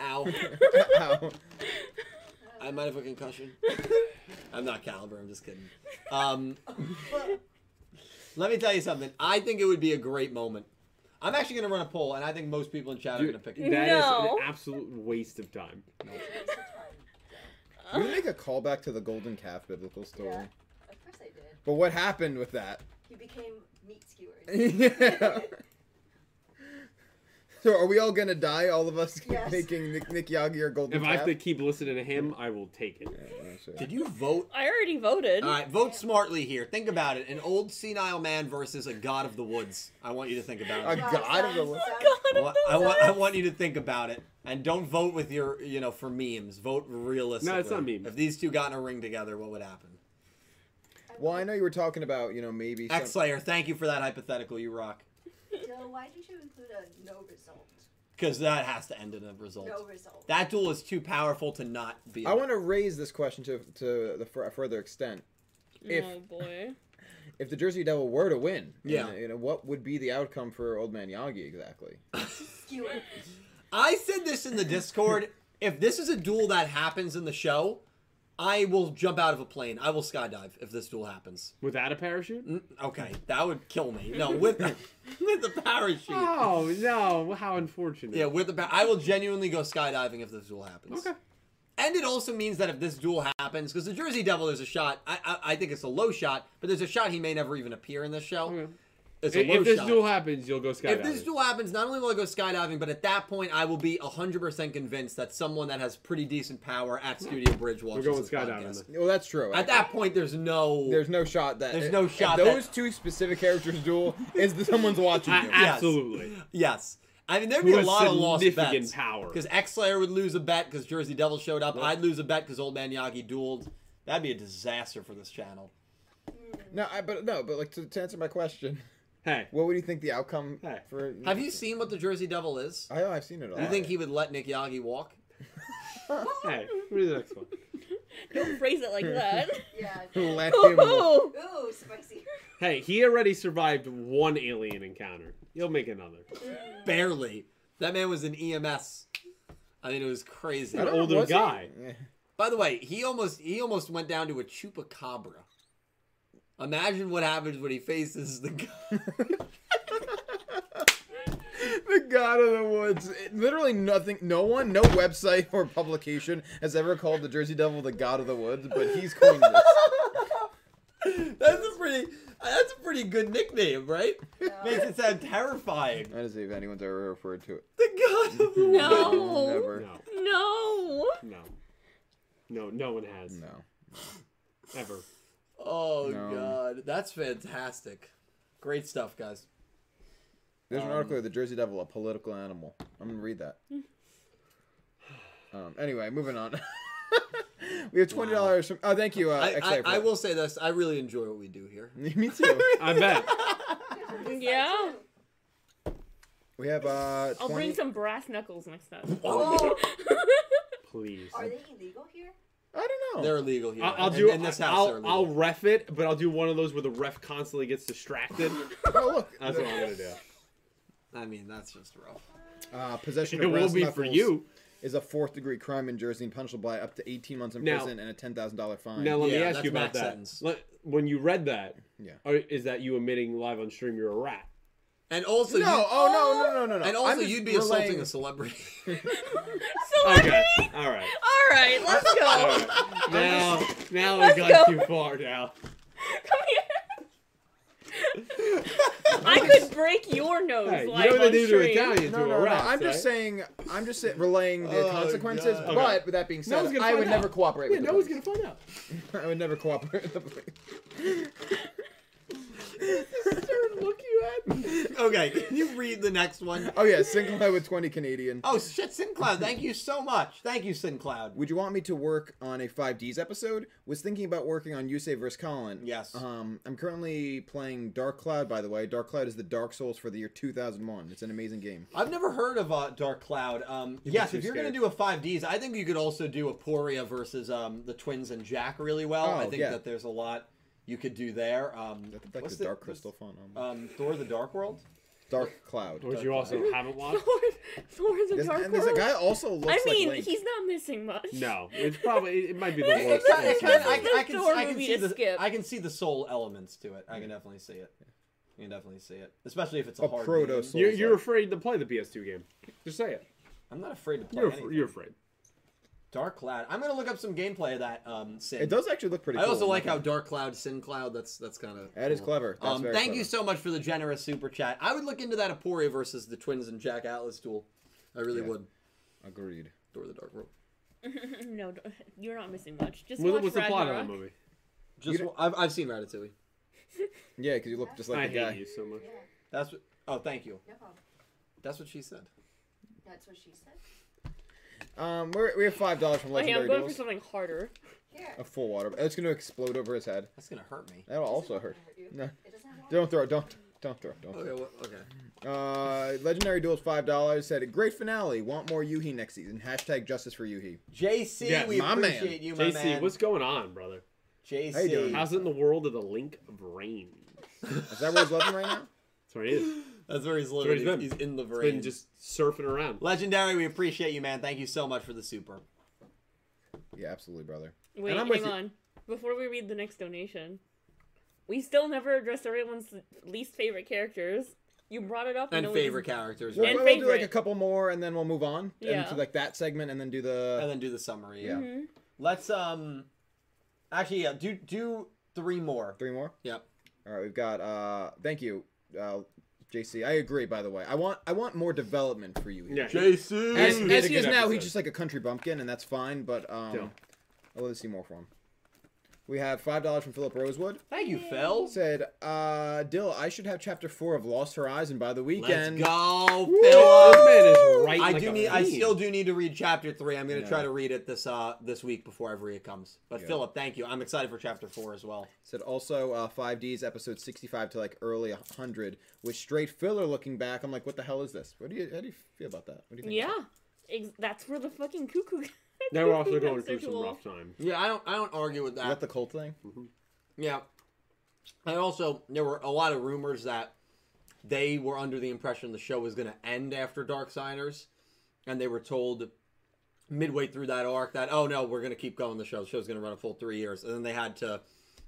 Speaker 4: Ow!
Speaker 5: Ow. [LAUGHS]
Speaker 4: I might have a concussion. I'm not caliber. I'm just kidding. Um, let me tell you something. I think it would be a great moment. I'm actually going to run a poll, and I think most people in chat are
Speaker 7: Dude,
Speaker 4: going to pick
Speaker 7: that
Speaker 4: it.
Speaker 7: is
Speaker 2: No.
Speaker 7: an absolute waste of time.
Speaker 5: Can we make a callback to the golden calf biblical story?
Speaker 10: Yeah. Of course I did.
Speaker 5: But what happened with that?
Speaker 10: He became meat
Speaker 5: [LAUGHS]
Speaker 10: skewers.
Speaker 5: yeah. So are we all gonna die? All of us [LAUGHS]
Speaker 10: Yes.
Speaker 5: making Nick, Nick Yagi or golden
Speaker 7: If I
Speaker 5: calf?
Speaker 7: have to keep listening to him, I will take it.
Speaker 5: Yeah, yeah, sure.
Speaker 4: Did you vote?
Speaker 2: [LAUGHS] I already voted. [LAUGHS]
Speaker 4: All right, vote smartly here. Think about it. An old senile man versus a god of the woods. I want you to think about it.
Speaker 5: A god of the
Speaker 10: sounds-
Speaker 5: woods.
Speaker 10: sounds-
Speaker 4: I
Speaker 2: God,
Speaker 7: [LAUGHS]
Speaker 4: want, I want I
Speaker 2: [LAUGHS]
Speaker 4: want you to think about it and don't vote with your you know for memes. Vote realistically.
Speaker 7: No, it's not memes.
Speaker 4: If these two got in a ring together, what would happen?
Speaker 5: Well, I know you were talking about you know maybe. some-
Speaker 4: X Slayer, thank you for that hypothetical. You rock.
Speaker 10: Dill, why did you include a no result?
Speaker 4: Because that has to end in a result.
Speaker 10: No result.
Speaker 4: That duel is too powerful to not be.
Speaker 5: I want to raise this question to to the fur- further extent. If
Speaker 2: oh boy.
Speaker 5: if the Jersey Devil were to win,
Speaker 4: Yeah.
Speaker 5: you know, you know, what would be the outcome for Old Man Yagi exactly?
Speaker 10: Skewer.
Speaker 4: [LAUGHS] I said this in the Discord. if this is a duel that happens in the show, I will jump out of a plane. I will skydive if this duel happens.
Speaker 7: Without a parachute?
Speaker 4: Mm, Okay, that would kill me. No, with the, [LAUGHS] with the parachute.
Speaker 7: Oh no! How unfortunate.
Speaker 4: Yeah, with the ba- I will genuinely go skydiving if this duel happens.
Speaker 7: Okay.
Speaker 4: And it also means that if this duel happens, because the Jersey Devil, there's a shot. I, I I think it's a low shot, but there's a shot he may never even appear in this show.
Speaker 7: Okay.
Speaker 4: It's a
Speaker 7: Mm-hmm.
Speaker 4: low
Speaker 7: If, if this
Speaker 4: shot.
Speaker 7: duel happens, you'll go skydiving.
Speaker 4: if this duel happens, not only will I go skydiving, but at that point I will be 100% convinced that someone that has pretty decent power at Studio Bridge
Speaker 7: Hmm. we're
Speaker 4: watches
Speaker 7: going
Speaker 4: this
Speaker 7: skydiving.
Speaker 4: podcast.
Speaker 7: then.
Speaker 5: Well, that's true.
Speaker 4: At that point, there's no.
Speaker 5: there's no shot that
Speaker 4: There's no
Speaker 5: if
Speaker 4: shot that-
Speaker 5: those two specific characters duel is that someone's watching
Speaker 7: I-
Speaker 5: you.
Speaker 4: Yes.
Speaker 7: Absolutely.
Speaker 4: Yes. I mean, there'd be
Speaker 7: With
Speaker 4: a lot of lost
Speaker 7: significant
Speaker 4: bets.
Speaker 7: power.
Speaker 4: Because X Slayer would lose a bet because Jersey Devil showed up.
Speaker 7: Yep.
Speaker 4: I'd lose a bet because Old Man Yagi dueled. That'd be a disaster for this channel.
Speaker 10: Mm,
Speaker 5: No, I, but no, but like to, to answer my question,
Speaker 7: Hey,
Speaker 5: what would you think the outcome
Speaker 7: Hey.
Speaker 5: for?
Speaker 4: Have you seen what the Jersey Devil is?
Speaker 5: I know I've seen it all.
Speaker 4: You think
Speaker 5: [LAUGHS]
Speaker 4: he would let Nick Yagi walk?
Speaker 7: hey. What is the next one?
Speaker 2: Don't phrase it like
Speaker 7: [LAUGHS]
Speaker 2: that.
Speaker 5: [LAUGHS]
Speaker 10: Yeah.
Speaker 5: let
Speaker 2: [LAUGHS]
Speaker 5: him?
Speaker 2: Ooh.
Speaker 5: [LAUGHS]
Speaker 10: Ooh, spicy.
Speaker 7: Hey, he already survived one alien encounter. He'll make another.
Speaker 4: Barely. That man was an EMS. E I mean, it was crazy.
Speaker 7: An
Speaker 18: don't know,
Speaker 7: older
Speaker 18: was he?
Speaker 7: guy.
Speaker 4: By the way, he almost he almost went down to a chupacabra. Imagine what happens when he faces the guy. [LAUGHS]
Speaker 5: the god of the woods. It- literally nothing. No one, no website or publication has ever called the Jersey Devil the god of the woods, but he's coined [LAUGHS] this.
Speaker 4: that's a pretty that's a pretty good nickname, right?
Speaker 19: Makes
Speaker 10: [LAUGHS]
Speaker 19: it sound
Speaker 5: [LAUGHS]
Speaker 19: terrifying.
Speaker 5: I don't see if anyone's ever referred to it.
Speaker 4: The god of
Speaker 2: No.
Speaker 5: Never.
Speaker 7: No,
Speaker 2: No.
Speaker 7: no, no, no one has
Speaker 5: No.
Speaker 7: ever.
Speaker 4: Oh
Speaker 5: No.
Speaker 4: god, that's fantastic. Great stuff, guys.
Speaker 5: There's an
Speaker 4: Um,
Speaker 5: article of the Jersey Devil, a political animal. I'm gonna read that. um. Anyway, moving on. [LAUGHS] we have twenty dollars from. Oh, thank you. Uh,
Speaker 4: I, I,
Speaker 5: Excite for
Speaker 4: I
Speaker 5: that.
Speaker 4: will say this: I really enjoy what we do here.
Speaker 5: [LAUGHS] Me too.
Speaker 7: [LAUGHS] I
Speaker 2: [LAUGHS]
Speaker 7: bet.
Speaker 2: Yeah.
Speaker 5: We have uh. 20...
Speaker 2: I'll bring some brass knuckles next time.
Speaker 7: [LAUGHS]
Speaker 2: [LAUGHS]
Speaker 4: Oh.
Speaker 7: Please.
Speaker 10: Are they illegal here?
Speaker 5: I don't know.
Speaker 4: They're illegal here.
Speaker 7: I'll, I'll
Speaker 4: In-
Speaker 7: do.
Speaker 4: in this house. they're
Speaker 7: I'll,
Speaker 4: illegal.
Speaker 7: I'll ref it, but I'll do one of those where the ref constantly gets distracted.
Speaker 5: Oh look.
Speaker 7: That's what I'm gonna
Speaker 4: [LAUGHS]
Speaker 7: do.
Speaker 4: I mean, that's just rough.
Speaker 5: Uh, possession
Speaker 7: [LAUGHS] It
Speaker 5: of
Speaker 7: will
Speaker 5: brass
Speaker 7: be for
Speaker 5: knuckles
Speaker 7: you.
Speaker 5: is a fourth degree crime in Jersey and punishable by up to 18 months in
Speaker 7: Now-
Speaker 5: prison and a $10,000 fine.
Speaker 7: Now let
Speaker 4: Yeah,
Speaker 7: me ask
Speaker 4: that's
Speaker 7: you
Speaker 4: max
Speaker 7: about that.
Speaker 4: sentence.
Speaker 7: Let- when you read that,
Speaker 5: Yeah.
Speaker 7: are- is that you admitting live on stream you're a rat?
Speaker 4: And also,
Speaker 5: no,
Speaker 4: you,
Speaker 5: oh no, no, no, no, no.
Speaker 4: and also
Speaker 5: I'm just
Speaker 4: you'd be
Speaker 5: relaying-
Speaker 4: assaulting a celebrity.
Speaker 5: [LAUGHS]
Speaker 2: so
Speaker 7: Okay. All right.
Speaker 2: All right,
Speaker 4: [LAUGHS]
Speaker 2: let's go.
Speaker 7: All
Speaker 2: [LAUGHS]
Speaker 7: right. Now, now
Speaker 2: Let's
Speaker 7: we got
Speaker 2: go.
Speaker 7: too far. Now.
Speaker 2: Come
Speaker 7: [LAUGHS]
Speaker 2: here. I could break your nose
Speaker 7: Hey, you
Speaker 2: live
Speaker 7: know what they
Speaker 2: on
Speaker 7: do to
Speaker 2: stream.
Speaker 7: Italians
Speaker 5: No,
Speaker 7: who
Speaker 5: no,
Speaker 7: are
Speaker 5: no.
Speaker 7: rats,
Speaker 5: I'm
Speaker 7: right?
Speaker 5: just saying, I'm just sa- relaying the
Speaker 4: Oh,
Speaker 5: consequences.
Speaker 4: God.
Speaker 5: But
Speaker 7: Okay.
Speaker 5: with that being
Speaker 7: No
Speaker 5: said,
Speaker 7: one's gonna
Speaker 5: I would
Speaker 7: find
Speaker 5: never
Speaker 7: out.
Speaker 5: cooperate
Speaker 7: Yeah,
Speaker 5: with
Speaker 7: no
Speaker 5: the
Speaker 7: one's gonna
Speaker 5: police.
Speaker 7: find
Speaker 5: [LAUGHS]
Speaker 7: out.
Speaker 5: I would never cooperate with the
Speaker 7: [LAUGHS]
Speaker 5: police.
Speaker 7: Look you at.
Speaker 4: okay, can you read the next one?
Speaker 5: [LAUGHS] Oh yeah, single head with 20 Canadian.
Speaker 4: Oh shit, SinCloud! Thank you so much. Thank you, SinCloud.
Speaker 5: Would you want me to work on a 5Ds episode? Was thinking about working on Yusei vs. Colin.
Speaker 4: Yes.
Speaker 5: Um, I'm currently playing Dark Cloud, by the way. Dark Cloud is the Dark Souls for the year 2001. It's an amazing game.
Speaker 4: I've never heard of uh, Dark Cloud. Um, yes,
Speaker 5: too
Speaker 4: if you're
Speaker 5: scared.
Speaker 4: gonna do a five Ds, I think you could also do a Poria versus um, the twins and Jack really well. I
Speaker 5: Oh,
Speaker 4: think
Speaker 5: yeah.
Speaker 4: that there's a lot you could do there. Um,
Speaker 5: That's like
Speaker 4: what's
Speaker 5: the Dark Crystal font. Um,
Speaker 4: Um, Thor: The Dark World.
Speaker 2: [LAUGHS]
Speaker 5: Dark Cloud.
Speaker 7: Which you also haven't watched.
Speaker 2: [LAUGHS] Thor, Thor in the
Speaker 5: There's,
Speaker 2: Dark
Speaker 5: and there's a
Speaker 2: World.
Speaker 5: guy also
Speaker 2: I
Speaker 5: looks
Speaker 2: mean,
Speaker 5: like Link.
Speaker 2: he's not missing much.
Speaker 7: No, it's probably it might be the
Speaker 4: It-
Speaker 7: worst.
Speaker 4: [LAUGHS] it's not-
Speaker 7: thing
Speaker 4: it's
Speaker 7: to
Speaker 4: kind of-
Speaker 7: do.
Speaker 4: I can- I
Speaker 2: Thor
Speaker 4: can- I can
Speaker 2: movie
Speaker 4: see
Speaker 2: to
Speaker 4: the
Speaker 2: skip.
Speaker 4: I can see the soul elements to it. I can definitely see it. You can definitely see it, especially if it's a,
Speaker 5: A
Speaker 4: hard
Speaker 5: proto
Speaker 4: game.
Speaker 5: soul.
Speaker 7: You're, you're afraid to play the PS2 game. Just say it.
Speaker 4: I'm not afraid to play
Speaker 7: You're,
Speaker 4: anything.
Speaker 7: you're afraid.
Speaker 4: Dark Cloud. I'm gonna look up some gameplay of that. Um, Sin.
Speaker 5: It does actually look pretty
Speaker 4: I
Speaker 5: cool.
Speaker 4: also like how Dark Cloud, Sin Cloud. That's that's kind of
Speaker 5: That is clever. That's
Speaker 4: um,
Speaker 5: very
Speaker 4: thank you
Speaker 5: clever.
Speaker 4: so much for the generous super chat. I would look into that Aporia versus the Twins and Jack Atlas duel. I really
Speaker 5: Yeah.
Speaker 4: would.
Speaker 5: Agreed.
Speaker 4: Door the Dark World.
Speaker 2: [LAUGHS] no, d- you're not missing much. Just
Speaker 7: What,
Speaker 2: watch
Speaker 7: what's the plot of
Speaker 2: Ragnarok.
Speaker 7: that movie?
Speaker 4: Just
Speaker 5: don't-
Speaker 4: I've, I've seen Ratatouille.
Speaker 5: Yeah, because you look just like
Speaker 7: I
Speaker 5: the
Speaker 7: hate
Speaker 5: guy.
Speaker 7: you so much.
Speaker 4: That's what, oh, thank you.
Speaker 10: No problem.
Speaker 4: That's what she said.
Speaker 10: That's what she said.
Speaker 5: Um, we're, we have five dollars from
Speaker 2: Okay, I'm
Speaker 5: Legendary
Speaker 2: going for
Speaker 5: Duels.
Speaker 2: something harder.
Speaker 10: Here.
Speaker 5: A full water. It's gonna explode over his head.
Speaker 4: That's gonna hurt me.
Speaker 5: That'll
Speaker 10: It
Speaker 5: Uh, also
Speaker 10: doesn't
Speaker 5: hurt.
Speaker 10: hurt you.
Speaker 5: No,
Speaker 10: It doesn't hurt.
Speaker 5: don't throw. it. Don't. Don't throw. it. Don't. Throw.
Speaker 4: Okay. Well, okay.
Speaker 5: it. Uh, Legendary Duels five dollars said great finale. Want more Yuhi next season. Hashtag justice for Yuhi.
Speaker 4: JC,
Speaker 7: Yeah,
Speaker 4: we
Speaker 5: my man.
Speaker 4: appreciate you, my
Speaker 7: JC,
Speaker 4: man.
Speaker 7: what's going on, brother?
Speaker 4: JC?
Speaker 5: How you doing?
Speaker 7: How's it in the world of the Link brain?
Speaker 5: Is that where he's living
Speaker 2: [LAUGHS]
Speaker 5: right now?
Speaker 7: That's what it is. It's
Speaker 4: That's where he's
Speaker 7: where
Speaker 4: living.
Speaker 7: he's
Speaker 4: He's,
Speaker 7: been.
Speaker 4: he's in the
Speaker 7: been
Speaker 4: brain.
Speaker 7: just surfing around.
Speaker 4: Legendary, we appreciate you, man. Thank you so much for the super.
Speaker 5: Yeah, absolutely, brother.
Speaker 2: Wait,
Speaker 5: I'm
Speaker 2: hang
Speaker 5: with you.
Speaker 2: on. Before we read the next donation, we still never addressed everyone's least favorite characters. You brought it up.
Speaker 4: And
Speaker 2: no one-
Speaker 4: favorite characters.
Speaker 5: We'll,
Speaker 2: And
Speaker 5: we'll do like
Speaker 2: favorite.
Speaker 5: a couple more, and then we'll move on
Speaker 2: Yeah.
Speaker 5: into like that segment, and then do
Speaker 4: and
Speaker 5: the.
Speaker 4: then do the summary.
Speaker 5: Yeah.
Speaker 2: Mhm.
Speaker 4: Let's um actually yeah, do do three more.
Speaker 5: Three more.
Speaker 4: Yep.
Speaker 5: All right, we've got. Uh, thank you, uh, JC. I agree. By the way, I want I want more development for you.
Speaker 7: Yeah.
Speaker 2: [LAUGHS]
Speaker 4: JC
Speaker 5: As,
Speaker 7: He did
Speaker 5: as
Speaker 7: a
Speaker 5: he
Speaker 7: good
Speaker 5: is now, he's
Speaker 7: episode.
Speaker 5: just like a country bumpkin, and that's fine. But um,
Speaker 7: Still.
Speaker 5: I'd love to see more from him. We have five dollars from Philip Rosewood.
Speaker 4: Thank you, Phil.
Speaker 5: Said, uh, "Dill, I should have chapter four of Lost Horizon by the weekend."
Speaker 4: Let's go,
Speaker 7: This
Speaker 4: Phil.
Speaker 7: man is right.
Speaker 4: I
Speaker 7: like
Speaker 4: do
Speaker 7: a
Speaker 4: need I
Speaker 7: fiend.
Speaker 4: still do need to read chapter three. I'm gonna
Speaker 5: Yeah.
Speaker 4: try to read it this uh this week before every it comes. But
Speaker 5: Yeah.
Speaker 4: Philip, thank you. I'm excited for chapter four as well.
Speaker 5: Said also uh, 5D's episode 65 to like early 100 was straight filler. Looking back, I'm like, what the hell is this? What do you how do you feel about that? What do you think?
Speaker 2: Yeah, ex- that's where the fucking cuckoo. [LAUGHS]
Speaker 7: They were also
Speaker 2: cuckoo
Speaker 7: going
Speaker 2: comes
Speaker 7: through
Speaker 2: into
Speaker 7: some
Speaker 2: all-
Speaker 7: rough times.
Speaker 4: Yeah, I don't I don't argue with
Speaker 5: Is
Speaker 4: that.
Speaker 5: that the cult thing?
Speaker 4: Yeah. And also, there were a lot of rumors that they were under the impression the show was going to end after Darksiders, and they were told midway through that arc that oh no, we're gonna keep going the show. The show's gonna run a full three years, and then they had to.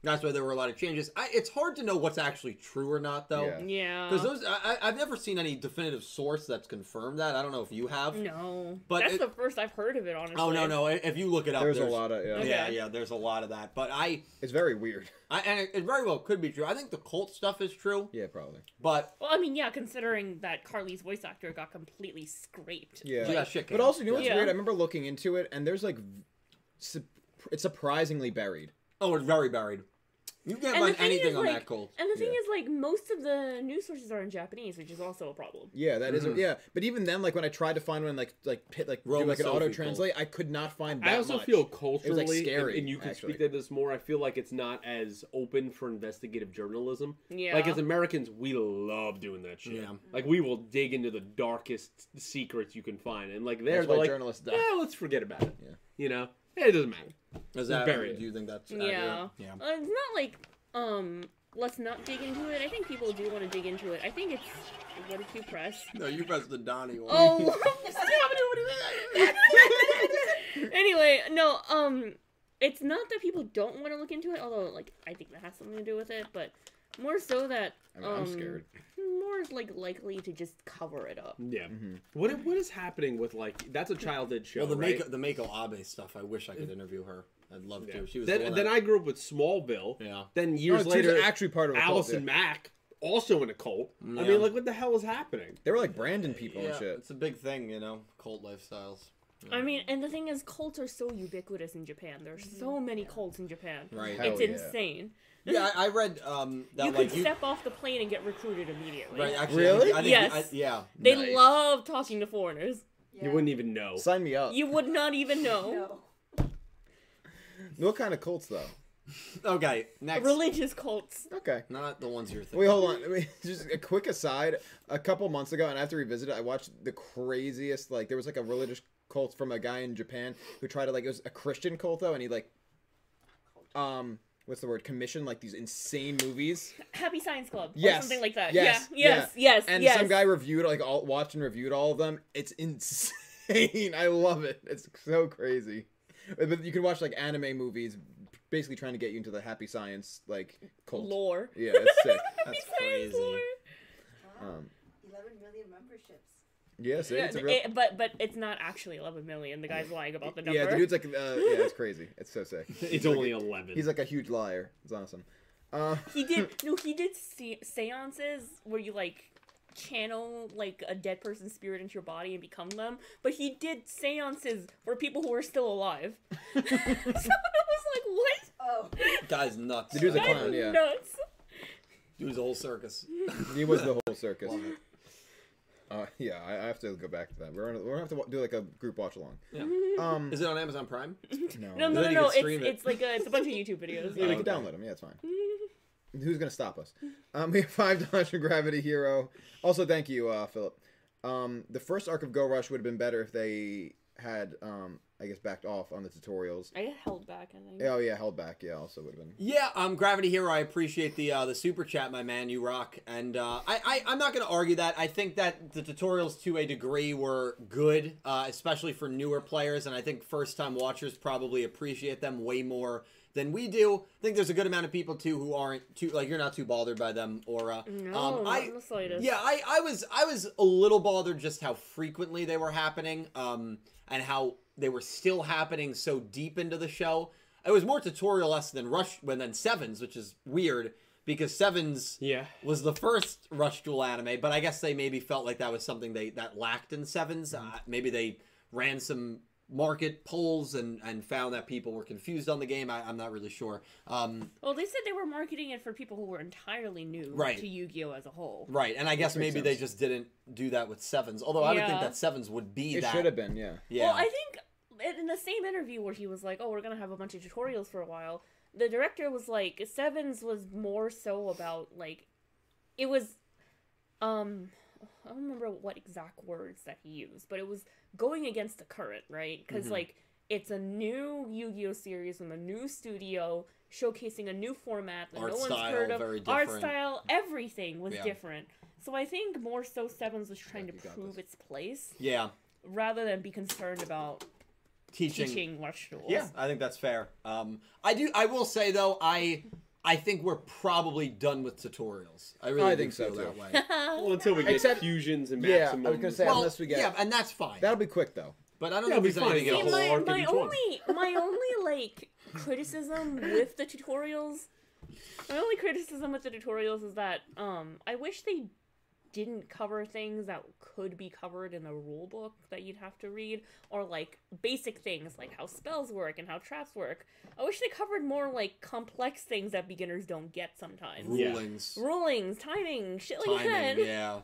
Speaker 4: That's why there were a lot of changes. I, it's hard to know what's actually true or not, though.
Speaker 2: Yeah. Yeah.
Speaker 4: Because those, I, I- I've never seen any definitive source that's confirmed that. I don't know if you have.
Speaker 2: No,
Speaker 4: But
Speaker 2: that's
Speaker 4: it-
Speaker 2: the first I've heard of it. Honestly.
Speaker 4: Oh no, no. i- If you look it up,
Speaker 5: There's a lot of- yeah.
Speaker 4: yeah,
Speaker 5: Okay.
Speaker 4: yeah, There's a lot of that, but I,
Speaker 5: It's very weird. [LAUGHS]
Speaker 4: I, and it, it very well could be true. I think the cult stuff is true,
Speaker 5: Yeah, probably.
Speaker 4: but
Speaker 2: Well, I mean, yeah, considering that Carly's voice actor got completely scraped.
Speaker 5: Yeah.
Speaker 4: Yeah, shit
Speaker 5: But
Speaker 4: can-
Speaker 5: also, you know what's
Speaker 2: yeah.
Speaker 5: weird? I remember looking into it, and there's like, su- it's surprisingly buried.
Speaker 4: Oh, it's very buried. You can't
Speaker 2: And the
Speaker 4: find
Speaker 2: thing
Speaker 4: anything
Speaker 2: is,
Speaker 4: on
Speaker 2: like,
Speaker 4: that cult.
Speaker 2: And the thing is, like, most of the news sources are in Japanese, which is also a problem.
Speaker 5: Yeah, that is.
Speaker 7: Mm-hmm.
Speaker 4: Mhm.
Speaker 5: yeah, but even then, like when I tried to find one, like like pit, like do
Speaker 4: Roman
Speaker 5: like an
Speaker 4: Sophie
Speaker 5: auto translate, I could not find. That
Speaker 7: I also
Speaker 5: much.
Speaker 7: feel
Speaker 5: it was
Speaker 7: culturally,
Speaker 5: like scary.
Speaker 7: and, and you can
Speaker 5: actually.
Speaker 7: speak to this more. I feel like it's not as open for investigative journalism.
Speaker 2: Yeah.
Speaker 7: Like as Americans, we love doing that shit.
Speaker 4: Yeah.
Speaker 7: Like we will dig into the darkest secrets you can find, and like there,
Speaker 5: That's why
Speaker 7: they're like,
Speaker 5: journalists die.
Speaker 7: yeah, let's forget about it.
Speaker 5: Yeah.
Speaker 7: You know, yeah, it doesn't matter.
Speaker 4: Is
Speaker 7: We'll
Speaker 4: that,
Speaker 7: bury it.
Speaker 4: do you think that's accurate?
Speaker 2: Yeah.
Speaker 4: Yeah.
Speaker 2: Uh, it's not like, um, let's not dig into it. I think people do want to dig into it. I think it's. What did you press?
Speaker 4: No, you pressed the Donnie one.
Speaker 2: Oh, [LAUGHS]
Speaker 4: [LAUGHS]
Speaker 2: stop it. [LAUGHS] anyway, no, um, it's not that people don't want to look into it, although, like, I think that has something to do with it, but more so that.
Speaker 5: I mean, I'm
Speaker 2: um,
Speaker 5: scared.
Speaker 2: More like likely to just cover it up.
Speaker 7: Yeah.
Speaker 5: Mm-hmm.
Speaker 7: What what is happening with like that's a childhood show.
Speaker 4: well, the
Speaker 7: right?
Speaker 4: Mako, the Mako Abe stuff. I wish I could interview her. I'd love
Speaker 7: Yeah.
Speaker 4: to. She was the
Speaker 7: then,
Speaker 4: one
Speaker 7: then
Speaker 4: that-
Speaker 7: I grew up with Smallville.
Speaker 4: Yeah.
Speaker 7: Then years
Speaker 5: she was
Speaker 7: later,
Speaker 5: actually part of a cult,
Speaker 7: Allison
Speaker 5: yeah.
Speaker 7: Mack, also in a cult. I
Speaker 4: Yeah.
Speaker 7: mean, like, what the hell is happening?
Speaker 5: They were like Brandon people
Speaker 4: Yeah,
Speaker 5: and shit.
Speaker 4: it's a big thing, you know, cult lifestyles.
Speaker 2: I mean, and the thing is, cults are so ubiquitous in Japan. There's so many cults in Japan.
Speaker 4: Right.
Speaker 5: Hell
Speaker 2: it's
Speaker 5: yeah.
Speaker 2: insane.
Speaker 4: Yeah, I, I read um that
Speaker 2: you
Speaker 4: like
Speaker 2: could
Speaker 4: you.
Speaker 2: step off the plane and get recruited immediately.
Speaker 4: Right, actually,
Speaker 5: Really?
Speaker 4: I think, I
Speaker 2: Yes.
Speaker 4: think, I, yeah.
Speaker 2: They
Speaker 5: Nice.
Speaker 2: love talking to foreigners.
Speaker 10: Yeah.
Speaker 7: You wouldn't even know.
Speaker 5: Sign me up.
Speaker 2: You would not even
Speaker 5: e-
Speaker 2: know.
Speaker 10: No.
Speaker 5: Oh. What kind of cults though?
Speaker 4: Okay, next.
Speaker 2: Religious cults.
Speaker 5: Okay.
Speaker 4: Not the ones you're thinking.
Speaker 5: Wait, hold on. Wait, [LAUGHS] Just a quick aside. A couple months ago, and I have to revisit it. I watched the craziest. Like there was like a religious cult from a guy in Japan who tried to like it was a Christian cult though, and he like, um, what's the word? Commissioned like these insane movies.
Speaker 2: Happy Science Club. Or
Speaker 5: Yes.
Speaker 2: something like that.
Speaker 5: Yes.
Speaker 2: yeah. Yes. Yes.
Speaker 5: And
Speaker 2: yes.
Speaker 5: some guy reviewed like all watched and reviewed all of them. It's [LAUGHS] insane. I love it. It's so crazy. But you can watch like anime movies, basically trying to get you into the happy science like
Speaker 2: [LAUGHS]
Speaker 5: cult.
Speaker 2: lore.
Speaker 5: Yeah,
Speaker 2: [LAUGHS]
Speaker 5: it's sick.
Speaker 4: That's
Speaker 2: Science
Speaker 4: crazy.
Speaker 2: lore.
Speaker 5: Um,
Speaker 10: 11 million memberships.
Speaker 5: yeah, see,
Speaker 2: Yeah,
Speaker 5: it's a real.
Speaker 2: it- but but it's not actually 11 million. The guy's lying about the number.
Speaker 5: Yeah, the dude's like, uh, yeah, it's crazy. It's so sick.
Speaker 7: It's only eleven.
Speaker 5: He's like a huge liar. It's awesome. Uh,
Speaker 2: he did [LAUGHS] no. He did se- seances where you like channel like a dead person's spirit into your body and become them. But he did seances for people who were still alive. so [LAUGHS] I was like, what?
Speaker 10: Oh.
Speaker 4: Guy's nuts.
Speaker 5: The dude's a
Speaker 4: That
Speaker 5: clown,
Speaker 4: dude-
Speaker 5: yeah.
Speaker 2: Nuts.
Speaker 4: Dude's a whole circus.
Speaker 5: [LAUGHS] he was the whole circus. Uh, yeah, I, I have to go back to that. We're gonna, we're gonna have to wa- do like a group watch along.
Speaker 4: Yeah. [LAUGHS]
Speaker 5: Um,
Speaker 4: Is it on Amazon Prime?
Speaker 5: no,
Speaker 2: No, no, no,
Speaker 4: Then you
Speaker 2: no.
Speaker 4: can
Speaker 2: It's,
Speaker 4: stream it.
Speaker 2: it's like a, it's a bunch of YouTube videos.
Speaker 5: Yeah, we can download them. Yeah, it's fine. Who's gonna stop us? Um, [LAUGHS] we have five dollars from Gravity Hero. Also, thank you, uh, Philip. Um, the first arc of Go Rush would have been better if they had, um, I guess, backed off on the tutorials.
Speaker 2: [LAUGHS] I got held back, I think.
Speaker 5: Oh yeah, held back. Yeah, also would have been.
Speaker 4: Yeah, um, Gravity Hero. I appreciate the uh, the super chat, my man. You rock. And uh, I, I I'm not gonna argue that. I think that the tutorials to a degree were good, uh, especially for newer players, and I think first time watchers probably appreciate them way more than we do. I think there's a good amount of people too who aren't too like you're not too bothered by them, Aura.
Speaker 2: No,
Speaker 4: um,
Speaker 2: not
Speaker 4: I,
Speaker 2: in the slightest.
Speaker 4: Yeah, I, I was I was a little bothered just how frequently they were happening, um, and how they were still happening so deep into the show. It was more tutorial less than rush when than sevens, which is weird because sevens
Speaker 7: yeah.
Speaker 4: was the first Rush Duel anime, but I guess they maybe felt like that was something they that lacked in 7s
Speaker 5: Mm-hmm.
Speaker 4: Uh, maybe they ran some market polls and and found that people were confused on the game. I, I'm not really sure. Um,
Speaker 2: Well, they said they were marketing it for people who were entirely new
Speaker 4: Right.
Speaker 2: to Yu-Gi-Oh as a whole.
Speaker 4: right, and I guess maybe
Speaker 5: makes
Speaker 4: they
Speaker 5: sense.
Speaker 4: just didn't do that with sevens. Although I would think
Speaker 2: Yeah.
Speaker 4: that sevens would be
Speaker 5: It
Speaker 4: that.
Speaker 5: should have been. Yeah.
Speaker 4: Yeah.
Speaker 2: Well, I think in the same interview where he was like, "Oh, we're gonna have a bunch of tutorials for a while," the director was like, "Sevens was more so about like, it was, um, I don't remember what exact words that he used, but it was going against the current, right?
Speaker 4: Mm-hmm.
Speaker 2: Because like it's a new Yu-Gi-Oh series from a new studio." Showcasing a new format that
Speaker 4: Art
Speaker 2: no one's
Speaker 4: style,
Speaker 2: heard of,
Speaker 4: very
Speaker 2: art
Speaker 4: different.
Speaker 2: style, everything was
Speaker 4: Yeah.
Speaker 2: different. So I think more so Sevens was trying
Speaker 5: Yeah,
Speaker 2: to
Speaker 5: you got
Speaker 2: prove
Speaker 5: this.
Speaker 2: its place
Speaker 4: yeah.
Speaker 2: rather than be concerned about
Speaker 4: teaching.
Speaker 2: teaching martial arts. [LAUGHS]
Speaker 4: Yeah, I think that's fair. Um, I do. I will say though, I I think we're probably done with tutorials. I really
Speaker 5: I
Speaker 4: do
Speaker 5: think so,
Speaker 4: feel that
Speaker 5: too.
Speaker 7: [LAUGHS]
Speaker 4: way.
Speaker 7: Well, until we get
Speaker 5: Except-
Speaker 7: fusions and
Speaker 5: Yeah,
Speaker 7: maximum.
Speaker 5: I was gonna say
Speaker 4: Well,
Speaker 5: unless we get.
Speaker 4: yeah, and that's fine.
Speaker 5: That'll be quick though.
Speaker 4: But I don't know
Speaker 7: Yeah,
Speaker 4: if
Speaker 7: we
Speaker 4: there's anything
Speaker 7: find
Speaker 4: else.
Speaker 7: a whole
Speaker 2: my,
Speaker 7: arc of
Speaker 2: my
Speaker 7: each one.
Speaker 2: only my only like criticism with the tutorials my only criticism with the tutorials is that um i wish they didn't cover things that could be covered in the rule book that you'd have to read or like basic things like how spells work and how traps work i wish they covered more like complex things that beginners don't get sometimes
Speaker 4: Rulings.
Speaker 2: rulings timing shit like that
Speaker 4: timing. Yeah,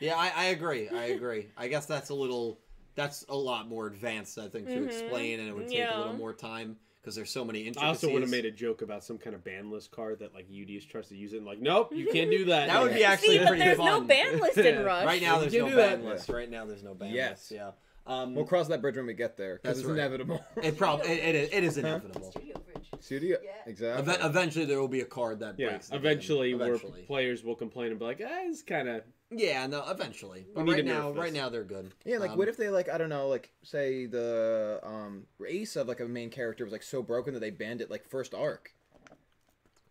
Speaker 4: yeah, I, I agree. I agree. I guess that's a little, that's a lot more advanced. I think to
Speaker 2: Mhm.
Speaker 4: explain, and it would take a little
Speaker 2: Yeah.
Speaker 4: more time because there's so many
Speaker 7: I
Speaker 4: intricacies.
Speaker 7: also would have made a joke about some kind of banless card that like UDS tries to use it. And like, nope, you can't
Speaker 4: [LAUGHS]
Speaker 7: do that.
Speaker 4: That would be actually
Speaker 2: see but
Speaker 4: pretty
Speaker 2: there's
Speaker 4: fun.
Speaker 2: no ban list
Speaker 4: [LAUGHS]
Speaker 2: in rush
Speaker 4: Right now,
Speaker 7: You
Speaker 4: there's
Speaker 7: can
Speaker 4: no
Speaker 7: do that.
Speaker 4: ban list. Right now, there's no ban
Speaker 5: Yes.
Speaker 4: list. Yeah. Um,
Speaker 5: We'll cross that bridge when we get there
Speaker 4: That's
Speaker 5: because it's
Speaker 4: right.
Speaker 5: inevitable.
Speaker 4: [LAUGHS] it
Speaker 7: [LAUGHS]
Speaker 4: probably it, it, it is
Speaker 7: Uh-huh.
Speaker 4: inevitable.
Speaker 10: Studio Bridge.
Speaker 5: [LAUGHS] Studio,
Speaker 10: Yeah.
Speaker 5: exactly.
Speaker 4: Eve- eventually, there will be a card that
Speaker 7: Yeah,
Speaker 4: breaks. the ban.
Speaker 7: eventually,
Speaker 4: eventually.
Speaker 7: where players will complain and be like, eh, it's kind of.
Speaker 4: yeah, no, eventually. But
Speaker 7: need
Speaker 4: right
Speaker 7: to nerf
Speaker 4: now,
Speaker 7: this.
Speaker 4: right now they're good.
Speaker 5: Yeah, like
Speaker 4: Um,
Speaker 5: what if they like I don't know, like say the um race of like a main character was like so broken that they banned it like first arc.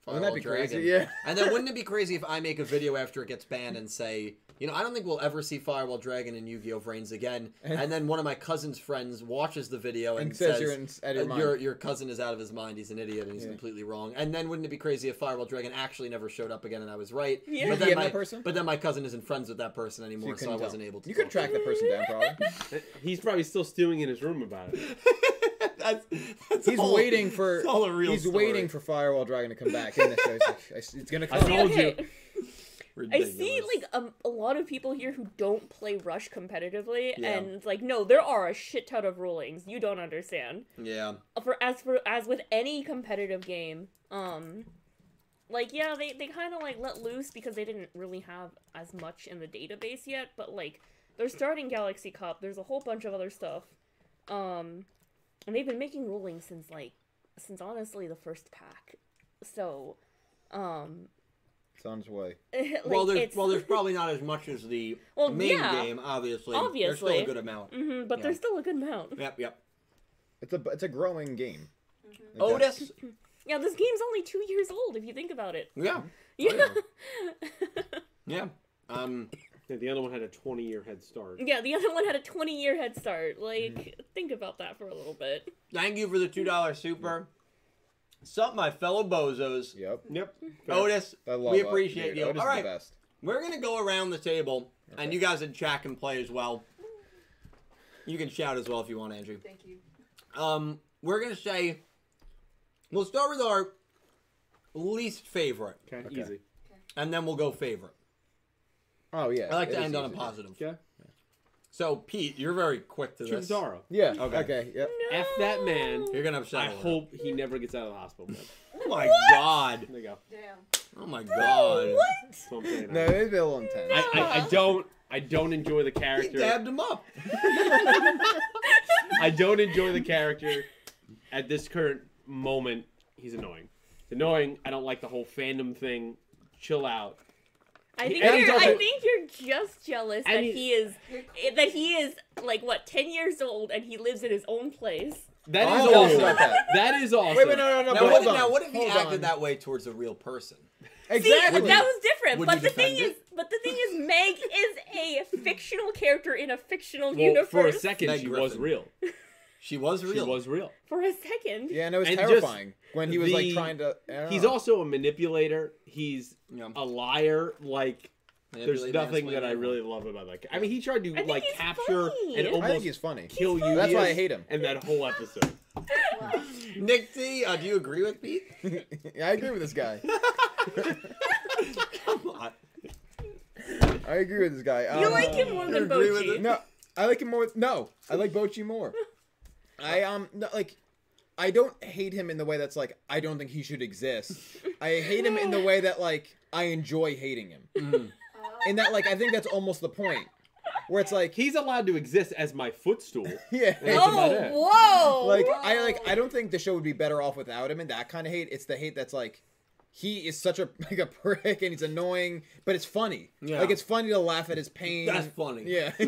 Speaker 5: Wouldn't that
Speaker 4: Firewall
Speaker 5: be
Speaker 4: Dragon.
Speaker 5: crazy? Yeah.
Speaker 4: and then wouldn't it
Speaker 5: [LAUGHS]
Speaker 4: be crazy if I make a video after it gets banned and say, you know, I don't think we'll ever see Firewall Dragon and Yu-Gi-Oh! Vrains again. And then one of my cousin's friends watches the video and,
Speaker 5: And says you're in- out of your
Speaker 4: uh,
Speaker 5: mind.
Speaker 4: your your cousin is out of his mind. He's an idiot and he's completely wrong. And then wouldn't it be crazy if Firewall Dragon actually never showed up again and I was right?
Speaker 2: Yeah.
Speaker 4: But
Speaker 5: You
Speaker 4: then
Speaker 5: DM
Speaker 4: my
Speaker 5: that person?
Speaker 4: but then my cousin isn't friends with that person
Speaker 5: So
Speaker 4: anymore, so, I
Speaker 5: couldn't
Speaker 4: wasn't
Speaker 5: tell.
Speaker 4: able to.
Speaker 5: You could
Speaker 4: talk.
Speaker 5: track the person down, probably.
Speaker 2: [LAUGHS]
Speaker 7: He's probably still stewing in his room about it.
Speaker 4: [LAUGHS] that's, that's
Speaker 5: He's
Speaker 4: all-
Speaker 5: waiting for.
Speaker 4: that's all a real
Speaker 5: he's
Speaker 4: story.
Speaker 5: waiting for Firewall Dragon to come back. isn't it? So it's, like, I s- it's gonna
Speaker 7: I
Speaker 5: come.
Speaker 2: See,
Speaker 7: told you.
Speaker 2: okay. I see like um, a, a lot of people here who don't play Rush competitively,
Speaker 4: Yeah.
Speaker 2: and it's like, no, there are a shit ton of rulings you don't understand.
Speaker 4: yeah.
Speaker 2: For as for as with any competitive game, um, like yeah, they they kind of like let loose because they didn't really have as much in the database yet, but like they're starting Galaxy Cup. There's a whole bunch of other stuff, um, and they've been making rulings since like since honestly the first pack. So, um, [LAUGHS]
Speaker 5: It's on its way.
Speaker 2: like,
Speaker 4: well, there's
Speaker 2: it's-
Speaker 4: well, there's probably not as much as
Speaker 5: [LAUGHS]
Speaker 4: the
Speaker 2: Well,
Speaker 4: main
Speaker 2: yeah.
Speaker 4: game, obviously. There's still a
Speaker 2: Obviously.
Speaker 4: good amount.
Speaker 2: Mhm, but
Speaker 4: Yeah.
Speaker 2: there's still a good
Speaker 5: Mm-hmm.
Speaker 2: amount.
Speaker 4: Yep, yep.
Speaker 5: It's a it's a growing game.
Speaker 7: Mm-hmm.
Speaker 5: Like that's-
Speaker 4: Otis.
Speaker 2: Yeah, this game's only two years old if you think about it.
Speaker 4: Yeah,
Speaker 2: Yeah, [LAUGHS]
Speaker 4: yeah. Um,
Speaker 7: Yeah, the other one had a 20 year
Speaker 4: [LAUGHS]
Speaker 7: head start.
Speaker 2: yeah. The other one had a twenty-year head start. Like, think about that for a little bit.
Speaker 4: thank you for the two dollar super. Sup, my fellow bozos.
Speaker 5: Yep.
Speaker 7: Yep.
Speaker 4: Otis,
Speaker 5: I love
Speaker 4: we
Speaker 5: Otis,
Speaker 4: appreciate
Speaker 5: dude.
Speaker 4: you.
Speaker 5: Otis
Speaker 4: All
Speaker 5: Oh, is the
Speaker 4: right,
Speaker 5: best.
Speaker 4: we're gonna go around the table, and you guys in chat can play as well. You can shout as well if you want, Andrew.
Speaker 10: Thank you.
Speaker 4: Um, we're gonna say we'll start with our least favorite,
Speaker 7: Okay, easy.
Speaker 4: and then we'll go favorite.
Speaker 5: Oh yeah.
Speaker 4: I like
Speaker 5: it
Speaker 4: to
Speaker 5: is
Speaker 4: end on a
Speaker 5: easy.
Speaker 4: positive.
Speaker 7: Okay.
Speaker 4: So, Pete, you're very quick to this.
Speaker 7: Chintaro.
Speaker 5: Yeah.
Speaker 4: Okay.
Speaker 5: Okay. Yep.
Speaker 7: F that man.
Speaker 4: You're gonna upset.
Speaker 7: I
Speaker 4: him.
Speaker 7: hope he never gets out of the hospital. Man.
Speaker 4: Oh my god.
Speaker 7: There you go.
Speaker 10: Damn.
Speaker 4: Oh my god.
Speaker 7: That's what I'm
Speaker 4: [LAUGHS]
Speaker 7: saying.
Speaker 5: No, it'd be a little intense.
Speaker 7: I, I, I don't. I don't enjoy the
Speaker 4: He
Speaker 7: character.
Speaker 4: dabbed him
Speaker 7: [LAUGHS]
Speaker 4: up.
Speaker 7: I don't enjoy the character at this current moment. He's annoying. It's annoying. I don't like the whole fandom thing. Chill out.
Speaker 2: I think
Speaker 7: and he's
Speaker 2: you're, I
Speaker 7: also-
Speaker 2: think you're just jealous
Speaker 7: And
Speaker 2: that
Speaker 7: he-
Speaker 2: he is
Speaker 10: You're
Speaker 2: that he is like what ten years old and he lives in his own place.
Speaker 7: That
Speaker 5: I
Speaker 7: is
Speaker 5: Oh, don't
Speaker 7: awesome.
Speaker 5: like that.
Speaker 7: that is awesome.
Speaker 5: Wait, wait, no, no, no.
Speaker 4: Now
Speaker 5: but uh,
Speaker 4: what,
Speaker 5: hold
Speaker 4: if,
Speaker 5: on.
Speaker 4: now, what if he
Speaker 5: Hold
Speaker 4: acted
Speaker 5: on.
Speaker 4: that way towards a real person?
Speaker 5: Exactly.
Speaker 2: See, that was different.
Speaker 4: Would you
Speaker 2: but the thing
Speaker 4: defend
Speaker 2: is,
Speaker 4: it?
Speaker 2: but the thing is, Meg is a fictional character in a fictional
Speaker 7: Well,
Speaker 2: universe.
Speaker 7: for a second,
Speaker 4: Meg
Speaker 7: she was
Speaker 4: Griffin.
Speaker 7: real.
Speaker 4: She was
Speaker 7: She
Speaker 4: real.
Speaker 7: was real.
Speaker 2: For a second.
Speaker 5: Yeah, and it was
Speaker 7: And just
Speaker 5: terrifying when he was
Speaker 7: the-
Speaker 5: like trying to. I don't
Speaker 7: He's
Speaker 5: know.
Speaker 7: also a manipulator. He's
Speaker 4: Yeah.
Speaker 7: a liar. Like there's
Speaker 4: Manipulated
Speaker 7: nothing
Speaker 4: mansplaining.
Speaker 7: that I really love about that. guy. I mean, he tried to
Speaker 2: think
Speaker 7: like
Speaker 2: he's
Speaker 7: capture
Speaker 2: funny.
Speaker 7: and
Speaker 2: I
Speaker 5: I think
Speaker 7: almost
Speaker 5: he's funny.
Speaker 7: kill you.
Speaker 5: That's why I hate him.
Speaker 7: And that whole episode.
Speaker 4: Nick T, uh, do you agree with Pete?
Speaker 5: [LAUGHS] I agree with this guy.
Speaker 4: [LAUGHS] Come on.
Speaker 5: I agree with this guy.
Speaker 2: [LAUGHS] You
Speaker 5: Um,
Speaker 2: like him more
Speaker 4: You
Speaker 2: than
Speaker 4: agree with
Speaker 2: Bochi.
Speaker 4: it?
Speaker 5: No, I like him more. No, I like Bochi more. I um no, like, I don't hate him in the way that's like I don't think he should exist. I hate him in the way that like I enjoy hating him.
Speaker 4: Mm.
Speaker 5: [LAUGHS] In that like I think that's almost the point, where it's like
Speaker 7: He's allowed to exist as my footstool.
Speaker 5: [LAUGHS] yeah.
Speaker 7: That's about it.
Speaker 2: Oh, whoa!
Speaker 5: like
Speaker 2: whoa.
Speaker 5: I like I don't think the show would be better off without him and that kind of hate. It's the hate that's like he is such a [LAUGHS] like a prick and he's annoying, but it's funny.
Speaker 4: Yeah. [LAUGHS]
Speaker 5: Like it's funny to laugh at his pain.
Speaker 4: That's funny.
Speaker 5: Yeah. [LAUGHS]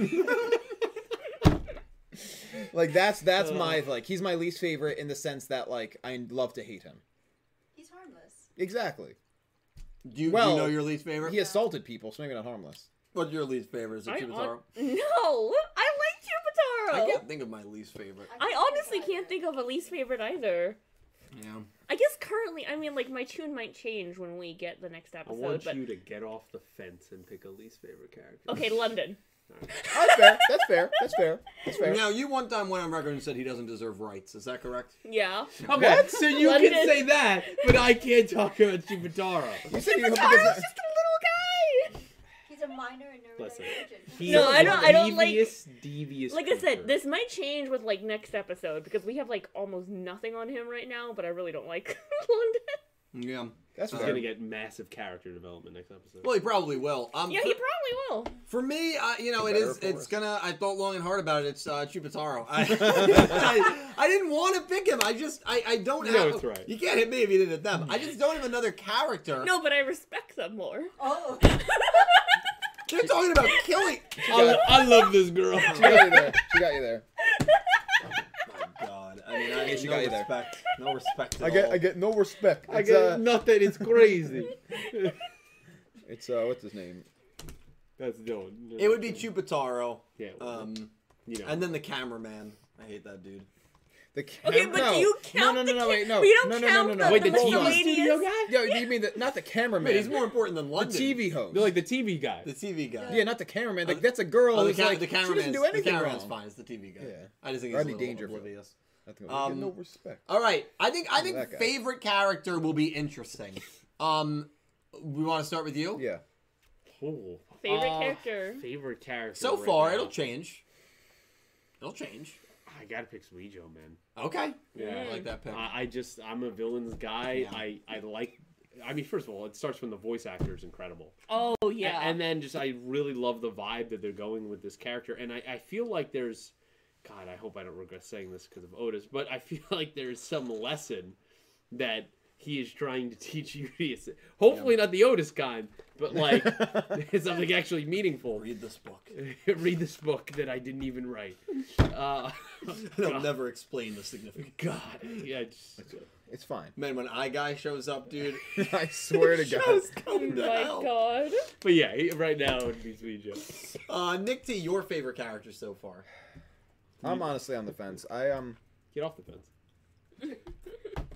Speaker 5: Like that's
Speaker 7: Uh.
Speaker 5: that's my like he's my least favorite in the sense that like I love to hate him.
Speaker 10: He's harmless.
Speaker 5: Exactly.
Speaker 4: Do you,
Speaker 5: Well,
Speaker 4: do you know your least favorite?
Speaker 5: He assaulted people, so maybe not harmless.
Speaker 4: What's your least favorite? Is it
Speaker 2: I
Speaker 4: Chupataro?
Speaker 2: No, I like
Speaker 4: I
Speaker 2: Chupataro. I,
Speaker 4: can't think of my least favorite.
Speaker 2: honestly can't think of a least favorite either.
Speaker 4: Yeah.
Speaker 2: I guess currently, I mean, like my tune might change when we get the next
Speaker 7: I
Speaker 2: episode.
Speaker 7: want
Speaker 2: but
Speaker 7: you to get off the fence and pick a least favorite character. [LAUGHS]
Speaker 2: okay, London.
Speaker 5: That's fair. That's fair. That's fair. That's fair.
Speaker 4: Now, you one time went on record and said he doesn't deserve rights. Is that correct?
Speaker 2: Yeah.
Speaker 4: Okay,
Speaker 7: What?
Speaker 4: so
Speaker 2: [LAUGHS]
Speaker 4: you
Speaker 2: London.
Speaker 4: can say that, but I can't talk about Chupataro.
Speaker 5: You said you
Speaker 2: Chupataro's
Speaker 5: hope he doesn't-
Speaker 2: just a little guy.
Speaker 10: He's a minor and
Speaker 7: Listen.
Speaker 10: neurodivergent.
Speaker 7: He's
Speaker 2: No,
Speaker 7: a
Speaker 2: I don't- I don't like-
Speaker 7: devious, Devious.
Speaker 2: Like I
Speaker 7: creature.
Speaker 2: said, this might change with like next episode because we have like almost nothing on him right now. But I really don't like [LAUGHS] London.
Speaker 4: Yeah.
Speaker 5: That's
Speaker 7: He's
Speaker 5: fair.
Speaker 7: gonna get massive character development next episode.
Speaker 4: Well, he probably will. Um,
Speaker 2: Yeah, he probably will.
Speaker 4: For me, uh, you know, it
Speaker 5: Better
Speaker 4: is.
Speaker 5: for
Speaker 4: It's
Speaker 5: us.
Speaker 4: gonna. I thought long and hard about it. It's uh, Chupataro.
Speaker 5: [LAUGHS]
Speaker 4: I, [LAUGHS] I, I didn't want to pick him. I just. I, I don't
Speaker 7: No,
Speaker 4: have.
Speaker 7: it's right.
Speaker 4: You can't hit me if you did at them. I just don't have another character.
Speaker 2: No, but I respect them more. [LAUGHS]
Speaker 10: Oh,
Speaker 4: They're talking about
Speaker 5: [LAUGHS]
Speaker 4: killing.
Speaker 7: I, lo- I love this
Speaker 4: [LAUGHS]
Speaker 7: girl.
Speaker 5: She
Speaker 4: uh,
Speaker 5: got you there. She got you there.
Speaker 4: My God. I mean, I
Speaker 5: She
Speaker 4: no
Speaker 5: got you there.
Speaker 4: respect. No respect. At
Speaker 5: I get
Speaker 4: all.
Speaker 5: I get no respect. It's,
Speaker 7: I get
Speaker 5: uh,
Speaker 7: nothing. It's crazy. [LAUGHS]
Speaker 5: it's uh what's his name?
Speaker 7: That's doing.
Speaker 4: It would be Chupataro.
Speaker 7: Yeah. it would.
Speaker 4: Um,
Speaker 7: you know.
Speaker 4: and then the cameraman. I hate that dude.
Speaker 5: The cam-
Speaker 2: Okay, but
Speaker 5: no.
Speaker 2: do you count
Speaker 5: No, no,
Speaker 2: the
Speaker 5: no,
Speaker 2: ca-
Speaker 5: no, wait, no.
Speaker 2: We don't
Speaker 5: no, no,
Speaker 2: count
Speaker 5: no, no, no.
Speaker 2: the, the
Speaker 5: hold on.
Speaker 2: ladies?
Speaker 5: Yo, you mean the, not the cameraman?
Speaker 4: Wait, he's more important than
Speaker 5: the
Speaker 4: London.
Speaker 5: TV host.
Speaker 7: They're like the TV guy.
Speaker 4: The TV guy.
Speaker 5: yeah, not the cameraman. Like that's a girl.
Speaker 4: Oh, the,
Speaker 5: who's
Speaker 4: ca-
Speaker 5: like,
Speaker 4: the
Speaker 5: She
Speaker 4: cameraman's,
Speaker 5: doesn't do anything
Speaker 4: the cameraman's
Speaker 5: wrong.
Speaker 4: fine. It's the TV guy.
Speaker 5: Yeah.
Speaker 4: I just think it's a
Speaker 5: Rodney
Speaker 4: little
Speaker 5: Dangerfield.
Speaker 4: oblivious.
Speaker 5: Nothing wrong.
Speaker 4: Um,
Speaker 5: no respect.
Speaker 4: All right. I think I think
Speaker 5: that guy.
Speaker 4: favorite character will be
Speaker 5: [LAUGHS]
Speaker 4: interesting. Um, we want to start with you.
Speaker 5: Yeah.
Speaker 7: Oh.
Speaker 2: Favorite
Speaker 7: Uh,
Speaker 2: character.
Speaker 7: Favorite character.
Speaker 4: So
Speaker 7: right
Speaker 4: far,
Speaker 7: now.
Speaker 4: it'll change. It'll change.
Speaker 7: I gotta pick Suijo, man.
Speaker 4: Okay.
Speaker 7: Yeah.
Speaker 4: I like that pick.
Speaker 7: I, I just I'm a villains guy. I I like. I mean, first of all, it starts from the voice actor is incredible.
Speaker 2: Oh yeah.
Speaker 7: And then just I really love the vibe that they're going with this character, and I, I feel like there's, God, I hope I don't regret saying this because of Otis, but I [LAUGHS] feel like there's some lesson that he is trying to teach [LAUGHS] Udius. Hopefully not the Otis kind,
Speaker 4: [LAUGHS]
Speaker 7: but like [LAUGHS] something actually meaningful.
Speaker 4: Read this
Speaker 7: [LAUGHS]
Speaker 4: book. [LAUGHS]
Speaker 7: Read this book that I didn't even write. Uh, [LAUGHS]
Speaker 4: They'll never explain the significance.
Speaker 7: God, yeah, just,
Speaker 5: [LAUGHS] It's fine.
Speaker 4: Man, when I guy shows up, dude.
Speaker 5: I
Speaker 4: [LAUGHS]
Speaker 5: swear to God.
Speaker 4: Just
Speaker 2: oh
Speaker 4: come to
Speaker 2: my
Speaker 4: hell.
Speaker 2: god. [LAUGHS]
Speaker 7: but yeah, he- right now it would be Suijo.
Speaker 4: Uh, Nick T, your favorite character so far?
Speaker 5: I'm honestly on the fence. I um
Speaker 7: Get off the fence.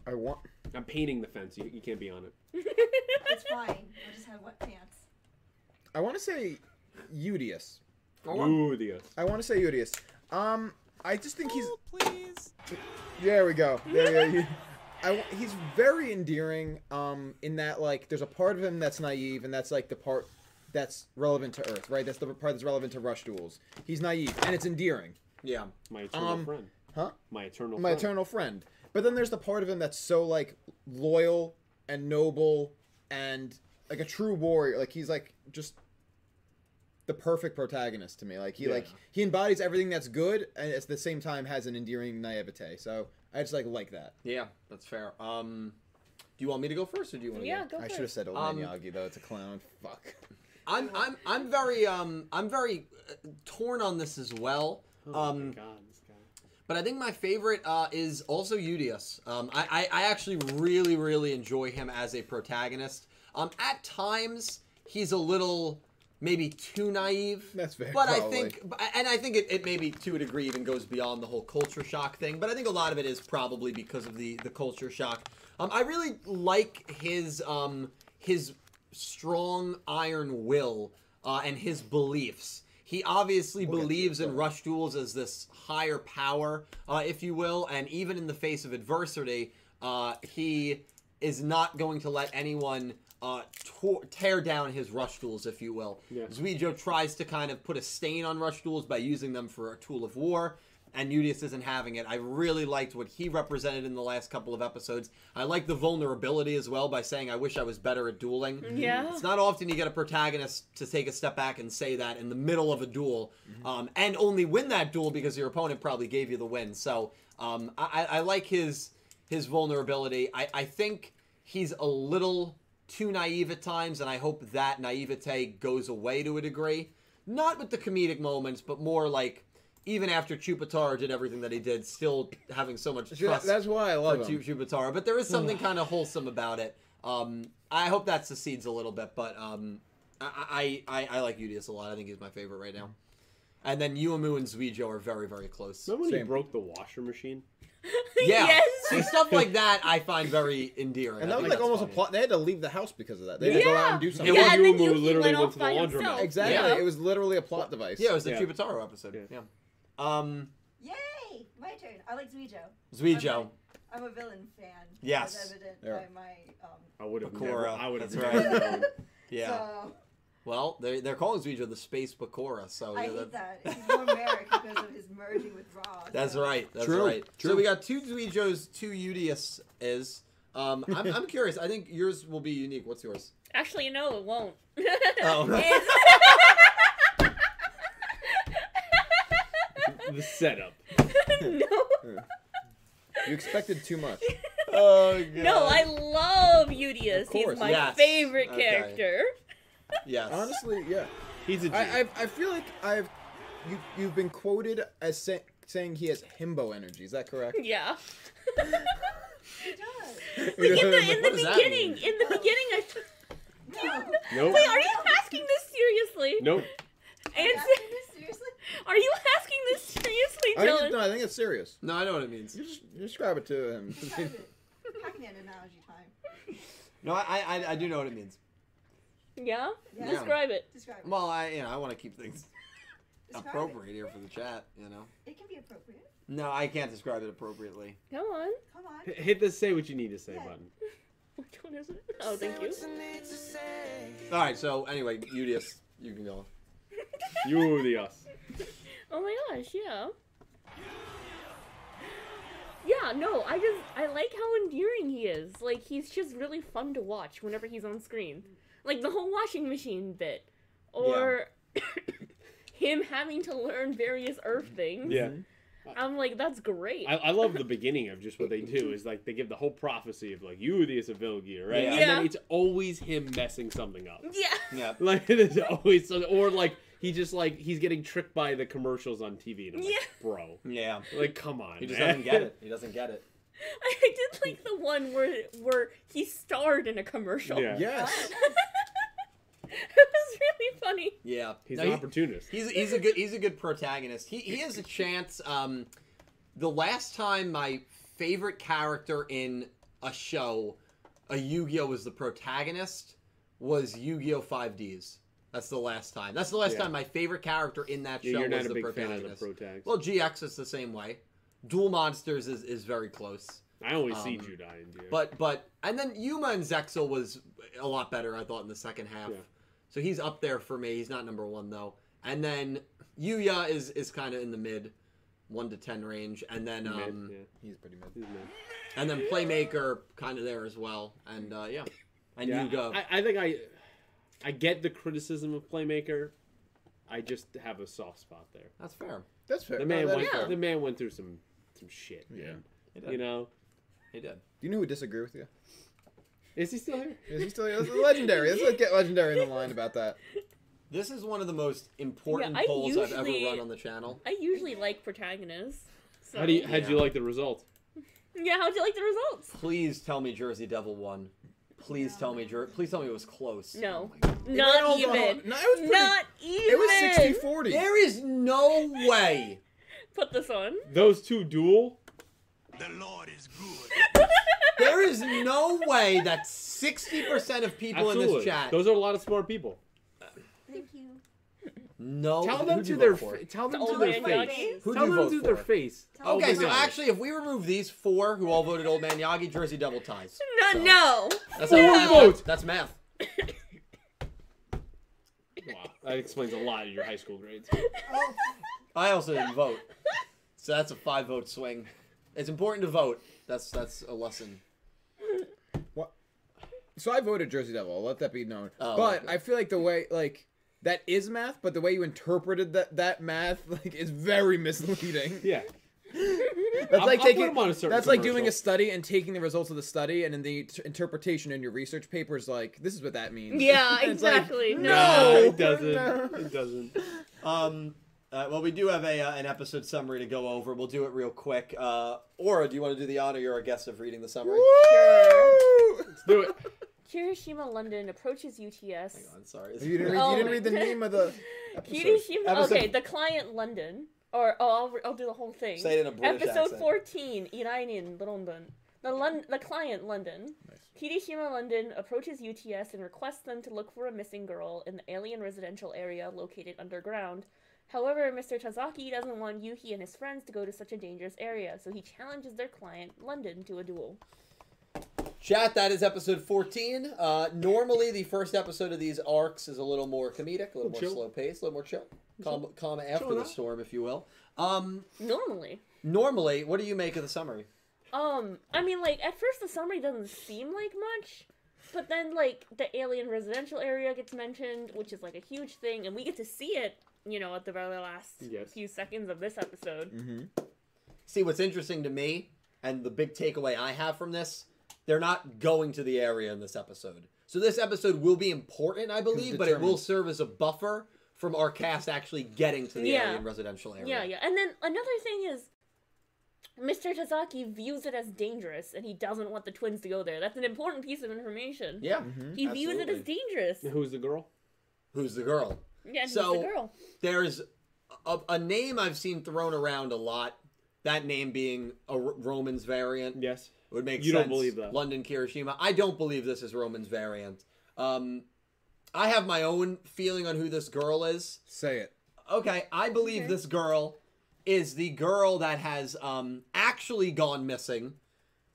Speaker 5: I want
Speaker 7: I'm painting the fence. You, you can't be on it.
Speaker 10: it's fine. We'll just have wet pants.
Speaker 5: I want to say Udius.
Speaker 7: Ooh, the uh, Otis.
Speaker 5: Oh, I want to say Udius. Um, I just think he's. please. There we go. There you go. [LAUGHS] I w he's very endearing. Um, in that like, there's a part of him that's naive, and that's like the part that's relevant to Earth, right? That's the part that's relevant to Rush Duels. He's naive, and it's endearing.
Speaker 4: Yeah.
Speaker 7: my eternal
Speaker 5: Um,
Speaker 7: friend.
Speaker 5: Huh?
Speaker 7: My eternal.
Speaker 5: My
Speaker 7: friend.
Speaker 5: eternal friend. But then there's the part of him that's so like loyal and noble and like a true warrior. Like he's like just the perfect protagonist to me. Like he like
Speaker 7: Yeah.
Speaker 5: he embodies everything that's good and at the same time has an endearing naivete. So I just like like that.
Speaker 4: Yeah, that's fair. Um, do you want me to go first, or do you want to?
Speaker 2: Yeah,
Speaker 4: Go?
Speaker 2: go
Speaker 5: I
Speaker 2: for
Speaker 5: should have
Speaker 2: it.
Speaker 5: said old
Speaker 4: Um,
Speaker 5: man Yagi though. It's a clown. Fuck.
Speaker 4: I'm I'm I'm very um I'm very uh, torn on this as well.
Speaker 7: Oh my
Speaker 4: Um,
Speaker 7: God, this guy.
Speaker 4: But I think my favorite uh, is also Udius. Um, I, I, I actually really, really enjoy him as a protagonist. Um, at times, he's a little maybe too naive.
Speaker 5: That's fair,
Speaker 4: But I
Speaker 5: probably.
Speaker 4: think, but- and I think it, it maybe to a degree even goes beyond the whole culture shock thing. But I think a lot of it is probably because of the the culture shock. Um, I really like his um, his strong iron will uh, and his beliefs. He obviously
Speaker 5: get to
Speaker 4: believes
Speaker 5: it,
Speaker 4: in
Speaker 5: don't worry.
Speaker 4: Rush Duels as this higher power, uh, if you will, and even in the face of adversity, uh, he is not going to let anyone uh, tor- tear down his Rush Duels, if you will.
Speaker 7: Yeah.
Speaker 4: Zuijo tries to kind of put a stain on Rush Duels by using them for a tool of war. And Udius isn't having it. I really liked what he represented in the last couple of episodes. I like the vulnerability as well by saying, I wish I was better at dueling.
Speaker 2: Yeah.
Speaker 4: It's not often you get a protagonist to take a step back and say that in the middle of a duel, um, and only win that duel because your opponent probably gave you the win. So um, I, I I like his his vulnerability. I, I think he's a little too naive at times, and I hope that naivete goes away to a degree. Not with the comedic moments, but more like even after Chupatara did everything that he did, still having so much
Speaker 5: See, that-
Speaker 4: trust.
Speaker 5: that's why I love
Speaker 4: for
Speaker 5: him.
Speaker 4: Chu- Chupatara. But there
Speaker 5: Hmm.
Speaker 4: is something kind of wholesome about it. Um, I hope that succeeds a little bit, but um, I, I, I, I like Udius a lot. I think he's my favorite right now. And then Uemu and Zuijo are very, very close.
Speaker 7: Remember when he broke the washer machine?
Speaker 2: [LAUGHS]
Speaker 4: Yeah.
Speaker 2: Yes.
Speaker 4: See, stuff like that I find very endearing.
Speaker 5: And
Speaker 4: I
Speaker 5: that was
Speaker 4: think
Speaker 5: like
Speaker 4: that's
Speaker 5: almost
Speaker 4: funny.
Speaker 5: a plot. They had to leave the house because of that. They had to go out and do
Speaker 2: Yeah.
Speaker 5: something.
Speaker 2: Yeah, and then
Speaker 7: Umu
Speaker 2: you- he
Speaker 7: literally
Speaker 2: went
Speaker 7: went
Speaker 2: off
Speaker 7: to the
Speaker 2: by
Speaker 7: laundromat.
Speaker 2: himself.
Speaker 5: Exactly.
Speaker 4: Yeah.
Speaker 5: It was literally a plot device.
Speaker 4: Yeah, it was the
Speaker 7: Yeah.
Speaker 4: Chupataro episode. Yeah. Um,
Speaker 10: Yay! My turn. I like Zuijo.
Speaker 4: Zuijo.
Speaker 10: Okay. I'm a villain fan.
Speaker 4: Yes.
Speaker 10: As evident
Speaker 5: Yeah.
Speaker 10: by my um.
Speaker 7: I would have
Speaker 4: Bakura,
Speaker 7: never. I would have
Speaker 4: that's
Speaker 7: never
Speaker 4: right.
Speaker 7: known.
Speaker 4: Yeah.
Speaker 10: So
Speaker 4: Well, they're, they're calling Zuijo the Space Bakura, so
Speaker 10: I
Speaker 4: Oh, yeah,
Speaker 10: hate
Speaker 4: that-
Speaker 10: that. He's more Merrick because of his merging with Raw.
Speaker 4: [LAUGHS] that's
Speaker 10: so-
Speaker 4: right. That's
Speaker 5: True,
Speaker 4: right. So
Speaker 5: true.
Speaker 4: we got two Zuijos, two Udius is. Um, [LAUGHS] I'm, I'm curious. I think yours will be unique. What's yours?
Speaker 2: Actually, no, it won't.
Speaker 4: Oh.
Speaker 2: [LAUGHS]
Speaker 7: [LAUGHS] the setup.
Speaker 2: [LAUGHS] no.
Speaker 5: You expected too much.
Speaker 4: [LAUGHS] Oh,
Speaker 2: [LAUGHS] No, I love Udius. He's
Speaker 5: course.
Speaker 2: my
Speaker 4: Yes.
Speaker 2: favorite
Speaker 4: Okay.
Speaker 2: character.
Speaker 4: Yes.
Speaker 5: Honestly, yeah.
Speaker 7: He's a G.
Speaker 5: I, I've, I feel like I've you you've been quoted as say, saying he has himbo energy. Is that correct?
Speaker 2: Yeah. [LAUGHS]
Speaker 10: He does.
Speaker 2: Like in the, in the
Speaker 4: What does that
Speaker 2: beginning,
Speaker 4: mean?
Speaker 2: in the beginning, I.
Speaker 10: No.
Speaker 7: nope.
Speaker 2: Wait, are you asking this seriously?
Speaker 7: Nope.
Speaker 10: You're
Speaker 2: Answer,
Speaker 10: asking this seriously?
Speaker 2: are you asking this seriously,
Speaker 5: I think,
Speaker 2: Dylan?
Speaker 5: no, I think it's serious.
Speaker 4: No, I know what it means.
Speaker 5: You just you describe it to
Speaker 2: [LAUGHS]
Speaker 5: him.
Speaker 10: Describe
Speaker 4: [LAUGHS]
Speaker 10: it. Pac-Man analogy time.
Speaker 4: No, I, I, I do know what it means.
Speaker 2: Yeah?
Speaker 10: Yeah.
Speaker 2: Describe it.
Speaker 10: Describe it.
Speaker 4: Well, I you know I want to keep things
Speaker 10: Describe it.
Speaker 4: appropriate here for the chat. You know.
Speaker 10: It can be appropriate.
Speaker 4: No, I can't describe it appropriately.
Speaker 2: Come on.
Speaker 10: Come
Speaker 2: [LAUGHS]
Speaker 10: on.
Speaker 7: H- Hit the say what you need to say
Speaker 10: Yeah.
Speaker 7: button.
Speaker 2: Which one is it? Oh, thank you.
Speaker 4: All right. So anyway, Udius, you can go.
Speaker 7: You the us.
Speaker 2: Oh my gosh, yeah. Yeah, no, I just I like how endearing he is. Like he's just really fun to watch whenever he's on screen. Like the whole washing machine bit. Or [COUGHS] him having to learn various earth things.
Speaker 7: Yeah.
Speaker 2: I'm like, that's great.
Speaker 7: I, I love the beginning of just what they do is like they give the whole prophecy of like you the us of Vilgear, right?
Speaker 4: Yeah.
Speaker 7: And then
Speaker 2: Yeah.
Speaker 7: it's always him messing something up. [LAUGHS]
Speaker 2: yeah. [LAUGHS]
Speaker 4: Yeah.
Speaker 7: Like there's always some, or like he just like he's getting tricked by the commercials on TV and I'm like,
Speaker 2: Yeah.
Speaker 7: bro,
Speaker 4: Yeah. Eh.
Speaker 7: like come on,
Speaker 4: He just
Speaker 7: man.
Speaker 4: doesn't [LAUGHS] get it. He doesn't get it.
Speaker 2: I did like the one where where he starred in a commercial.
Speaker 7: [LAUGHS] Yeah.
Speaker 5: Yes.
Speaker 2: [LAUGHS] it was really funny.
Speaker 4: Yeah.
Speaker 7: He's
Speaker 4: No,
Speaker 7: an
Speaker 4: he-
Speaker 7: opportunist.
Speaker 4: He's he's a good he's a good protagonist. He he has a chance. Um, the last time my favorite character in a show, a Yu-Gi-Oh was the protagonist, was Yu-Gi-Oh Five Ds. That's the last time. That's the last
Speaker 7: Yeah.
Speaker 4: time my favorite character in that show
Speaker 7: Yeah, you're
Speaker 4: was
Speaker 7: not
Speaker 4: the
Speaker 7: a big fan of the
Speaker 4: protagonist.
Speaker 7: pro tags.
Speaker 4: well, GX is the same way. Dual Monsters is, is very close.
Speaker 7: I only see
Speaker 4: um,
Speaker 7: Judai and Judai.
Speaker 4: But but and then Yuma and Zexel was a lot better, I thought, in the second half.
Speaker 7: Yeah.
Speaker 4: So he's up there for me. He's not number one though. And then Yuya is is kind of in the mid one to ten range, and then
Speaker 7: Mid,
Speaker 4: um
Speaker 7: yeah,
Speaker 5: He's pretty mad.
Speaker 7: he's mid.
Speaker 4: and then Playmaker kind of there as well, and uh, yeah, and
Speaker 7: Yeah,
Speaker 4: Yuga.
Speaker 7: I, I think I, I get the criticism of playmaker. I just have a soft spot there.
Speaker 4: that's fair.
Speaker 5: That's fair.
Speaker 7: The
Speaker 5: No,
Speaker 7: man
Speaker 5: that
Speaker 7: went.
Speaker 5: is fair.
Speaker 7: The man went through some some shit.
Speaker 5: Yeah.
Speaker 7: man.
Speaker 4: He
Speaker 7: You
Speaker 4: did.
Speaker 7: know,
Speaker 4: He did.
Speaker 5: Do you know who disagree with you?
Speaker 7: is he still here?
Speaker 5: Is he still here? This is legendary. Let's get legendary in the line about that.
Speaker 4: This is one of the most important
Speaker 2: Yeah, I
Speaker 4: polls I've
Speaker 2: usually-
Speaker 4: ever run on the channel.
Speaker 2: I usually like protagonists. So.
Speaker 7: How do you, how'd you
Speaker 4: Yeah.
Speaker 7: like the result?
Speaker 2: Yeah, how'd you like the results?
Speaker 4: Please tell me Jersey Devil won. Please tell me Jer- Please tell me it was close.
Speaker 2: No.
Speaker 4: Oh my God.
Speaker 2: Not
Speaker 5: It ran over-
Speaker 2: even.
Speaker 5: No, it was pretty,
Speaker 2: Not even.
Speaker 5: It was 60 40.
Speaker 4: There is no way.
Speaker 2: Put this on.
Speaker 7: Those two duel.
Speaker 4: There is no way that 60% of people
Speaker 7: Absolutely.
Speaker 4: in this chat
Speaker 7: Those are a lot of smart people.
Speaker 10: Thank you.
Speaker 4: no.
Speaker 7: Tell
Speaker 4: Oh, who
Speaker 7: them
Speaker 4: do
Speaker 7: to
Speaker 4: you
Speaker 7: their
Speaker 4: vote for?
Speaker 7: fa- tell them
Speaker 2: The
Speaker 7: to their
Speaker 2: old man
Speaker 7: face.
Speaker 2: Yagi?
Speaker 4: Who do
Speaker 7: Tell
Speaker 4: you
Speaker 7: them
Speaker 4: vote
Speaker 7: to
Speaker 4: for?
Speaker 7: their face.
Speaker 10: Tell
Speaker 4: Okay,
Speaker 10: me
Speaker 4: so
Speaker 10: why.
Speaker 4: actually, if we remove these four who all voted Old Man Yagi, Jersey Devil ties.
Speaker 2: No,
Speaker 4: So,
Speaker 2: no.
Speaker 4: That's
Speaker 7: Four
Speaker 4: not
Speaker 7: votes.
Speaker 4: That's math.
Speaker 7: Wow, that explains a lot of your high school grades.
Speaker 4: I also didn't [LAUGHS] vote, so that's a five vote swing. It's important to vote. That's that's a lesson.
Speaker 5: So I voted Jersey Devil. I'll let that be known.
Speaker 4: Oh,
Speaker 5: but
Speaker 4: okay.
Speaker 5: I feel like the way, like, that is math, but the way you interpreted that, that math, [LAUGHS] like, is very misleading.
Speaker 7: [LAUGHS] Yeah,
Speaker 5: That's
Speaker 7: I'll-
Speaker 5: like
Speaker 7: I'll put
Speaker 5: taking.
Speaker 7: them on a certain
Speaker 5: that's like doing
Speaker 7: commercial.
Speaker 5: a study and taking the results of the study, and then the t- interpretation in your research paper is like, this is what that means.
Speaker 2: Yeah,
Speaker 5: [LAUGHS] It's like,
Speaker 2: exactly.
Speaker 7: Nah,
Speaker 2: no.
Speaker 5: No.
Speaker 7: it doesn't. It doesn't.
Speaker 4: Um, Uh, well, we do have a uh, an episode summary to go over. We'll do it real quick. Uh, Aura, do you want to do the honor? You're a guest of reading the summary. [LAUGHS]
Speaker 7: Let's do it.
Speaker 2: Kirishima London approaches UTS.
Speaker 4: Hang on, sorry.
Speaker 5: You didn't read, you didn't read the
Speaker 2: Oh.
Speaker 5: name
Speaker 2: [LAUGHS]
Speaker 5: of the episode.
Speaker 2: Kirishima.
Speaker 4: Episode-
Speaker 2: Okay, the client London. Or oh, I'll, re- I'll do the whole thing.
Speaker 4: Say it in a British
Speaker 2: Episode
Speaker 4: accent.
Speaker 2: fourteen, Iranian London. The Lon- the client London. Kirishima London approaches UTS and requests them to look for a missing girl in the alien residential area located underground. However, Mr. Tazaki doesn't want Yuki and his friends to go to such a dangerous area, so he challenges their client London to a duel.
Speaker 4: Chat, that is episode 14. Uh, normally, the first episode of these arcs is a little more comedic, a little more
Speaker 7: Chill.
Speaker 4: slow paced, a little more chill. Calm, calm after
Speaker 7: Chilling
Speaker 4: the
Speaker 7: out.
Speaker 4: storm, if you will. Um,
Speaker 2: Normally,
Speaker 4: normally, what do you make of the summary?
Speaker 2: Um, I mean, like at first the summary doesn't seem like much, but then like the alien residential area gets mentioned, which is like a huge thing, and we get to see it, you know, at the very last
Speaker 7: Yes.
Speaker 2: few seconds of this episode.
Speaker 5: Mm-hmm.
Speaker 4: See, what's interesting to me, and the big takeaway I have from this, they're not going to the area in this episode. So this episode will be important, I believe, but it will
Speaker 5: determined.
Speaker 4: serve as a buffer from our cast actually getting to the
Speaker 2: Yeah.
Speaker 4: alien residential area.
Speaker 2: Yeah, yeah. And then another thing is, Mr. Tazaki views it as dangerous, and he doesn't want the twins to go there. That's an important piece of information.
Speaker 4: Yeah.
Speaker 7: Mm-hmm.
Speaker 2: He views it as
Speaker 4: absolutely.
Speaker 2: dangerous.
Speaker 7: Who's the girl?
Speaker 4: Who's the girl?
Speaker 2: Yeah, and
Speaker 4: So-
Speaker 2: he's the girl.
Speaker 4: there's a, a name I've seen thrown around a lot. That name being a R- Roman's variant
Speaker 7: Yes.
Speaker 4: would make
Speaker 7: You don't
Speaker 4: sense.
Speaker 7: believe that.
Speaker 4: London Kirishima. I don't believe this is Roman's variant. Um, I have my own feeling on who this girl is.
Speaker 5: Say it.
Speaker 4: Okay, I believe
Speaker 2: Okay.
Speaker 4: this girl is the girl that has um, actually gone missing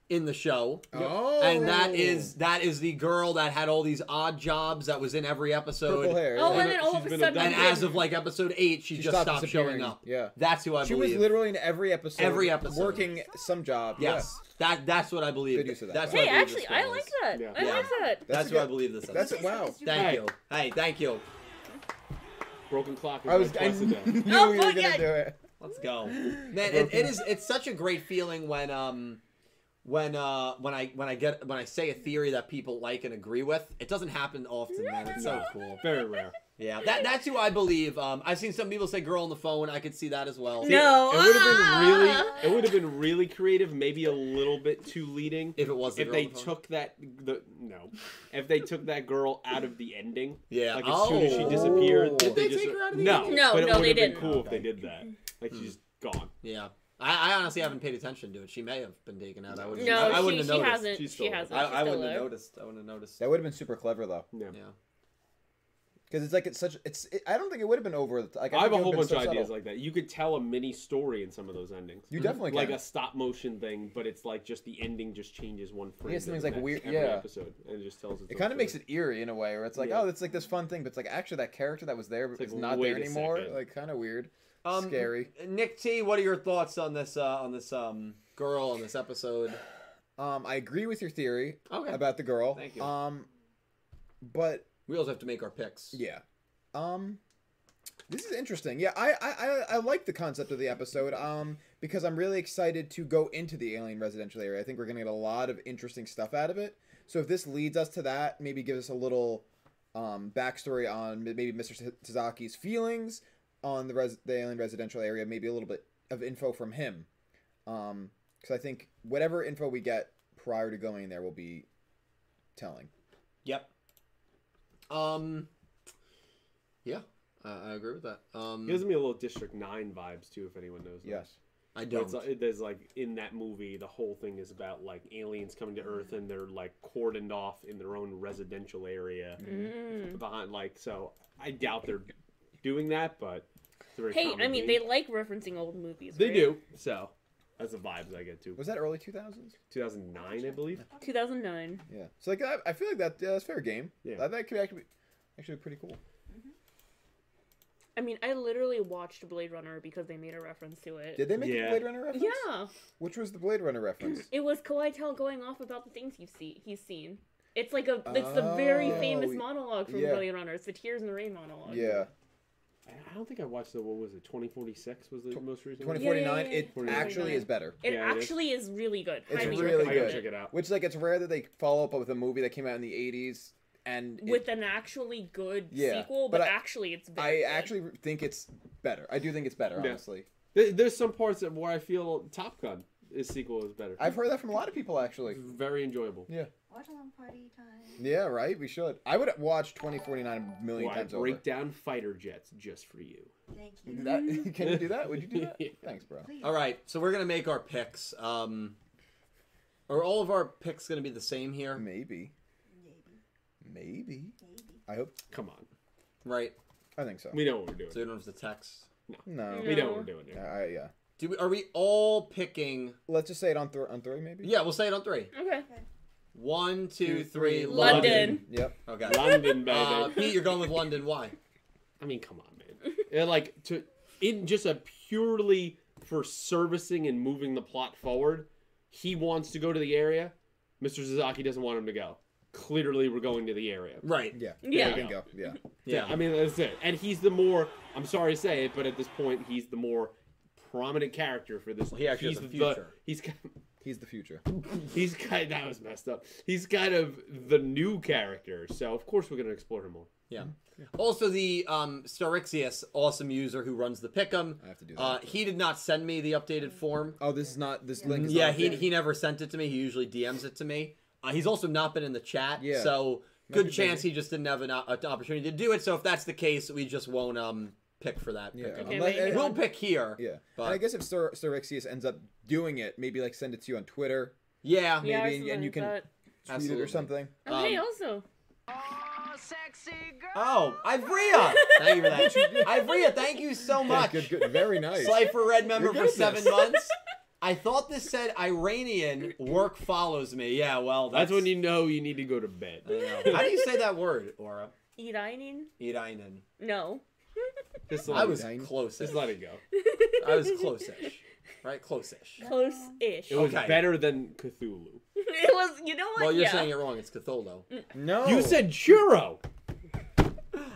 Speaker 4: in the show.
Speaker 5: Oh.
Speaker 4: And that is that is the girl that had all these odd jobs that was in every episode.
Speaker 5: purple hair.
Speaker 2: Oh,
Speaker 5: yeah.
Speaker 2: and then all of
Speaker 7: she's
Speaker 2: a
Speaker 7: been
Speaker 2: sudden,
Speaker 4: uh, And
Speaker 7: abducted.
Speaker 4: as of like episode eight, she,
Speaker 5: She
Speaker 4: just stopped, showing
Speaker 5: disappearing.
Speaker 4: up.
Speaker 5: Yeah.
Speaker 4: That's who I
Speaker 5: She was
Speaker 4: believe.
Speaker 5: literally in every episode.
Speaker 4: Every episode.
Speaker 5: Working some job.
Speaker 4: yes. That that's what I believe.
Speaker 5: Good use of that.
Speaker 4: That's
Speaker 5: Hey,
Speaker 4: what
Speaker 2: hey,
Speaker 4: I believe
Speaker 2: actually,
Speaker 4: this
Speaker 2: I
Speaker 4: girl
Speaker 2: like
Speaker 4: is.
Speaker 2: that. I
Speaker 4: Yeah.
Speaker 2: like that.
Speaker 5: Yeah.
Speaker 4: That's,
Speaker 5: a
Speaker 4: what I
Speaker 5: good-
Speaker 4: believe this is.
Speaker 5: That's it. Wow.
Speaker 4: Thank
Speaker 7: Hey.
Speaker 4: you. Hey, thank you.
Speaker 7: Broken clock is
Speaker 5: I was.
Speaker 7: like
Speaker 5: I
Speaker 7: twice a
Speaker 5: knew
Speaker 7: day.
Speaker 5: [LAUGHS] you
Speaker 2: Oh,
Speaker 5: were
Speaker 2: fuck
Speaker 5: gonna
Speaker 2: yeah.
Speaker 5: do it.
Speaker 4: Let's go. Man, it, it is it's such a great feeling when um when uh when I when I get when I say a theory that people like and agree with. It doesn't happen often, man. It's so cool.
Speaker 7: Very rare.
Speaker 4: Yeah. That that's who I believe. Um I've seen some people say girl on the phone. I could see that as well.
Speaker 2: No.
Speaker 7: It would have been really.
Speaker 2: ah.
Speaker 7: It would have been really creative. Maybe a little bit too leading.
Speaker 4: If it was the
Speaker 7: If
Speaker 4: girl
Speaker 7: they
Speaker 4: on the phone.
Speaker 7: took that the no, if they took that girl out of the ending,
Speaker 4: Yeah.
Speaker 7: like as soon as she
Speaker 4: Oh.
Speaker 7: disappeared,
Speaker 4: Did they
Speaker 7: just,
Speaker 4: take her out of the
Speaker 7: no,
Speaker 4: ending?
Speaker 2: No,
Speaker 7: but it
Speaker 2: no,
Speaker 7: would've
Speaker 2: they
Speaker 7: been
Speaker 2: didn't.
Speaker 7: Cool if they did that. Like she's gone.
Speaker 4: Yeah. I, I honestly haven't paid attention to it. She may have been taken out. I wouldn't.
Speaker 2: No,
Speaker 4: I, I
Speaker 2: she,
Speaker 4: wouldn't
Speaker 2: she
Speaker 4: have noticed.
Speaker 2: hasn't.
Speaker 7: She's
Speaker 2: She
Speaker 7: still
Speaker 2: hasn't.
Speaker 4: I, I
Speaker 2: She's
Speaker 4: wouldn't
Speaker 2: still
Speaker 4: have
Speaker 2: there.
Speaker 4: noticed. I wouldn't have noticed.
Speaker 5: That would have been super clever though,
Speaker 7: Yeah.
Speaker 4: Yeah.
Speaker 5: because it's like it's such. It's. It, I don't think it would have been over. the- Like,
Speaker 7: I have
Speaker 5: think
Speaker 7: a
Speaker 5: it
Speaker 7: whole
Speaker 5: would've
Speaker 7: bunch
Speaker 5: been
Speaker 7: of
Speaker 5: so
Speaker 7: ideas
Speaker 5: subtle.
Speaker 7: like that. You could tell a mini story in some of those endings.
Speaker 5: You definitely
Speaker 7: like
Speaker 5: can.
Speaker 7: a stop motion thing, but it's like just the ending just changes one frame.
Speaker 5: Yeah,
Speaker 7: to the
Speaker 5: something's, like,
Speaker 7: next
Speaker 5: weird-
Speaker 7: every
Speaker 5: yeah.
Speaker 7: episode and it just tells.
Speaker 5: It kind of makes it eerie in a way, where it's like,
Speaker 7: Yeah.
Speaker 5: oh, it's like this fun thing, but it's like actually that character that was there but
Speaker 7: like,
Speaker 5: is not
Speaker 7: wait
Speaker 5: there
Speaker 7: a
Speaker 5: anymore.
Speaker 7: second.
Speaker 5: Like kind of weird,
Speaker 4: Um,
Speaker 5: scary.
Speaker 4: Nick T, what are your thoughts on this? Uh, on this um, girl on this episode?
Speaker 5: Um, I agree with your theory
Speaker 4: Okay.
Speaker 5: about the girl.
Speaker 4: Thank you.
Speaker 5: Um, but
Speaker 4: We also have to make our picks.
Speaker 5: yeah, um, this is interesting. Yeah, I I, I I like the concept of the episode. Um, because I'm really excited to go into the alien residential area. I think we're gonna get a lot of interesting stuff out of it. So if this leads us to that, maybe give us a little um backstory on m- maybe Mr. Tazaki's feelings on the res- the alien residential area. Maybe a little bit of info from him. Um, because I think whatever info we get prior to going there will be telling.
Speaker 4: Yep. Um. Yeah, I, I agree with that. Um,
Speaker 7: It gives me a little District Nine vibes too, if anyone knows. that.
Speaker 5: Yes.
Speaker 4: I
Speaker 7: But
Speaker 4: don't.
Speaker 7: It's like, there's like in that movie, the whole thing is about like aliens coming to Earth and they're like cordoned off in their own residential area
Speaker 2: Mm.
Speaker 7: behind like. So I doubt they're doing that, but it's a very
Speaker 2: Hey,
Speaker 7: common
Speaker 2: I mean, they
Speaker 7: theme.
Speaker 2: like referencing old movies.
Speaker 7: they
Speaker 2: right?
Speaker 7: do. So that's the vibes I get too.
Speaker 5: Was that early 2000s?
Speaker 7: 2009, I believe.
Speaker 2: 2009.
Speaker 5: Yeah. So like I, I feel like that yeah, that's fair game.
Speaker 7: Yeah.
Speaker 5: That, that could actually be actually be pretty cool.
Speaker 2: I mean, I literally watched Blade Runner because they made a reference to it.
Speaker 5: Did they make
Speaker 7: Yeah.
Speaker 5: a Blade Runner reference?
Speaker 2: yeah,
Speaker 5: Which was the Blade Runner reference?
Speaker 7: [CLEARS THROAT]
Speaker 2: it was Koitel going off about the things you see he's seen. It's like a it's the very
Speaker 5: Oh,
Speaker 2: famous
Speaker 5: y-
Speaker 2: monologue from
Speaker 5: yeah.
Speaker 2: Blade Runner. It's the Tears in the Rain monologue.
Speaker 5: yeah.
Speaker 7: I I don't think I watched the what was it 2046 was the
Speaker 5: Tw-
Speaker 7: most recent. one?
Speaker 5: 2049
Speaker 2: Yeah, yeah, yeah,
Speaker 5: it
Speaker 7: yeah.
Speaker 5: actually is better.
Speaker 2: It
Speaker 7: Yeah, it is.
Speaker 2: actually is really good.
Speaker 5: It's
Speaker 2: Highly
Speaker 5: really
Speaker 7: I gotta
Speaker 2: recommend
Speaker 5: good.
Speaker 7: check
Speaker 2: it.
Speaker 7: it out.
Speaker 5: Which like it's rare that they follow up with a movie that came out in the 80s and it-
Speaker 2: with an actually good
Speaker 5: Yeah,
Speaker 2: sequel,
Speaker 5: but
Speaker 2: but,
Speaker 5: I-
Speaker 2: actually it's been
Speaker 5: I actually think it's better. I do think it's better,
Speaker 7: Yeah.
Speaker 5: honestly.
Speaker 7: There- There's some parts of where I feel Top Gun is sequel is better.
Speaker 5: I've heard that from a lot of people actually.
Speaker 7: It's very enjoyable.
Speaker 5: Yeah.
Speaker 16: Watch along party time.
Speaker 5: Yeah, right. We should. I would watch 2049 a million
Speaker 7: Where I
Speaker 5: times
Speaker 7: break
Speaker 5: over.
Speaker 7: down fighter jets just for you.
Speaker 16: Thank you.
Speaker 5: That, [LAUGHS] can you do that? Would you do
Speaker 7: [LAUGHS]
Speaker 5: that? Thanks, bro.
Speaker 16: Please.
Speaker 4: All right, so we're gonna make our picks. Um, are all of our picks gonna be the same here?
Speaker 5: Maybe.
Speaker 16: Maybe.
Speaker 5: Maybe.
Speaker 16: Maybe.
Speaker 5: I hope.
Speaker 7: Come on,
Speaker 4: Right.
Speaker 5: I think so.
Speaker 7: we know what we're doing.
Speaker 4: So we don't have the text.
Speaker 5: No.
Speaker 7: We know what we're doing here.
Speaker 5: I, yeah.
Speaker 4: Do we? Are we all picking?
Speaker 5: Let's just say it on, th- on three, maybe?
Speaker 4: Yeah, we'll say it on three.
Speaker 2: okay.
Speaker 4: One, two, three.
Speaker 2: London.
Speaker 5: Mm-hmm. Yep.
Speaker 4: London. Okay.
Speaker 7: London, baby.
Speaker 4: Uh, Pete, you're going with London. Why?
Speaker 7: I mean, come on, man. Yeah, like to in just a purely for servicing and moving the plot forward. He wants to go to the area. Mr. Sasaki doesn't want him to go. Clearly, we're going to the area.
Speaker 4: Right.
Speaker 5: Yeah.
Speaker 2: Yeah.
Speaker 5: We can go. Yeah.
Speaker 4: Yeah.
Speaker 7: I mean, that's it. And he's the more. I'm sorry to say it, but at this point, he's the more prominent character for this.
Speaker 4: he actually
Speaker 7: he's
Speaker 4: has a
Speaker 7: the-
Speaker 4: future.
Speaker 7: he's kind.
Speaker 5: He's the future.
Speaker 7: [LAUGHS] He's kind. That was messed up. He's kind of the new character. So of course we're gonna explore him more.
Speaker 4: Yeah. Also, the um, Starixius, awesome user who runs the Pick'em.
Speaker 5: I have to do that.
Speaker 4: Uh, he did not send me the updated form.
Speaker 5: oh, this is not. This link is
Speaker 4: Yeah,
Speaker 5: not-
Speaker 4: he, he never sent it to me. He usually DMs it to me. Uh, he's also not been in the chat,
Speaker 5: Yeah.
Speaker 4: so
Speaker 5: Might
Speaker 4: good
Speaker 5: be
Speaker 4: chance he just didn't have an, o- an opportunity to do it. So if that's the case, we just won't um pick for that.
Speaker 5: Yeah.
Speaker 4: Pick'em.
Speaker 2: Okay,
Speaker 5: Unless-
Speaker 2: wait,
Speaker 4: We'll pick here.
Speaker 5: Yeah.
Speaker 4: But-
Speaker 5: and I guess if Sir Sirixius ends up doing it, maybe like send it to you on Twitter,
Speaker 4: Yeah.
Speaker 2: Yeah, or
Speaker 5: maybe, and,
Speaker 2: something
Speaker 5: and you
Speaker 2: like
Speaker 5: can
Speaker 2: that.
Speaker 5: tweet it
Speaker 4: Absolutely.
Speaker 5: or something.
Speaker 2: Oh, hey,
Speaker 4: Um,
Speaker 2: also.
Speaker 4: Oh, Ivrea! thank you for
Speaker 5: [LAUGHS]
Speaker 4: that. Ivrea, thank you so
Speaker 5: Yeah,
Speaker 4: much.
Speaker 5: good,
Speaker 4: [LAUGHS]
Speaker 5: good, very nice.
Speaker 4: Cypher Red member
Speaker 5: You're
Speaker 4: for
Speaker 5: good at
Speaker 4: seven
Speaker 5: this.
Speaker 2: [LAUGHS]
Speaker 4: months. I thought this said Iranian work follows me. Yeah, well,
Speaker 7: That's
Speaker 4: that's,
Speaker 7: when you know you need to go to bed.
Speaker 4: I don't know. [LAUGHS]
Speaker 7: [LAUGHS]
Speaker 4: How do you say that word, Aura?
Speaker 2: Iranian?
Speaker 4: Iranian.
Speaker 2: No. [LAUGHS]
Speaker 7: Just let
Speaker 4: I
Speaker 7: it-
Speaker 4: was
Speaker 5: Iranian.
Speaker 4: close-ish.
Speaker 7: Just let it go.
Speaker 4: I
Speaker 2: [LAUGHS]
Speaker 4: was close-ish. Right, close-ish.
Speaker 2: Close ish.
Speaker 7: It was
Speaker 4: Okay.
Speaker 7: better than Cthulhu.
Speaker 2: [LAUGHS] it was, you know what?
Speaker 4: Well, you're
Speaker 2: yeah.
Speaker 4: saying it wrong. It's [LAUGHS] Cthulhu. Oh.
Speaker 5: No.
Speaker 7: You said churro.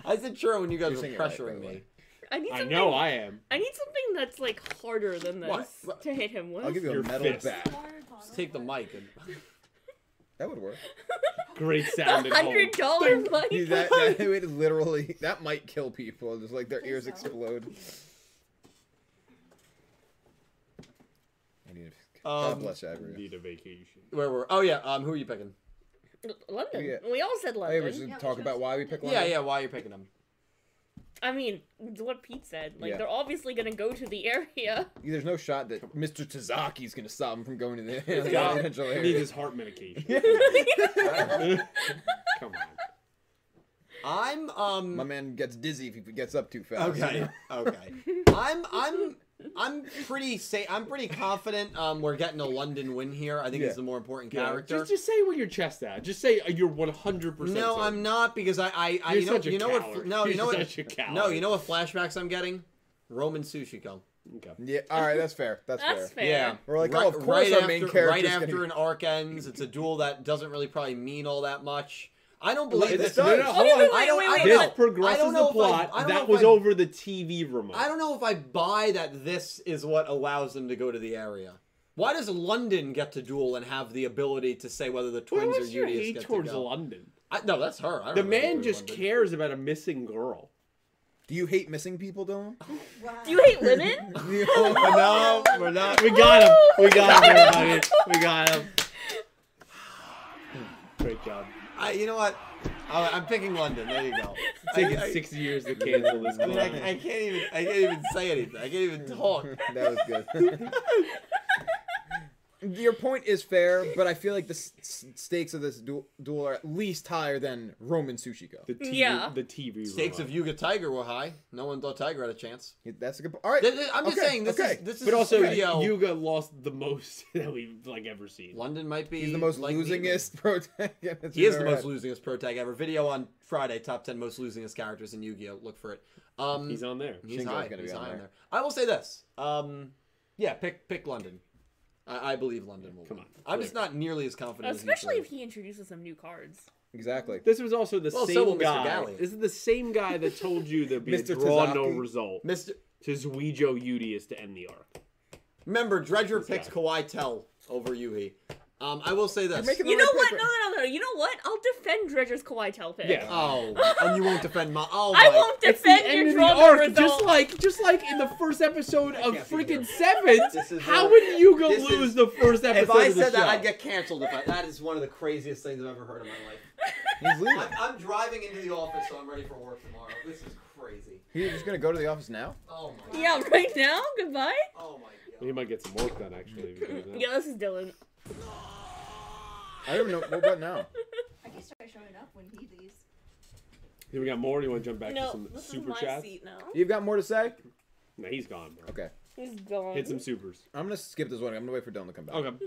Speaker 4: I said sure when you guys
Speaker 5: You're
Speaker 4: were
Speaker 5: saying it right, by
Speaker 4: pressuring
Speaker 5: the
Speaker 4: me.
Speaker 5: way.
Speaker 2: I need
Speaker 7: I
Speaker 2: something.
Speaker 7: know I am.
Speaker 2: I need something that's like harder than this
Speaker 4: What? What?
Speaker 2: to hit him with.
Speaker 5: I'll
Speaker 2: [LAUGHS]
Speaker 5: give you
Speaker 7: Your
Speaker 5: a metal
Speaker 7: fist.
Speaker 5: bat.
Speaker 16: Water bottle.
Speaker 4: Just take the
Speaker 16: what?
Speaker 4: mic and [LAUGHS]
Speaker 5: That would work.
Speaker 7: Great sound
Speaker 2: the
Speaker 7: at home.
Speaker 2: hundred dollar money.
Speaker 5: You- that, that [LAUGHS] would literally that might kill people. Just like their ears
Speaker 16: so.
Speaker 5: explode. I need. to-
Speaker 4: Um,
Speaker 5: God bless you, Ivory.
Speaker 7: Need a vacation.
Speaker 4: where were? Oh yeah. Um, who are you picking?
Speaker 2: London.
Speaker 5: Yeah.
Speaker 2: We all said
Speaker 5: Hey,
Speaker 2: London.
Speaker 5: we should
Speaker 16: Yeah, we
Speaker 5: talk
Speaker 16: should
Speaker 5: about
Speaker 16: have
Speaker 5: why we
Speaker 16: said
Speaker 5: pick
Speaker 16: that.
Speaker 5: one.
Speaker 4: Yeah, yeah. Why you're picking them?
Speaker 2: I mean, it's what Pete said. Like
Speaker 5: Yeah.
Speaker 2: they're obviously gonna go to the area.
Speaker 5: There's no shot that Mr. Tazaki's gonna stop him from going
Speaker 4: [LAUGHS]
Speaker 5: to the the
Speaker 7: got-
Speaker 5: residential
Speaker 7: Need
Speaker 5: area.
Speaker 7: his heart medication. [LAUGHS] Come on.
Speaker 4: I'm um.
Speaker 5: My man gets dizzy if he gets up too fast.
Speaker 4: [LAUGHS] Okay. Okay. I'm I'm I'm pretty say I'm pretty confident um we're getting a London win here. I think
Speaker 5: Yeah.
Speaker 4: it's the more important character.
Speaker 7: Just, just say what your chest at. Just say uh, you're 100. percent
Speaker 4: no, I'm not because I I, I
Speaker 7: You're
Speaker 4: you know
Speaker 7: such a
Speaker 4: you know what
Speaker 7: coward.
Speaker 4: no you
Speaker 7: You're
Speaker 4: know what
Speaker 7: such a coward.
Speaker 4: no you know what flashbacks I'm getting Roman Sushiko.
Speaker 7: Okay.
Speaker 5: Yeah. All right. That's fair. That's,
Speaker 2: That's fair.
Speaker 5: fair.
Speaker 4: Yeah,
Speaker 5: We're like,
Speaker 4: right,
Speaker 5: oh, of course
Speaker 4: right
Speaker 5: our main
Speaker 4: after, right
Speaker 5: character's gonna
Speaker 4: after
Speaker 5: be-
Speaker 4: an arc ends. It's a duel that doesn't really probably mean all that much. I don't believe
Speaker 5: This
Speaker 4: this.
Speaker 5: does. No, no,
Speaker 2: Wait,
Speaker 7: hold
Speaker 2: wait,
Speaker 4: I
Speaker 7: on.
Speaker 2: wait,
Speaker 4: don't-
Speaker 2: wait,
Speaker 4: I
Speaker 2: wait.
Speaker 4: don't
Speaker 7: This
Speaker 4: know. I
Speaker 7: progresses
Speaker 4: don't
Speaker 7: the
Speaker 4: know if I-
Speaker 7: plot.
Speaker 4: I don't know
Speaker 7: that
Speaker 4: if
Speaker 7: was
Speaker 4: I-
Speaker 7: over the TV remote.
Speaker 4: I don't know if I buy that this is what allows them to go to the area. Why does London get to duel and have the ability to say whether the
Speaker 7: Where
Speaker 4: twins or
Speaker 7: was your
Speaker 4: Udius
Speaker 7: hate
Speaker 4: get to
Speaker 7: towards
Speaker 4: go?
Speaker 7: London?
Speaker 4: I, no, that's her. I don't
Speaker 7: The
Speaker 4: really
Speaker 7: man
Speaker 4: hate
Speaker 7: just
Speaker 4: London.
Speaker 7: cares about a missing girl.
Speaker 5: Do you hate missing people,
Speaker 4: [LAUGHS]
Speaker 5: [LAUGHS] Dylan?
Speaker 16: Wow.
Speaker 2: [LAUGHS] Do you hate
Speaker 5: [LAUGHS]
Speaker 2: women?
Speaker 4: no, Oh, we're not.
Speaker 7: We got him. We got him, everybody. We got him. [SIGHS] Great job.
Speaker 4: I, you know what? I, I'm picking London. There you
Speaker 5: [LAUGHS]
Speaker 4: go.
Speaker 7: Taking
Speaker 4: I, I-
Speaker 7: six years to cancel
Speaker 4: [LAUGHS]
Speaker 7: this.
Speaker 4: I mean,
Speaker 7: club.
Speaker 4: I, I can't even. I can't even say anything. I can't even talk.
Speaker 5: that was good. [LAUGHS] Your point is fair, but I feel like the s- s- stakes of this du- duel are at least higher than Roman Sushiko.
Speaker 7: The TV,
Speaker 2: Yeah.
Speaker 7: the TV
Speaker 4: Stakes of
Speaker 7: remote.
Speaker 4: Yuga Tiger were high. No one thought Tiger had a chance.
Speaker 5: That's a good. po- All right,
Speaker 4: Th- th- I'm just
Speaker 5: okay,
Speaker 4: saying this
Speaker 5: okay.
Speaker 4: is this is
Speaker 7: But
Speaker 4: a
Speaker 7: also,
Speaker 4: studio.
Speaker 7: Yuga lost the most [LAUGHS] that we've like ever seen.
Speaker 4: London might be
Speaker 5: He's the most
Speaker 4: like Negan.
Speaker 5: losingest protagonist.
Speaker 4: He is the
Speaker 5: we've
Speaker 4: most
Speaker 5: ever
Speaker 4: losingest pro tag ever. Video on Friday, top ten most losingest characters in Yu-Gi-Oh. Look for it. Um,
Speaker 7: He's on there.
Speaker 4: he's
Speaker 5: Shingo's
Speaker 4: high.
Speaker 5: gonna be
Speaker 4: he's
Speaker 5: on
Speaker 4: high
Speaker 5: there.
Speaker 4: in there. I will say this. Um, yeah, pick pick London. I, I believe London will.
Speaker 7: Come
Speaker 4: win.
Speaker 7: on,
Speaker 4: I'm just not nearly as confident.
Speaker 2: Especially
Speaker 4: as
Speaker 2: if he introduces some new cards.
Speaker 5: had. Exactly.
Speaker 7: This was also the
Speaker 4: Well, so
Speaker 7: same
Speaker 4: will Mr.
Speaker 7: guy.
Speaker 4: Galley.
Speaker 7: This is the same guy that told you
Speaker 4: [LAUGHS]
Speaker 7: there'd be a
Speaker 5: Mr.
Speaker 7: draw no
Speaker 5: Tazaki.
Speaker 7: result
Speaker 4: Mister.
Speaker 7: to Zuijo Udius to end the arc.
Speaker 4: Remember, Dredger
Speaker 7: This
Speaker 4: picks
Speaker 7: guy.
Speaker 4: Kawhi Tell over Yuhi.
Speaker 20: Um, I will say this.
Speaker 2: You know what? No, no, no, no. You know what? I'll defend Dredger's Kawhi Tail pick.
Speaker 20: Yeah. Oh, and you won't defend my. Oh,
Speaker 2: I
Speaker 20: my-
Speaker 2: won't
Speaker 7: It's the
Speaker 2: defend
Speaker 7: end
Speaker 2: your
Speaker 7: of the
Speaker 2: drama
Speaker 7: arc,
Speaker 2: result. [LAUGHS]
Speaker 7: just like just like in the first episode of
Speaker 4: [LAUGHS]
Speaker 7: freaking
Speaker 4: This
Speaker 7: Seven.
Speaker 4: is
Speaker 7: How
Speaker 4: where-
Speaker 7: would you go
Speaker 4: this is-
Speaker 7: lose the first episode
Speaker 4: If I
Speaker 7: of the
Speaker 4: said
Speaker 7: show?
Speaker 4: that, I'd get canceled. If I, that is one of the craziest things I've ever heard in my life.
Speaker 5: He's leaving.
Speaker 4: I'm, I'm driving into the office, so I'm ready for work tomorrow. This is crazy.
Speaker 5: He's just gonna go to the office now.
Speaker 4: Oh my.
Speaker 2: [LAUGHS] Yeah, right now? Goodbye?
Speaker 4: Oh my.
Speaker 7: He might get some work done actually. if he does
Speaker 2: [LAUGHS]
Speaker 7: that.
Speaker 2: Yeah, this is Dylan.
Speaker 5: I don't know what
Speaker 2: [LAUGHS]
Speaker 5: about now.
Speaker 10: I can start showing up when he leaves.
Speaker 7: Here we got more. Do you want to jump back to
Speaker 2: no,
Speaker 7: some
Speaker 2: this
Speaker 7: super
Speaker 2: is my
Speaker 7: chats?
Speaker 2: seat now.
Speaker 5: You've got more to say?
Speaker 7: No, he's gone, bro.
Speaker 5: Okay.
Speaker 2: He's gone.
Speaker 7: Hit some supers.
Speaker 5: I'm gonna skip this one. I'm gonna wait for Dylan to come back.
Speaker 7: Okay.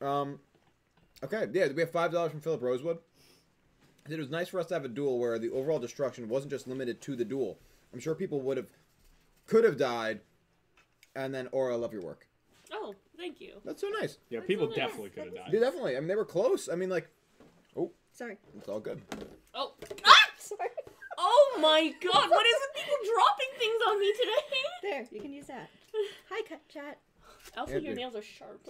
Speaker 5: Um, okay, yeah, we have five dollars from Philip Rosewood. He said It was nice for us to have a duel where the overall destruction wasn't just limited to the duel. I'm sure people would have, could have died, and then Aura, I love your work.
Speaker 2: Oh, thank you.
Speaker 5: That's so nice.
Speaker 7: Yeah, people
Speaker 2: all it is.
Speaker 7: definitely could have died.
Speaker 5: Yeah, definitely. I mean, they were close. I mean, like,
Speaker 10: Sorry. [LAUGHS]
Speaker 5: it's all good.
Speaker 2: Oh. Ah! Sorry. Oh my god, what is with people dropping things on me [LAUGHS] today?
Speaker 10: There, you can use that. Hi, cut chat.
Speaker 2: Elsie, your
Speaker 5: Anthony.
Speaker 2: nails are sharp.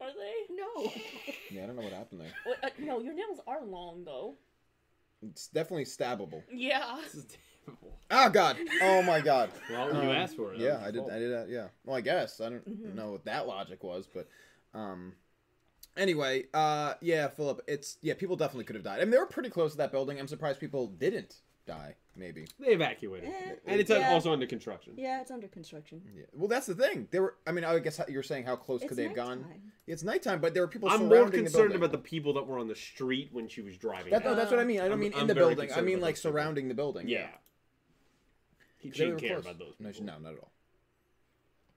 Speaker 2: Are they?
Speaker 10: No. [LAUGHS]
Speaker 5: Yeah, I don't know what happened there.
Speaker 2: Wait, uh, no, your nails are long though.
Speaker 5: It's definitely stabbable.
Speaker 2: Yeah.
Speaker 5: Oh God! Oh my God!
Speaker 7: Well,
Speaker 5: Um,
Speaker 7: you asked for it.
Speaker 5: Yeah, I did. I did. Uh, yeah. Well, I guess I don't
Speaker 10: Mm-hmm.
Speaker 5: know what that logic was, but um. Anyway, uh, yeah, Philip, it's yeah, people definitely could have died. I mean, they were pretty close to that building. I'm surprised people didn't die. Maybe.
Speaker 7: They evacuated,
Speaker 10: Eh,
Speaker 7: and it's
Speaker 10: yeah.
Speaker 7: also under construction.
Speaker 10: Yeah, it's under construction.
Speaker 5: Yeah. Well, that's the thing. They were. I mean, I guess you're saying how close
Speaker 10: It's
Speaker 5: could they have gone?
Speaker 10: nighttime.
Speaker 5: It's nighttime, but there were people.
Speaker 7: I'm
Speaker 5: surrounding
Speaker 7: more concerned
Speaker 5: the
Speaker 7: about
Speaker 5: building.
Speaker 7: the people that were on the street when she was driving.
Speaker 5: That,
Speaker 7: out.
Speaker 5: no, that's what I mean. I don't
Speaker 7: I'm-
Speaker 5: mean in
Speaker 7: I'm
Speaker 5: the
Speaker 7: very
Speaker 5: building. I
Speaker 7: concerned
Speaker 5: mean
Speaker 7: about
Speaker 5: like
Speaker 7: those people.
Speaker 5: surrounding the building.
Speaker 7: yeah. He
Speaker 5: They were
Speaker 7: didn't care
Speaker 5: close.
Speaker 7: about those.
Speaker 5: No, she-
Speaker 7: people.
Speaker 5: no, not at all.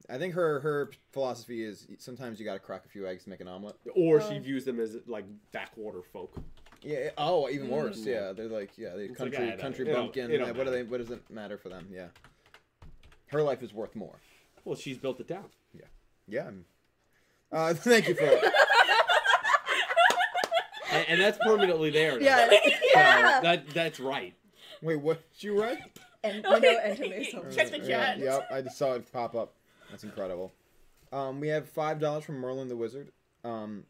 Speaker 5: I think her her philosophy is sometimes you got to crack a few eggs to make an omelet.
Speaker 7: Or
Speaker 5: Uh,
Speaker 7: she views them as like backwater folk.
Speaker 5: Yeah. Oh, even worse. Yeah, they're like yeah, they
Speaker 7: Hmm. It's
Speaker 5: country
Speaker 7: like, ah, that-
Speaker 5: country
Speaker 7: it don't-
Speaker 5: bumpkin.
Speaker 7: it don't
Speaker 5: yeah, what do
Speaker 7: matter.
Speaker 5: they? What does it matter for them? Yeah. Her life is worth more.
Speaker 7: Well, she's built it down.
Speaker 5: Yeah. I'm- Uh, [LAUGHS] thank you for it.
Speaker 7: [LAUGHS] and, and that's permanently there. now. [LAUGHS]
Speaker 10: [LAUGHS] Yeah.
Speaker 7: So
Speaker 10: yeah.
Speaker 7: that that's right.
Speaker 5: Wait, what? Did you write? Uh,
Speaker 10: And
Speaker 2: Okay.
Speaker 10: you know,
Speaker 5: [LAUGHS]
Speaker 10: and tomatoes.
Speaker 2: Check the
Speaker 5: Yeah,
Speaker 2: chat.
Speaker 5: yep, I just saw it pop up. That's incredible. Um, we have five dollars from Merlin the Wizard. Um,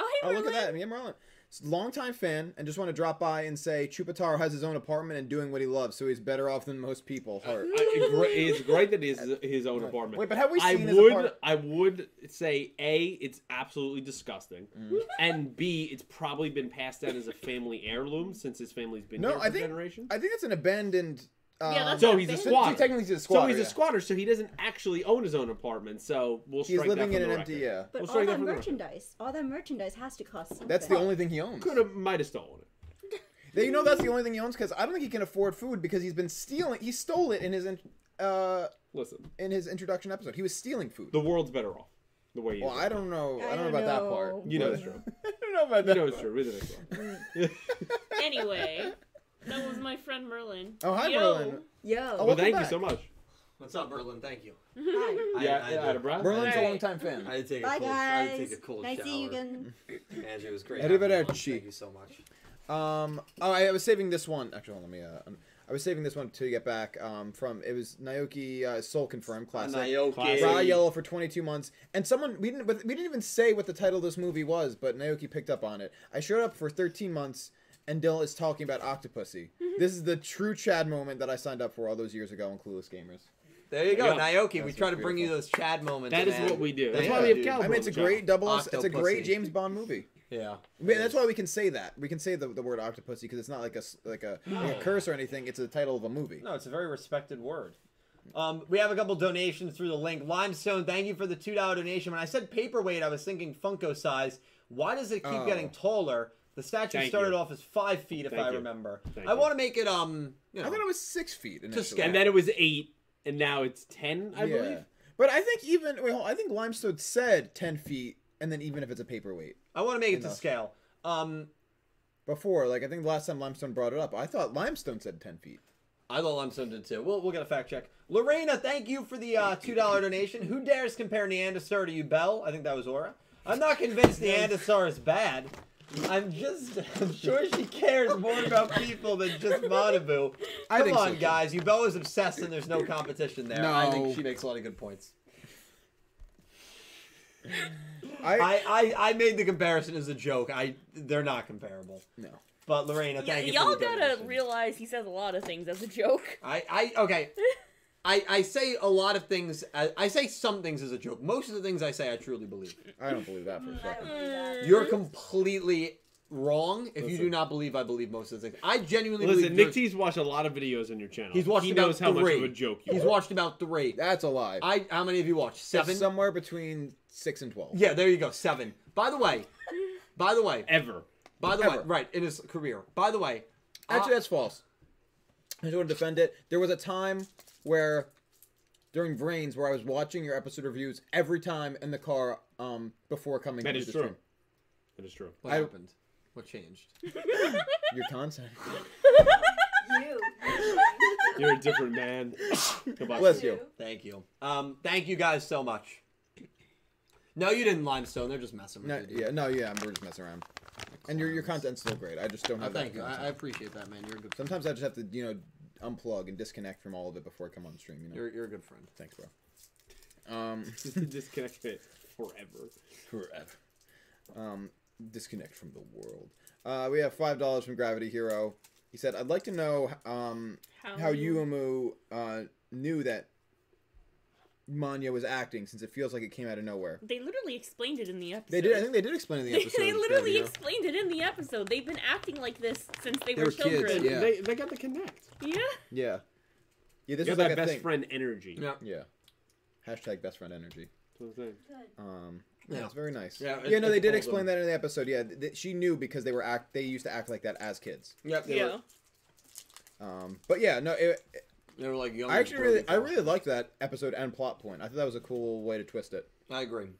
Speaker 2: Oh, hey,
Speaker 5: oh look at
Speaker 2: Merlin.
Speaker 5: that! Yeah, Merlin, S- longtime fan, and just want to drop by and say Chupataro has his own apartment and doing what he loves, so he's better off than most people.
Speaker 7: I,
Speaker 5: Heart.
Speaker 7: I- gr- it's great that it's his own apartment.
Speaker 5: Wait, but have we
Speaker 7: I
Speaker 5: seen his
Speaker 7: would,
Speaker 5: apart-
Speaker 7: I would say a, it's absolutely disgusting,
Speaker 5: Mm.
Speaker 2: [LAUGHS]
Speaker 7: and b, it's probably been passed down as a family heirloom since his family's been
Speaker 5: No,
Speaker 7: here for
Speaker 5: I think-
Speaker 7: generations.
Speaker 5: I think it's an abandoned. Um,
Speaker 2: Yeah, that's
Speaker 7: so
Speaker 2: not
Speaker 7: he's a
Speaker 2: bad.
Speaker 5: so- so
Speaker 7: squatter.
Speaker 5: technically, he's a
Speaker 7: So
Speaker 5: squatter.
Speaker 7: he's a
Speaker 5: yeah.
Speaker 7: squatter, so he doesn't actually own his own apartment. So we'll
Speaker 5: He's
Speaker 7: strike
Speaker 5: living
Speaker 7: that
Speaker 5: in
Speaker 7: from
Speaker 5: an
Speaker 7: the
Speaker 5: empty.
Speaker 7: record.
Speaker 5: Yeah.
Speaker 10: But
Speaker 7: We'll
Speaker 10: all
Speaker 7: strike that
Speaker 10: that
Speaker 7: from the record.
Speaker 10: merchandise, all that merchandise has to cost something.
Speaker 5: That's the only thing he owns.
Speaker 7: Could have, might have stolen it.
Speaker 5: They- You know that's the only thing he owns because I don't think he can afford food because he's been stealing. He stole it in his in, uh
Speaker 7: Listen,
Speaker 5: in his introduction episode. He was stealing food.
Speaker 7: the world's better off the way. he
Speaker 5: Well,
Speaker 7: is.
Speaker 5: I don't know. I don't, know about that part.
Speaker 7: You know
Speaker 5: but-
Speaker 7: it's true.
Speaker 5: [LAUGHS] I don't know about
Speaker 7: You
Speaker 5: that.
Speaker 7: know it's
Speaker 5: part.
Speaker 7: true. Isn't it?
Speaker 5: [LAUGHS]
Speaker 2: Anyway, that was my friend Merlin.
Speaker 5: Oh, hi,
Speaker 2: Yo.
Speaker 5: Merlin.
Speaker 2: [LAUGHS]
Speaker 10: Yo.
Speaker 5: Oh,
Speaker 7: Well,
Speaker 5: welcome
Speaker 7: thank you
Speaker 5: back.
Speaker 7: so much.
Speaker 4: What's up, Berlin? Thank you.
Speaker 10: Hi.
Speaker 4: I-
Speaker 7: Yeah,
Speaker 4: I,
Speaker 7: yeah, out of breath.
Speaker 5: Merlin's a
Speaker 2: Hey.
Speaker 5: long time fan.
Speaker 4: I did take a
Speaker 10: Bye,
Speaker 4: cold, I did
Speaker 10: guys.
Speaker 4: take a cold
Speaker 10: nice
Speaker 4: shower.
Speaker 10: to see you again.
Speaker 4: Andrew, it was great.
Speaker 5: Arrivederci.
Speaker 4: having you. Thank you so much.
Speaker 5: Um, oh, I, I was saving this one. Actually, hold on, let me. Uh, um, I was saving this one to get back. Um, from it was Naoki uh, Soul Confirmed classic.
Speaker 4: Naoki.
Speaker 5: Raw Yellow for 22 months, and someone we didn't but we didn't even say what the title of this movie was, but Naoki picked up on it. I showed up for 13 months, and Dylan is talking about Octopussy. this is the true Chad moment that I signed up for all those years ago on Clueless Gamers.
Speaker 4: There you go,
Speaker 7: Yeah.
Speaker 4: Naoki. we
Speaker 5: That's
Speaker 4: try to bring you
Speaker 5: beautiful.
Speaker 4: those Chad moments.
Speaker 7: That is
Speaker 4: man.
Speaker 7: what we do.
Speaker 4: Thank
Speaker 7: That's why we
Speaker 4: you,
Speaker 7: have
Speaker 4: dude.
Speaker 7: Cal-
Speaker 5: I mean, it's a great double. It's a great
Speaker 4: Octopussy.
Speaker 5: James Bond movie.
Speaker 4: Yeah.
Speaker 5: I mean, that's why we can say that. We can say the, the word octopussy because it's not like a s- like
Speaker 7: [GASPS]
Speaker 5: a, like a curse or anything. It's the title of a movie.
Speaker 4: No, it's a very respected word. Um, we have a couple donations through the link. Limestone, thank you for the two dollar donation. When I said paperweight, I was thinking Funko size. Why does it keep
Speaker 5: Oh.
Speaker 4: getting taller? The statue
Speaker 7: Thank
Speaker 4: started
Speaker 7: you.
Speaker 4: off as five feet, if
Speaker 7: Thank
Speaker 4: I
Speaker 7: you.
Speaker 4: remember.
Speaker 7: Thank
Speaker 4: I
Speaker 7: you.
Speaker 4: want to make it um, you
Speaker 5: I
Speaker 4: know,
Speaker 5: thought it was six feet initially.
Speaker 4: scale.
Speaker 7: And then it was eight, and now it's ten, I believe.
Speaker 5: But I think even wait, hold, I think Limestone said ten feet, and then even if it's a paperweight
Speaker 4: I want to make it to
Speaker 5: Enough.
Speaker 4: scale. Um,
Speaker 5: before, like I think the last time Limestone brought it up, I thought Limestone said ten feet.
Speaker 4: I thought Limestone did too. We'll we'll get a fact check. Lorena, thank you for the uh, two dollar donation. Who dares compare Neanderthal to you, Bell? I think that was Aura. I'm not
Speaker 5: [LAUGHS]
Speaker 4: convinced Neanderthal is bad. I'm just I'm sure she cares more about people than just Monabu. Come
Speaker 5: I think so,
Speaker 4: on,
Speaker 5: too.
Speaker 4: guys. You Bell is obsessed and there's no competition there. I think
Speaker 20: No.
Speaker 4: she makes a lot of good points. I, I, I made the comparison as a joke. I they're not comparable.
Speaker 5: No.
Speaker 4: But Lorena, thank you. for
Speaker 2: y'all
Speaker 4: the
Speaker 2: gotta
Speaker 4: donation.
Speaker 2: realize he says a lot of things as a joke. [LAUGHS]
Speaker 4: I, I okay. I, I say a lot of things. I, I say some things as a joke. Most of the things I say, I truly believe.
Speaker 5: I don't believe that Mm. for a second.
Speaker 4: You're completely wrong if you do
Speaker 7: Listen.
Speaker 4: not believe I believe most of the things. I genuinely
Speaker 7: Listen,
Speaker 4: believe.
Speaker 7: Nick T's watched a lot of videos on your channel.
Speaker 4: He's watched
Speaker 7: He
Speaker 4: about
Speaker 7: knows how much of
Speaker 4: three.
Speaker 7: a joke you
Speaker 4: He's
Speaker 7: are.
Speaker 4: watched about three.
Speaker 5: That's a lie.
Speaker 4: I how many of you watched? Seven.
Speaker 5: It's somewhere between six and twelve.
Speaker 4: Yeah, there you go. Seven. By the way, by the way,
Speaker 7: ever.
Speaker 4: By the way,
Speaker 5: Ever.
Speaker 4: right in his career. By the way,
Speaker 5: Actually, that's false. I just want to defend it. There was a time where during Vrains where I was watching your episode reviews every time in the car um before coming
Speaker 7: That
Speaker 5: to
Speaker 7: is
Speaker 5: the
Speaker 7: true.
Speaker 5: stream.
Speaker 7: That is true.
Speaker 4: what
Speaker 5: I-
Speaker 4: happened? What changed?
Speaker 5: Your
Speaker 4: [LAUGHS]
Speaker 5: content.
Speaker 10: You.
Speaker 7: You're a different man. Goodbye.
Speaker 5: Bless you.
Speaker 4: Thank you. Um, thank you guys so much. No, you didn't limestone. They're just messing with
Speaker 5: No,
Speaker 4: you.
Speaker 5: yeah, no, yeah, we're just messing around. And your your content's still great. I just don't
Speaker 4: Oh,
Speaker 5: have
Speaker 4: thank
Speaker 5: that
Speaker 4: you. I,
Speaker 5: content.
Speaker 4: I appreciate that, man. You're a good.
Speaker 5: Sometimes I just have to, you know, unplug and disconnect from all of it before I come on stream, you know.
Speaker 4: You're, you're a good friend.
Speaker 5: Thanks, bro. Um
Speaker 7: Just disconnect it forever.
Speaker 5: forever. Um, disconnect from the world. Uh, we have five dollars from Gravity Hero. He said, "I'd like to know um,
Speaker 2: How
Speaker 5: how
Speaker 2: Oh, you-
Speaker 5: you Umu uh, knew that Manya was acting, since it feels like it came out of nowhere."
Speaker 2: They literally explained it in the episode.
Speaker 5: They did. I think they did explain it in
Speaker 2: [LAUGHS]
Speaker 5: the
Speaker 2: They-
Speaker 5: episode.
Speaker 2: they
Speaker 5: Gravity
Speaker 2: literally
Speaker 5: Hero.
Speaker 2: explained it in the episode. They've been acting like this since they,
Speaker 5: They were kids,
Speaker 2: children.
Speaker 5: Yeah.
Speaker 7: They, they got the connect.
Speaker 2: yeah.
Speaker 5: yeah, yeah. This
Speaker 7: you
Speaker 5: was
Speaker 7: got
Speaker 5: like
Speaker 7: that
Speaker 5: a
Speaker 7: best
Speaker 5: thing.
Speaker 7: friend energy.
Speaker 4: Yeah.
Speaker 5: Yeah. Hashtag best friend energy.
Speaker 7: That's the thing.
Speaker 5: Um, yeah,
Speaker 4: Yeah.
Speaker 5: it's very nice.
Speaker 4: Yeah,
Speaker 5: Yeah,
Speaker 4: it-
Speaker 5: yeah no,
Speaker 4: it
Speaker 5: they did
Speaker 4: pulls
Speaker 5: explain
Speaker 4: them.
Speaker 5: that in the episode. Yeah, th- th- she knew because they were act. They used to act like that as kids.
Speaker 4: Yep. They,
Speaker 2: Yeah.
Speaker 4: Were,
Speaker 5: Um, but yeah, no, it,
Speaker 4: they were like young.
Speaker 5: I actually really, I
Speaker 4: before.
Speaker 5: really liked that episode and plot point. I thought that was a cool way to twist it.
Speaker 4: I agree.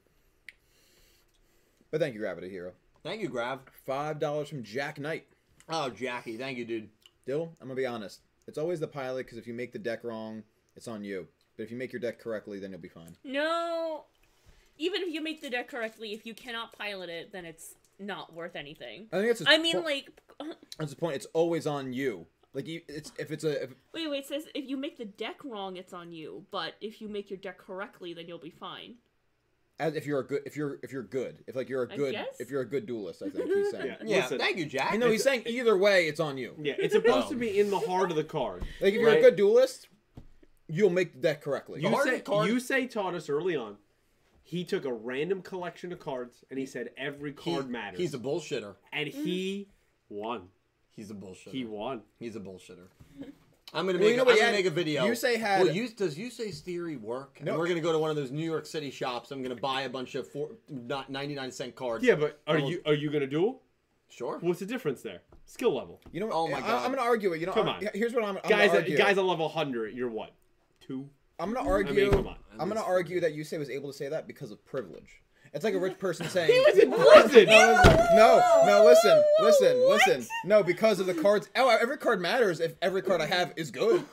Speaker 5: But thank you, Gravity Hero.
Speaker 4: Thank you, Grav.
Speaker 5: Five dollars from Jack Knight.
Speaker 4: Oh, Jackie. Thank you, dude.
Speaker 5: Dill, I'm gonna be honest. It's always the pilot because if you make the deck wrong, it's on you. But if you make your deck correctly, then you'll be fine.
Speaker 2: No. Even if you make the deck correctly, if you cannot pilot it, then it's not worth anything.
Speaker 5: I think that's. his
Speaker 2: I mean,
Speaker 5: po-
Speaker 2: like,
Speaker 5: that's the point. It's always on you. Like you, it's if it's a if,
Speaker 2: wait, wait. It says if you make the deck wrong, it's on you. But if you make your deck correctly, then you'll be fine.
Speaker 5: [LAUGHS] as if you're a good if you're if you're good if like you're a
Speaker 2: I
Speaker 5: good
Speaker 2: guess?
Speaker 5: if you're a good dualist. I think he's saying.
Speaker 7: Yeah.
Speaker 4: Yeah.
Speaker 7: Listen.
Speaker 4: Thank you, Jack.
Speaker 5: You know, he's saying
Speaker 4: [LAUGHS]
Speaker 5: either way, it's on you.
Speaker 7: Yeah, it's supposed to be in the heart of the card.
Speaker 5: Like if you're a
Speaker 7: Right.
Speaker 5: good dualist, you'll make the deck correctly.
Speaker 7: You
Speaker 4: heart of
Speaker 7: say,
Speaker 4: the card-
Speaker 7: you say taught us early on. He took a random collection of cards and he said every
Speaker 4: He-
Speaker 7: card matters.
Speaker 4: He's a bullshitter.
Speaker 7: and he won.
Speaker 4: He's a bullshitter.
Speaker 7: He won.
Speaker 4: He's a bullshitter.
Speaker 7: [LAUGHS]
Speaker 4: I'm gonna make.
Speaker 5: Well, you
Speaker 4: a-
Speaker 5: know what,
Speaker 4: I'm gonna
Speaker 5: yeah,
Speaker 4: make a video.
Speaker 5: you say had-
Speaker 4: Well, use, does you say theory work?
Speaker 5: No.
Speaker 4: And we're gonna go to one of those New York City shops. I'm gonna buy a bunch of four, not 99 cent cards.
Speaker 7: Yeah, but are
Speaker 4: Well-
Speaker 7: you are you gonna duel?
Speaker 4: Sure.
Speaker 7: What's the difference there? Skill level,
Speaker 5: You know what?
Speaker 4: Oh my
Speaker 5: I,
Speaker 4: God.
Speaker 5: am gonna argue it. You know,
Speaker 7: Come
Speaker 5: I'm-
Speaker 7: on.
Speaker 5: Here's what I'm, I'm
Speaker 7: guys. uh,
Speaker 5: Gonna argue.
Speaker 7: Guys, a level hundred. You're what? Two.
Speaker 5: I'm gonna
Speaker 7: I
Speaker 5: argue.
Speaker 7: mean, come on.
Speaker 5: I'm gonna argue that Yusei was able to say that because of privilege. It's like a rich person saying.
Speaker 7: [LAUGHS] He was in
Speaker 5: [LAUGHS]
Speaker 7: prison.
Speaker 5: no, no, listen, listen, listen. No, because of the cards. Oh, every card matters if every card I have is good.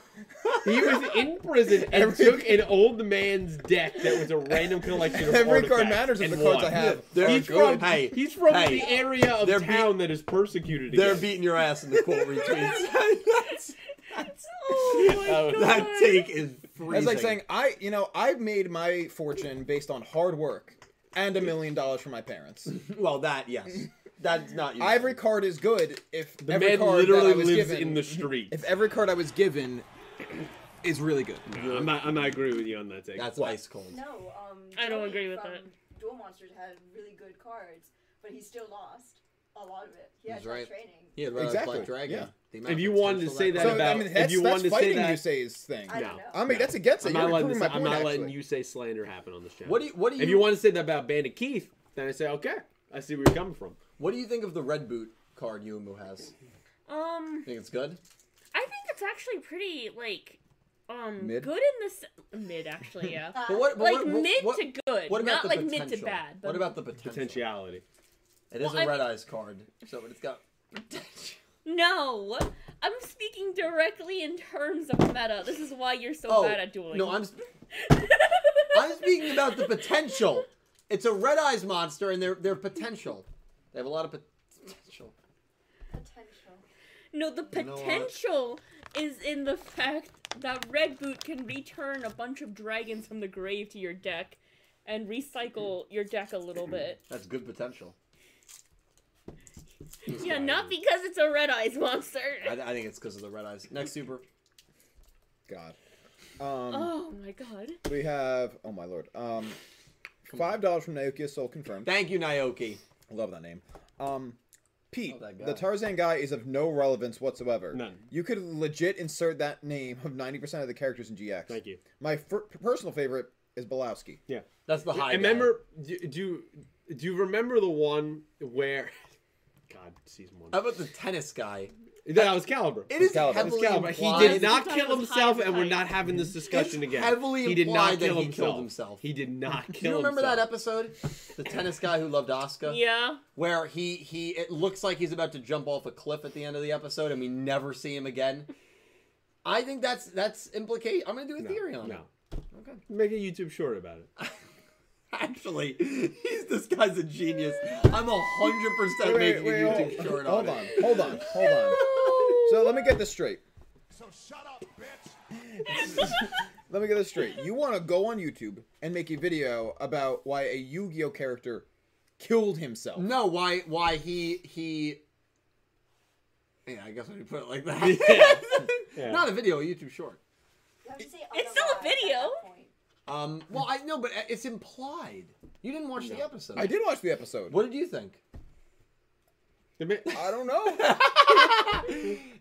Speaker 7: He was in prison and
Speaker 5: Every-
Speaker 7: took an old man's deck that was a random collection
Speaker 5: [LAUGHS]
Speaker 7: of
Speaker 5: Every card
Speaker 7: artifacts
Speaker 5: matters if
Speaker 7: and
Speaker 5: the cards
Speaker 7: won.
Speaker 5: I have.
Speaker 4: They're
Speaker 7: He's
Speaker 4: good.
Speaker 7: from,
Speaker 4: Hey,
Speaker 7: he's from
Speaker 4: hey,
Speaker 7: the area of
Speaker 4: they're
Speaker 7: town that is persecuted.
Speaker 4: They're
Speaker 7: [LAUGHS] against.
Speaker 4: beating your ass in the
Speaker 5: [LAUGHS]
Speaker 4: quote retweets. [LAUGHS]
Speaker 2: Oh my
Speaker 5: Uh,
Speaker 7: That was-
Speaker 2: god.
Speaker 4: that take is freezing.
Speaker 5: That's like saying I, you know, I made my fortune based on hard work and a million dollars from my parents.
Speaker 4: well, that yes, that's [LAUGHS] not you.
Speaker 5: Every card is good if
Speaker 7: the
Speaker 5: every
Speaker 7: man
Speaker 5: card
Speaker 7: literally
Speaker 5: that I was
Speaker 7: lives
Speaker 5: given,
Speaker 7: in the street.
Speaker 5: if every card I was given is really good.
Speaker 7: I'm not. I'm not agree with you on that take.
Speaker 4: that's ice cold.
Speaker 10: No, um.
Speaker 2: I don't
Speaker 10: Joey
Speaker 2: agree with
Speaker 10: from
Speaker 2: that.
Speaker 10: Duel Monsters had really good cards, but he still lost a lot of it. He had
Speaker 4: He's
Speaker 10: tough
Speaker 4: right.
Speaker 10: training.
Speaker 4: Yeah, Red
Speaker 5: Exactly,
Speaker 4: Black Dragon.
Speaker 5: yeah.
Speaker 4: The amount
Speaker 7: If
Speaker 4: of
Speaker 7: you wanted to
Speaker 4: potential
Speaker 7: say that
Speaker 5: So
Speaker 7: about,
Speaker 5: I mean,
Speaker 7: if
Speaker 5: that's,
Speaker 7: you
Speaker 5: that's
Speaker 7: wanted to say
Speaker 5: fighting
Speaker 7: that,
Speaker 5: Yusei's thing.
Speaker 10: I
Speaker 7: No.
Speaker 10: don't know.
Speaker 5: I mean, that's against it.
Speaker 7: I'm
Speaker 5: You're
Speaker 7: not, letting,
Speaker 5: proving
Speaker 7: this,
Speaker 5: my
Speaker 7: I'm
Speaker 5: point,
Speaker 7: not letting
Speaker 5: actually.
Speaker 7: you say slander happen on this channel.
Speaker 4: What do you What do you,
Speaker 7: if you want to say that about Bandit Keith, then I say okay. I see where you're coming from.
Speaker 4: What do you think of the red boot card Yumu has?
Speaker 2: [LAUGHS] Um,
Speaker 4: Think it's good?
Speaker 2: I think it's actually pretty like, um,
Speaker 5: Mid?
Speaker 2: good in this mid actually. Yeah.
Speaker 10: Uh,
Speaker 4: But what, but
Speaker 2: like
Speaker 4: what- what-
Speaker 2: mid
Speaker 4: what-
Speaker 2: to good,
Speaker 4: What about
Speaker 2: not
Speaker 4: the
Speaker 2: like
Speaker 4: potential?
Speaker 2: mid to bad. But
Speaker 4: What about the potential?
Speaker 7: Potentiality.
Speaker 4: It is
Speaker 2: Well, I-
Speaker 4: a red eyes card, so it's got potential.
Speaker 2: no? I'm speaking directly in terms of meta. This is why you're so bad at dueling.
Speaker 4: Oh, No, I'm sp-
Speaker 2: [LAUGHS]
Speaker 4: I'm speaking about the potential. It's a red eyes monster, and their their potential. They have a lot of pot- potential.
Speaker 10: Potential.
Speaker 2: No, the
Speaker 4: You know what?
Speaker 2: potential is in the fact that Red Boot can return a bunch of dragons from the grave to your deck and recycle your deck a little
Speaker 4: [CLEARS THROAT]
Speaker 2: bit.
Speaker 4: That's good potential.
Speaker 2: Yeah, not because it's a red eyes monster.
Speaker 4: I, um, I think it's because of the red eyes. Next super.
Speaker 5: God. Um,
Speaker 2: oh my god.
Speaker 5: We have, oh my lord, um, five dollars from Naoki Soul confirmed.
Speaker 4: Thank you, Naoki.
Speaker 5: I love that name. Um, Pete,
Speaker 4: Love that guy.
Speaker 5: the Tarzan guy is of no relevance whatsoever.
Speaker 7: None.
Speaker 5: You could legit insert that name of ninety percent of the characters in GX.
Speaker 7: Thank you.
Speaker 5: My fir- personal favorite is Belowski.
Speaker 7: Yeah.
Speaker 4: That's the high.
Speaker 7: I remember. Do, do do you remember the one where? [LAUGHS] God, season one.
Speaker 4: Guy. How about the tennis guy?
Speaker 7: that was Caliber.
Speaker 4: It is
Speaker 5: Excalibur.
Speaker 4: heavily
Speaker 7: Excalibur. He
Speaker 4: implied-
Speaker 7: did not
Speaker 2: Sometimes
Speaker 7: kill
Speaker 2: it's
Speaker 7: himself,
Speaker 2: high
Speaker 7: and we're
Speaker 2: type.
Speaker 7: not having this discussion
Speaker 4: It's
Speaker 7: again.
Speaker 4: heavily
Speaker 7: he did
Speaker 4: implied
Speaker 7: not
Speaker 4: that
Speaker 7: kill
Speaker 4: he
Speaker 7: himself.
Speaker 4: killed himself.
Speaker 7: He did
Speaker 4: [LAUGHS]
Speaker 7: not kill
Speaker 4: Do you remember
Speaker 7: himself.
Speaker 4: that episode, the tennis guy who loved Oscar?
Speaker 2: Yeah.
Speaker 4: Where he he it looks like he's about to jump off a cliff at the end of the episode, and we never see him again. I think that's that's implication. I'm gonna do a theory on
Speaker 7: No.
Speaker 4: it. Okay. [LAUGHS]
Speaker 7: Make a YouTube short about it.
Speaker 4: Actually, [LAUGHS] he's this guy's a genius. I'm a hundred percent making a YouTube
Speaker 5: hold,
Speaker 4: short
Speaker 5: hold
Speaker 4: on,
Speaker 5: on,
Speaker 4: it.
Speaker 5: hold on, hold on. So let me get this straight. [LAUGHS] Let me get this straight. You want to go on YouTube and make a video about why a Yu-Gi-Oh character killed himself?
Speaker 4: No, why why he he. Yeah, I guess when you put it like that,
Speaker 7: [LAUGHS]
Speaker 4: [LAUGHS]
Speaker 7: Yeah.
Speaker 4: not a video, a YouTube short.
Speaker 10: You have to say
Speaker 2: It's still a
Speaker 10: otherwise at
Speaker 2: video.
Speaker 10: that point.
Speaker 4: Um, well, I know, but it's implied. You didn't watch the episode.
Speaker 5: I did watch the episode.
Speaker 4: What did you think? [LAUGHS]
Speaker 7: The ma-
Speaker 5: I don't know.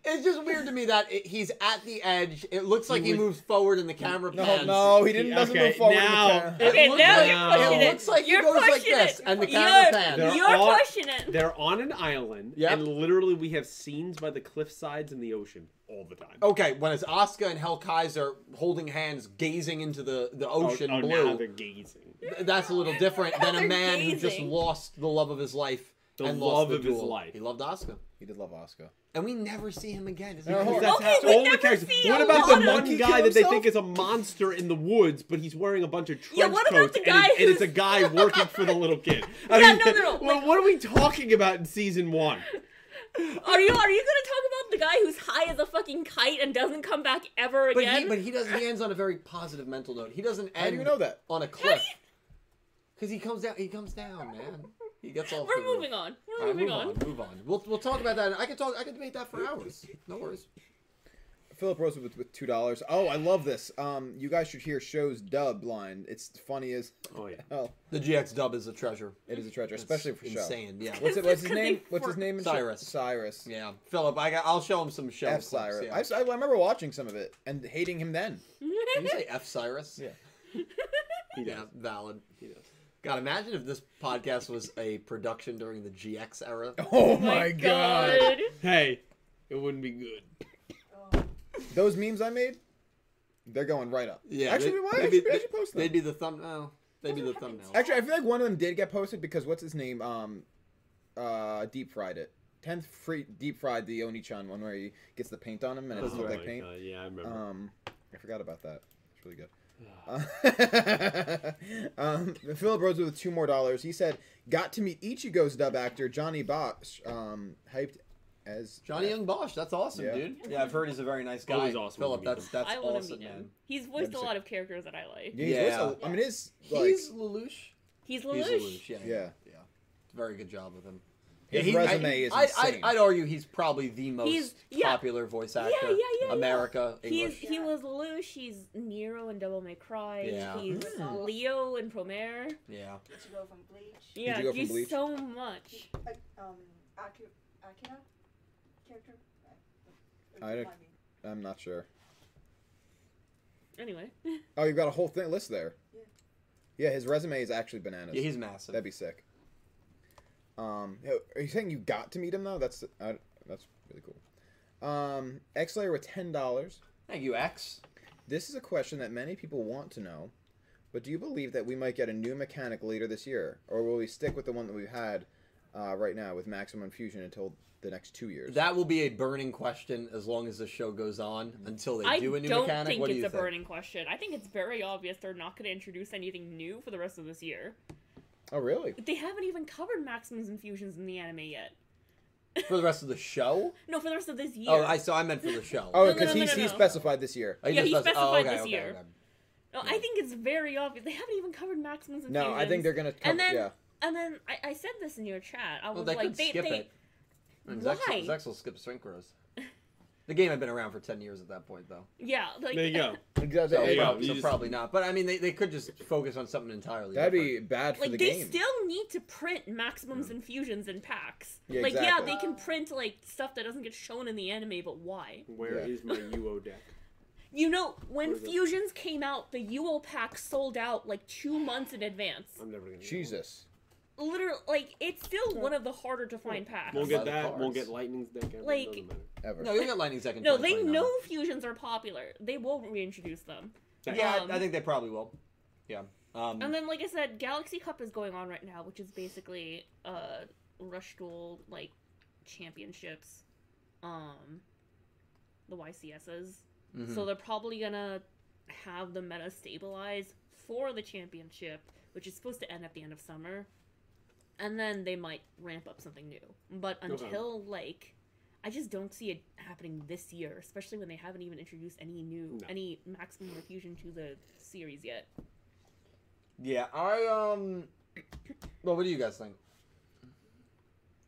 Speaker 4: It's just weird to me that it, he's at the edge. It looks like he moves forward, and the camera
Speaker 5: No,
Speaker 4: pans.
Speaker 5: no, he didn't. Doesn't
Speaker 7: Okay,
Speaker 5: move forward.
Speaker 7: now-
Speaker 5: In the camera.
Speaker 2: Okay,
Speaker 4: looks
Speaker 2: now
Speaker 7: like-
Speaker 2: you're pushing
Speaker 7: it
Speaker 2: it.
Speaker 4: looks like he
Speaker 2: you're
Speaker 4: goes like
Speaker 2: pushing
Speaker 4: this,
Speaker 2: it.
Speaker 4: and the
Speaker 2: you're,
Speaker 4: camera pans.
Speaker 7: They're
Speaker 2: You're
Speaker 7: all-
Speaker 2: pushing it.
Speaker 7: They're on an island,
Speaker 4: Yep.
Speaker 7: and literally we have scenes by the cliff sides and the ocean all the time.
Speaker 4: Okay, when it's Asuka and Hell Kaiser holding hands, gazing into the, the ocean
Speaker 7: oh,
Speaker 4: blue,
Speaker 7: now they're gazing.
Speaker 4: th- that's a little different than a
Speaker 2: They're
Speaker 4: man who just
Speaker 2: gazing.
Speaker 4: lost the love of his life
Speaker 7: The
Speaker 4: and
Speaker 7: love
Speaker 4: lost the
Speaker 7: of his
Speaker 4: duel.
Speaker 7: life.
Speaker 4: He loved Asuka,
Speaker 5: He did love Oscar.
Speaker 4: and we never see him again. It's
Speaker 5: No,
Speaker 4: because
Speaker 5: hold
Speaker 4: that's
Speaker 5: on.
Speaker 2: Okay,
Speaker 7: how
Speaker 2: we
Speaker 7: all the
Speaker 2: never
Speaker 7: characters.
Speaker 2: see
Speaker 7: what
Speaker 2: a
Speaker 7: about
Speaker 2: lot
Speaker 7: the
Speaker 2: of-
Speaker 7: one
Speaker 5: Monkey
Speaker 7: guy
Speaker 5: kill
Speaker 7: that they
Speaker 5: himself?
Speaker 7: think is a monster in the woods, but he's wearing a bunch of trench
Speaker 2: Yeah, what about
Speaker 7: coats,
Speaker 2: the
Speaker 7: and,
Speaker 2: guy
Speaker 7: it's, and it's a
Speaker 2: who's-
Speaker 7: [LAUGHS] guy working for the little kid? I
Speaker 2: Yeah,
Speaker 7: mean,
Speaker 2: no, no, no,
Speaker 7: well,
Speaker 2: like-
Speaker 7: what are we talking about in season one?
Speaker 2: Are you are you gonna talk about the guy who's high as a fucking kite and doesn't come back ever
Speaker 4: But
Speaker 2: again?
Speaker 4: he, but he does. He ends on a very positive mental note. He doesn't end.
Speaker 5: How do you know that?
Speaker 4: On a cliff. Because he comes down. He comes down, man. He gets off.
Speaker 2: We're moving on. We're moving
Speaker 4: move
Speaker 2: on. [LAUGHS]
Speaker 4: on. Move on. We'll, we'll talk about that. I could talk. I could debate that for hours. No worries.
Speaker 5: Philip Rose with, with two dollars. Oh, I love this. Um, you guys should hear shows dub line. It's funny as
Speaker 7: Oh yeah,
Speaker 5: hell.
Speaker 4: The GX dub is a treasure.
Speaker 5: It is a treasure,
Speaker 4: That's
Speaker 5: especially for show.
Speaker 4: insane. Yeah.
Speaker 5: What's it? What's his
Speaker 2: Because they
Speaker 5: name? What's his
Speaker 2: fork-
Speaker 5: name? in
Speaker 4: Cyrus.
Speaker 5: show? Cyrus.
Speaker 4: [LAUGHS] yeah, Philip. I got, I'll show him some show
Speaker 5: F
Speaker 4: clips,
Speaker 5: Cyrus.
Speaker 4: yeah.
Speaker 5: I, I remember watching some of it and hating him then. [LAUGHS]
Speaker 2: Oh
Speaker 4: Did you say F Cyrus?
Speaker 2: [LAUGHS]
Speaker 5: Yeah.
Speaker 7: he does.
Speaker 4: Yeah. Valid.
Speaker 7: He does.
Speaker 4: God, imagine if this podcast was a production during the GX era.
Speaker 5: Oh
Speaker 4: [LAUGHS]
Speaker 7: Hey, it wouldn't be good.
Speaker 10: Oh,
Speaker 5: Those memes I made, they're going right up.
Speaker 4: Yeah.
Speaker 5: Actually,
Speaker 4: they-
Speaker 5: we might
Speaker 4: they'd
Speaker 5: actually,
Speaker 4: be-
Speaker 5: actually post them.
Speaker 4: They'd be the thumbnail. They'd be the thumbnail.
Speaker 5: Actually, I feel like one of them did get posted because what's his name? Um, uh, deep fried it. Tenth free deep fried the Oni-chan one where he gets the paint on him and it doesn't
Speaker 7: Oh
Speaker 5: look
Speaker 7: my
Speaker 5: like paint.
Speaker 7: God, yeah, I remember.
Speaker 5: Um, I forgot about that. It's really good. Uh, [LAUGHS] um, Philip Rhodes with two more dollars. He said, "Got to meet Ichigo's dub actor Johnny Box, um, hyped as
Speaker 4: Johnny Young Bosch, that's awesome,
Speaker 5: Yeah.
Speaker 4: dude. Yeah, I've heard he's a very nice guy.
Speaker 7: Always awesome
Speaker 4: Philip,
Speaker 7: when you
Speaker 4: that's
Speaker 7: meet
Speaker 4: that's
Speaker 2: I want to
Speaker 4: awesome,
Speaker 2: meet him.
Speaker 4: man.
Speaker 2: He's voiced a
Speaker 5: That'd be
Speaker 2: lot of characters that I like.
Speaker 5: Yeah, he's
Speaker 4: Yeah.
Speaker 5: also- I mean, it's like
Speaker 4: he's Lelouch.
Speaker 2: He's
Speaker 4: He's
Speaker 2: Lelouch.
Speaker 4: Lelouch. Yeah, yeah,
Speaker 5: Yeah.
Speaker 4: yeah. Very good job with him.
Speaker 5: His
Speaker 4: Yeah, he-
Speaker 5: resume
Speaker 4: I,
Speaker 5: is
Speaker 4: I,
Speaker 5: insane.
Speaker 4: I, would argue he's probably the most
Speaker 2: He's- yeah.
Speaker 4: popular voice actor.
Speaker 2: yeah, yeah, yeah.
Speaker 4: America,
Speaker 2: He is,
Speaker 4: English.
Speaker 2: he was Lelouch. He's Nero in Devil May Cry.
Speaker 4: Yeah. Hmm.
Speaker 2: He's Leo in Promare.
Speaker 4: Yeah.
Speaker 10: Ichigo from Bleach.
Speaker 2: Yeah,
Speaker 5: you go from
Speaker 2: he's
Speaker 5: Bleach?
Speaker 2: so much.
Speaker 10: Like, um, Aku- Akira character.
Speaker 5: I don't- I'm not sure.
Speaker 2: Anyway, [LAUGHS]
Speaker 5: Oh, you've got a whole thing list there.
Speaker 10: Yeah.
Speaker 5: Yeah, his resume is actually bananas.
Speaker 4: Yeah, he's massive.
Speaker 5: That'd be sick. Um, are you saying you got to meet him though? That's uh, that's really cool. Um, X Layer with ten dollars.
Speaker 4: Thank you, X.
Speaker 5: This is a question that many people want to know, but do you believe that we might get a new mechanic later this year, or will we stick with the one that we've had uh, right now with maximum fusion until the next two years?
Speaker 4: That will be a burning question as long as the show goes on until they
Speaker 2: I
Speaker 4: do a
Speaker 2: don't
Speaker 4: new mechanic.
Speaker 2: think
Speaker 4: what
Speaker 2: it's
Speaker 4: do you
Speaker 2: a
Speaker 4: think?
Speaker 2: burning question. I think it's very obvious they're not going to introduce anything new for the rest of this year.
Speaker 5: oh, really?
Speaker 2: They haven't even covered Maximums and Fusions in the anime yet.
Speaker 4: For the rest of the show?
Speaker 2: No, for the rest of this year.
Speaker 4: Oh, I so I meant for the show.
Speaker 5: Oh,
Speaker 2: no,
Speaker 5: because
Speaker 2: no,
Speaker 5: he,
Speaker 2: no,
Speaker 5: he
Speaker 2: no.
Speaker 5: specified this year.
Speaker 4: Oh, you
Speaker 2: Yeah,
Speaker 4: just
Speaker 2: he
Speaker 4: spec- oh,
Speaker 2: specified
Speaker 4: okay,
Speaker 2: this
Speaker 4: okay,
Speaker 2: year.
Speaker 4: okay.
Speaker 2: No, I think it's very obvious. They haven't even covered Maximus and
Speaker 5: No, I think they're gonna. Cover,
Speaker 2: and then,
Speaker 5: yeah.
Speaker 2: and then I, I said this in your chat. I was
Speaker 4: Well, they
Speaker 2: like,
Speaker 4: could
Speaker 2: they,
Speaker 4: skip
Speaker 2: they,
Speaker 4: it. And Zex,
Speaker 2: Why?
Speaker 4: Zex will skip swing throws. The game had been around for ten years at that point, though.
Speaker 2: yeah, like
Speaker 7: There you go.
Speaker 5: Exactly.
Speaker 4: So,
Speaker 7: There you
Speaker 4: prob-
Speaker 7: go.
Speaker 4: so
Speaker 7: You just-
Speaker 4: probably not. But I mean, they, they could just focus on something entirely.
Speaker 5: That'd
Speaker 4: different.
Speaker 5: be bad for
Speaker 2: like
Speaker 5: the
Speaker 2: they
Speaker 5: game.
Speaker 2: still need to print maximums and fusions in packs.
Speaker 5: Yeah,
Speaker 2: like
Speaker 5: exactly.
Speaker 2: yeah, they can print like stuff that doesn't get shown in the anime, but why?
Speaker 7: [LAUGHS] Where
Speaker 5: Yeah.
Speaker 7: is my UO deck?
Speaker 2: You know, when
Speaker 7: Where's it?
Speaker 2: fusions came out, the UO pack sold out like two months in advance.
Speaker 7: I'm never gonna. get
Speaker 5: Jesus.
Speaker 2: Liter like it's still one of the harder to find
Speaker 7: one.
Speaker 2: packs.
Speaker 7: Won't
Speaker 4: By
Speaker 7: get
Speaker 4: the
Speaker 7: that. Won't
Speaker 4: cards.
Speaker 7: get Lightning's deck. Ever.
Speaker 2: Like-
Speaker 7: Doesn't matter.
Speaker 5: Ever.
Speaker 4: No, you got lightning second.
Speaker 2: No, they know fusions are popular. They will reintroduce them.
Speaker 4: Yeah,
Speaker 2: Um,
Speaker 4: I think they probably will. Yeah. Um,
Speaker 2: And then, like I said, Galaxy Cup is going on right now, which is basically uh Rush Duel like championships, um, the YCSs.
Speaker 4: mhm.
Speaker 7: Mm-hmm.
Speaker 2: So they're probably gonna have the meta stabilize for the championship, which is supposed to end at the end of summer, and then they might ramp up something new. But
Speaker 7: Okay.
Speaker 2: until like, I just don't see it happening this year, especially when they haven't even introduced any new
Speaker 7: No.
Speaker 2: any maximum refusion to the series yet.
Speaker 4: yeah, I um. Well, what do you guys think?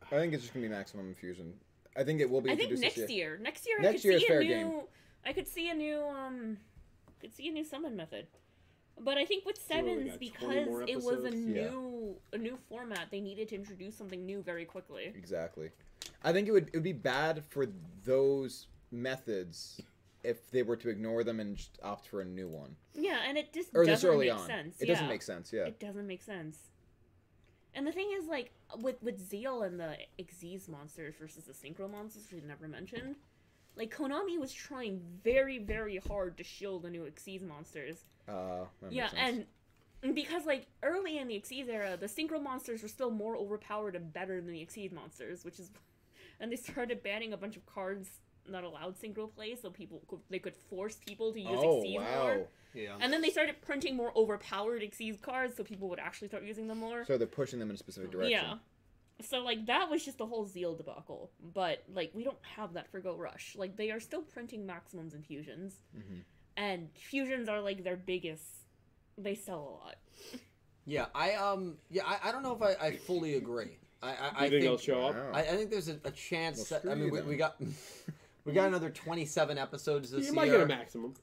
Speaker 5: I think it's just gonna be maximum infusion. I think it will be
Speaker 2: I think
Speaker 5: introduced
Speaker 2: next year.
Speaker 5: this year.
Speaker 2: Next year, I
Speaker 5: Next
Speaker 2: could
Speaker 5: year is
Speaker 2: see a
Speaker 5: fair
Speaker 2: new.
Speaker 5: game.
Speaker 2: I could see a new. Um, could see a new summon method, but I think with
Speaker 7: what we
Speaker 2: sevens
Speaker 7: got, 20
Speaker 2: because
Speaker 7: more
Speaker 2: it was a
Speaker 7: episodes?
Speaker 5: Yeah.
Speaker 2: new a new format, they needed to introduce something new very quickly.
Speaker 5: Exactly. I think it would it would be bad for those methods if they were to ignore them and just opt for a new one
Speaker 2: Yeah, and it just
Speaker 5: or
Speaker 2: doesn't
Speaker 5: this early
Speaker 2: make
Speaker 5: on.
Speaker 2: sense.
Speaker 5: It
Speaker 2: yeah.
Speaker 5: doesn't make sense. Yeah.
Speaker 2: It doesn't make sense. And the thing is, like with with Zeal and the Xyz monsters versus the Synchro monsters, which we never mentioned, like Konami was trying very very hard to shield the new Xyz monsters,
Speaker 5: Uh, that
Speaker 2: Yeah,
Speaker 5: makes sense.
Speaker 2: and because like early in the Exceed era, the Synchro monsters were still more overpowered and better than the Exceed monsters, which is, [LAUGHS] and they started banning a bunch of cards that allowed Synchro play, so people could, they could force people to use
Speaker 5: oh
Speaker 2: Exceed
Speaker 5: wow.
Speaker 2: more.
Speaker 4: Yeah.
Speaker 2: And then they started printing more overpowered Exceed cards, so people would actually start using them more.
Speaker 5: So they're pushing them in a specific direction.
Speaker 2: Yeah. So like that was just the whole Zeal debacle, but like we don't have that for Go Rush. Like they are still printing maximums and fusions,
Speaker 7: Mm-hmm.
Speaker 5: Mhm.
Speaker 2: and fusions are like their biggest. They sell a lot.
Speaker 4: Yeah, I um. Yeah, I, I don't know if I, I fully agree. I I,
Speaker 7: Do you
Speaker 4: I
Speaker 7: think
Speaker 4: think
Speaker 7: they'll show up?
Speaker 5: Wow.
Speaker 4: I, I think there's a, a chance
Speaker 5: Oh. Well,
Speaker 4: that I
Speaker 5: screw
Speaker 4: mean
Speaker 5: you
Speaker 4: we,
Speaker 5: then.
Speaker 4: we got [LAUGHS] we got another 27 episodes this
Speaker 7: You
Speaker 4: year.
Speaker 7: might
Speaker 5: uh,
Speaker 7: get a maximum.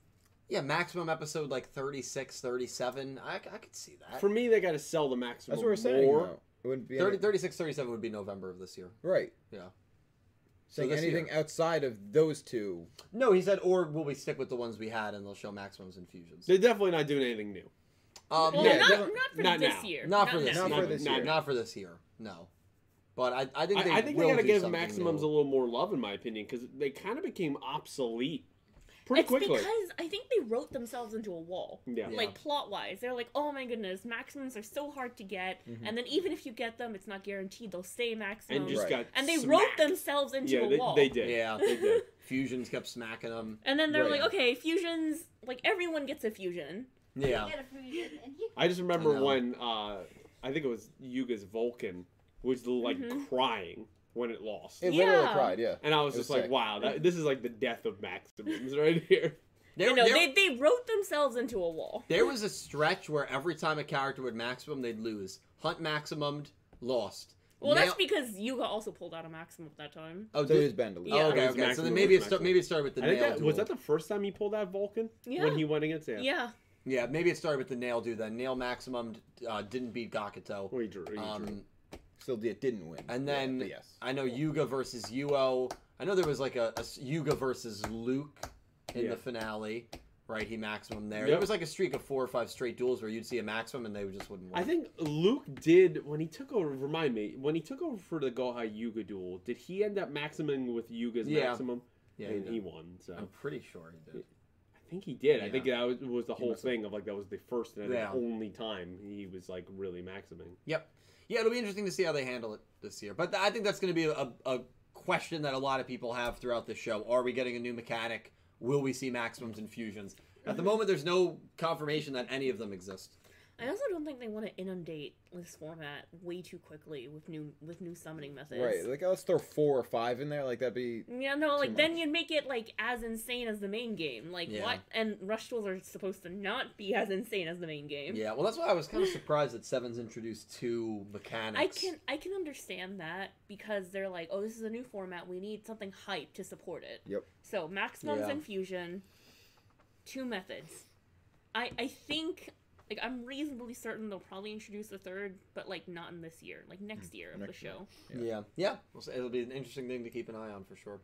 Speaker 4: Yeah, maximum episode like 36, 37. I, I could see that.
Speaker 7: For me, they got to sell the maximum.
Speaker 5: That's what we're saying.
Speaker 7: more.
Speaker 5: though. It wouldn't be
Speaker 4: 30,
Speaker 5: any-
Speaker 4: 36, 37 would be November of this year.
Speaker 5: right.
Speaker 4: Yeah.
Speaker 5: Saying
Speaker 4: this
Speaker 5: anything outside of those two.
Speaker 4: No, he said, or will we stick with the ones we had and they'll show maximums and fusions?
Speaker 7: They're definitely not doing anything new.
Speaker 4: Um,
Speaker 2: Well,
Speaker 5: Yeah,
Speaker 2: not,
Speaker 5: no-
Speaker 2: not for
Speaker 7: not
Speaker 2: this
Speaker 7: now.
Speaker 2: year.
Speaker 4: Not for this
Speaker 2: now.
Speaker 4: year.
Speaker 5: Not for this year.
Speaker 4: Not for this year. No. But I, I think they
Speaker 7: I, I think they
Speaker 4: will
Speaker 7: got to
Speaker 4: do
Speaker 7: give
Speaker 4: something
Speaker 7: maximums
Speaker 4: new.
Speaker 7: a little more love, in my opinion, because they kind of became obsolete pretty
Speaker 2: it's
Speaker 7: quickly.
Speaker 2: because I think they wrote themselves into a wall.
Speaker 7: Yeah.
Speaker 2: Like plot wise, they're like, oh my goodness, maximums are so hard to get, and then even if you get them, it's not guaranteed they'll stay maximum.
Speaker 7: Mm-hmm. and just
Speaker 5: Right.
Speaker 7: got
Speaker 2: And they
Speaker 7: smacked.
Speaker 2: wrote themselves into
Speaker 7: yeah,
Speaker 2: a
Speaker 7: they,
Speaker 2: wall.
Speaker 7: they did.
Speaker 4: Yeah.
Speaker 7: [LAUGHS] they did.
Speaker 4: Fusions kept smacking them.
Speaker 2: And then they're
Speaker 5: Right.
Speaker 2: like, okay, fusions, like everyone gets a fusion.
Speaker 4: Yeah.
Speaker 16: You get a fusion and
Speaker 10: [LAUGHS]
Speaker 16: you
Speaker 7: I just remember
Speaker 4: I know.
Speaker 7: when uh, I think it was Yuga's Vulcan was like
Speaker 2: Mhm.
Speaker 7: crying when it lost,
Speaker 5: It literally
Speaker 2: Yeah.
Speaker 5: cried. Yeah.
Speaker 7: and I was
Speaker 5: It
Speaker 7: just
Speaker 5: was
Speaker 7: like,
Speaker 5: sick.
Speaker 7: "Wow, that, this is like the death of maximums [LAUGHS] right here."
Speaker 4: They,
Speaker 2: you know,
Speaker 4: they-
Speaker 2: they, they wrote themselves into a wall.
Speaker 4: There was a stretch where every time a character would maximum, they'd lose. Hunt maximumed, lost.
Speaker 2: Well,
Speaker 4: Nail-
Speaker 2: that's because Yuga also pulled out a maximum at that time.
Speaker 4: Oh,
Speaker 5: So it
Speaker 4: dude.
Speaker 5: was Bendeley.
Speaker 2: Yeah.
Speaker 4: Oh, okay,
Speaker 7: It was
Speaker 4: okay. So
Speaker 7: maximum,
Speaker 4: then
Speaker 7: it
Speaker 4: maybe
Speaker 7: was
Speaker 4: it, st-
Speaker 7: maximum.
Speaker 4: maybe it started with the
Speaker 7: I think
Speaker 4: nail
Speaker 7: that
Speaker 4: duel.
Speaker 7: was that the first time he pulled out Vulcan
Speaker 2: Yeah.
Speaker 7: when he went against him.
Speaker 2: Yeah.
Speaker 4: Yeah, maybe it started with the nail dude. Then nail maximumed uh, didn't beat Gakuto.
Speaker 7: Or he drew. He drew.
Speaker 4: Um,
Speaker 5: Still, it didn't win.
Speaker 4: and
Speaker 5: Yeah,
Speaker 4: then
Speaker 5: but yes.
Speaker 4: I know Yuga versus Yuo. I know there was like a, a s- Yuga versus Luke in
Speaker 7: Yeah.
Speaker 4: the finale, right? He maximum there. There
Speaker 7: Yep.
Speaker 4: was like a streak of four or five straight duels where you'd see a maximum and they just wouldn't win.
Speaker 7: I think Luke did when he took over. Remind me when he took over for the Gohai Yuga duel. Did he end up maximing with Yuga's
Speaker 4: Yeah.
Speaker 7: maximum?
Speaker 4: yeah,
Speaker 7: and
Speaker 4: he
Speaker 7: he
Speaker 4: did.
Speaker 7: won. So
Speaker 4: I'm pretty sure he did.
Speaker 7: I think he did. I
Speaker 4: Yeah.
Speaker 7: think that was, was the
Speaker 5: He
Speaker 7: whole
Speaker 5: must have-
Speaker 7: thing of like that was the first and I think,
Speaker 4: Yeah.
Speaker 7: only time he was like really maximing.
Speaker 4: Yeah, it'll be interesting to see how they handle it this year. But th- I think that's going to be a, a question that a lot of people have throughout the show. Are we getting a new mechanic?
Speaker 5: Mm-hmm.
Speaker 4: Will we see maximums and fusions? At the moment, there's no confirmation that any of them exist.
Speaker 2: I also don't think they want to inundate this format way too quickly with new with new summoning methods.
Speaker 5: Right. Like let's throw four or five in there. Like that'd be
Speaker 2: Yeah, no, like
Speaker 5: Too
Speaker 2: then
Speaker 5: much.
Speaker 2: you'd make it like as insane as the main game. Like
Speaker 4: Yeah.
Speaker 2: what? And rush tools are supposed to not be as insane as the main game.
Speaker 4: Yeah, well, that's why I was kind of surprised that Seven's introduced two mechanics.
Speaker 2: I can I can understand that because they're like, oh, this is a new format. We need something hype to support it.
Speaker 5: Yep.
Speaker 2: So maximums
Speaker 4: Yeah.
Speaker 2: infusion, two methods. I I think like I'm reasonably certain they'll probably introduce a third, but like not in this year. Like next year of the
Speaker 5: Mm, next year.
Speaker 2: show.
Speaker 4: Yeah, yeah. yeah. We'll see. It'll be an interesting thing to keep an eye on for sure.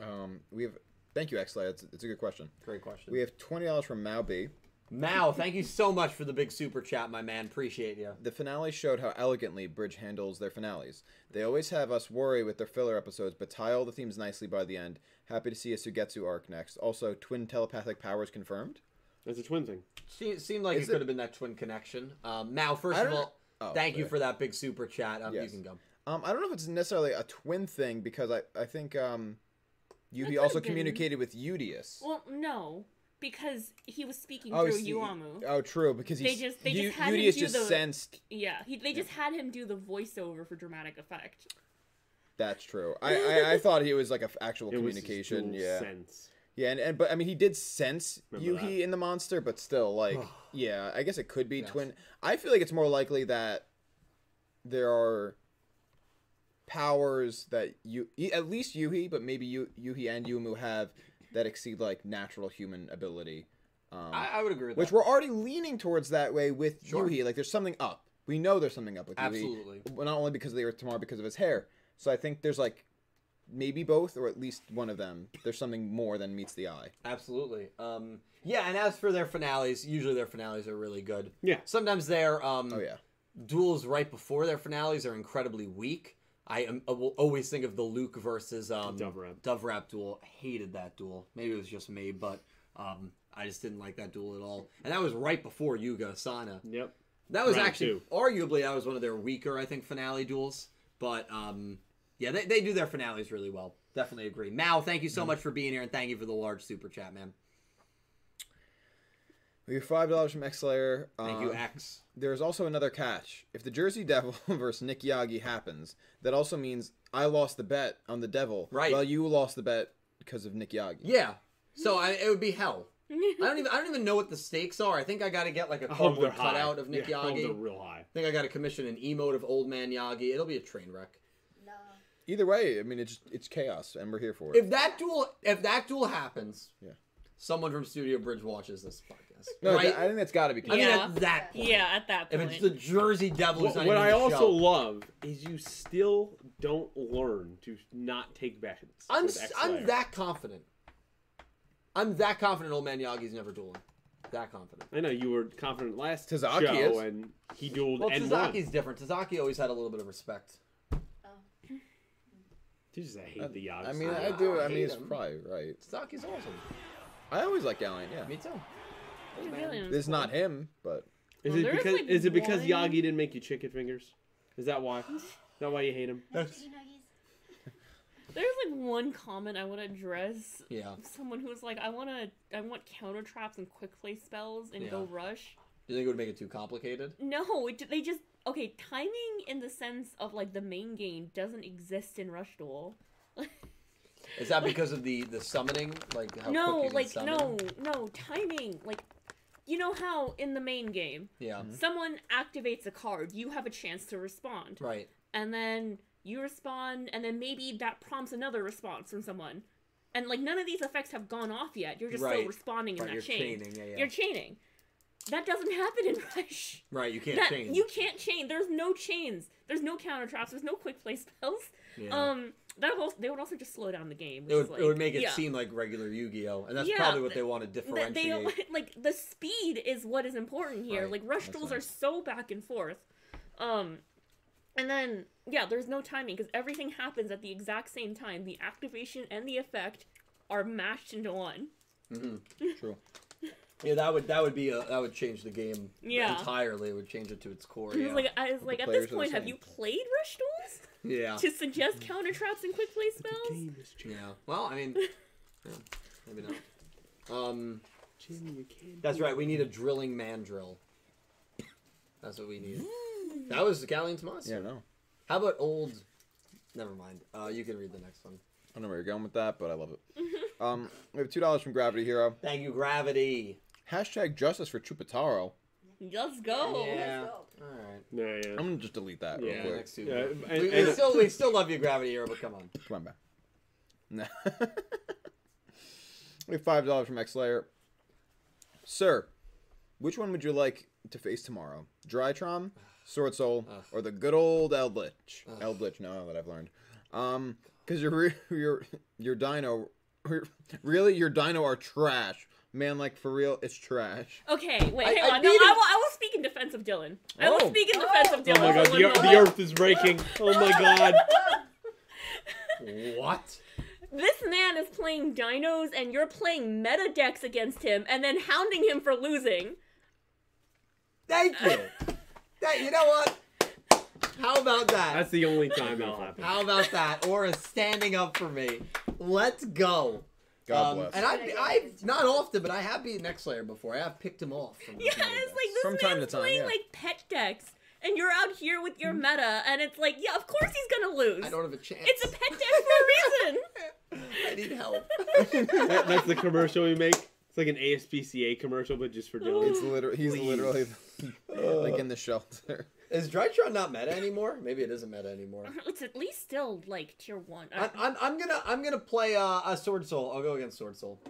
Speaker 5: um we have. Thank you, Xlay. It's, it's a good question.
Speaker 4: Great question.
Speaker 5: We have twenty dollars from Mao B.
Speaker 4: Mao, thank you so much for the big super chat, my man. Appreciate you.
Speaker 5: The finale showed how elegantly Bridge handles their finales. They always have us worry with their filler episodes, but tie all the themes nicely by the end. Happy to see a Sugetsu arc next. Also, twin telepathic powers confirmed.
Speaker 7: That's a twin thing.
Speaker 4: She, it seemed like it
Speaker 5: Is it-
Speaker 4: could have been that twin connection. Um, Mao, first
Speaker 5: I
Speaker 4: of
Speaker 5: don't-
Speaker 4: all,
Speaker 5: Oh,
Speaker 4: thank you
Speaker 5: sorry.
Speaker 4: for that big super chat. Um, You
Speaker 5: Yes.
Speaker 4: can go.
Speaker 5: Um, I don't know if it's necessarily a twin thing because I I think um,
Speaker 2: That
Speaker 5: Yuhi
Speaker 2: could
Speaker 5: also
Speaker 2: have been.
Speaker 5: communicated with Udius.
Speaker 2: Well, no, because he was speaking
Speaker 5: Oh,
Speaker 2: through
Speaker 5: see-
Speaker 2: Yuamu.
Speaker 5: Oh, true, because
Speaker 2: They
Speaker 5: he's,
Speaker 2: just- they
Speaker 5: Yu-
Speaker 2: just had him
Speaker 5: Udius
Speaker 2: do
Speaker 5: just
Speaker 2: the-
Speaker 5: sensed.
Speaker 2: Yeah, he, they just had him do the voiceover for dramatic
Speaker 5: [LAUGHS]
Speaker 2: effect.
Speaker 5: That's true. I, I, I thought he was like a f- actual
Speaker 7: [LAUGHS] It was just
Speaker 5: communication.
Speaker 7: dual
Speaker 5: Yeah,
Speaker 7: Sense.
Speaker 5: yeah, and, and but I mean he did sense
Speaker 7: Remember
Speaker 5: Yuhi
Speaker 7: that.
Speaker 5: in the monster, but still like yeah, I guess it could be
Speaker 4: Yes.
Speaker 5: twin. I feel like it's more likely that there are powers that you at least Yuhi, but maybe Yu, Yuhi and Yumu have that exceed like natural human ability. Um,
Speaker 4: I, I would agree with
Speaker 5: which
Speaker 4: that.
Speaker 5: we're already leaning towards that way with
Speaker 4: Sure.
Speaker 5: Yuhi. Like there's something up. We know there's something up with
Speaker 4: Absolutely.
Speaker 5: Yuhi. Well, not only because they were tomorrow because of his hair. So I think there's like maybe both or at least one of them. There's something more than meets the eye.
Speaker 4: Absolutely. Um, yeah, and as for their finales, usually their finales are really good.
Speaker 7: Yeah.
Speaker 4: Sometimes their um,
Speaker 5: Oh yeah.
Speaker 4: duels right before their finales are incredibly weak. I, am, I will always think of the Luke versus um,
Speaker 7: Dovrap.
Speaker 4: Dovrap duel. Hated that duel. Maybe it was just me, but um, I just didn't like that duel at all. And that was right before Yuga Asana.
Speaker 7: Yep.
Speaker 4: That was
Speaker 7: Round
Speaker 4: actually
Speaker 7: two.
Speaker 4: arguably that was one of their weaker, I think, finale duels. But um, yeah, they, they do their finales really well. Definitely agree. Mal, thank you
Speaker 5: Mm.
Speaker 4: so much for being here and thank you for the large super chat, man.
Speaker 5: We have five dollars from X Layer.
Speaker 4: Thank you, X.
Speaker 5: There's also another catch. If the Jersey [LAUGHS] Devil versus Nick Yagi happens, that also means I lost the bet on the Devil.
Speaker 4: Right.
Speaker 5: Well, you lost the bet because of Nick Yagi.
Speaker 4: Yeah. So I, it would be hell. I don't even I don't even know what the stakes are. I think I got to get like a
Speaker 7: I hope they're
Speaker 4: cardboard
Speaker 7: high.
Speaker 4: cutout of Nick
Speaker 7: yeah, I hope
Speaker 4: Yagi.
Speaker 7: they're real high.
Speaker 4: I think I got to commission an emote of Old Man Yagi. It'll be a train wreck.
Speaker 10: No.
Speaker 5: Either way, I mean it's it's chaos, and we're here for it.
Speaker 4: If that duel, if that duel happens,
Speaker 5: Yeah.
Speaker 4: someone from Studio Bridge watches this podcast,
Speaker 5: no,
Speaker 4: right?
Speaker 5: I think that's got to be.
Speaker 4: I mean,
Speaker 2: Yeah.
Speaker 4: at that point,
Speaker 2: Yeah, at that
Speaker 4: if
Speaker 2: point.
Speaker 4: it's the Jersey Devil,
Speaker 7: What,
Speaker 4: it's not
Speaker 7: what
Speaker 4: even
Speaker 7: I
Speaker 4: the
Speaker 7: also
Speaker 4: show.
Speaker 7: love is you still don't learn to not take bets.
Speaker 4: I'm
Speaker 7: with
Speaker 4: s-
Speaker 7: X-Layer.
Speaker 4: I'm that confident. I'm that confident. Old Man Yagi's never dueling. That confident.
Speaker 7: I know you were confident last
Speaker 5: Tazaki
Speaker 7: show,
Speaker 5: is.
Speaker 7: and he dueled
Speaker 4: Well,
Speaker 7: and
Speaker 4: Tazaki's
Speaker 7: won.
Speaker 4: different. Tazaki always had a little bit of respect.
Speaker 7: Dude, just, I hate the Yags.
Speaker 5: I mean,
Speaker 4: I-
Speaker 5: I do.
Speaker 4: I
Speaker 5: I mean,
Speaker 4: hate
Speaker 5: it's
Speaker 4: him.
Speaker 5: probably right.
Speaker 4: Tazaki's awesome.
Speaker 5: I always like Gallant. Yeah,
Speaker 4: Me too.
Speaker 2: It really is
Speaker 5: it's not him,
Speaker 4: [LAUGHS]
Speaker 5: but
Speaker 7: is
Speaker 2: Well,
Speaker 7: it
Speaker 2: there is,
Speaker 7: because
Speaker 2: like,
Speaker 7: is it because
Speaker 2: one-
Speaker 7: Yagi didn't make you chicken fingers? Is that why? Is that why you hate him?
Speaker 2: [LAUGHS] There's like one comment I want to address.
Speaker 4: Yeah.
Speaker 2: Someone who was like, I want to, I want counter traps and quick play spells and go
Speaker 4: Yeah.
Speaker 2: rush.
Speaker 4: Do you think it would make it too complicated?
Speaker 2: No, it, they just okay. Timing in the sense of like the main game doesn't exist in Rush Duel. [LAUGHS]
Speaker 4: Is that because of the the summoning? Like how
Speaker 2: no,
Speaker 4: quick you can
Speaker 2: like
Speaker 4: summon?
Speaker 2: no, no timing. Like, you know how in the main game,
Speaker 4: Yeah.
Speaker 2: someone activates a card, you have a chance to respond,
Speaker 4: Right.
Speaker 2: and then you respond, and then maybe that prompts another response from someone. And like none of these effects have gone off yet. You're just
Speaker 4: Right.
Speaker 2: still responding in
Speaker 4: Right,
Speaker 2: that
Speaker 4: you're
Speaker 2: chain.
Speaker 4: chaining, yeah, yeah.
Speaker 2: You're chaining. That doesn't happen
Speaker 4: [LAUGHS]
Speaker 2: in Rush.
Speaker 4: Right. You can't
Speaker 2: that,
Speaker 4: change.
Speaker 2: You can't chain. There's no chains. There's no counter traps. There's no quick play spells.
Speaker 4: Yeah.
Speaker 2: Um, that also, they would also just slow down the game. which
Speaker 4: it
Speaker 2: is
Speaker 4: would,
Speaker 2: like,
Speaker 4: it would make it
Speaker 2: yeah.
Speaker 4: seem like regular Yu-Gi-Oh, and that's
Speaker 2: Yeah,
Speaker 4: probably what
Speaker 2: th-
Speaker 4: they want to
Speaker 2: that
Speaker 4: differentiate.
Speaker 2: they don't [LAUGHS] like the speed is what is important here.
Speaker 4: Right,
Speaker 2: Like rush
Speaker 5: that's
Speaker 2: duels
Speaker 5: right.
Speaker 2: are so back and forth. Um, and then yeah, there's no timing because everything happens at the exact same time. The activation and the effect are mashed into one.
Speaker 4: Mm-hmm.
Speaker 5: true.
Speaker 4: yeah, that would that would be a, that would change the game
Speaker 2: Yeah.
Speaker 4: entirely. It would change it to its core.
Speaker 2: [LAUGHS] It's
Speaker 4: Yeah.
Speaker 2: like I was like at
Speaker 5: players are
Speaker 2: this
Speaker 5: the
Speaker 2: point, have
Speaker 5: same.
Speaker 2: you played rush duels
Speaker 4: yeah.
Speaker 2: to suggest counter traps and quick play spells?
Speaker 4: [LAUGHS] Yeah. Well, I mean, yeah, maybe not. Um,
Speaker 7: Jimmy, you can't.
Speaker 4: that's right. We need a drilling man drill. That's what we needed. That was Galleon's monster.
Speaker 5: Yeah, no.
Speaker 4: How about old? Never mind. Uh, you can read the next one.
Speaker 5: I don't know where you're going with that, but I love it. um, we have two dollars from Gravity Hero.
Speaker 4: Thank you, Gravity.
Speaker 5: Hashtag justice for Chupataro.
Speaker 2: [LAUGHS] Let's go.
Speaker 4: Yeah.
Speaker 2: Let's go.
Speaker 4: All right.
Speaker 7: Yeah, yeah.
Speaker 5: I'm gonna just delete that
Speaker 7: Yeah,
Speaker 5: real quick.
Speaker 4: Next two.
Speaker 7: Yeah, and-
Speaker 4: we, we
Speaker 7: and-
Speaker 4: still we still love you, Gravity Hero, but come on.
Speaker 5: Come on back. No. [LAUGHS] we have five dollars from X Layer. Sir, which one would you like to face tomorrow? Drytrom, Sword Soul,
Speaker 4: Ugh.
Speaker 5: or the good old Eldritch?
Speaker 4: Ugh.
Speaker 5: Eldritch, no, now that I've learned. Um, because your re- [LAUGHS] your your dino, [LAUGHS] really your dino are trash, man. Like for real, it's trash.
Speaker 2: Okay, wait,
Speaker 5: I-
Speaker 2: hang
Speaker 5: I
Speaker 2: on. No, I
Speaker 5: needed-
Speaker 2: will, I will speak in defense of Dylan. I will
Speaker 5: Oh.
Speaker 2: speak in defense of Dylan.
Speaker 7: Oh my god,
Speaker 2: for one
Speaker 7: the, ear- the
Speaker 2: moment.
Speaker 7: earth is breaking. Oh my god.
Speaker 4: What?
Speaker 2: This man is playing dinos, and you're playing meta decks against him, and then hounding him for losing.
Speaker 4: Thank you. that, you know what? How about that?
Speaker 7: That's the only time that'll happen.
Speaker 4: How about that? Or is standing up for me? Let's go.
Speaker 5: God
Speaker 4: Um,
Speaker 5: bless.
Speaker 4: And I, I, not often, but I have beaten X Layer before. I have picked him off. From
Speaker 2: Yeah,
Speaker 4: the
Speaker 2: and it's like this
Speaker 5: From time
Speaker 2: man's
Speaker 5: to time,
Speaker 2: playing
Speaker 5: yeah.
Speaker 2: like pet decks, and you're out here with your meta, and it's like, yeah, of course he's gonna lose.
Speaker 4: I don't have a chance.
Speaker 2: It's a
Speaker 4: [LAUGHS]
Speaker 2: pet deck for a reason.
Speaker 4: I
Speaker 2: [LAUGHS]
Speaker 4: need help.
Speaker 7: That- that's the commercial we make. It's like an ASPCA commercial, but just for Dylan.
Speaker 5: It's literally he's literally like in the shelter.
Speaker 4: [LAUGHS]
Speaker 5: [LAUGHS]
Speaker 4: is Drytron not meta anymore? Maybe it isn't meta anymore.
Speaker 2: It's at least still like tier one.
Speaker 4: I, I'm, I'm gonna, I'm gonna play uh, a Sword Soul. I'll go against Sword Soul.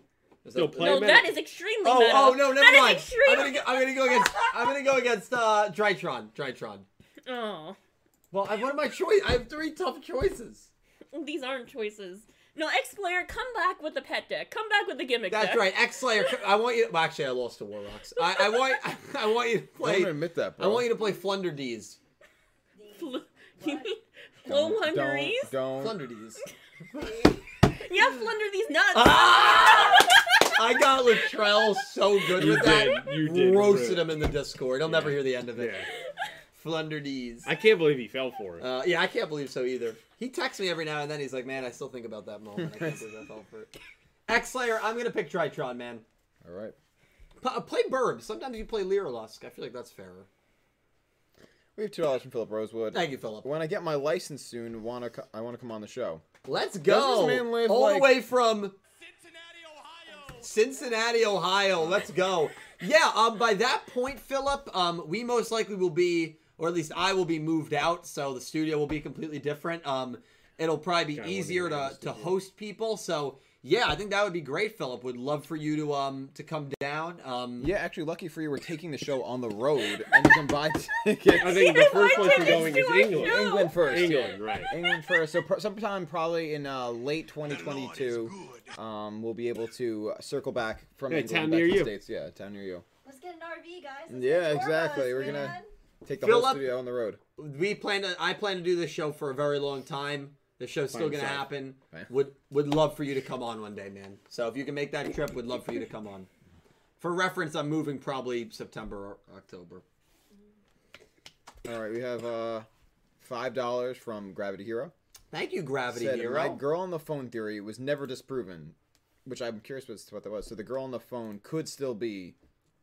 Speaker 4: Is
Speaker 7: No,
Speaker 4: that-
Speaker 7: play
Speaker 2: no,
Speaker 7: meta.
Speaker 2: that is extremely
Speaker 4: Oh,
Speaker 2: meta.
Speaker 4: oh no, never
Speaker 2: That is
Speaker 4: mind. I'm
Speaker 2: extremely.
Speaker 4: gonna, go, I'm gonna go against, I'm gonna go against uh, Drytron. Drytron.
Speaker 2: Oh,
Speaker 4: Well, I, what are my choice? I have three tough choices.
Speaker 2: these aren't choices. No, X player, come back with the pet deck. Come back with the gimmick.
Speaker 4: That's
Speaker 2: deck.
Speaker 4: right, X Slayer. [LAUGHS] I want you. well, actually, I lost to Warrocks. I, I want. [LAUGHS] I want you to
Speaker 5: Don't
Speaker 4: play.
Speaker 5: admit that, bro.
Speaker 4: I want you to play Flunder D's.
Speaker 2: Fl- [LAUGHS] you
Speaker 10: What?
Speaker 2: mean
Speaker 5: Don't-
Speaker 2: flow under these?
Speaker 5: Don't, don't
Speaker 4: Flunder D's.
Speaker 2: Yeah, flunder these nuts. [LAUGHS]
Speaker 4: Ah! I got Latrell so good
Speaker 7: You
Speaker 4: with that.
Speaker 7: did, you did.
Speaker 4: Roasted him in the Discord. I'll never hear the end of it.
Speaker 7: Yeah.
Speaker 4: Flunder D's.
Speaker 7: I can't believe he fell for it.
Speaker 4: Uh, yeah, I can't believe so either. He texts me every now and then. He's like, "Man, I still think about that moment. I can't believe I fell for it." X Slayer. I'm gonna pick Drytron, man.
Speaker 5: All right.
Speaker 4: P- uh, play Burb. Sometimes you play Lyrolusk. I feel like that's fairer.
Speaker 5: We have two dollars from Philip Rosewood.
Speaker 4: Thank you, Philip.
Speaker 5: When I get my license soon, wanna co- I want to come on the show.
Speaker 4: Let's go.
Speaker 5: man live,
Speaker 4: All the
Speaker 5: like-
Speaker 4: way from Cincinnati, Ohio. Let's go. Yeah, um, by that point, Philip, um, we most likely will be, or at least I will be moved out, so the studio will be completely different. Um, it'll probably be
Speaker 7: Kinda wanna
Speaker 4: easier
Speaker 7: be in
Speaker 4: to,
Speaker 7: the
Speaker 4: to
Speaker 7: studio.
Speaker 4: host people. So yeah, I think that would be great, Philip. Would love for you to um to come down. Um,
Speaker 5: Yeah, actually, lucky for you, we're taking the show on the road, and you can buy [LAUGHS] tickets.
Speaker 7: I think the
Speaker 2: Either
Speaker 7: first
Speaker 2: one
Speaker 7: place we're
Speaker 2: ticket's
Speaker 7: going
Speaker 2: too
Speaker 7: is
Speaker 2: much
Speaker 7: England.
Speaker 2: now.
Speaker 5: England first. yeah.
Speaker 7: England, right.
Speaker 5: England first. So pr- sometime probably in uh, late 2022, um, we'll be able to uh, circle back from
Speaker 7: Yeah,
Speaker 5: England
Speaker 7: town
Speaker 5: back
Speaker 7: near
Speaker 5: to the
Speaker 7: you.
Speaker 5: states. Yeah, town near you.
Speaker 10: Let's get an RV, guys. Let's
Speaker 5: Yeah,
Speaker 10: get four of
Speaker 5: exactly.
Speaker 10: us,
Speaker 5: We're gonna-
Speaker 10: man.
Speaker 5: Take the
Speaker 4: Fill
Speaker 5: whole
Speaker 4: up-
Speaker 5: studio on the road.
Speaker 4: we plan to I plan to do this show for a very long time. The show's still
Speaker 7: By
Speaker 4: gonna
Speaker 7: myself.
Speaker 4: happen.
Speaker 5: Right.
Speaker 4: Would would love for you to come on one day, man. So if you can make that trip, would love for you to come on. For reference, I'm moving probably September or October.
Speaker 5: All right, we have uh, five dollars from Gravity Hero.
Speaker 4: Thank you, Gravity
Speaker 5: Said
Speaker 4: Hero.
Speaker 5: my girl on the phone theory was never disproven, which I'm curious as to what that was. So the girl on the phone could still be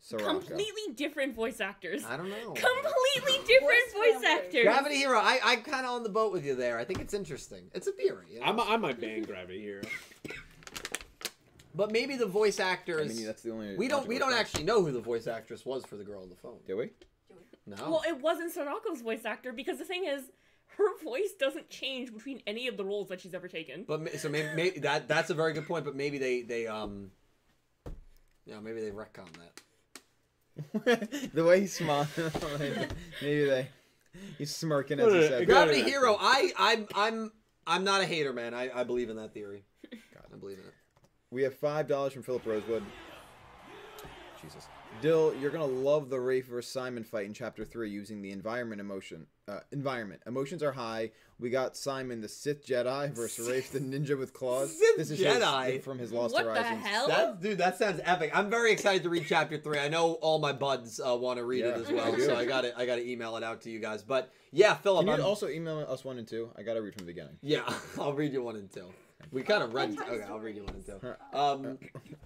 Speaker 5: Soraka.
Speaker 2: Completely different voice actors.
Speaker 4: I don't know.
Speaker 2: Completely [LAUGHS] different
Speaker 10: Voice
Speaker 2: voice
Speaker 10: actors.
Speaker 2: actors.
Speaker 4: Gravity Hero, I I kind of on the boat with you there. I think it's interesting. It's a theory, you know?
Speaker 7: I'm, I might ban Gravity Hero.
Speaker 4: but maybe the voice
Speaker 5: I
Speaker 4: actors.
Speaker 5: mean, that's the only.
Speaker 4: we don't we don't
Speaker 5: controversial.
Speaker 4: actually know who the voice actress was for the girl on the phone.
Speaker 5: Do we? [LAUGHS]
Speaker 4: No.
Speaker 2: Well, it wasn't Sonako's voice actor because the thing is, her voice doesn't change between any of the roles that she's ever taken.
Speaker 4: But ma- so maybe, maybe that that's a very good point. But maybe they they um, you know, maybe they retcon that.
Speaker 5: the way he smiled. [LAUGHS] Maybe they. He's smirking as
Speaker 7: No, no,
Speaker 5: he
Speaker 7: no,
Speaker 5: said.
Speaker 7: it got-
Speaker 5: that.
Speaker 4: Gravity Hero. I I'm I'm I'm not a hater, man. I, I believe in that theory. I believe in it.
Speaker 5: We have five dollars from Philip Rosewood. Jesus, Dill, you're gonna love the Rafe versus Simon fight in Chapter Three using the environment emotion. Uh, environment emotions are high. We got Simon the Sith Jedi versus Rafe the Ninja with claws.
Speaker 4: Sith
Speaker 5: this is
Speaker 4: Jedi?
Speaker 5: His, from his Lost
Speaker 2: what the
Speaker 5: Horizons.
Speaker 2: hell?
Speaker 4: That dude, that sounds epic. I'm very excited to read chapter three. I know all my buds uh, want to read
Speaker 5: Yeah,
Speaker 4: it as well,
Speaker 5: I do.
Speaker 4: so I got to I got to email it out to you guys. But yeah, Philip.
Speaker 5: Can you
Speaker 4: I'm-
Speaker 5: also email us one and two? I gotta read from the beginning.
Speaker 4: [LAUGHS] Yeah, I'll read you one and two. We kind of read.
Speaker 10: Bedtime
Speaker 4: Okay, I'll read you one and
Speaker 5: stories.
Speaker 4: two. Um,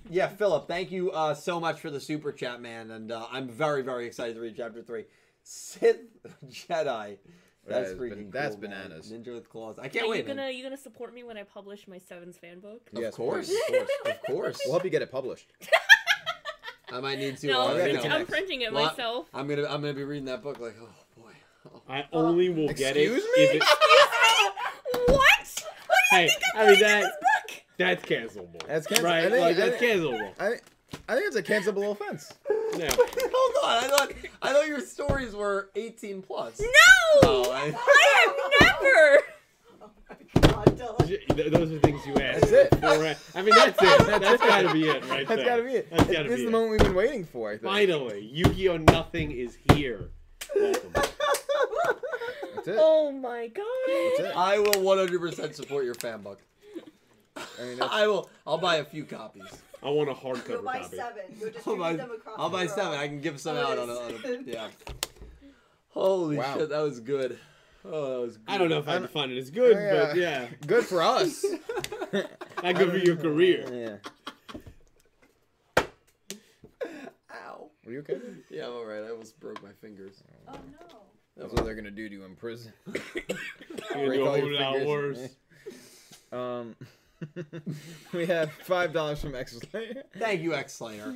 Speaker 4: yeah, uh, Philip, thank you uh, so much for the super chat, man, and uh, I'm very, very excited to read chapter three. Sith [LAUGHS] Jedi. That's
Speaker 5: [LAUGHS] That is
Speaker 4: freaking
Speaker 5: ban-
Speaker 4: cool,
Speaker 5: that's
Speaker 4: man.
Speaker 5: bananas.
Speaker 4: Ninja with claws. I can't
Speaker 2: Are
Speaker 4: wait.
Speaker 2: you
Speaker 4: man.
Speaker 2: gonna you gonna support me when I publish my Sevens fan book?
Speaker 4: of
Speaker 5: Yes,
Speaker 4: course,
Speaker 5: please.
Speaker 4: of course, [LAUGHS] of course.
Speaker 5: We'll help you get it published.
Speaker 4: I might need to.
Speaker 2: No,
Speaker 4: uh,
Speaker 5: I'm
Speaker 4: you know,
Speaker 5: gonna-
Speaker 2: I'm printing it
Speaker 4: Well,
Speaker 2: myself.
Speaker 4: I'm gonna I'm gonna be reading that book like, oh boy. [LAUGHS]
Speaker 7: I only will get it
Speaker 5: Uh, excuse
Speaker 7: if it.
Speaker 2: what? What do you
Speaker 7: Hey,
Speaker 2: think I'm
Speaker 7: I mean
Speaker 2: putting in
Speaker 7: that
Speaker 2: this book?
Speaker 7: that's cancelable.
Speaker 5: That's cancel- I
Speaker 7: Right,
Speaker 5: think-
Speaker 7: like,
Speaker 5: I
Speaker 7: that's
Speaker 5: think-
Speaker 7: cancelable.
Speaker 5: I, I think it's a
Speaker 2: [LAUGHS]
Speaker 5: cancelable offense.
Speaker 7: No.
Speaker 4: Hold on, I thought I thought your stories were 18 plus.
Speaker 2: No,
Speaker 4: Oh,
Speaker 2: I...
Speaker 4: I-
Speaker 2: have never.
Speaker 10: God, Dylan.
Speaker 7: J- th- Those are things you ask.
Speaker 5: That's it.
Speaker 7: All right. I mean, that's it. that's gotta be it, right
Speaker 5: That's
Speaker 7: there.
Speaker 5: gotta be it.
Speaker 7: That's
Speaker 5: This
Speaker 7: gotta
Speaker 5: is
Speaker 7: be
Speaker 5: the
Speaker 7: it.
Speaker 5: moment we've been waiting for. I think.
Speaker 7: Finally, Yu-Gi-Oh! Nothing is here. Welcome.
Speaker 5: That's it.
Speaker 2: Oh my god.
Speaker 5: That's it.
Speaker 4: I will 100% support your fan book.
Speaker 5: I mean, that's,
Speaker 4: I will. I'll buy a few copies.
Speaker 7: I want a
Speaker 10: You'll
Speaker 7: hardcover
Speaker 10: buy
Speaker 7: copy.
Speaker 10: seven. You'll
Speaker 4: [LAUGHS] I'll buy,
Speaker 10: distribute them across
Speaker 4: I'll
Speaker 10: the
Speaker 4: buy
Speaker 10: world.
Speaker 4: seven. I can give some
Speaker 10: Oh,
Speaker 4: out on a, on a- yeah. Holy
Speaker 5: Wow.
Speaker 4: shit, that was good. Oh, that was. Good.
Speaker 7: I don't know if I
Speaker 5: I'm-
Speaker 7: can find it as good,
Speaker 5: Yeah.
Speaker 7: but yeah,
Speaker 5: good
Speaker 4: [LAUGHS]
Speaker 5: for us.
Speaker 7: not good for
Speaker 5: [LAUGHS]
Speaker 7: your career.
Speaker 5: Yeah.
Speaker 4: Ow.
Speaker 5: Were you okay?
Speaker 4: Yeah, I'm all right. I almost broke my fingers.
Speaker 10: Oh no.
Speaker 5: That's what they're gonna do to you in prison.
Speaker 7: You're gonna
Speaker 5: Break
Speaker 7: do a
Speaker 5: all your
Speaker 7: whole lot
Speaker 5: fingers.
Speaker 7: worse.
Speaker 5: Um, [LAUGHS] we have five dollars from X Slayer.
Speaker 4: [LAUGHS] Thank you, X Slayer.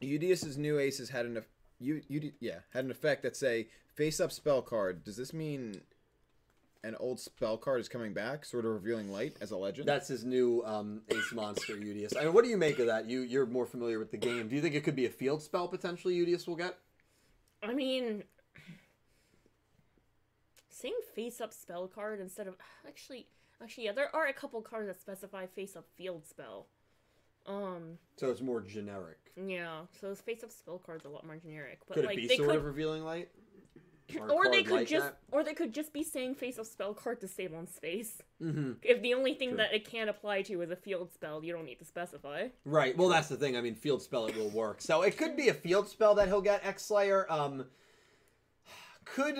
Speaker 5: Udius's new aces had an eff- you Ud- yeah had an effect that say face up spell card. Does this mean an old spell card is coming back, sort of revealing light as a legend?
Speaker 4: That's his new um, Ace Monster, Udius. I mean, what do you make of that? You you're more familiar with the game. Do you think it could be a field spell potentially? Udius will get.
Speaker 2: I mean, saying face up spell card instead of actually, actually, yeah, there are a couple cards that specify face up field spell. Um,
Speaker 4: So it's more generic.
Speaker 2: yeah, so those face up spell cards are a lot more generic, but
Speaker 4: Could
Speaker 2: like
Speaker 4: it be
Speaker 2: they
Speaker 4: sort
Speaker 2: could,
Speaker 4: of revealing light?
Speaker 2: or they
Speaker 4: card
Speaker 2: could
Speaker 4: like
Speaker 2: just,
Speaker 4: that?
Speaker 2: or they could just be saying face up spell card to save on space.
Speaker 4: Mhm.
Speaker 2: If the only thing
Speaker 4: True.
Speaker 2: that it can apply to is a field spell, you don't need to specify.
Speaker 4: Right. Well, that's the thing. I mean, field spell it will work. So it could be a field spell that he'll get X Slayer. Um, could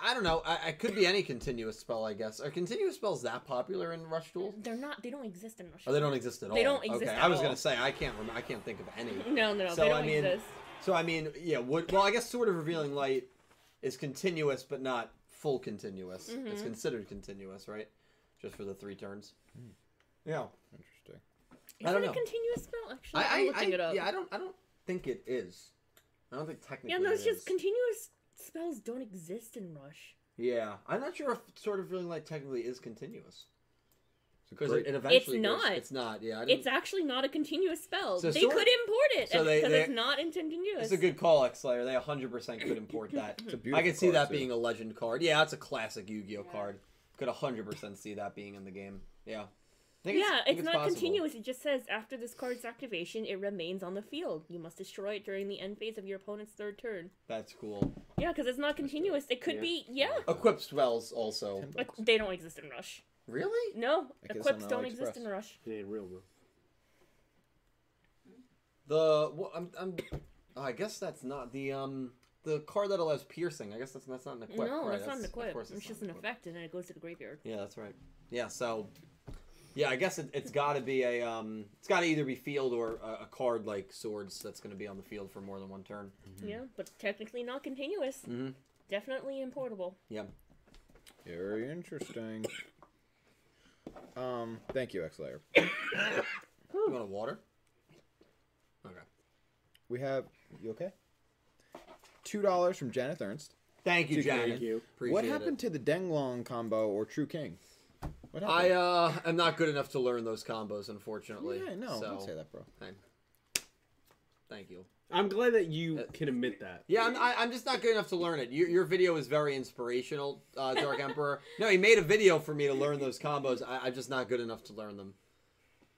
Speaker 4: I don't know. I, I could be any continuous spell, I guess. Are continuous spells that popular in Rush Duel?
Speaker 2: They're not. They don't exist in Rush.
Speaker 4: Oh, they don't exist at all.
Speaker 2: They don't exist
Speaker 4: Okay,
Speaker 2: at
Speaker 4: I was
Speaker 2: all.
Speaker 4: gonna say I can't. Rem- I can't think of any.
Speaker 2: No, no, no.
Speaker 4: So,
Speaker 2: they
Speaker 4: I
Speaker 2: don't
Speaker 4: mean,
Speaker 2: exist.
Speaker 4: So I mean, yeah. Would, well, I guess sort of revealing light is continuous, but not full continuous. It's
Speaker 2: Mhm.
Speaker 4: considered continuous, right? Just for the three turns. Yeah.
Speaker 5: Interesting.
Speaker 2: Is
Speaker 4: I don't
Speaker 2: it
Speaker 4: know.
Speaker 2: a continuous spell? Actually, I, am
Speaker 4: I, I,
Speaker 2: looking
Speaker 4: I-
Speaker 2: it up.
Speaker 4: Yeah, I don't. I don't think it is. I don't think technically.
Speaker 2: Yeah, no, it's
Speaker 4: it is.
Speaker 2: just continuous spells don't exist in Rush.
Speaker 4: yeah, I'm not sure if sort of feeling like technically is continuous
Speaker 5: It's a
Speaker 4: because
Speaker 5: great-
Speaker 4: it, it eventually. goes-
Speaker 2: not.
Speaker 4: it's not. Yeah, I didn't,
Speaker 2: It's actually not a continuous spell.
Speaker 4: So
Speaker 2: they
Speaker 4: sort-
Speaker 2: could import it
Speaker 4: so they-
Speaker 2: because
Speaker 4: they-
Speaker 2: it's not in continuous.
Speaker 4: It's a good call, X Slayer. They 100% could
Speaker 5: [COUGHS]
Speaker 4: import that.
Speaker 5: a beautiful
Speaker 4: I could see
Speaker 5: card,
Speaker 4: that
Speaker 5: too.
Speaker 4: being a legend card. Yeah, that's a classic Yu Gi Oh
Speaker 10: Yeah.
Speaker 4: card. Could 100% see that being in the game. Yeah. I think
Speaker 2: yeah,
Speaker 4: I think
Speaker 2: it's, not
Speaker 4: possible.
Speaker 2: continuous. It just says after this card's activation, it remains on the field. You must destroy it during the end phase of your opponent's third turn.
Speaker 4: That's cool.
Speaker 2: Yeah, because it's not continuous. It could
Speaker 7: Yeah.
Speaker 2: be yeah.
Speaker 4: Equip spells also.
Speaker 5: Ten
Speaker 2: Like,
Speaker 5: bucks.
Speaker 2: they don't exist in Rush.
Speaker 4: Really?
Speaker 2: No,
Speaker 5: guess
Speaker 2: equips
Speaker 5: on
Speaker 2: don't exist in
Speaker 5: AliExpress.
Speaker 2: Rush.
Speaker 7: It ain't real, bro.
Speaker 4: The wha- I'm, I'm oh, I guess that's not the um the card that allows piercing. I guess that's that's not an equip.
Speaker 2: no,
Speaker 4: right?
Speaker 2: that's, not an
Speaker 4: of
Speaker 2: equip.
Speaker 4: course
Speaker 2: It's, just an
Speaker 4: equip.
Speaker 2: effect, and then it goes to the graveyard.
Speaker 4: Yeah, that's right. Yeah, so yeah, I guess it, it's got to be a um, it's got to either be field or a, a card like swords that's going to be on the field for more than one turn.
Speaker 2: Yeah, but technically not continuous.
Speaker 5: Mm-hmm.
Speaker 4: Mhm.
Speaker 2: Definitely importable.
Speaker 5: Very interesting. Um, thank you, X Layer.
Speaker 4: You want a water? Okay.
Speaker 5: We have you okay? Two dollars from Janet Ernst.
Speaker 4: Thank you,
Speaker 5: Thank
Speaker 4: Janet.
Speaker 7: you.
Speaker 4: Appreciate
Speaker 5: what
Speaker 4: it.
Speaker 5: happened to the Denglong combo or True King? What
Speaker 4: I uh, am not good enough to learn those combos, unfortunately.
Speaker 5: yeah,
Speaker 4: so,
Speaker 5: no, don't say that, bro.
Speaker 4: Thank you.
Speaker 7: I'm glad that you
Speaker 4: Uh,
Speaker 7: can admit that.
Speaker 4: Yeah, I'm, I, I'm just not good enough to learn it. Your, your video is very inspirational, uh, Dark Emperor. No, he made a video for me to learn those combos. I, I'm just not good enough to learn them.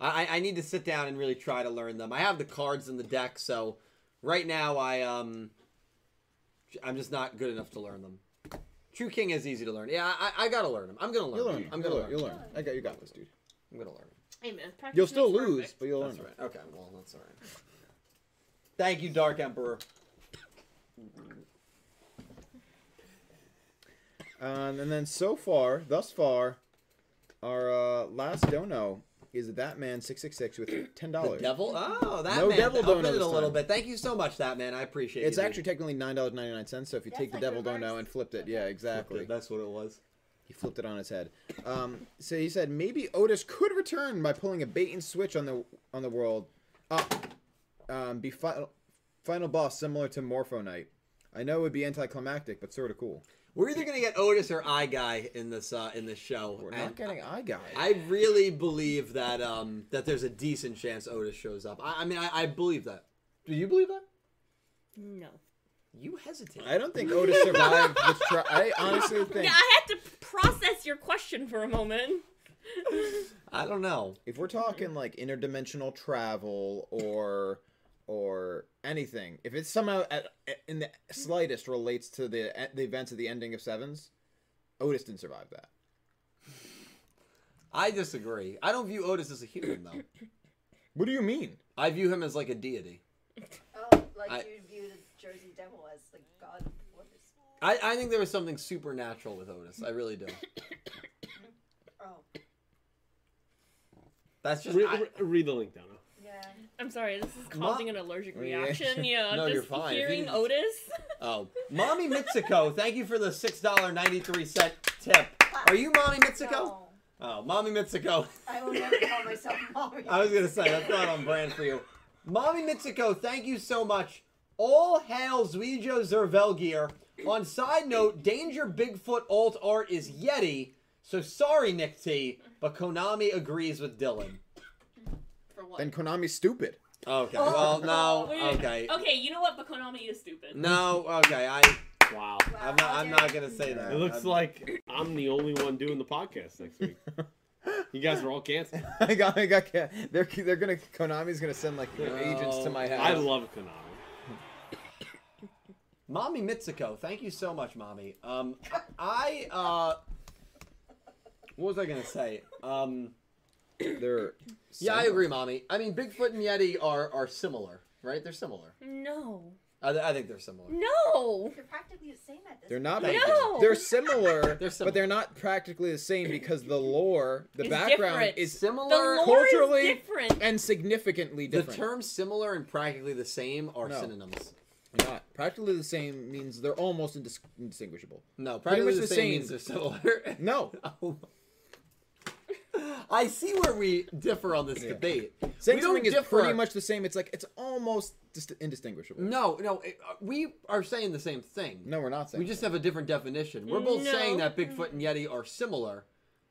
Speaker 4: I, I- I need to sit down and really try to learn them. I have the cards in the deck, so right now I um, I'm just not good enough to learn them. True King is easy to learn. Yeah, I, I gotta learn them. I'm gonna learn.
Speaker 5: You'll
Speaker 4: them.
Speaker 5: learn.
Speaker 4: I'm
Speaker 5: you'll
Speaker 4: gonna
Speaker 5: learn.
Speaker 4: learn.
Speaker 5: You'll
Speaker 4: them.
Speaker 5: learn. I got you. Got this, dude.
Speaker 4: I'm gonna learn. them.
Speaker 2: Hey man, practice
Speaker 5: You'll still
Speaker 2: makes
Speaker 5: lose,
Speaker 2: perfect.
Speaker 5: but you'll
Speaker 4: That's
Speaker 5: learn.
Speaker 4: right. Okay, well that's all right. Thank you, Dark Emperor.
Speaker 5: Um, and then so far, thus far, our uh, last dono is that man six six six with ten
Speaker 4: The
Speaker 5: dollars.
Speaker 4: devil? Oh, that
Speaker 5: No
Speaker 4: man.
Speaker 5: devil
Speaker 4: upped
Speaker 5: dono
Speaker 4: it
Speaker 5: this
Speaker 4: a little
Speaker 5: time.
Speaker 4: bit. Thank you so much, that man. I appreciate
Speaker 5: It's
Speaker 4: you, dude.
Speaker 5: actually technically nine dollars ninety nine cents. So if you take the devil dono and flipped it, yeah, exactly.
Speaker 4: That's what it was.
Speaker 5: He flipped it on his head. Um, so he said maybe Otis could return by pulling a bait and switch on the on the world. Uh, um, be fi- final boss similar to Morpho Knight. I know it would be anticlimactic, but sort of cool.
Speaker 4: We're either gonna get Otis or Eye Guy in this uh, in this show.
Speaker 5: We're
Speaker 4: and
Speaker 5: not getting eye guy.
Speaker 4: I really believe that um, that there's a decent chance Otis shows up. I, I mean, I, I believe that. Do you believe that?
Speaker 2: No.
Speaker 4: You hesitate.
Speaker 5: I don't think Otis survived.
Speaker 4: [LAUGHS]
Speaker 5: The tri- I honestly
Speaker 2: Yeah,
Speaker 5: think
Speaker 2: I had to process your question for a moment.
Speaker 4: I don't know.
Speaker 5: If we're talking like interdimensional travel or or anything, if it somehow at, in the slightest relates to the the events of the ending of Sevens, Otis didn't survive that.
Speaker 4: I disagree. I don't view Otis as a human though.
Speaker 5: What do you mean?
Speaker 4: I view him as like a deity.
Speaker 10: Oh, like
Speaker 4: I-
Speaker 10: you view the Jersey Devil as like God of the waters.
Speaker 4: I, I think there was something supernatural with Otis. I really do.
Speaker 10: Oh,
Speaker 4: That's just
Speaker 7: Re-
Speaker 4: I-
Speaker 7: re- read the link, Donna.
Speaker 10: yeah.
Speaker 2: I'm sorry, this is
Speaker 4: Ma-
Speaker 2: causing an allergic
Speaker 4: Yeah. [LAUGHS]
Speaker 2: reaction. Yeah,
Speaker 4: No,
Speaker 2: just
Speaker 4: you're fine. If you
Speaker 2: hearing
Speaker 4: didn't-
Speaker 2: Otis.
Speaker 4: Oh,
Speaker 2: [LAUGHS]
Speaker 4: Mommy Mitsuko, thank you for the six dollar ninety three cent tip. Are you Mommy Mitsuko?
Speaker 10: No,
Speaker 4: Oh, Mommy Mitsuko.
Speaker 10: I will never call myself [LAUGHS] Molly.
Speaker 4: I was gonna say that's not on brand for you. Mommy Mitsuko, thank you so much. All hail Zuijo Zervelgear. On side note, Danger Bigfoot alt art is Yeti. So sorry, Nick T, but Konami agrees with Dylan.
Speaker 2: For what?
Speaker 5: Then Konami's stupid.
Speaker 4: Okay. Well, no.
Speaker 2: Wait,
Speaker 4: Okay.
Speaker 2: Okay, you know what? But Konami is stupid.
Speaker 4: No. Okay. I.
Speaker 7: Wow.
Speaker 4: I'm not. I'm not gonna say that.
Speaker 7: It looks
Speaker 4: I'm- [LAUGHS]
Speaker 7: like I'm the only one doing the podcast next week. You guys are
Speaker 4: [LAUGHS]
Speaker 7: all canceled.
Speaker 5: [LAUGHS] I got, I got, ca- they're they're gonna Konami's gonna send like their agents to my house.
Speaker 7: I love Konami.
Speaker 4: Mommy Mitsuko, thank you so much, Mommy. Um, I, uh, what was I gonna say? Um,
Speaker 5: They're
Speaker 4: yeah, I agree, Mommy. I mean, Bigfoot and Yeti are, are similar, right? They're similar.
Speaker 2: No.
Speaker 4: I, I think they're similar.
Speaker 2: No.
Speaker 10: They're practically the same at this.
Speaker 5: They're not.
Speaker 4: Thank
Speaker 2: No.
Speaker 5: They're similar,
Speaker 4: [LAUGHS] They're similar.
Speaker 5: but they're not practically the same because the lore, the
Speaker 2: It's
Speaker 5: background
Speaker 2: different.
Speaker 5: is
Speaker 2: The
Speaker 4: Similar.
Speaker 2: lore
Speaker 5: culturally-
Speaker 2: is different. [LAUGHS]
Speaker 5: and significantly
Speaker 4: the
Speaker 5: different.
Speaker 4: terms similar and practically the same are
Speaker 5: No.
Speaker 4: synonyms.
Speaker 5: not practically the same means they're almost indis- indistinguishable.
Speaker 4: No,
Speaker 5: Pretty
Speaker 4: practically
Speaker 5: much
Speaker 4: the,
Speaker 5: the
Speaker 4: same,
Speaker 5: same.
Speaker 4: means they're [LAUGHS] similar.
Speaker 5: No,
Speaker 4: Oh. I see where we differ on this debate.
Speaker 5: Saying
Speaker 4: we don't
Speaker 5: something is
Speaker 4: differ.
Speaker 5: pretty much the same. It's like it's almost dis- indistinguishable.
Speaker 4: No, no, it, uh, we are saying the same thing.
Speaker 5: No, we're not saying.
Speaker 4: We just have a different definition. We're both
Speaker 2: No.
Speaker 4: saying that Bigfoot and Yeti are similar.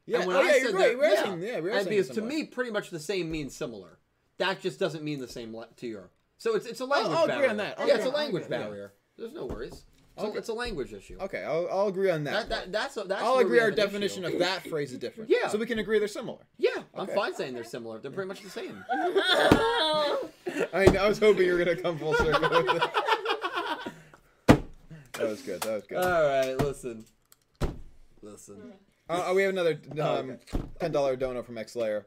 Speaker 5: yeah.
Speaker 4: and when
Speaker 5: oh,
Speaker 4: I
Speaker 5: yeah, you're
Speaker 4: said
Speaker 5: right.
Speaker 4: that-
Speaker 5: we're
Speaker 4: yeah.
Speaker 5: saying, yeah, we're
Speaker 4: and
Speaker 5: saying
Speaker 4: because to
Speaker 5: similar.
Speaker 4: me, pretty much the same means similar. That just doesn't mean the same le- to your. So it's it's a language
Speaker 5: I'll agree
Speaker 4: barrier.
Speaker 5: on that. I'll
Speaker 4: yeah, it's
Speaker 5: agree
Speaker 4: a
Speaker 5: on- I'll
Speaker 4: language
Speaker 5: agree on that.
Speaker 4: barrier. There's no worries. It's,
Speaker 5: Okay.
Speaker 4: a, it's a language issue.
Speaker 5: Okay, I'll, I'll agree on
Speaker 4: That,
Speaker 5: that.
Speaker 4: that, that's a, that's
Speaker 5: I'll
Speaker 4: where we
Speaker 5: agree. Our
Speaker 4: have an issue.
Speaker 5: definition of that phrase is different.
Speaker 4: Yeah.
Speaker 5: So we can agree they're similar.
Speaker 4: Yeah, I'm
Speaker 5: Okay.
Speaker 4: fine saying they're similar. They're pretty much the same.
Speaker 5: I, I was hoping you were gonna come full circle. With that.
Speaker 4: [LAUGHS]
Speaker 5: that was good. That was good.
Speaker 4: All right, listen, listen.
Speaker 5: Uh, we have another um,
Speaker 4: Oh, okay.
Speaker 5: ten dollar dono from X Layer.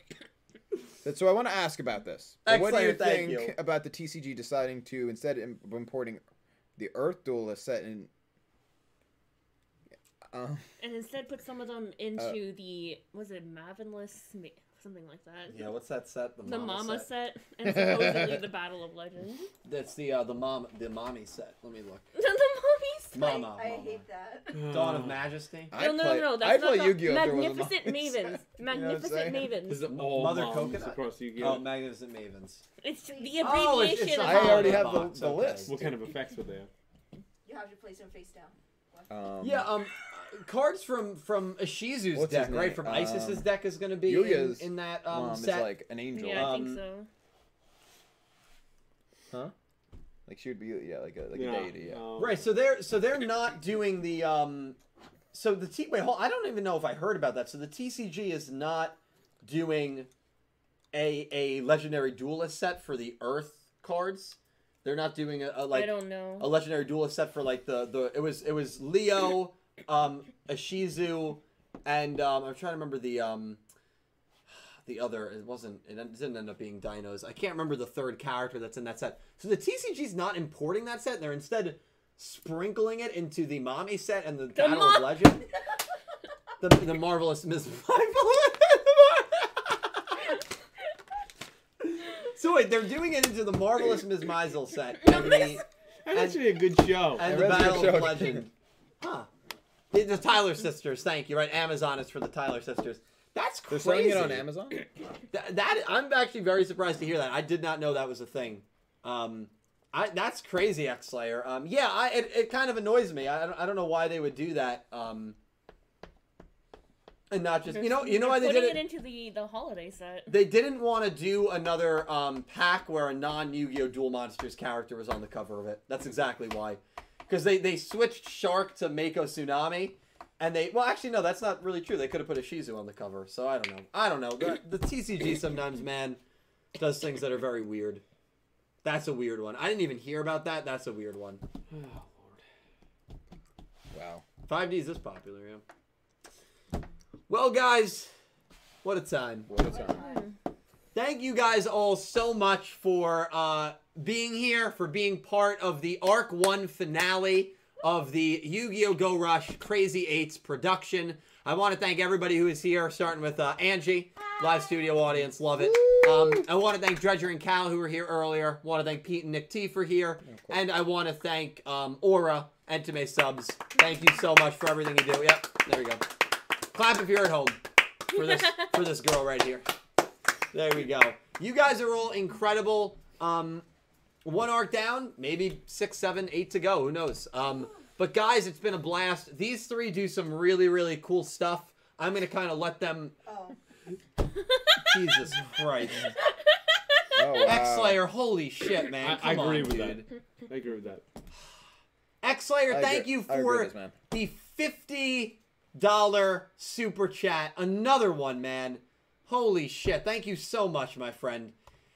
Speaker 5: So I want to ask about this. what do
Speaker 4: X-Layer,
Speaker 5: you
Speaker 4: thank
Speaker 5: think
Speaker 4: you.
Speaker 5: about the TCG deciding to instead im- of importing the Earth duelist set in? Um,
Speaker 2: And instead put some of them into the was it Mavenless Ma- something like that.
Speaker 4: Yeah, what's that set?
Speaker 2: The Mama set. and supposedly the Battle of Legends. [LAUGHS]
Speaker 4: That's the uh, the mom the mommy set. Let me look.
Speaker 2: the Mommy set.
Speaker 4: Mama,
Speaker 10: I
Speaker 4: mama.
Speaker 10: hate that. [LAUGHS]
Speaker 5: Uh,
Speaker 4: Dawn of Majesty.
Speaker 5: I
Speaker 2: No, no, no,
Speaker 5: play,
Speaker 2: no,
Speaker 5: I
Speaker 2: that's
Speaker 5: play
Speaker 2: not the
Speaker 5: Yu-Gi-Oh! through one of the
Speaker 2: Magnificent Mavens.
Speaker 5: modules. [LAUGHS] You know what I'm
Speaker 2: Magnificent
Speaker 5: saying?
Speaker 2: Mavens.
Speaker 7: This is all
Speaker 4: Mother
Speaker 7: moms
Speaker 4: Coconut?
Speaker 7: across the
Speaker 4: Oh,
Speaker 7: Yu-Gi-Oh.
Speaker 4: Magnificent Mavens.
Speaker 2: It's the abbreviation
Speaker 4: Oh, it's-
Speaker 2: of
Speaker 4: it's a
Speaker 5: I already
Speaker 4: holiday
Speaker 5: have the-
Speaker 4: box,
Speaker 5: the
Speaker 4: okay.
Speaker 5: list.
Speaker 7: What kind of effects would they have?
Speaker 10: You have to place them face down.
Speaker 5: Um,
Speaker 4: Yeah, um, cards from from Ishizu's
Speaker 5: What's his
Speaker 4: deck, right?
Speaker 5: name?
Speaker 4: From Isis's
Speaker 5: Um,
Speaker 4: deck is going to be in,
Speaker 5: Yuya's
Speaker 4: in that um,
Speaker 5: mom is
Speaker 4: set.
Speaker 5: like an angel.
Speaker 2: Yeah, I think
Speaker 4: Um,
Speaker 2: so.
Speaker 5: Like she would be, yeah, like a like
Speaker 7: Yeah,
Speaker 5: a deity. Yeah.
Speaker 7: um,
Speaker 4: Right, so they're so they're not doing the um, so the T wait hold I don't even know if I heard about that. So the TCG is not doing a a legendary duelist set for the Earth cards. They're not doing a, a like
Speaker 2: I don't know.
Speaker 4: a legendary duelist set for like the the it was it was Leo, um, Ashizu, and um, I'm trying to remember the um, the other. It wasn't. It didn't end up being Dinos. I can't remember the third character that's in that set. So the TCG's not importing that set. They're instead sprinkling it into the Mommy set and the, Battle
Speaker 2: Mo-
Speaker 4: of Legend. the, the marvelous Miss Marvel. [LAUGHS] So wait, they're doing it into the marvelous Ms. Maisel set.
Speaker 2: [LAUGHS]
Speaker 4: And the,
Speaker 7: That actually a good show.
Speaker 4: and the
Speaker 5: Yeah, that's a good
Speaker 4: Battle of
Speaker 5: show.
Speaker 4: Legend. Huh. The, the Tyler sisters, thank you. Right, Amazon is for the Tyler sisters. That's
Speaker 5: They're
Speaker 4: crazy.
Speaker 5: selling it on Amazon.
Speaker 4: Th- that I'm actually very surprised to hear that. I did not know that was a thing. Um, I that's crazy, X Slayer. Um, yeah, I it, it kind of annoys me. I, I don't I don't know why they would do that. Um, and not just you know you know why they did
Speaker 2: putting
Speaker 4: it.
Speaker 2: it into the the holiday set.
Speaker 4: They didn't want to do another um, pack where a non Yu Gi Oh! Duel Monsters character was on the cover of it. That's exactly why. Because they, they switched Shark to Mako Tsunami. And they, well, actually, no, that's not really true. They could have put a Shizu on the cover. So I don't know. I don't know. The, the TCG sometimes, man, does things that are very weird. That's a weird one. I didn't even hear about that. That's a weird one.
Speaker 5: [COUGHS] Wow.
Speaker 4: 5D is this popular, yeah. Well, guys, what a time.
Speaker 5: What a time.
Speaker 4: Thank you guys all so much for uh, being here, for being part of the Arc 1 finale of the Yu Gi Oh! Go Rush Crazy Eights production. I want to thank everybody who is here, starting with uh, Angie, live studio audience, love it. Um, I want to thank Dredger and Cal who were here earlier. want to thank Pete and Nick T for here. And I want to thank um, Aura, Entame subs. Thank you so much for everything you do. Yep, there we go. Clap if you're at home
Speaker 2: [LAUGHS]
Speaker 4: for this for this girl right here. There we go. You guys are all incredible. Um, one arc down, maybe six, seven, eight to go. Who knows? Um, but guys, it's been a blast. These three do some really, really cool stuff. I'm gonna kind of let them.
Speaker 10: Oh.
Speaker 5: [LAUGHS]
Speaker 4: Jesus
Speaker 2: [LAUGHS]
Speaker 4: Christ,
Speaker 5: Oh, wow.
Speaker 4: X Slayer, holy shit, man!
Speaker 7: I, I
Speaker 4: Come on,
Speaker 7: agree with
Speaker 4: dude.
Speaker 7: that. I agree
Speaker 5: [LAUGHS]
Speaker 7: with that.
Speaker 4: X
Speaker 5: I
Speaker 4: Slayer,
Speaker 5: agree-
Speaker 4: thank you
Speaker 5: I agree
Speaker 4: for
Speaker 5: with this, man.
Speaker 4: the fifty dollar super chat. Another one, man. Holy shit! Thank you so much, my friend.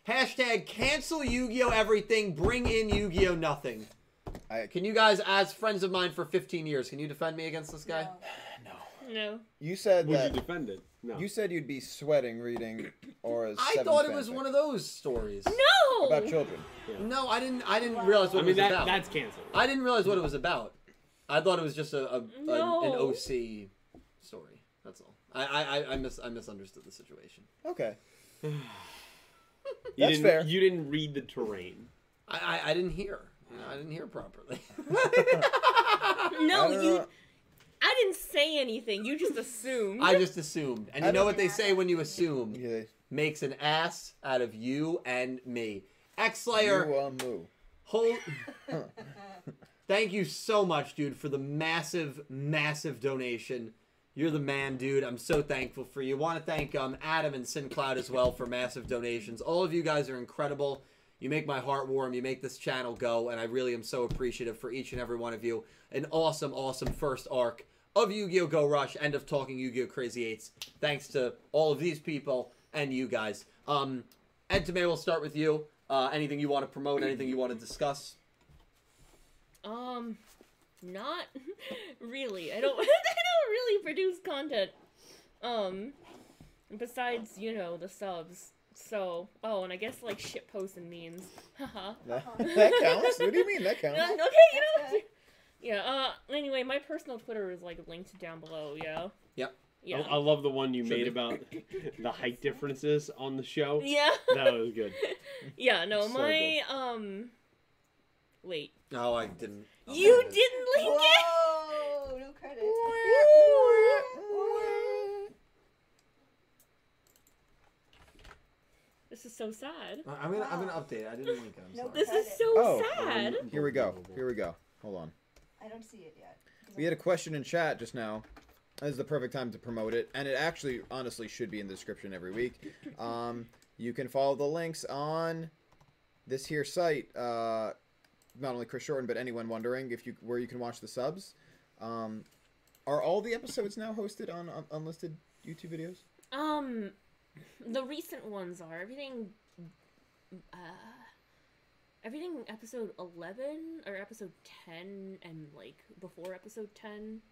Speaker 4: Hashtag cancel Yu-Gi-Oh everything. Bring in Yu-Gi-Oh nothing.
Speaker 5: I-
Speaker 4: Can you guys, as friends of mine for 15 years, can you defend me against this guy?
Speaker 10: No.
Speaker 2: No.
Speaker 5: You said
Speaker 7: Would
Speaker 5: that.
Speaker 7: you defend it? No.
Speaker 5: You said you'd be sweating
Speaker 4: [COUGHS]
Speaker 5: reading Aura's.
Speaker 4: I
Speaker 5: seventh
Speaker 4: thought it was
Speaker 5: fanfic
Speaker 4: one of those stories.
Speaker 2: No.
Speaker 5: about children.
Speaker 4: No, I didn't. I didn't realize
Speaker 7: I
Speaker 4: what it was
Speaker 7: mean that
Speaker 4: about.
Speaker 7: that's canceled.
Speaker 4: I didn't realize what it was about. I thought it was just a, a, a- an
Speaker 2: No.
Speaker 4: OC story. That's all. I I, I- I mis I misunderstood the situation.
Speaker 5: Okay.
Speaker 7: You
Speaker 5: That's
Speaker 7: didn't,
Speaker 5: fair.
Speaker 7: You didn't read the terrain.
Speaker 4: I I, I didn't hear. You know, I didn't hear properly.
Speaker 2: No,
Speaker 5: I don't
Speaker 2: you.
Speaker 5: know.
Speaker 2: I didn't say anything. You just assumed.
Speaker 4: I just assumed. And
Speaker 5: I
Speaker 4: you know
Speaker 5: don't-
Speaker 4: what they say when you assume?
Speaker 5: Yeah.
Speaker 4: Makes an ass out of you and me. X Slayer.
Speaker 5: You uh, moo.
Speaker 4: Whole. [LAUGHS]
Speaker 10: [LAUGHS]
Speaker 4: Thank you so much, dude, for the massive, massive donation. You're the man, dude. I'm so thankful for you. Want to thank um, Adam and SinCloud as well for massive donations. All of you guys are incredible. You make my heart warm. You make this channel go, and I really am so appreciative for each and every one of you. An awesome, awesome first arc of Yu-Gi-Oh! Go Rush and of Talking Yu-Gi-Oh! Crazy Eights. Thanks to all of these people and you guys. Um, Ed Tomei, we'll start with you. Uh, anything you want to promote? Anything you want to discuss?
Speaker 2: Um, not [LAUGHS] really. I don't. [LAUGHS] I don't really produce content. Um, besides you know the subs. So oh, and I guess like shit posts and memes. [LAUGHS] Haha.
Speaker 5: No. that [LAUGHS] counts. What do you mean that
Speaker 2: Uh,
Speaker 5: counts?
Speaker 2: [LAUGHS] okay, you know.
Speaker 10: That's good.
Speaker 2: [LAUGHS] Yeah. Uh. Anyway, my personal Twitter is like linked down below. Yeah.
Speaker 4: Yep.
Speaker 2: Yeah.
Speaker 7: I, I love the one you
Speaker 5: Should
Speaker 7: made
Speaker 5: be.
Speaker 7: about the height differences on the show.
Speaker 2: [LAUGHS] yeah.
Speaker 7: That was
Speaker 2: [LAUGHS]
Speaker 7: good.
Speaker 2: yeah. No,
Speaker 5: So
Speaker 2: my um. Wait.
Speaker 4: No, I didn't.
Speaker 2: You
Speaker 5: [LAUGHS]
Speaker 2: didn't link it.
Speaker 10: Whoa! No credit.
Speaker 2: This is so sad.
Speaker 4: I- I'm gonna, I'm gonna update. it. I didn't link it. I'm
Speaker 10: Nope.
Speaker 4: sorry.
Speaker 2: This is so
Speaker 5: Oh,
Speaker 2: sad.
Speaker 5: Here we go. Here we go. Hold on.
Speaker 10: I don't see it yet. 'Cause
Speaker 5: We
Speaker 10: I'm-
Speaker 5: had a question in chat just now. This is the perfect time to promote it, and it actually, honestly, should be in the description every week. Um, you can follow the links on this here site. Uh, not only Chris Shorten, but anyone wondering if you where you can watch the subs. Um, are all the episodes now hosted on, on unlisted YouTube videos?
Speaker 2: Um, the recent ones are everything. Uh, everything episode eleven or episode ten and like before episode ten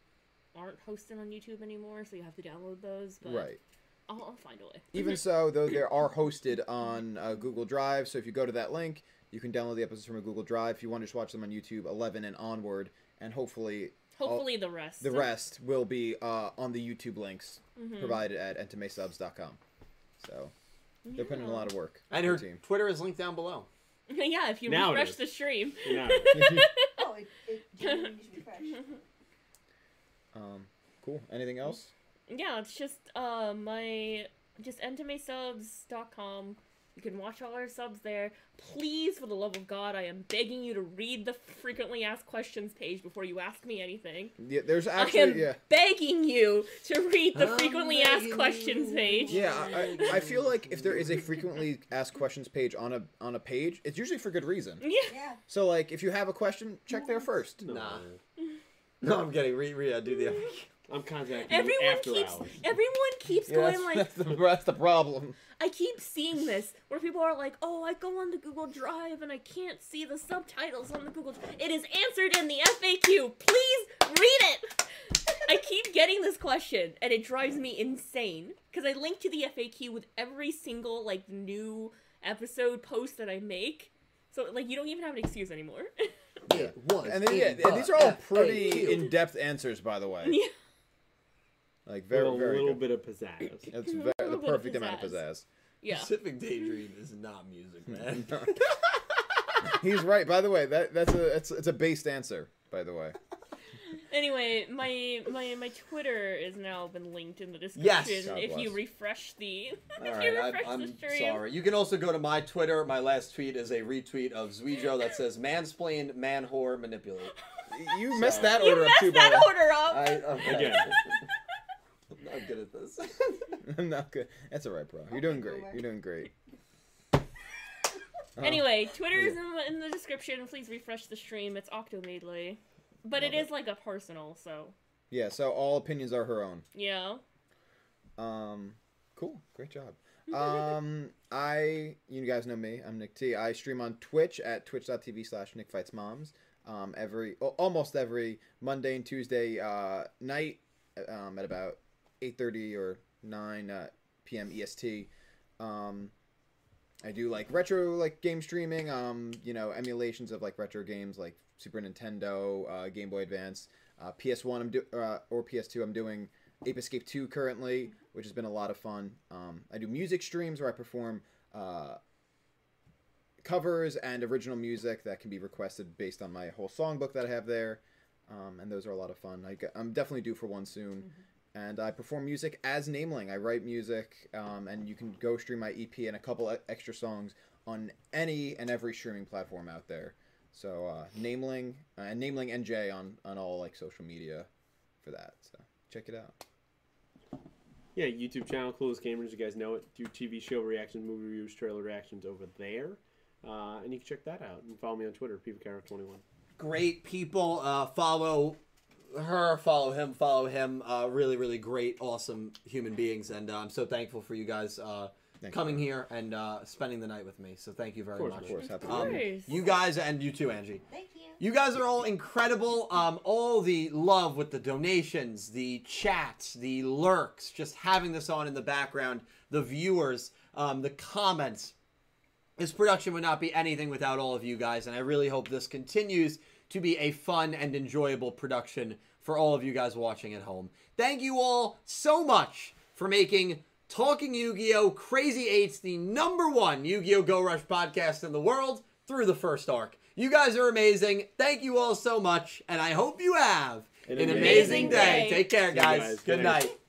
Speaker 2: aren't hosted on YouTube anymore, so you have to download those. But
Speaker 5: Right.
Speaker 2: I'll, I'll find a way.
Speaker 5: Even so, though they are hosted on uh, Google Drive, so if you go to that link, you can download the episodes from a Google Drive. If you want to just watch them on YouTube, 11 and onward, and hopefully
Speaker 2: Hopefully, the rest.
Speaker 5: the rest will
Speaker 2: Hmm. Mm-hmm.
Speaker 5: be uh, on the YouTube links provided at entomesubs.com. So They're putting in a lot of work.
Speaker 20: And
Speaker 5: the
Speaker 20: her
Speaker 5: team.
Speaker 20: Twitter is linked down below.
Speaker 2: [LAUGHS] yeah, if you
Speaker 5: Now it
Speaker 2: refresh
Speaker 5: is.
Speaker 2: the stream. [LAUGHS]
Speaker 5: Now
Speaker 10: Oh, it, it genuinely needs to be fresh.
Speaker 5: Um, cool. Anything else?
Speaker 2: yeah, it's just uh my just entomesubs.com. You can watch all our subs there. Please, for the love of God, I am begging you to read the frequently asked questions page before you ask me anything.
Speaker 5: Yeah, there's actually
Speaker 2: I am [LAUGHS]
Speaker 5: yeah.
Speaker 2: begging you to read the
Speaker 5: I'm
Speaker 2: frequently asked questions page.
Speaker 5: Yeah, I, I- I feel like if there is a frequently asked questions page on a on a page, it's usually for good reason.
Speaker 2: Yeah.
Speaker 5: So like, if you have a question, check there first.
Speaker 7: [LAUGHS]
Speaker 20: Nah.
Speaker 4: No, I'm getting re re. I do the.
Speaker 7: I'm contacting
Speaker 2: Everyone keeps [LAUGHS] everyone [LAUGHS] keeps going like
Speaker 5: that's, the, that's the problem.
Speaker 2: I keep
Speaker 4: [LAUGHS]
Speaker 2: seeing this where people are like, "Oh, I go on the Google Drive and I can't see the subtitles on the Google." Dr- It is answered in the FAQ. Please read it. I keep getting this question and it drives me insane because I link to the FAQ with every single like new episode post that I make. So like you don't even have an excuse anymore. [LAUGHS]
Speaker 5: And then, yeah, and these are all pretty in depth answers, by the
Speaker 2: [LAUGHS]
Speaker 5: way.
Speaker 2: Yeah.
Speaker 5: Like very,
Speaker 7: With a
Speaker 5: very
Speaker 7: little
Speaker 5: good.
Speaker 7: bit of pizzazz.
Speaker 5: That's
Speaker 2: With a
Speaker 5: ve- the
Speaker 2: little bit of
Speaker 5: perfect amount of pizzazz.
Speaker 2: yeah.
Speaker 4: Pacific Daydream is not
Speaker 5: [LAUGHS]
Speaker 4: music, man.
Speaker 5: He's right. By the way, that that's a that's it's a based answer. By the way,
Speaker 2: Anyway, my my my Twitter is now been linked in the description.
Speaker 4: Yes. God
Speaker 2: if you
Speaker 4: bless.
Speaker 2: refresh the [LAUGHS]
Speaker 4: All
Speaker 2: if you
Speaker 4: right,
Speaker 2: refresh
Speaker 4: I,
Speaker 2: the
Speaker 4: I'm
Speaker 2: stream.
Speaker 4: sorry. You can also go to my Twitter. My last tweet is a retweet of Zuijo that says "mansplain, man whore, manipulate." [LAUGHS]
Speaker 5: you messed that order
Speaker 2: messed
Speaker 5: up too.
Speaker 2: that
Speaker 5: by the way.
Speaker 2: order up.
Speaker 4: I, okay.
Speaker 7: Again.
Speaker 4: I'm not good at this.
Speaker 5: [LAUGHS]
Speaker 4: [LAUGHS]
Speaker 5: I'm not good. That's all right, bro. You're doing great. You're
Speaker 2: [LAUGHS]
Speaker 5: doing great. Uh-huh. Uh,
Speaker 2: Anyway, Twitter is in, the- in the description. Please refresh the stream. It's Octomadely. But it is like a personal, so
Speaker 5: Yeah. So all opinions are her own.
Speaker 2: yeah.
Speaker 5: Um, cool. Great job. Um, I, you guys know me. I'm Nick T. I stream on Twitch at twitch.tv slash Nick Fights Moms. Um, every, al- almost every Monday and Tuesday, uh, night, um, at about 8.30 or 9 uh, p.m. EST. Um, I do like retro like game streaming, um, you know, emulations of like retro games like Super Nintendo, uh, Game Boy Advance, uh, PS1 I'm do- uh, or PS2 I'm doing Ape Escape 2 currently, which has been a lot of fun. Um, I do music streams where I perform uh, covers and original music that can be requested based on my whole songbook that I have there. Um, and those are a lot of fun. I, am definitely due for one soon. And I perform music as Nameling. I write music, um, and you can go stream my EP and a couple e- extra songs on any and every streaming platform out there. So uh, Nameling uh, and Nameling NJ on on all like social media for that. So check it out.
Speaker 7: Yeah, YouTube channel, Clueless Gamers. You guys know it. Do TV show reactions, movie reviews, trailer reactions over there. Uh, and you can check that out. And follow me on Twitter, PeopleCarrot21.
Speaker 4: great people. Uh, follow her, follow him, follow him. Uh, really, really great, awesome human beings, and uh, I'm so thankful for you guys uh,
Speaker 5: Thank
Speaker 4: coming here and uh, spending the night with me. So thank you very
Speaker 5: Of course,
Speaker 4: much.
Speaker 5: of course. Happy to
Speaker 4: Um,
Speaker 5: be here.
Speaker 4: you guys and you too, Angie.
Speaker 10: Thank you.
Speaker 4: You guys are all incredible. Um, all the love with the donations, the chats, the lurks, just having this on in the background, the viewers, um, the comments. This production would not be anything without all of you guys, and I really hope this continues to be a fun and enjoyable production for all of you guys watching at home. Thank you all so much for making Talking Yu Gi Oh! Crazy Eights the number one Yu Gi Oh! Go Rush podcast in the world through the first arc. You guys are amazing. Thank you all so much, and I hope you have an, amazing, day. Take care,
Speaker 7: See you
Speaker 4: guys.
Speaker 7: guys.
Speaker 4: Good
Speaker 7: Good night.
Speaker 4: night.